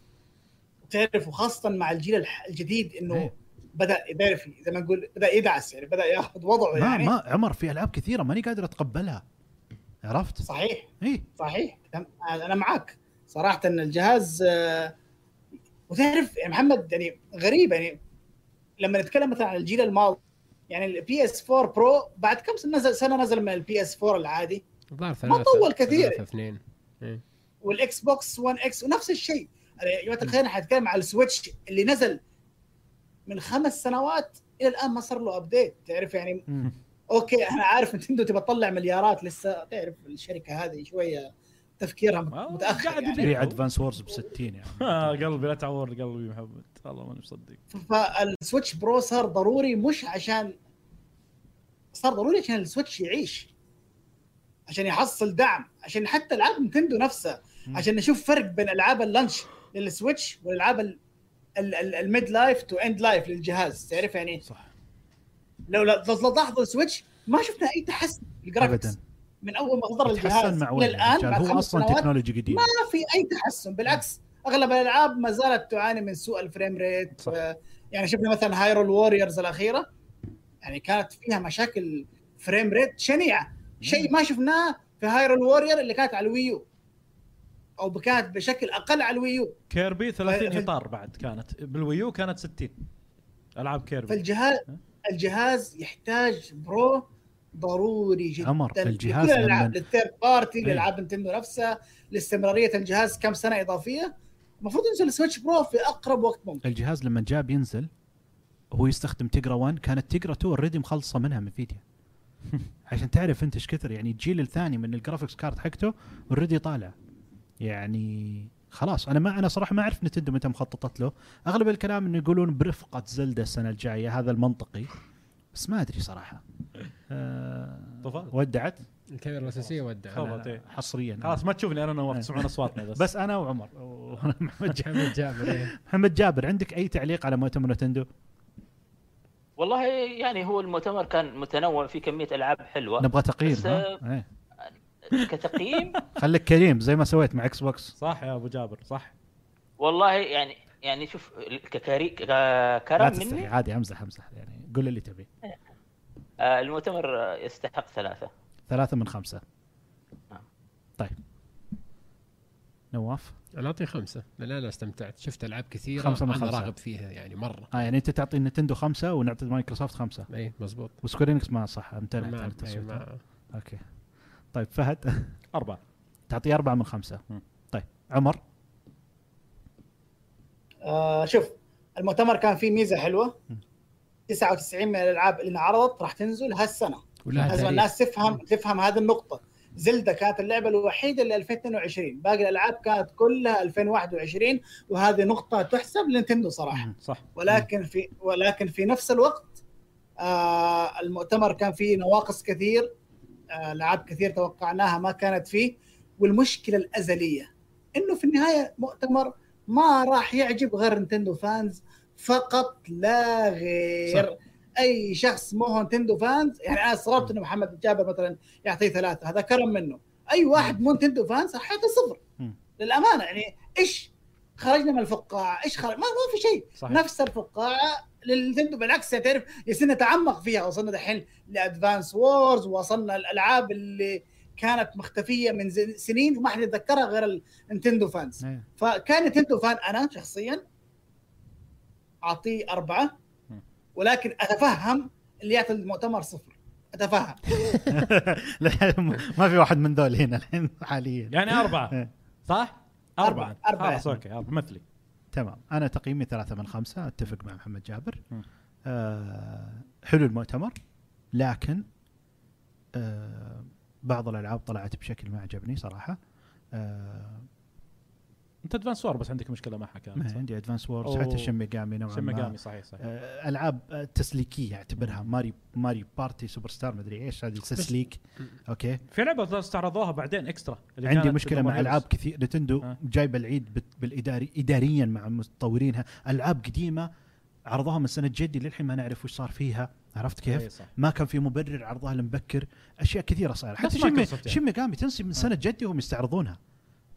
[SPEAKER 4] تعرف وخاصه مع الجيل الح- الجديد انه
[SPEAKER 1] إيه.
[SPEAKER 4] بدا يعرف زي ما نقول بدا يدعس يعني بدا ياخذ وضعه
[SPEAKER 1] ما
[SPEAKER 4] يعني
[SPEAKER 1] ما عمر في العاب كثيره ماني قادر اتقبلها عرفت؟ إيه.
[SPEAKER 4] صحيح
[SPEAKER 1] اي
[SPEAKER 4] صحيح تم- انا معك صراحه ان الجهاز آه، وتعرف يا محمد يعني غريب يعني لما نتكلم مثلا عن الجيل الماضي يعني البي اس 4 برو بعد كم سنه نزل سنه نزل من البي اس 4 العادي
[SPEAKER 2] الظاهر ثلاثة
[SPEAKER 4] ما طول كثير.
[SPEAKER 2] ثلاثة اثنين
[SPEAKER 4] والاكس بوكس 1 اكس ونفس الشيء يعني يا جماعه الخير احنا نتكلم على السويتش اللي نزل من خمس سنوات الى الان ما صار له ابديت تعرف يعني
[SPEAKER 1] مم.
[SPEAKER 4] اوكي انا عارف نتندو تبى تطلع مليارات لسه تعرف الشركه هذه شويه تفكيرها
[SPEAKER 6] آه،
[SPEAKER 4] متاخر
[SPEAKER 6] قاعد
[SPEAKER 4] يعني.
[SPEAKER 1] في ادفانس وورز ب 60 يعني
[SPEAKER 6] آه، قلبي لا تعور قلبي يا محمد والله ماني مصدق
[SPEAKER 4] فالسويتش برو صار ضروري مش عشان صار ضروري عشان السويتش يعيش عشان يحصل دعم عشان حتى العاب نتندو نفسها عشان نشوف فرق بين العاب اللانش للسويتش والالعاب ال- ال- ال- الميد لايف تو اند لايف للجهاز تعرف يعني
[SPEAKER 1] صح.
[SPEAKER 4] لو لو لاحظوا السويتش ما شفنا اي تحسن في
[SPEAKER 1] ابدا
[SPEAKER 4] الجرافيكس من اول ما اصدر
[SPEAKER 1] يتحسن
[SPEAKER 4] الجهاز
[SPEAKER 1] مع
[SPEAKER 4] الى
[SPEAKER 1] وين
[SPEAKER 4] الان
[SPEAKER 1] الرجال
[SPEAKER 4] بعد
[SPEAKER 1] هو
[SPEAKER 4] خمس
[SPEAKER 1] اصلا
[SPEAKER 4] سنوات
[SPEAKER 1] تكنولوجي قديمه
[SPEAKER 4] ما في اي تحسن بالعكس اغلب الالعاب ما زالت تعاني من سوء الفريم ريت
[SPEAKER 6] صح.
[SPEAKER 4] آه، يعني شفنا مثلا هايرول ووريرز الاخيره يعني كانت فيها مشاكل فريم ريت شنيعه شيء ما شفناه في هايرول وورير اللي كانت على الويو او كانت بشكل اقل على الويو
[SPEAKER 6] كيربي 30
[SPEAKER 1] أه،
[SPEAKER 4] فال-
[SPEAKER 6] اطار بعد كانت بالويو كانت 60 العاب كيربي
[SPEAKER 4] فالجهاز الجهاز يحتاج برو ضروري جدا
[SPEAKER 1] عمر، الجهاز
[SPEAKER 4] لكل
[SPEAKER 1] لما-
[SPEAKER 4] الالعاب للثيرد بارتي
[SPEAKER 1] أيوه.
[SPEAKER 4] لالعاب نتندو نفسها لاستمراريه الجهاز كم سنه اضافيه المفروض ينزل السويتش برو في اقرب وقت ممكن
[SPEAKER 1] الجهاز لما جاء بينزل هو يستخدم تقرا 1 كانت تقرا 2 اوريدي مخلصه منها من فيديا *laughs* عشان تعرف انت ايش كثر يعني الجيل الثاني من الجرافيكس كارد حقته اوريدي طالع يعني خلاص انا ما انا صراحه ما اعرف نتندو متى مخططت له اغلب الكلام انه يقولون برفقه زلدة السنه الجايه هذا المنطقي بس ما ادري صراحه آه
[SPEAKER 6] طفى.
[SPEAKER 1] ودعت
[SPEAKER 2] الكاميرا الاساسيه ودع *laughs*
[SPEAKER 6] خلاص إيه.
[SPEAKER 1] حصريا
[SPEAKER 6] خلاص ما تشوفني انا نواف تسمعون اصواتنا بس
[SPEAKER 1] بس انا وعمر *laughs* ومحمد جابر
[SPEAKER 2] محمد جابر إيه.
[SPEAKER 1] محمد جابر عندك اي تعليق على مؤتمر نتندو
[SPEAKER 5] والله يعني هو المؤتمر كان متنوع في كميه العاب حلوه
[SPEAKER 1] نبغى تقييم
[SPEAKER 5] بس،
[SPEAKER 6] آه،
[SPEAKER 1] ها؟ إيه.
[SPEAKER 5] كتقييم
[SPEAKER 1] خليك كريم زي ما سويت مع اكس بوكس
[SPEAKER 6] صح يا ابو جابر صح
[SPEAKER 5] والله يعني يعني شوف ككاري
[SPEAKER 1] لا
[SPEAKER 5] كرم
[SPEAKER 1] تستحي
[SPEAKER 5] مني
[SPEAKER 1] عادي امزح امزح يعني قول اللي تبي
[SPEAKER 5] آه، المؤتمر آه، يستحق ثلاثه
[SPEAKER 1] ثلاثة من خمسة
[SPEAKER 5] نعم.
[SPEAKER 1] طيب نواف
[SPEAKER 2] انا اعطيه خمسه لان انا استمتعت شفت العاب كثيره
[SPEAKER 1] خمسة من
[SPEAKER 2] أنا
[SPEAKER 1] خمسة.
[SPEAKER 2] راغب فيها يعني مره
[SPEAKER 1] اه يعني انت تعطي نتندو خمسة ونعطي مايكروسوفت خمسة
[SPEAKER 2] اي مزبوط
[SPEAKER 1] وسكويرينكس ما صح امتنعت
[SPEAKER 2] إيه، ما-
[SPEAKER 1] عن
[SPEAKER 2] أي،
[SPEAKER 1] التصويت
[SPEAKER 2] ما-
[SPEAKER 1] اوكي طيب فهد *laughs*
[SPEAKER 6] اربعه
[SPEAKER 1] تعطي أربعة من خمسة
[SPEAKER 6] مم.
[SPEAKER 1] طيب عمر
[SPEAKER 4] آه شوف المؤتمر كان فيه ميزه حلوه 99 من الالعاب اللي انعرضت راح تنزل هالسنه
[SPEAKER 2] ولها
[SPEAKER 4] لازم
[SPEAKER 2] تاريخ
[SPEAKER 4] الناس تفهم تفهم هذه النقطه زلدا كانت اللعبه الوحيده اللي 2022 باقي الالعاب كانت كلها 2021 وهذه نقطه تحسب لنتندو صراحه
[SPEAKER 6] صح
[SPEAKER 4] ولكن في ولكن في نفس الوقت آه المؤتمر كان فيه نواقص كثير آه العاب كثير توقعناها ما كانت فيه والمشكله الازليه انه في النهايه مؤتمر ما راح يعجب غير نتندو فانز فقط لا غير
[SPEAKER 1] صح.
[SPEAKER 4] صح. اي شخص ما هو نتندو فانز يعني انا استغربت انه محمد جابر مثلا يعطيه ثلاثه هذا كرم منه اي واحد مو نتندو فانز راح يعطي صفر
[SPEAKER 1] مم.
[SPEAKER 4] للامانه يعني ايش خرجنا من الفقاعه ايش خرج ما, ما في شيء
[SPEAKER 6] صحيح.
[SPEAKER 4] نفس الفقاعه للنتندو بالعكس يعني تعرف يصير نتعمق فيها وصلنا دحين لادفانس وورز ووصلنا الالعاب اللي كانت مختفيه من زن- سنين وما حد يتذكرها غير النتندو فانز
[SPEAKER 1] إيه.
[SPEAKER 4] فكان نتندو فان انا شخصيا اعطيه اربعه ولكن اتفهم اللي يعطي المؤتمر صفر اتفهم
[SPEAKER 1] *laughs* لا، ما في واحد من ذول هنا *laughs* الحين حاليا
[SPEAKER 3] يعني
[SPEAKER 1] أه.
[SPEAKER 3] اربعه صح؟ اربعه
[SPEAKER 4] أربعة.
[SPEAKER 3] خلاص اوكي أربعة. مثلي
[SPEAKER 1] تمام انا تقييمي ثلاثة من خمسة اتفق مع محمد جابر
[SPEAKER 3] مم.
[SPEAKER 1] آه حلو المؤتمر لكن آه بعض الالعاب طلعت بشكل ما عجبني صراحه آه
[SPEAKER 3] انت ادفانس وار بس عندك مشكله معها كانت
[SPEAKER 1] ما
[SPEAKER 3] صح؟
[SPEAKER 1] عندي ادفانس وورز
[SPEAKER 3] أوه.
[SPEAKER 1] حتى شن ميجامي نوعا
[SPEAKER 3] شن
[SPEAKER 1] ما
[SPEAKER 3] ميجامي صحيح صحيح
[SPEAKER 1] آه، العاب آه، تسليكيه اعتبرها ماري ماري بارتي سوبر ستار مدري ايش هذه تسليك اوكي
[SPEAKER 3] في لعبه استعرضوها بعدين اكسترا اللي
[SPEAKER 1] عندي
[SPEAKER 3] كانت
[SPEAKER 1] مشكله مع
[SPEAKER 3] دومينوز.
[SPEAKER 1] العاب كثير نتندو
[SPEAKER 3] آه.
[SPEAKER 1] جايبه العيد بت- بالاداري اداريا مع مطورينها العاب قديمه عرضوها من سنه جدي للحين ما نعرف وش صار فيها عرفت كيف؟
[SPEAKER 3] إيه صح.
[SPEAKER 1] ما كان في مبرر عرضها لمبكر اشياء كثيره صايره حتى
[SPEAKER 3] نفس
[SPEAKER 1] شم
[SPEAKER 3] مايكروسوفت يعني.
[SPEAKER 1] شم ميجامي تنسي من سنه جدي وهم يستعرضونها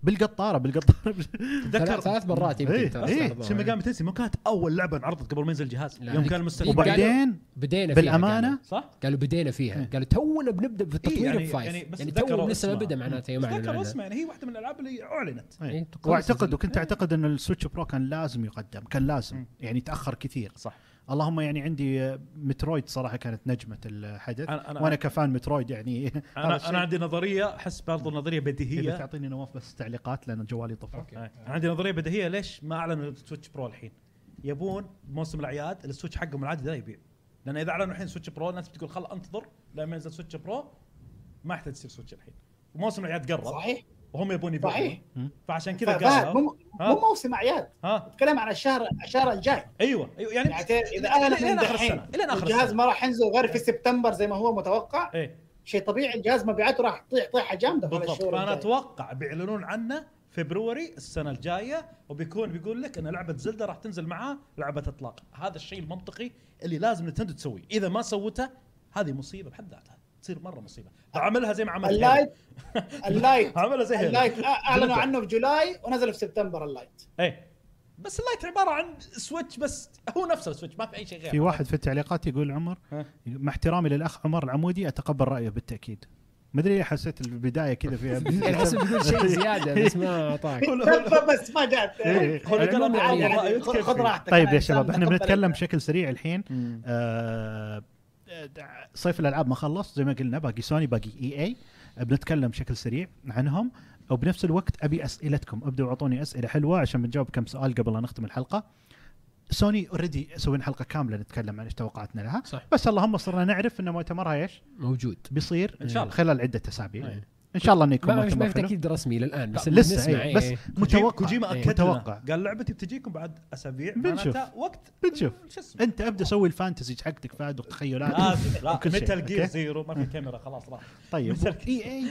[SPEAKER 1] بالقطاره بالقطاره
[SPEAKER 2] ثلاث-
[SPEAKER 3] تذكر
[SPEAKER 2] ثلاث مرات
[SPEAKER 1] إيه،
[SPEAKER 2] يمكن ترى
[SPEAKER 1] إيه.
[SPEAKER 2] استعرضوها.
[SPEAKER 3] شن ميجامي تنسي ما كانت اول لعبه انعرضت قبل ما ينزل الجهاز
[SPEAKER 2] لا،
[SPEAKER 3] يوم
[SPEAKER 2] دي-
[SPEAKER 3] كان
[SPEAKER 2] دي
[SPEAKER 3] المستقبل
[SPEAKER 1] وبعدين
[SPEAKER 2] بدينا فيها
[SPEAKER 1] بالامانه
[SPEAKER 2] قالوا.
[SPEAKER 3] صح؟
[SPEAKER 2] قالوا بدينا فيها قالوا تونا بنبدا في
[SPEAKER 3] إيه،
[SPEAKER 2] تطوير
[SPEAKER 3] يعني-
[SPEAKER 2] الفايف
[SPEAKER 3] يعني بس
[SPEAKER 2] يعني
[SPEAKER 3] تذكروا
[SPEAKER 2] تو لسه ما
[SPEAKER 3] اسمها.
[SPEAKER 2] بدا معناته يوم
[SPEAKER 3] تذكر
[SPEAKER 2] اعلنوا عنها.
[SPEAKER 3] اسمه يعني هي واحده من الالعاب اللي اعلنت
[SPEAKER 1] إيه.
[SPEAKER 2] إيه، تقول
[SPEAKER 1] واعتقد
[SPEAKER 2] سيزن.
[SPEAKER 1] وكنت اعتقد ان السويتش برو كان لازم يقدم كان لازم يعني تاخر كثير
[SPEAKER 3] صح.
[SPEAKER 1] اللهم يعني عندي آه، مترويد صراحه كانت نجمه الحدث
[SPEAKER 3] أنا- أنا-
[SPEAKER 1] وانا كفان مترويد يعني *laughs* هذا
[SPEAKER 3] انا
[SPEAKER 1] الشيء.
[SPEAKER 3] انا عندي نظريه احس برضو نظريه
[SPEAKER 1] اذا
[SPEAKER 3] بديهيه
[SPEAKER 1] تعطيني نواف بس تعليقات لان جوالي طفى
[SPEAKER 4] إيه.
[SPEAKER 3] أي. انا إيه. عندي نظريه بديهيه ليش ما اعلنوا السويتش برو الحين؟ يبون موسم الاعياد السويتش حقهم العادي لا يبيع لان اذا اعلنوا الحين سويتش برو الناس بتقول خل انتظر لما ينزل سويتش برو ما احتاج يصير سويتش الحين موسم الاعياد قرب
[SPEAKER 4] صحيح
[SPEAKER 3] وهم يبون يبيعون
[SPEAKER 4] صحيح.
[SPEAKER 3] فعشان كذا
[SPEAKER 4] فهد
[SPEAKER 3] قالوا
[SPEAKER 4] مو مو موسم اعياد
[SPEAKER 3] ها
[SPEAKER 4] اتكلم عن الشهر الشهر الجاي
[SPEAKER 3] ايوه ايوه يعني
[SPEAKER 4] يعني اذا اعلن
[SPEAKER 3] إلين
[SPEAKER 4] من
[SPEAKER 3] آخر
[SPEAKER 4] دحين
[SPEAKER 3] السنة، إلين آخر
[SPEAKER 4] الجهاز
[SPEAKER 3] السنة.
[SPEAKER 4] ما راح ينزل غير في سبتمبر زي ما هو متوقع
[SPEAKER 3] ايه
[SPEAKER 4] شيء طبيعي الجهاز مبيعاته راح تطيح طيحه جامده في
[SPEAKER 3] بالضبط
[SPEAKER 4] الشهور
[SPEAKER 3] فانا
[SPEAKER 4] الجاية.
[SPEAKER 3] اتوقع بيعلنون عنه فبروري السنه الجايه وبيكون بيقول لك ان لعبه زلدا راح تنزل معاه لعبه اطلاق هذا الشيء المنطقي اللي لازم نتندو تسويه اذا ما سوته هذه مصيبه بحد ذاتها تصير مره مصيبه عملها زي ما عملت هيلو.
[SPEAKER 4] اللايت *laughs*
[SPEAKER 3] *laughs*
[SPEAKER 4] اللايت
[SPEAKER 3] عملها زي هيلو
[SPEAKER 4] اللايت أ- اعلنوا
[SPEAKER 3] زلدة.
[SPEAKER 4] عنه في جولاي ونزل في سبتمبر
[SPEAKER 3] *laughs*
[SPEAKER 4] اللايت
[SPEAKER 3] ايه بس اللايت عباره عن سويتش بس هو نفسه السويتش ما في اي شيء غير
[SPEAKER 1] في واحد في التعليقات يقول عمر
[SPEAKER 3] ها.
[SPEAKER 1] مع احترامي للاخ عمر العمودي اتقبل رايه بالتاكيد مدري ليه حسيت البدايه كذا
[SPEAKER 3] *laughs*
[SPEAKER 2] يعني
[SPEAKER 1] فيها *laughs*
[SPEAKER 2] حسب بيقول شيء زياده بس ما اعطاك
[SPEAKER 4] بس ما جات
[SPEAKER 1] إيه.
[SPEAKER 3] هو اللي قال
[SPEAKER 2] العموم
[SPEAKER 3] أنا
[SPEAKER 2] يعني-
[SPEAKER 3] أعلن رأيي.
[SPEAKER 4] يعني خذ خذ راحتك
[SPEAKER 1] طيب
[SPEAKER 4] أنا
[SPEAKER 1] يا
[SPEAKER 4] إنسان
[SPEAKER 1] شباب احنا
[SPEAKER 4] متقبل
[SPEAKER 1] بنتكلم
[SPEAKER 4] الألعاب.
[SPEAKER 1] بشكل سريع الحين آه، صيف الالعاب ما خلص زي ما قلنا باقي سوني باقي اي اي بنتكلم بشكل سريع عنهم وبنفس الوقت ابي اسئلتكم ابدوا اعطوني اسئله حلوه عشان بنجاوب كم سؤال قبل لا نختم الحلقه سوني اوريدي سوينا حلقه كامله نتكلم عن ايش توقعاتنا لها
[SPEAKER 2] صح.
[SPEAKER 1] بس اللهم صرنا نعرف ان مؤتمرها ايش *laughs*
[SPEAKER 2] موجود
[SPEAKER 1] بيصير
[SPEAKER 3] إن شاء الله. إيه.
[SPEAKER 1] خلال عده اسابيع ان شاء الله انه يكون
[SPEAKER 2] ما ما
[SPEAKER 1] مؤتمر
[SPEAKER 2] في
[SPEAKER 1] حلو.
[SPEAKER 2] تاكيد رسمي للان بس
[SPEAKER 1] لا،
[SPEAKER 2] اللي
[SPEAKER 1] لسه
[SPEAKER 2] بنسمع،
[SPEAKER 1] إيه،
[SPEAKER 2] إيه،
[SPEAKER 1] بس
[SPEAKER 2] إيه.
[SPEAKER 1] متوقع
[SPEAKER 3] كوجيما
[SPEAKER 2] إيه.
[SPEAKER 3] اكد
[SPEAKER 1] متوقع.
[SPEAKER 3] لنا. قال لعبتي بتجيكم بعد اسابيع
[SPEAKER 1] بنشوف.
[SPEAKER 3] معناتها وقت
[SPEAKER 1] بنشوف.
[SPEAKER 3] شو اسمه
[SPEAKER 1] انت ابدا سوي الفانتزي حقتك فهد وتخيلات
[SPEAKER 3] لازم لا
[SPEAKER 1] وكل شيء،
[SPEAKER 3] متل جير
[SPEAKER 1] أوكي؟
[SPEAKER 3] زيرو ما في كاميرا خلاص راح
[SPEAKER 1] طيب
[SPEAKER 3] مثل
[SPEAKER 1] اي اي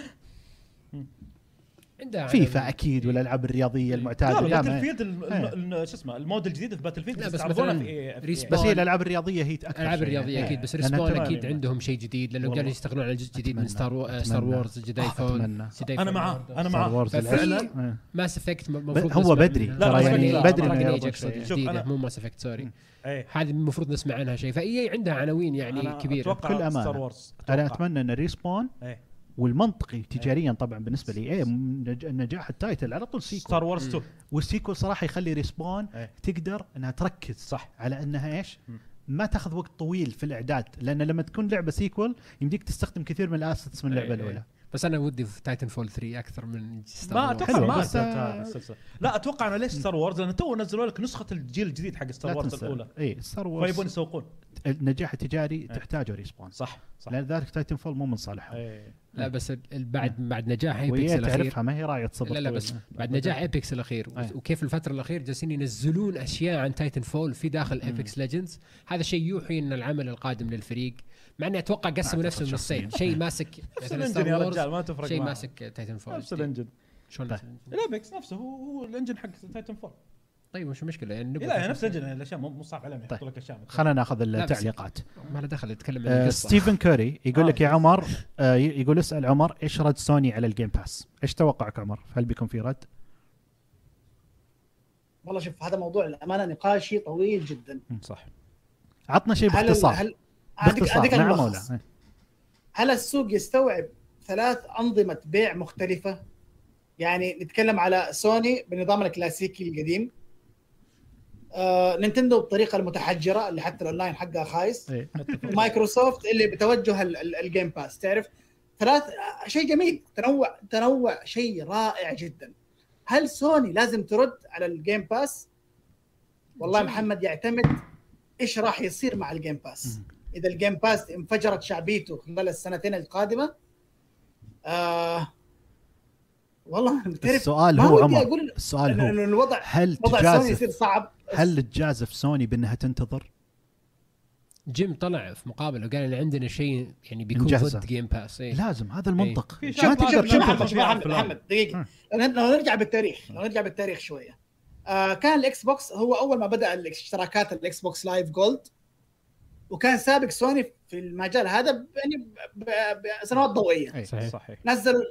[SPEAKER 2] عندها
[SPEAKER 1] فيفا اكيد والالعاب الرياضيه المعتاده
[SPEAKER 3] يعني إيه. لا
[SPEAKER 1] يا
[SPEAKER 3] باتل
[SPEAKER 1] ما-
[SPEAKER 3] فيلد ال-
[SPEAKER 1] إيه.
[SPEAKER 3] ال- ال- شو اسمه المود الجديد في باتل فيلد
[SPEAKER 2] لا، بس
[SPEAKER 3] يستعرضونه
[SPEAKER 2] مثلاً
[SPEAKER 3] في- في-
[SPEAKER 2] ريسبون.
[SPEAKER 1] بس هي الالعاب الرياضيه هي اكثر
[SPEAKER 2] العاب
[SPEAKER 1] شيء
[SPEAKER 2] الرياضيه
[SPEAKER 1] يعني.
[SPEAKER 2] اكيد بس
[SPEAKER 1] لأنها
[SPEAKER 2] ريسبون
[SPEAKER 1] تبع-
[SPEAKER 2] اكيد عندهم شيء جديد لانهم
[SPEAKER 1] والله.
[SPEAKER 2] قالوا يشتغلون على جزء جديد من
[SPEAKER 1] أتمنى.
[SPEAKER 2] ستار و... ستار
[SPEAKER 1] أتمنى.
[SPEAKER 2] وورز جداي
[SPEAKER 1] آه،
[SPEAKER 2] فول
[SPEAKER 1] أتمنى.
[SPEAKER 2] جداي
[SPEAKER 3] انا معاه انا
[SPEAKER 1] ستار
[SPEAKER 3] معاه
[SPEAKER 1] وورز
[SPEAKER 2] ففي-
[SPEAKER 1] العسل. إيه.
[SPEAKER 2] ماس افكت
[SPEAKER 1] بل- هو بدري
[SPEAKER 3] لا،
[SPEAKER 1] ترى
[SPEAKER 3] بدري،
[SPEAKER 1] يعني
[SPEAKER 3] لا،
[SPEAKER 1] بدري
[SPEAKER 3] ما
[SPEAKER 1] ما
[SPEAKER 3] راح
[SPEAKER 1] يعرضون
[SPEAKER 2] شيء
[SPEAKER 1] شيء
[SPEAKER 3] شوف، أنا-
[SPEAKER 2] جديده مو ماس افكت سوري
[SPEAKER 3] ايه
[SPEAKER 2] هذه المفروض نسمع عنها شيء فاي عندها عناوين يعني
[SPEAKER 3] أنا
[SPEAKER 2] كبيره
[SPEAKER 3] اتوقع
[SPEAKER 1] بكل أمانة.
[SPEAKER 3] ستار وورز
[SPEAKER 1] انا اتمنى ان ريسبون
[SPEAKER 3] إيه.
[SPEAKER 1] والمنطقي تجاريا طبعا بالنسبه لي ايه نج- نجاح التايتل على طول
[SPEAKER 3] ستار
[SPEAKER 1] سيكول
[SPEAKER 3] وورز 2
[SPEAKER 1] والسيكول صراحه يخلي ريسبون
[SPEAKER 3] إيه.
[SPEAKER 1] تقدر انها تركز
[SPEAKER 3] صح.
[SPEAKER 1] على انها ايش؟
[SPEAKER 3] مم.
[SPEAKER 1] ما تاخذ وقت طويل في الاعداد لان لما تكون لعبه سيكول يمديك تستخدم كثير من الاسيتس من اللعبه
[SPEAKER 2] إيه.
[SPEAKER 1] الاولى
[SPEAKER 2] بس انا ودي في تايتن فول 3 اكثر من ستار
[SPEAKER 3] ما
[SPEAKER 2] وورز.
[SPEAKER 3] اتوقع
[SPEAKER 1] حلوة،
[SPEAKER 3] ما
[SPEAKER 1] بس-
[SPEAKER 3] أثرت هذه السلسله لا اتوقع انا ليش ستار وورز لان تو نزلوا لك نسخه الجيل الجديد حق ستار وورز الاولى
[SPEAKER 1] اي ستار
[SPEAKER 3] فيبون
[SPEAKER 1] وورز
[SPEAKER 3] يسوقون
[SPEAKER 1] إيه، النجاح التجاري تحتاجه ريسبون
[SPEAKER 3] صح صح
[SPEAKER 1] لان ذلك تايتن فول مو من صالحهم
[SPEAKER 3] إيه.
[SPEAKER 2] لا بس ال- ال- بعد بعد نجاح ايبكس
[SPEAKER 1] وهي
[SPEAKER 2] الاخير
[SPEAKER 1] تعرفها ما هي رايه صبر
[SPEAKER 2] لا لا
[SPEAKER 1] طويل.
[SPEAKER 3] آه.
[SPEAKER 2] بس بعد نجاح ايبكس الاخير و-
[SPEAKER 1] أي.
[SPEAKER 2] وكيف الفتره الاخير جالسين ينزلون اشياء عن تايتن فول في داخل ايبكس ليجندز هذا شيء يوحي ان العمل القادم للفريق مع اني اتوقع قسموا نفسهم نصين شيء ماسك
[SPEAKER 3] آه. نفس
[SPEAKER 2] مثلا
[SPEAKER 3] الانجن
[SPEAKER 2] ستار
[SPEAKER 3] يا
[SPEAKER 2] وورز
[SPEAKER 3] رجال ما تفرق
[SPEAKER 2] شيء
[SPEAKER 3] معه.
[SPEAKER 2] ماسك تايتن فول
[SPEAKER 3] نفس الانجن
[SPEAKER 2] شلون
[SPEAKER 1] طيب.
[SPEAKER 2] نفس الانجن؟
[SPEAKER 3] الابكس نفسه هو هو الانجن حق تايتن فور
[SPEAKER 2] طيب وش المشكله يعني نبغى
[SPEAKER 3] لا يعني
[SPEAKER 2] تايتن
[SPEAKER 3] نفس
[SPEAKER 2] فول.
[SPEAKER 3] الانجن الاشياء مو مو صعب عليهم يحطوا لك اشياء
[SPEAKER 1] خلينا ناخذ
[SPEAKER 2] لا بس-
[SPEAKER 1] التعليقات
[SPEAKER 2] ما له دخل نتكلم عن
[SPEAKER 1] آه،
[SPEAKER 2] القصه
[SPEAKER 1] ستيفن كوري يقول
[SPEAKER 3] آه.
[SPEAKER 1] لك يا عمر آه، ي- يقول اسال عمر ايش رد سوني على الجيم باس؟ ايش توقعك عمر؟ هل بيكون في رد؟
[SPEAKER 4] والله شوف هذا موضوع الامانه نقاشي طويل جدا
[SPEAKER 3] صح
[SPEAKER 1] عطنا شيء
[SPEAKER 4] هل
[SPEAKER 1] طيب، باختصار
[SPEAKER 4] هل أديك-
[SPEAKER 1] باختصار نعم،
[SPEAKER 4] أديك
[SPEAKER 1] مع
[SPEAKER 4] الملخص.
[SPEAKER 1] مولى
[SPEAKER 4] هل السوق يستوعب ثلاث انظمه بيع مختلفه يعني نتكلم على سوني بنظام الكلاسيكي القديم آه، نينتندو بالطريقه المتحجره اللي حتى الاونلاين حقها خايس
[SPEAKER 1] إيه.
[SPEAKER 4] مايكروسوفت اللي بتوجه ال- ال- الجيم باس تعرف ثلاث آه، شيء جميل تنوع تنوع شيء رائع جدا هل سوني لازم ترد على الجيم باس والله محمد يعتمد ايش راح يصير مع الجيم باس اذا الجيم باس انفجرت شعبيته خلال السنتين القادمه آه والله تعرف
[SPEAKER 1] السؤال
[SPEAKER 4] ما
[SPEAKER 1] هو
[SPEAKER 4] ودي
[SPEAKER 1] عمر
[SPEAKER 4] أقول
[SPEAKER 1] السؤال
[SPEAKER 4] انه
[SPEAKER 1] هو
[SPEAKER 4] إنه الوضع
[SPEAKER 1] هل
[SPEAKER 4] وضع سوني يصير
[SPEAKER 1] تجازف
[SPEAKER 4] صعب
[SPEAKER 1] هل تجازف سوني بانها تنتظر؟
[SPEAKER 2] جيم طلع في مقابله وقال ان عندنا شيء يعني بيكون
[SPEAKER 1] مجهزة.
[SPEAKER 2] ضد جيم باس إيه.
[SPEAKER 1] لازم هذا المنطق
[SPEAKER 3] في
[SPEAKER 1] ما
[SPEAKER 3] شغلات
[SPEAKER 1] تقدر
[SPEAKER 3] لازم
[SPEAKER 1] تنتظر
[SPEAKER 3] نعمل.
[SPEAKER 4] محمد محمد محمد دقيقه لو لو نرجع بالتاريخ لو نرجع بالتاريخ شويه آه كان الاكس بوكس هو اول ما بدا الاشتراكات الاكس بوكس لايف جولد وكان سابق سوني في المجال هذا ب- يعني ب- ب- بسنوات ضوئيه
[SPEAKER 1] إيه.
[SPEAKER 2] صحيح.
[SPEAKER 6] صحيح
[SPEAKER 4] نزلوا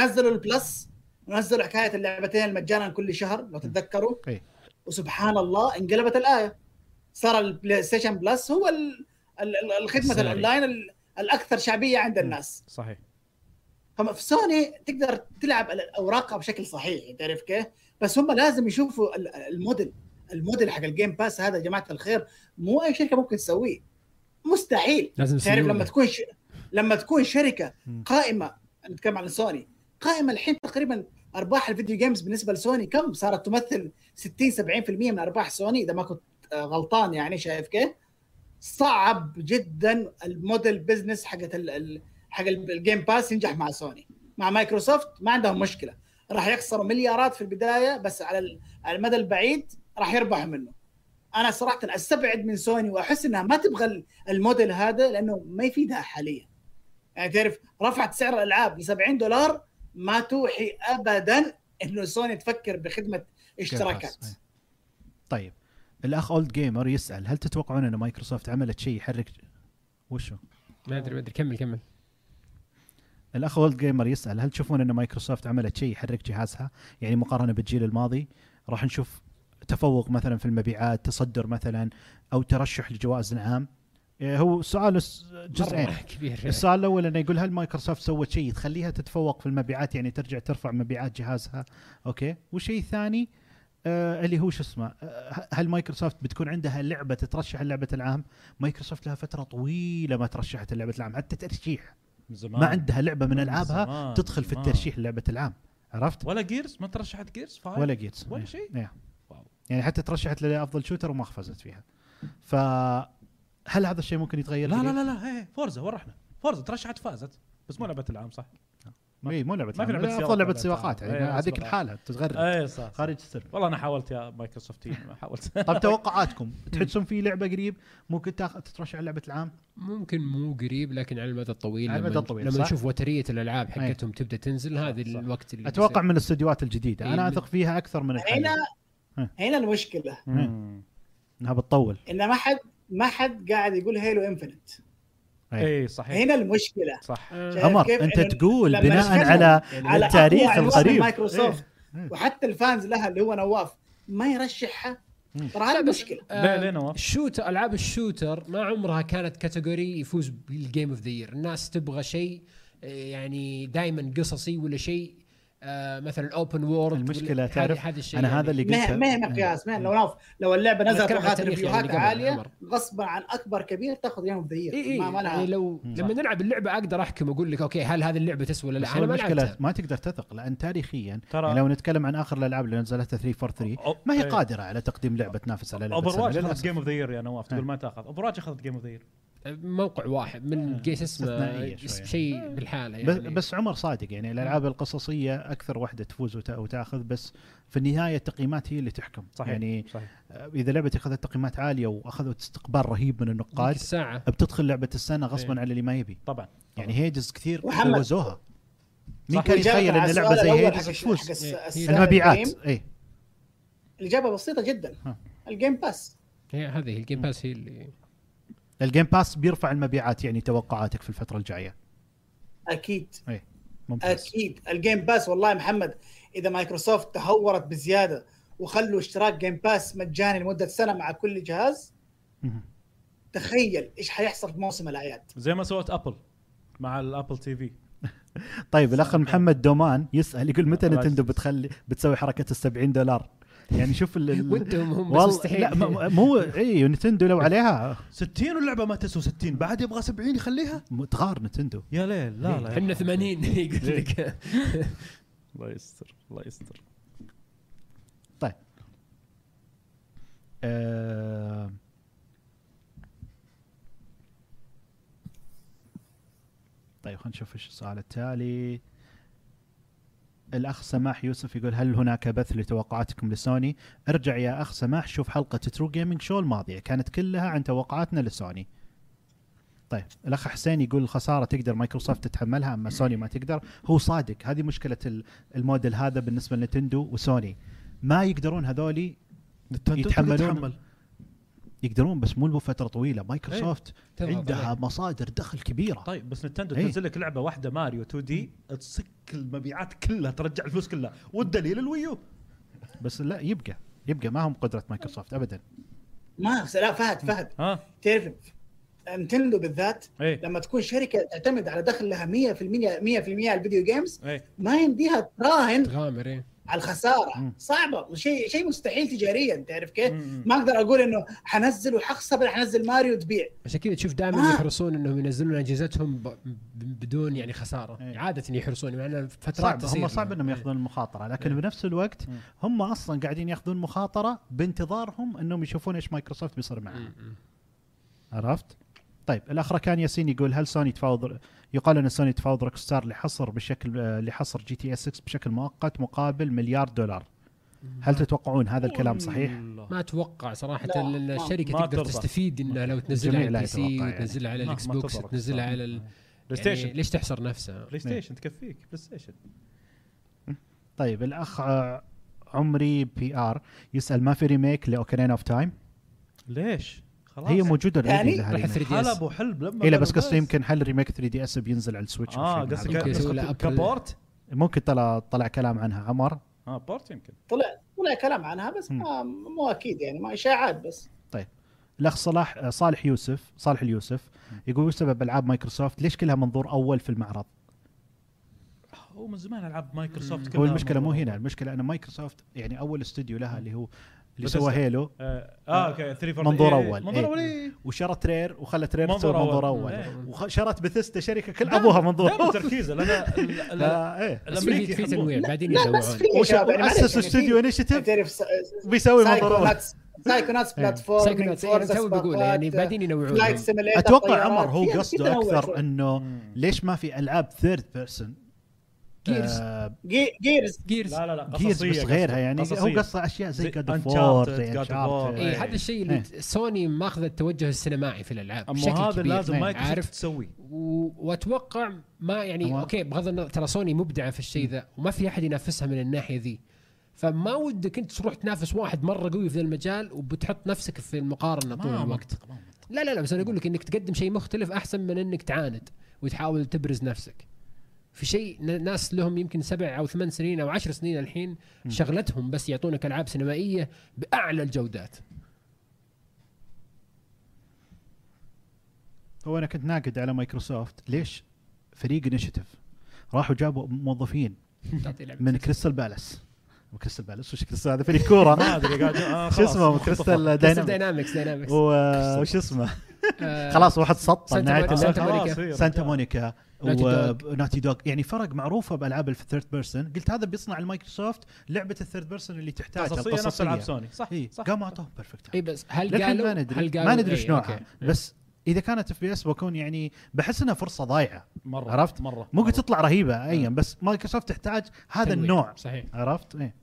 [SPEAKER 4] نزلوا البلس ونزلوا حكايه اللعبتين مجانا كل شهر لو تتذكروا
[SPEAKER 1] إيه.
[SPEAKER 4] وسبحان الله انقلبت الايه صار البلاي ستيشن بلس هو ال- ال- ال- الخدمه
[SPEAKER 2] السعري.
[SPEAKER 4] الاونلاين ال- الاكثر شعبيه عند الناس
[SPEAKER 6] صحيح
[SPEAKER 4] ففي سوني تقدر تلعب على اوراقها بشكل صحيح تعرف كيف؟ بس هم لازم يشوفوا ال- الموديل الموديل حق الجيم باس هذا يا جماعه الخير مو اي شركه ممكن تسويه مستحيل
[SPEAKER 2] لازم
[SPEAKER 4] تعرف
[SPEAKER 2] سيولة.
[SPEAKER 4] لما تكون ش... لما تكون شركه
[SPEAKER 1] مم.
[SPEAKER 4] قائمه نتكلم عن سوني قائمه الحين تقريبا ارباح الفيديو جيمز بالنسبه لسوني كم صارت تمثل 60 70% من ارباح سوني اذا ما كنت آه، غلطان يعني شايف كيف؟ صعب جدا الموديل بزنس حقت ال- ال- حق ال- الجيم باس ينجح مع سوني مع مايكروسوفت ما عندهم مشكله راح يخسروا مليارات في البدايه بس على ال- على المدى البعيد راح يربحوا منه انا صراحه استبعد من سوني واحس انها ما تبغى ال- الموديل هذا لانه ما يفيدها حاليا يعني تعرف رفعت سعر الالعاب ل 70 دولار ما توحي ابدا انه سوني تفكر بخدمه اشتراكات
[SPEAKER 1] Game Pass. طيب الاخ اولد جيمر يسال هل تتوقعون ان مايكروسوفت عملت شيء يحرك وشو؟
[SPEAKER 2] ما ادري ما ادري كمل كمل
[SPEAKER 1] الاخ اولد جيمر يسال هل تشوفون ان مايكروسوفت عملت شيء يحرك جهازها؟ يعني مقارنه بالجيل الماضي راح نشوف تفوق مثلا في المبيعات، تصدر مثلا او ترشح لجوائز العام. إيه، هو سؤال س- جزئين
[SPEAKER 3] إيه؟
[SPEAKER 2] مرة كبير
[SPEAKER 1] السؤال الاول انه يقول هل مايكروسوفت سوت شيء تخليها تتفوق في المبيعات يعني ترجع ترفع مبيعات جهازها اوكي والشيء الثاني آه اللي هو شو اسمه آه هل مايكروسوفت بتكون عندها لعبه تترشح لعبه العام مايكروسوفت لها فتره طويله ما ترشحت لعبه العام حتى ترشيح
[SPEAKER 6] من زمان
[SPEAKER 1] ما عندها لعبه من
[SPEAKER 6] من
[SPEAKER 1] العابها
[SPEAKER 6] زمان،
[SPEAKER 1] تدخل في
[SPEAKER 6] زمان.
[SPEAKER 1] الترشيح لعبه العام عرفت
[SPEAKER 6] ولا جيرز ما ترشحت جيرز فايف
[SPEAKER 1] ولا جيتس
[SPEAKER 6] ولا شيء
[SPEAKER 1] إيه.
[SPEAKER 6] واو.
[SPEAKER 1] يعني حتى ترشحت لافضل شوتر وما قفزت فيها ف هل هذا الشيء ممكن يتغير
[SPEAKER 6] لا لا لا لا هي فورزا إيه، وين رحنا؟ فورزا ترشحت فازت بس مو لعبه العام صح؟
[SPEAKER 1] اي إيه، مو لعبه
[SPEAKER 6] ما في
[SPEAKER 1] العام.
[SPEAKER 6] لعبة
[SPEAKER 1] افضل
[SPEAKER 6] سيارات
[SPEAKER 1] لعبه
[SPEAKER 6] لعبة
[SPEAKER 1] سباقات
[SPEAKER 6] العام.
[SPEAKER 1] يعني
[SPEAKER 6] إيه،
[SPEAKER 1] هذيك
[SPEAKER 6] سباقات.
[SPEAKER 1] لحالها تتغرب
[SPEAKER 6] اي إيه، صح صح.
[SPEAKER 1] خارج السرب
[SPEAKER 6] والله انا حاولت يا مايكروسوفت ما حاولت
[SPEAKER 1] *laughs* طب طيب، توقعاتكم تحسون في لعبه قريب ممكن تاخذ تترشح لعبه العام
[SPEAKER 2] ممكن مو قريب لكن على المدى الطويل
[SPEAKER 1] على
[SPEAKER 2] لما-
[SPEAKER 1] المدى الطويل،
[SPEAKER 2] لما
[SPEAKER 1] صح؟
[SPEAKER 2] نشوف وتريه الالعاب حقتهم تبدا تنزل هذا
[SPEAKER 6] صح.
[SPEAKER 2] الوقت اللي
[SPEAKER 1] اتوقع
[SPEAKER 2] بيصير.
[SPEAKER 1] من الاستديوهات الجديده
[SPEAKER 2] إيه،
[SPEAKER 1] انا
[SPEAKER 2] من-
[SPEAKER 1] اثق فيها اكثر من
[SPEAKER 4] هنا
[SPEAKER 1] الحالة. ها.
[SPEAKER 4] هنا المشكله
[SPEAKER 6] *laughs*
[SPEAKER 1] انها بتطول
[SPEAKER 4] ان ما حد ما حد قاعد يقول هيلو انفنت
[SPEAKER 1] إيه.
[SPEAKER 6] اي إيه، صحيح
[SPEAKER 4] هنا المشكله
[SPEAKER 6] صح
[SPEAKER 2] إيه.
[SPEAKER 4] شايف
[SPEAKER 1] عمر
[SPEAKER 4] كيف؟
[SPEAKER 1] انت
[SPEAKER 4] إنه
[SPEAKER 1] تقول
[SPEAKER 4] لما
[SPEAKER 1] بناء
[SPEAKER 4] نشوفهم
[SPEAKER 1] على
[SPEAKER 2] يعني
[SPEAKER 4] على
[SPEAKER 1] التاريخ
[SPEAKER 4] أقوى عنوان
[SPEAKER 1] القريب.
[SPEAKER 4] مايكروسوفت
[SPEAKER 1] إيه.
[SPEAKER 4] وحتى الفانز لها اللي هو نواف ما يرشحها
[SPEAKER 1] مم. إيه،
[SPEAKER 4] ترى هذه مشكله
[SPEAKER 6] ليه ليه نواف؟
[SPEAKER 2] الشوتر العاب الشوتر ما عمرها كانت كاتيجوري يفوز بالجيم اوف ذا يير الناس تبغى شيء آه، يعني دائما قصصي ولا شيء آه، مثلا اوبن وورد
[SPEAKER 1] المشكله تعرف
[SPEAKER 2] هذا الشيء
[SPEAKER 1] انا
[SPEAKER 2] يعني.
[SPEAKER 1] هذا اللي
[SPEAKER 4] ما
[SPEAKER 1] قلته إيه.
[SPEAKER 4] ما هي مقياس ما هي- لو نواف لو اللعبه
[SPEAKER 2] أنا
[SPEAKER 4] نزلت
[SPEAKER 2] أتكلم عن
[SPEAKER 4] واخذت
[SPEAKER 2] التاريخ يعني
[SPEAKER 4] ريفيوهات
[SPEAKER 2] اللي قبل،
[SPEAKER 4] عاليه
[SPEAKER 2] عمر.
[SPEAKER 4] غصبا عن اكبر كبير تاخذ يوم اوف ذا
[SPEAKER 2] اي
[SPEAKER 4] يير
[SPEAKER 2] اي
[SPEAKER 4] ما ما لها
[SPEAKER 2] يعني لو لما نلعب اللعبه اقدر احكم اقول لك اوكي هل هذه اللعبه تسوى ولا
[SPEAKER 1] بس
[SPEAKER 2] لا
[SPEAKER 1] هو
[SPEAKER 2] انا ما
[SPEAKER 1] المشكله
[SPEAKER 2] لعبتها
[SPEAKER 1] ما تقدر تثق لان تاريخيا
[SPEAKER 6] ترى-
[SPEAKER 1] يعني لو نتكلم عن اخر الالعاب اللي نزلتها 343
[SPEAKER 6] أو-
[SPEAKER 1] ما هي
[SPEAKER 6] إيه.
[SPEAKER 1] قادره على تقديم لعبه تنافس على لعبه
[SPEAKER 6] اوفر
[SPEAKER 1] السنة،
[SPEAKER 6] واتش
[SPEAKER 1] للأسف.
[SPEAKER 6] اخذت جيم اوف ذا يير يا نواف
[SPEAKER 1] آه.
[SPEAKER 6] تقول ما تاخذ اوفر واتش اخذت جيم اوف ذا يير
[SPEAKER 2] موقع واحد من قيس اسمه
[SPEAKER 1] إيه، استثنائية شوية.
[SPEAKER 2] اسم
[SPEAKER 4] إيه.
[SPEAKER 2] شيء بالحاله
[SPEAKER 1] بس-
[SPEAKER 2] يعني
[SPEAKER 1] بس عمر صادق يعني الالعاب القصصيه اكثر واحده تفوز وت- وتاخذ بس في النهايه التقييمات هي اللي تحكم
[SPEAKER 6] صحيح
[SPEAKER 1] يعني
[SPEAKER 6] صحيح
[SPEAKER 1] اذا لعبتي اخذت تقييمات عاليه واخذت استقبال رهيب من
[SPEAKER 2] ذيك
[SPEAKER 1] النقاد
[SPEAKER 2] الساعه
[SPEAKER 1] بتدخل لعبه السنه غصبا
[SPEAKER 6] إيه.
[SPEAKER 1] على اللي ما يبي
[SPEAKER 6] طبعا
[SPEAKER 1] يعني هيدز كثير
[SPEAKER 4] محمد.
[SPEAKER 1] فوزوها مين
[SPEAKER 6] صح.
[SPEAKER 1] كان يتخيل ان لعبه يعني زي هيدز تفوز
[SPEAKER 2] إيه،
[SPEAKER 4] تفوز
[SPEAKER 1] المبيعات إيه. اي
[SPEAKER 4] الاجابه بسيطه جدا
[SPEAKER 1] ها.
[SPEAKER 4] الجيم باس
[SPEAKER 2] هي هذه
[SPEAKER 1] إيه.
[SPEAKER 2] الجيم باس هي اللي
[SPEAKER 1] الجيم باس بيرفع المبيعات يعني توقعاتك في الفتره الجايه
[SPEAKER 4] اكيد
[SPEAKER 1] ممتاز
[SPEAKER 4] اكيد الجيم باس والله يا محمد اذا مايكروسوفت تهورت بزياده وخلوا اشتراك جيم باس مجاني لمده سنه مع كل جهاز
[SPEAKER 1] مهم.
[SPEAKER 4] تخيل ايش حيحصل في موسم الاعياد
[SPEAKER 6] زي ما سوت ابل مع الابل تي في
[SPEAKER 1] طيب الاخ محمد دومان يسال يقول متى نتندو بتخلي بتسوي حركه ال 70 دولار يعني شوف ال- ال
[SPEAKER 2] وانتم هم بس
[SPEAKER 1] والله
[SPEAKER 2] مستحيل
[SPEAKER 1] لا
[SPEAKER 2] *laughs*
[SPEAKER 1] ما- ما- مو اي نتندو لو عليها
[SPEAKER 6] 60 واللعبه ما تسوى 60 بعد يبغى 70 يخليها
[SPEAKER 1] تغار نتندو
[SPEAKER 6] يا ليل
[SPEAKER 1] إيه.
[SPEAKER 6] لا لا
[SPEAKER 2] احنا 80 يقول لك
[SPEAKER 6] الله يستر الله يستر
[SPEAKER 1] طيب آه... طيب خلينا نشوف ايش السؤال التالي الاخ سماح يوسف يقول هل هناك بث لتوقعاتكم لسوني؟ ارجع يا اخ سماح شوف حلقه ترو جيمنج شو الماضيه كانت كلها عن توقعاتنا لسوني. طيب الاخ حسين يقول الخساره تقدر مايكروسوفت تتحملها اما سوني ما تقدر، هو صادق هذه مشكله ال- الموديل هذا بالنسبه لنتندو وسوني. ما يقدرون هذولي
[SPEAKER 6] نتندو
[SPEAKER 1] يتحملون؟
[SPEAKER 6] تتحمل.
[SPEAKER 1] يقدرون بس مو لفتره طويله
[SPEAKER 2] إيه،
[SPEAKER 1] مايكروسوفت
[SPEAKER 2] تضغط
[SPEAKER 1] عندها
[SPEAKER 2] عليك.
[SPEAKER 1] مصادر دخل كبيره
[SPEAKER 6] طيب بس نتندو
[SPEAKER 1] إيه.
[SPEAKER 6] تنزل لك لعبه واحده ماريو 2 دي تصك المبيعات كلها ترجع الفلوس كلها والدليل الويو
[SPEAKER 1] بس لا يبقى يبقى ما هم قدره مايكروسوفت
[SPEAKER 2] طيب.
[SPEAKER 1] ابدا
[SPEAKER 4] ما لا فهد فهد
[SPEAKER 6] ها
[SPEAKER 4] تعرف نتندو بالذات
[SPEAKER 6] ايه
[SPEAKER 4] لما تكون شركه تعتمد على دخلها 100% 100% على الفيديو جيمز
[SPEAKER 6] ايه
[SPEAKER 4] ما يمديها تراهن
[SPEAKER 2] تغامر إيه.
[SPEAKER 4] على الخساره
[SPEAKER 1] مم.
[SPEAKER 4] صعبه شيء شيء مستحيل تجاريا تعرف كيف؟
[SPEAKER 6] مم.
[SPEAKER 4] ما اقدر اقول انه حنزل وحخسر حنزل ماريو تبيع
[SPEAKER 2] عشان كذا تشوف دائما
[SPEAKER 4] آه.
[SPEAKER 2] يحرصون انهم ينزلون اجهزتهم ب- ب- بدون يعني خساره
[SPEAKER 1] إيه.
[SPEAKER 2] عاده يحرصون يعني فترات
[SPEAKER 1] صعب هم
[SPEAKER 2] تصير
[SPEAKER 1] صعب انهم
[SPEAKER 2] إيه.
[SPEAKER 1] ياخذون المخاطره لكن بنفس الوقت هم اصلا قاعدين ياخذون مخاطره بانتظارهم انهم يشوفون ايش مايكروسوفت بيصير
[SPEAKER 2] إيه.
[SPEAKER 1] معاهم عرفت؟ طيب الاخ ركان ياسين يقول هل سوني تفاوض يقال ان سوني تفاوض روك ستار لحصر بشكل آه، لحصر جي تي اس 6 بشكل مؤقت مقابل مليار دولار هل
[SPEAKER 2] إيه.
[SPEAKER 1] تتوقعون هذا الكلام صحيح؟
[SPEAKER 6] والله.
[SPEAKER 2] ما اتوقع صراحه
[SPEAKER 4] لا،
[SPEAKER 2] ال-
[SPEAKER 4] ما-
[SPEAKER 2] الشركه
[SPEAKER 6] ما
[SPEAKER 2] تقدر
[SPEAKER 6] ترضى.
[SPEAKER 2] تستفيد انها لو
[SPEAKER 1] الجميع
[SPEAKER 2] تنزلها على
[SPEAKER 1] لا
[SPEAKER 2] البي سي
[SPEAKER 1] يتوقع يعني.
[SPEAKER 2] وتنزلها على
[SPEAKER 6] ما- ما
[SPEAKER 2] الاكس بوكس
[SPEAKER 6] تضرك
[SPEAKER 2] تنزلها
[SPEAKER 6] صراحة.
[SPEAKER 2] على ال-
[SPEAKER 6] بلاي
[SPEAKER 2] يعني
[SPEAKER 6] ستيشن
[SPEAKER 2] ليش تحصر نفسها؟
[SPEAKER 6] بلاي ستيشن تكفيك بلاي ستيشن
[SPEAKER 1] طيب الاخ آه، عمري بي ار يسال ما في ريميك لاوكرين اوف تايم؟
[SPEAKER 6] ليش؟ خلاص
[SPEAKER 1] هي موجوده
[SPEAKER 4] يعني
[SPEAKER 1] اوريدي لها
[SPEAKER 2] راح
[SPEAKER 1] ريميك.
[SPEAKER 2] 3 دي اس
[SPEAKER 6] حلب وحلب لما
[SPEAKER 1] اي إيه، لا بس قصدي يمكن هل ريميك 3 دي اس بينزل على السويتش أو شيء
[SPEAKER 6] اه
[SPEAKER 1] من هذا
[SPEAKER 2] ممكن
[SPEAKER 6] قصدك
[SPEAKER 1] القبيل.
[SPEAKER 2] يسوي له
[SPEAKER 6] نسخة
[SPEAKER 2] upgrade.
[SPEAKER 6] كبورت
[SPEAKER 1] ممكن طلع طلع كلام عنها عمر
[SPEAKER 6] اه بورت يمكن
[SPEAKER 4] طلع طلع كلام عنها بس ما مو اكيد يعني ما اشاعات بس
[SPEAKER 1] الاخ صلاح آه، صالح يوسف صالح اليوسف يقول وش سبب العاب مايكروسوفت ليش كلها منظور اول في المعرض؟
[SPEAKER 6] هو من زمان العاب مايكروسوفت
[SPEAKER 1] هو
[SPEAKER 6] كلها
[SPEAKER 1] المشكله مو
[SPEAKER 6] مرة.
[SPEAKER 1] هنا المشكله ان مايكروسوفت يعني اول استوديو لها اللي هو اللي
[SPEAKER 6] بس
[SPEAKER 1] سوى
[SPEAKER 6] أسأل.
[SPEAKER 1] هيلو
[SPEAKER 6] اه آه، اوكي 3 فور
[SPEAKER 1] منظور أول.
[SPEAKER 6] منظور
[SPEAKER 1] إيه.
[SPEAKER 6] اول إيه.
[SPEAKER 1] وشرى ترير وخلى ترير
[SPEAKER 6] منظور
[SPEAKER 1] تسوي
[SPEAKER 6] أول.
[SPEAKER 1] منظور اول
[SPEAKER 6] إيه. نعم.
[SPEAKER 1] وشرت بثيستا شركه كل ابوها منظور
[SPEAKER 6] دائما *laughs*
[SPEAKER 1] اول
[SPEAKER 6] تركيزه لان ال- *laughs* ال-
[SPEAKER 1] آه، ايه
[SPEAKER 2] بس في
[SPEAKER 6] الامريكي
[SPEAKER 2] في
[SPEAKER 6] يحبون.
[SPEAKER 2] تنويع بعدين
[SPEAKER 4] لا بس
[SPEAKER 2] يدورون
[SPEAKER 4] في
[SPEAKER 1] إيه،
[SPEAKER 4] يا شباب، يعني معلش،
[SPEAKER 1] اسسوا
[SPEAKER 4] يعني في-
[SPEAKER 1] استوديو انشيتيف
[SPEAKER 4] تعرف س-
[SPEAKER 1] بيسوي منظرات.
[SPEAKER 4] سايكوناتس سايكوناتس
[SPEAKER 1] *laughs* إيه.
[SPEAKER 4] بلاتفورم
[SPEAKER 2] سايكوناتس، أنا تو بقول
[SPEAKER 4] آه،
[SPEAKER 2] يعني بعدين ينوعون
[SPEAKER 4] فلايت سيميليتر
[SPEAKER 1] اتوقع عمر هو
[SPEAKER 4] *laughs*
[SPEAKER 1] قصده اكثر انه ليش ما في العاب ثيرد بيرسون
[SPEAKER 2] جيرز
[SPEAKER 4] جيرز
[SPEAKER 2] جيرز
[SPEAKER 6] لا لا لا
[SPEAKER 1] جيرز
[SPEAKER 6] قصصيه
[SPEAKER 1] بس غيرها يعني
[SPEAKER 6] قصصية.
[SPEAKER 1] هو قصه اشياء زي
[SPEAKER 6] زي
[SPEAKER 1] جاد
[SPEAKER 6] Uncharted،
[SPEAKER 1] اوف زي
[SPEAKER 6] God of War. إيه،
[SPEAKER 1] Uncharted.
[SPEAKER 2] اي إيه، هذا الشيء اللي سوني ماخذه التوجه السينمائي في الالعاب
[SPEAKER 6] اما
[SPEAKER 2] بشكل
[SPEAKER 6] هذا
[SPEAKER 2] كبير
[SPEAKER 6] لازم
[SPEAKER 1] نعم.
[SPEAKER 6] مايكروسوفت
[SPEAKER 2] عارف.
[SPEAKER 6] تسوي
[SPEAKER 2] و... واتوقع ما يعني
[SPEAKER 1] هو-
[SPEAKER 2] اوكي بغض النظر ترى سوني مبدعه في الشيء ذا وما في احد ينافسها من الناحيه ذي فما ودك انت تروح تنافس واحد مره قوي في ذا المجال وبتحط نفسك في المقارنه طول
[SPEAKER 6] ما
[SPEAKER 2] الوقت
[SPEAKER 6] منطق ما منطق
[SPEAKER 2] لا لا لا بس انا اقول لك انك تقدم شيء مختلف احسن من انك تعاند وتحاول تبرز نفسك في شيء ن- ناس لهم يمكن سبع او ثمان سنين او عشر سنين الحين شغلتهم بس يعطونك العاب سينمائيه
[SPEAKER 1] *laughs*
[SPEAKER 2] باعلى الجودات
[SPEAKER 1] هو انا كنت ناقد على مايكروسوفت ليش فريق انشيتيف راحوا جابوا موظفين
[SPEAKER 2] تعطي لعبة
[SPEAKER 1] من كريستال بالاس كريستال بالاس وش كريستال هذا فريق كوره
[SPEAKER 6] ما ادري قاعد
[SPEAKER 1] *laughs*
[SPEAKER 6] آه، *laughs*
[SPEAKER 1] شو
[SPEAKER 6] خلاص.
[SPEAKER 1] اسمه كريستال
[SPEAKER 2] Crystal
[SPEAKER 1] دايناميك
[SPEAKER 2] داينامكس داينامكس
[SPEAKER 1] و- وش اسمه
[SPEAKER 2] آه،
[SPEAKER 1] خلاص واحد سطى
[SPEAKER 2] سانتا
[SPEAKER 1] نهايه
[SPEAKER 2] ماريا-
[SPEAKER 1] اللعبة.
[SPEAKER 2] سانتا مونيكا.
[SPEAKER 6] إيه،
[SPEAKER 1] سانتا
[SPEAKER 6] رجال.
[SPEAKER 1] مونيكا
[SPEAKER 2] ناتي دوغ.
[SPEAKER 1] وناتي دوغ يعني فرق معروفه بالعاب الثيرد بيرسون قلت هذا بيصنع المايكروسوفت لعبه الثيرد بيرسون اللي تحتاجها
[SPEAKER 6] قصصيه نفس العاب سوني صح
[SPEAKER 1] اي
[SPEAKER 6] صح
[SPEAKER 1] قام اعطوهم بيرفكت
[SPEAKER 2] اي بس هل
[SPEAKER 1] للحين
[SPEAKER 2] قالوا
[SPEAKER 1] ما ندري
[SPEAKER 2] هل قالوا
[SPEAKER 1] ما ندري
[SPEAKER 2] إيه،
[SPEAKER 1] ايش نوعها
[SPEAKER 2] أوكي.
[SPEAKER 1] بس اذا كانت اف بي اس بكون يعني بحس انها فرصه ضايعه
[SPEAKER 6] مره
[SPEAKER 1] عرفت؟
[SPEAKER 6] مره
[SPEAKER 1] ممكن
[SPEAKER 6] مرة.
[SPEAKER 1] تطلع رهيبه ايا بس مايكروسوفت تحتاج هذا
[SPEAKER 2] تنويع.
[SPEAKER 1] النوع
[SPEAKER 2] صحيح
[SPEAKER 1] عرفت؟ ايه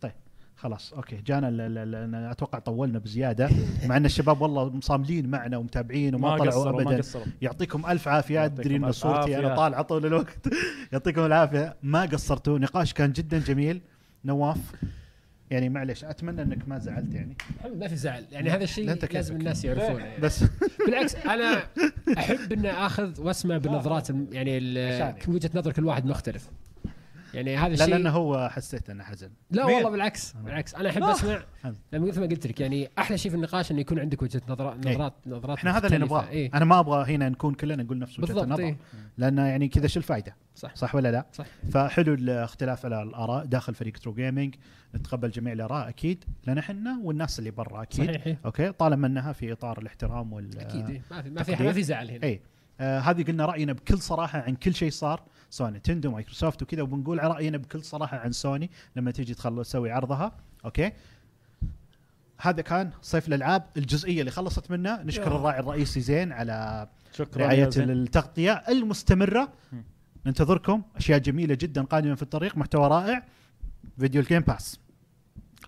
[SPEAKER 1] طيب خلاص اوكي جانا ال- ال- ال- أنا اتوقع طولنا بزياده مع ان الشباب والله مصاملين معنا ومتابعين وما
[SPEAKER 6] ما
[SPEAKER 1] طلعوا
[SPEAKER 6] قصروا ما
[SPEAKER 1] ابدا
[SPEAKER 6] قصروا
[SPEAKER 1] يعطيكم الف عافيه
[SPEAKER 6] يعطيكم
[SPEAKER 1] ادري ان
[SPEAKER 6] ألف
[SPEAKER 1] صورتي انا
[SPEAKER 6] عافية.
[SPEAKER 1] طالعه طول الوقت *laughs* يعطيكم العافيه ما قصرتوا نقاش كان جدا جميل نواف يعني معلش اتمنى انك ما زعلت يعني
[SPEAKER 2] ما في زعل يعني هذا
[SPEAKER 1] لا
[SPEAKER 2] الشيء
[SPEAKER 1] أنت كيفك.
[SPEAKER 2] لازم الناس يعرفونه يعني. *laughs*
[SPEAKER 1] بس
[SPEAKER 2] بالعكس انا
[SPEAKER 1] *laughs*
[SPEAKER 2] احب اني اخذ واسمع بنظرات الم- يعني ال-
[SPEAKER 1] عشانك.
[SPEAKER 2] وجهه نظر كل واحد مختلف يعني هذا
[SPEAKER 1] لا
[SPEAKER 2] الشيء
[SPEAKER 1] لانه هو حسيت انه حزن
[SPEAKER 2] لا
[SPEAKER 6] مين؟
[SPEAKER 2] والله بالعكس بالعكس انا احب
[SPEAKER 1] آه.
[SPEAKER 2] اسمع لما مثل ما قلت لك يعني احلى شيء في النقاش انه يكون عندك وجهه نظرات نظرات نظرات
[SPEAKER 1] احنا إيه. هذا اللي
[SPEAKER 2] مختلفة.
[SPEAKER 1] نبغاه
[SPEAKER 2] إيه.
[SPEAKER 1] انا ما ابغى هنا نكون كلنا نقول نفس وجهه
[SPEAKER 2] بالضبط
[SPEAKER 1] النظر
[SPEAKER 2] إيه.
[SPEAKER 1] لانه يعني كذا شو الفائده
[SPEAKER 2] صح
[SPEAKER 1] صح ولا لا
[SPEAKER 2] صح
[SPEAKER 1] فحلو الاختلاف على الاراء داخل فريق ترو جيمنج نتقبل جميع الاراء اكيد لنا احنا والناس اللي برا اكيد
[SPEAKER 2] صحيح إيه.
[SPEAKER 1] اوكي طالما انها في اطار الاحترام وال
[SPEAKER 2] اكيد إيه. ما في ما في
[SPEAKER 1] آه. تقدير.
[SPEAKER 2] ما في زعل هنا
[SPEAKER 1] اي آه هذه قلنا راينا بكل صراحه عن كل شيء صار سواء نتندو مايكروسوفت وكذا وبنقول راينا بكل صراحه عن سوني لما تيجي تخلص تسوي عرضها اوكي هذا كان صيف الالعاب الجزئيه اللي خلصت منه نشكر الراعي الرئيسي زين على
[SPEAKER 6] شكرا
[SPEAKER 1] رعايه
[SPEAKER 6] يا زين.
[SPEAKER 1] التغطيه المستمره
[SPEAKER 6] مم.
[SPEAKER 1] ننتظركم اشياء جميله جدا قادمه في الطريق محتوى رائع فيديو الجيم باس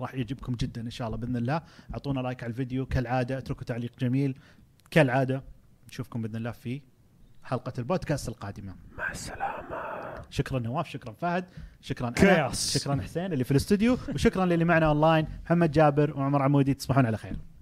[SPEAKER 1] راح يعجبكم جدا ان شاء الله باذن الله اعطونا لايك على الفيديو كالعاده اتركوا تعليق جميل كالعاده نشوفكم باذن الله في حلقه البودكاست القادمه مع السلامه شكرا نواف شكرا فهد شكرا أنا
[SPEAKER 6] Chaos.
[SPEAKER 1] شكرا حسين اللي في الاستوديو وشكرا للي معنا اونلاين محمد جابر وعمر عمودي تصبحون على خير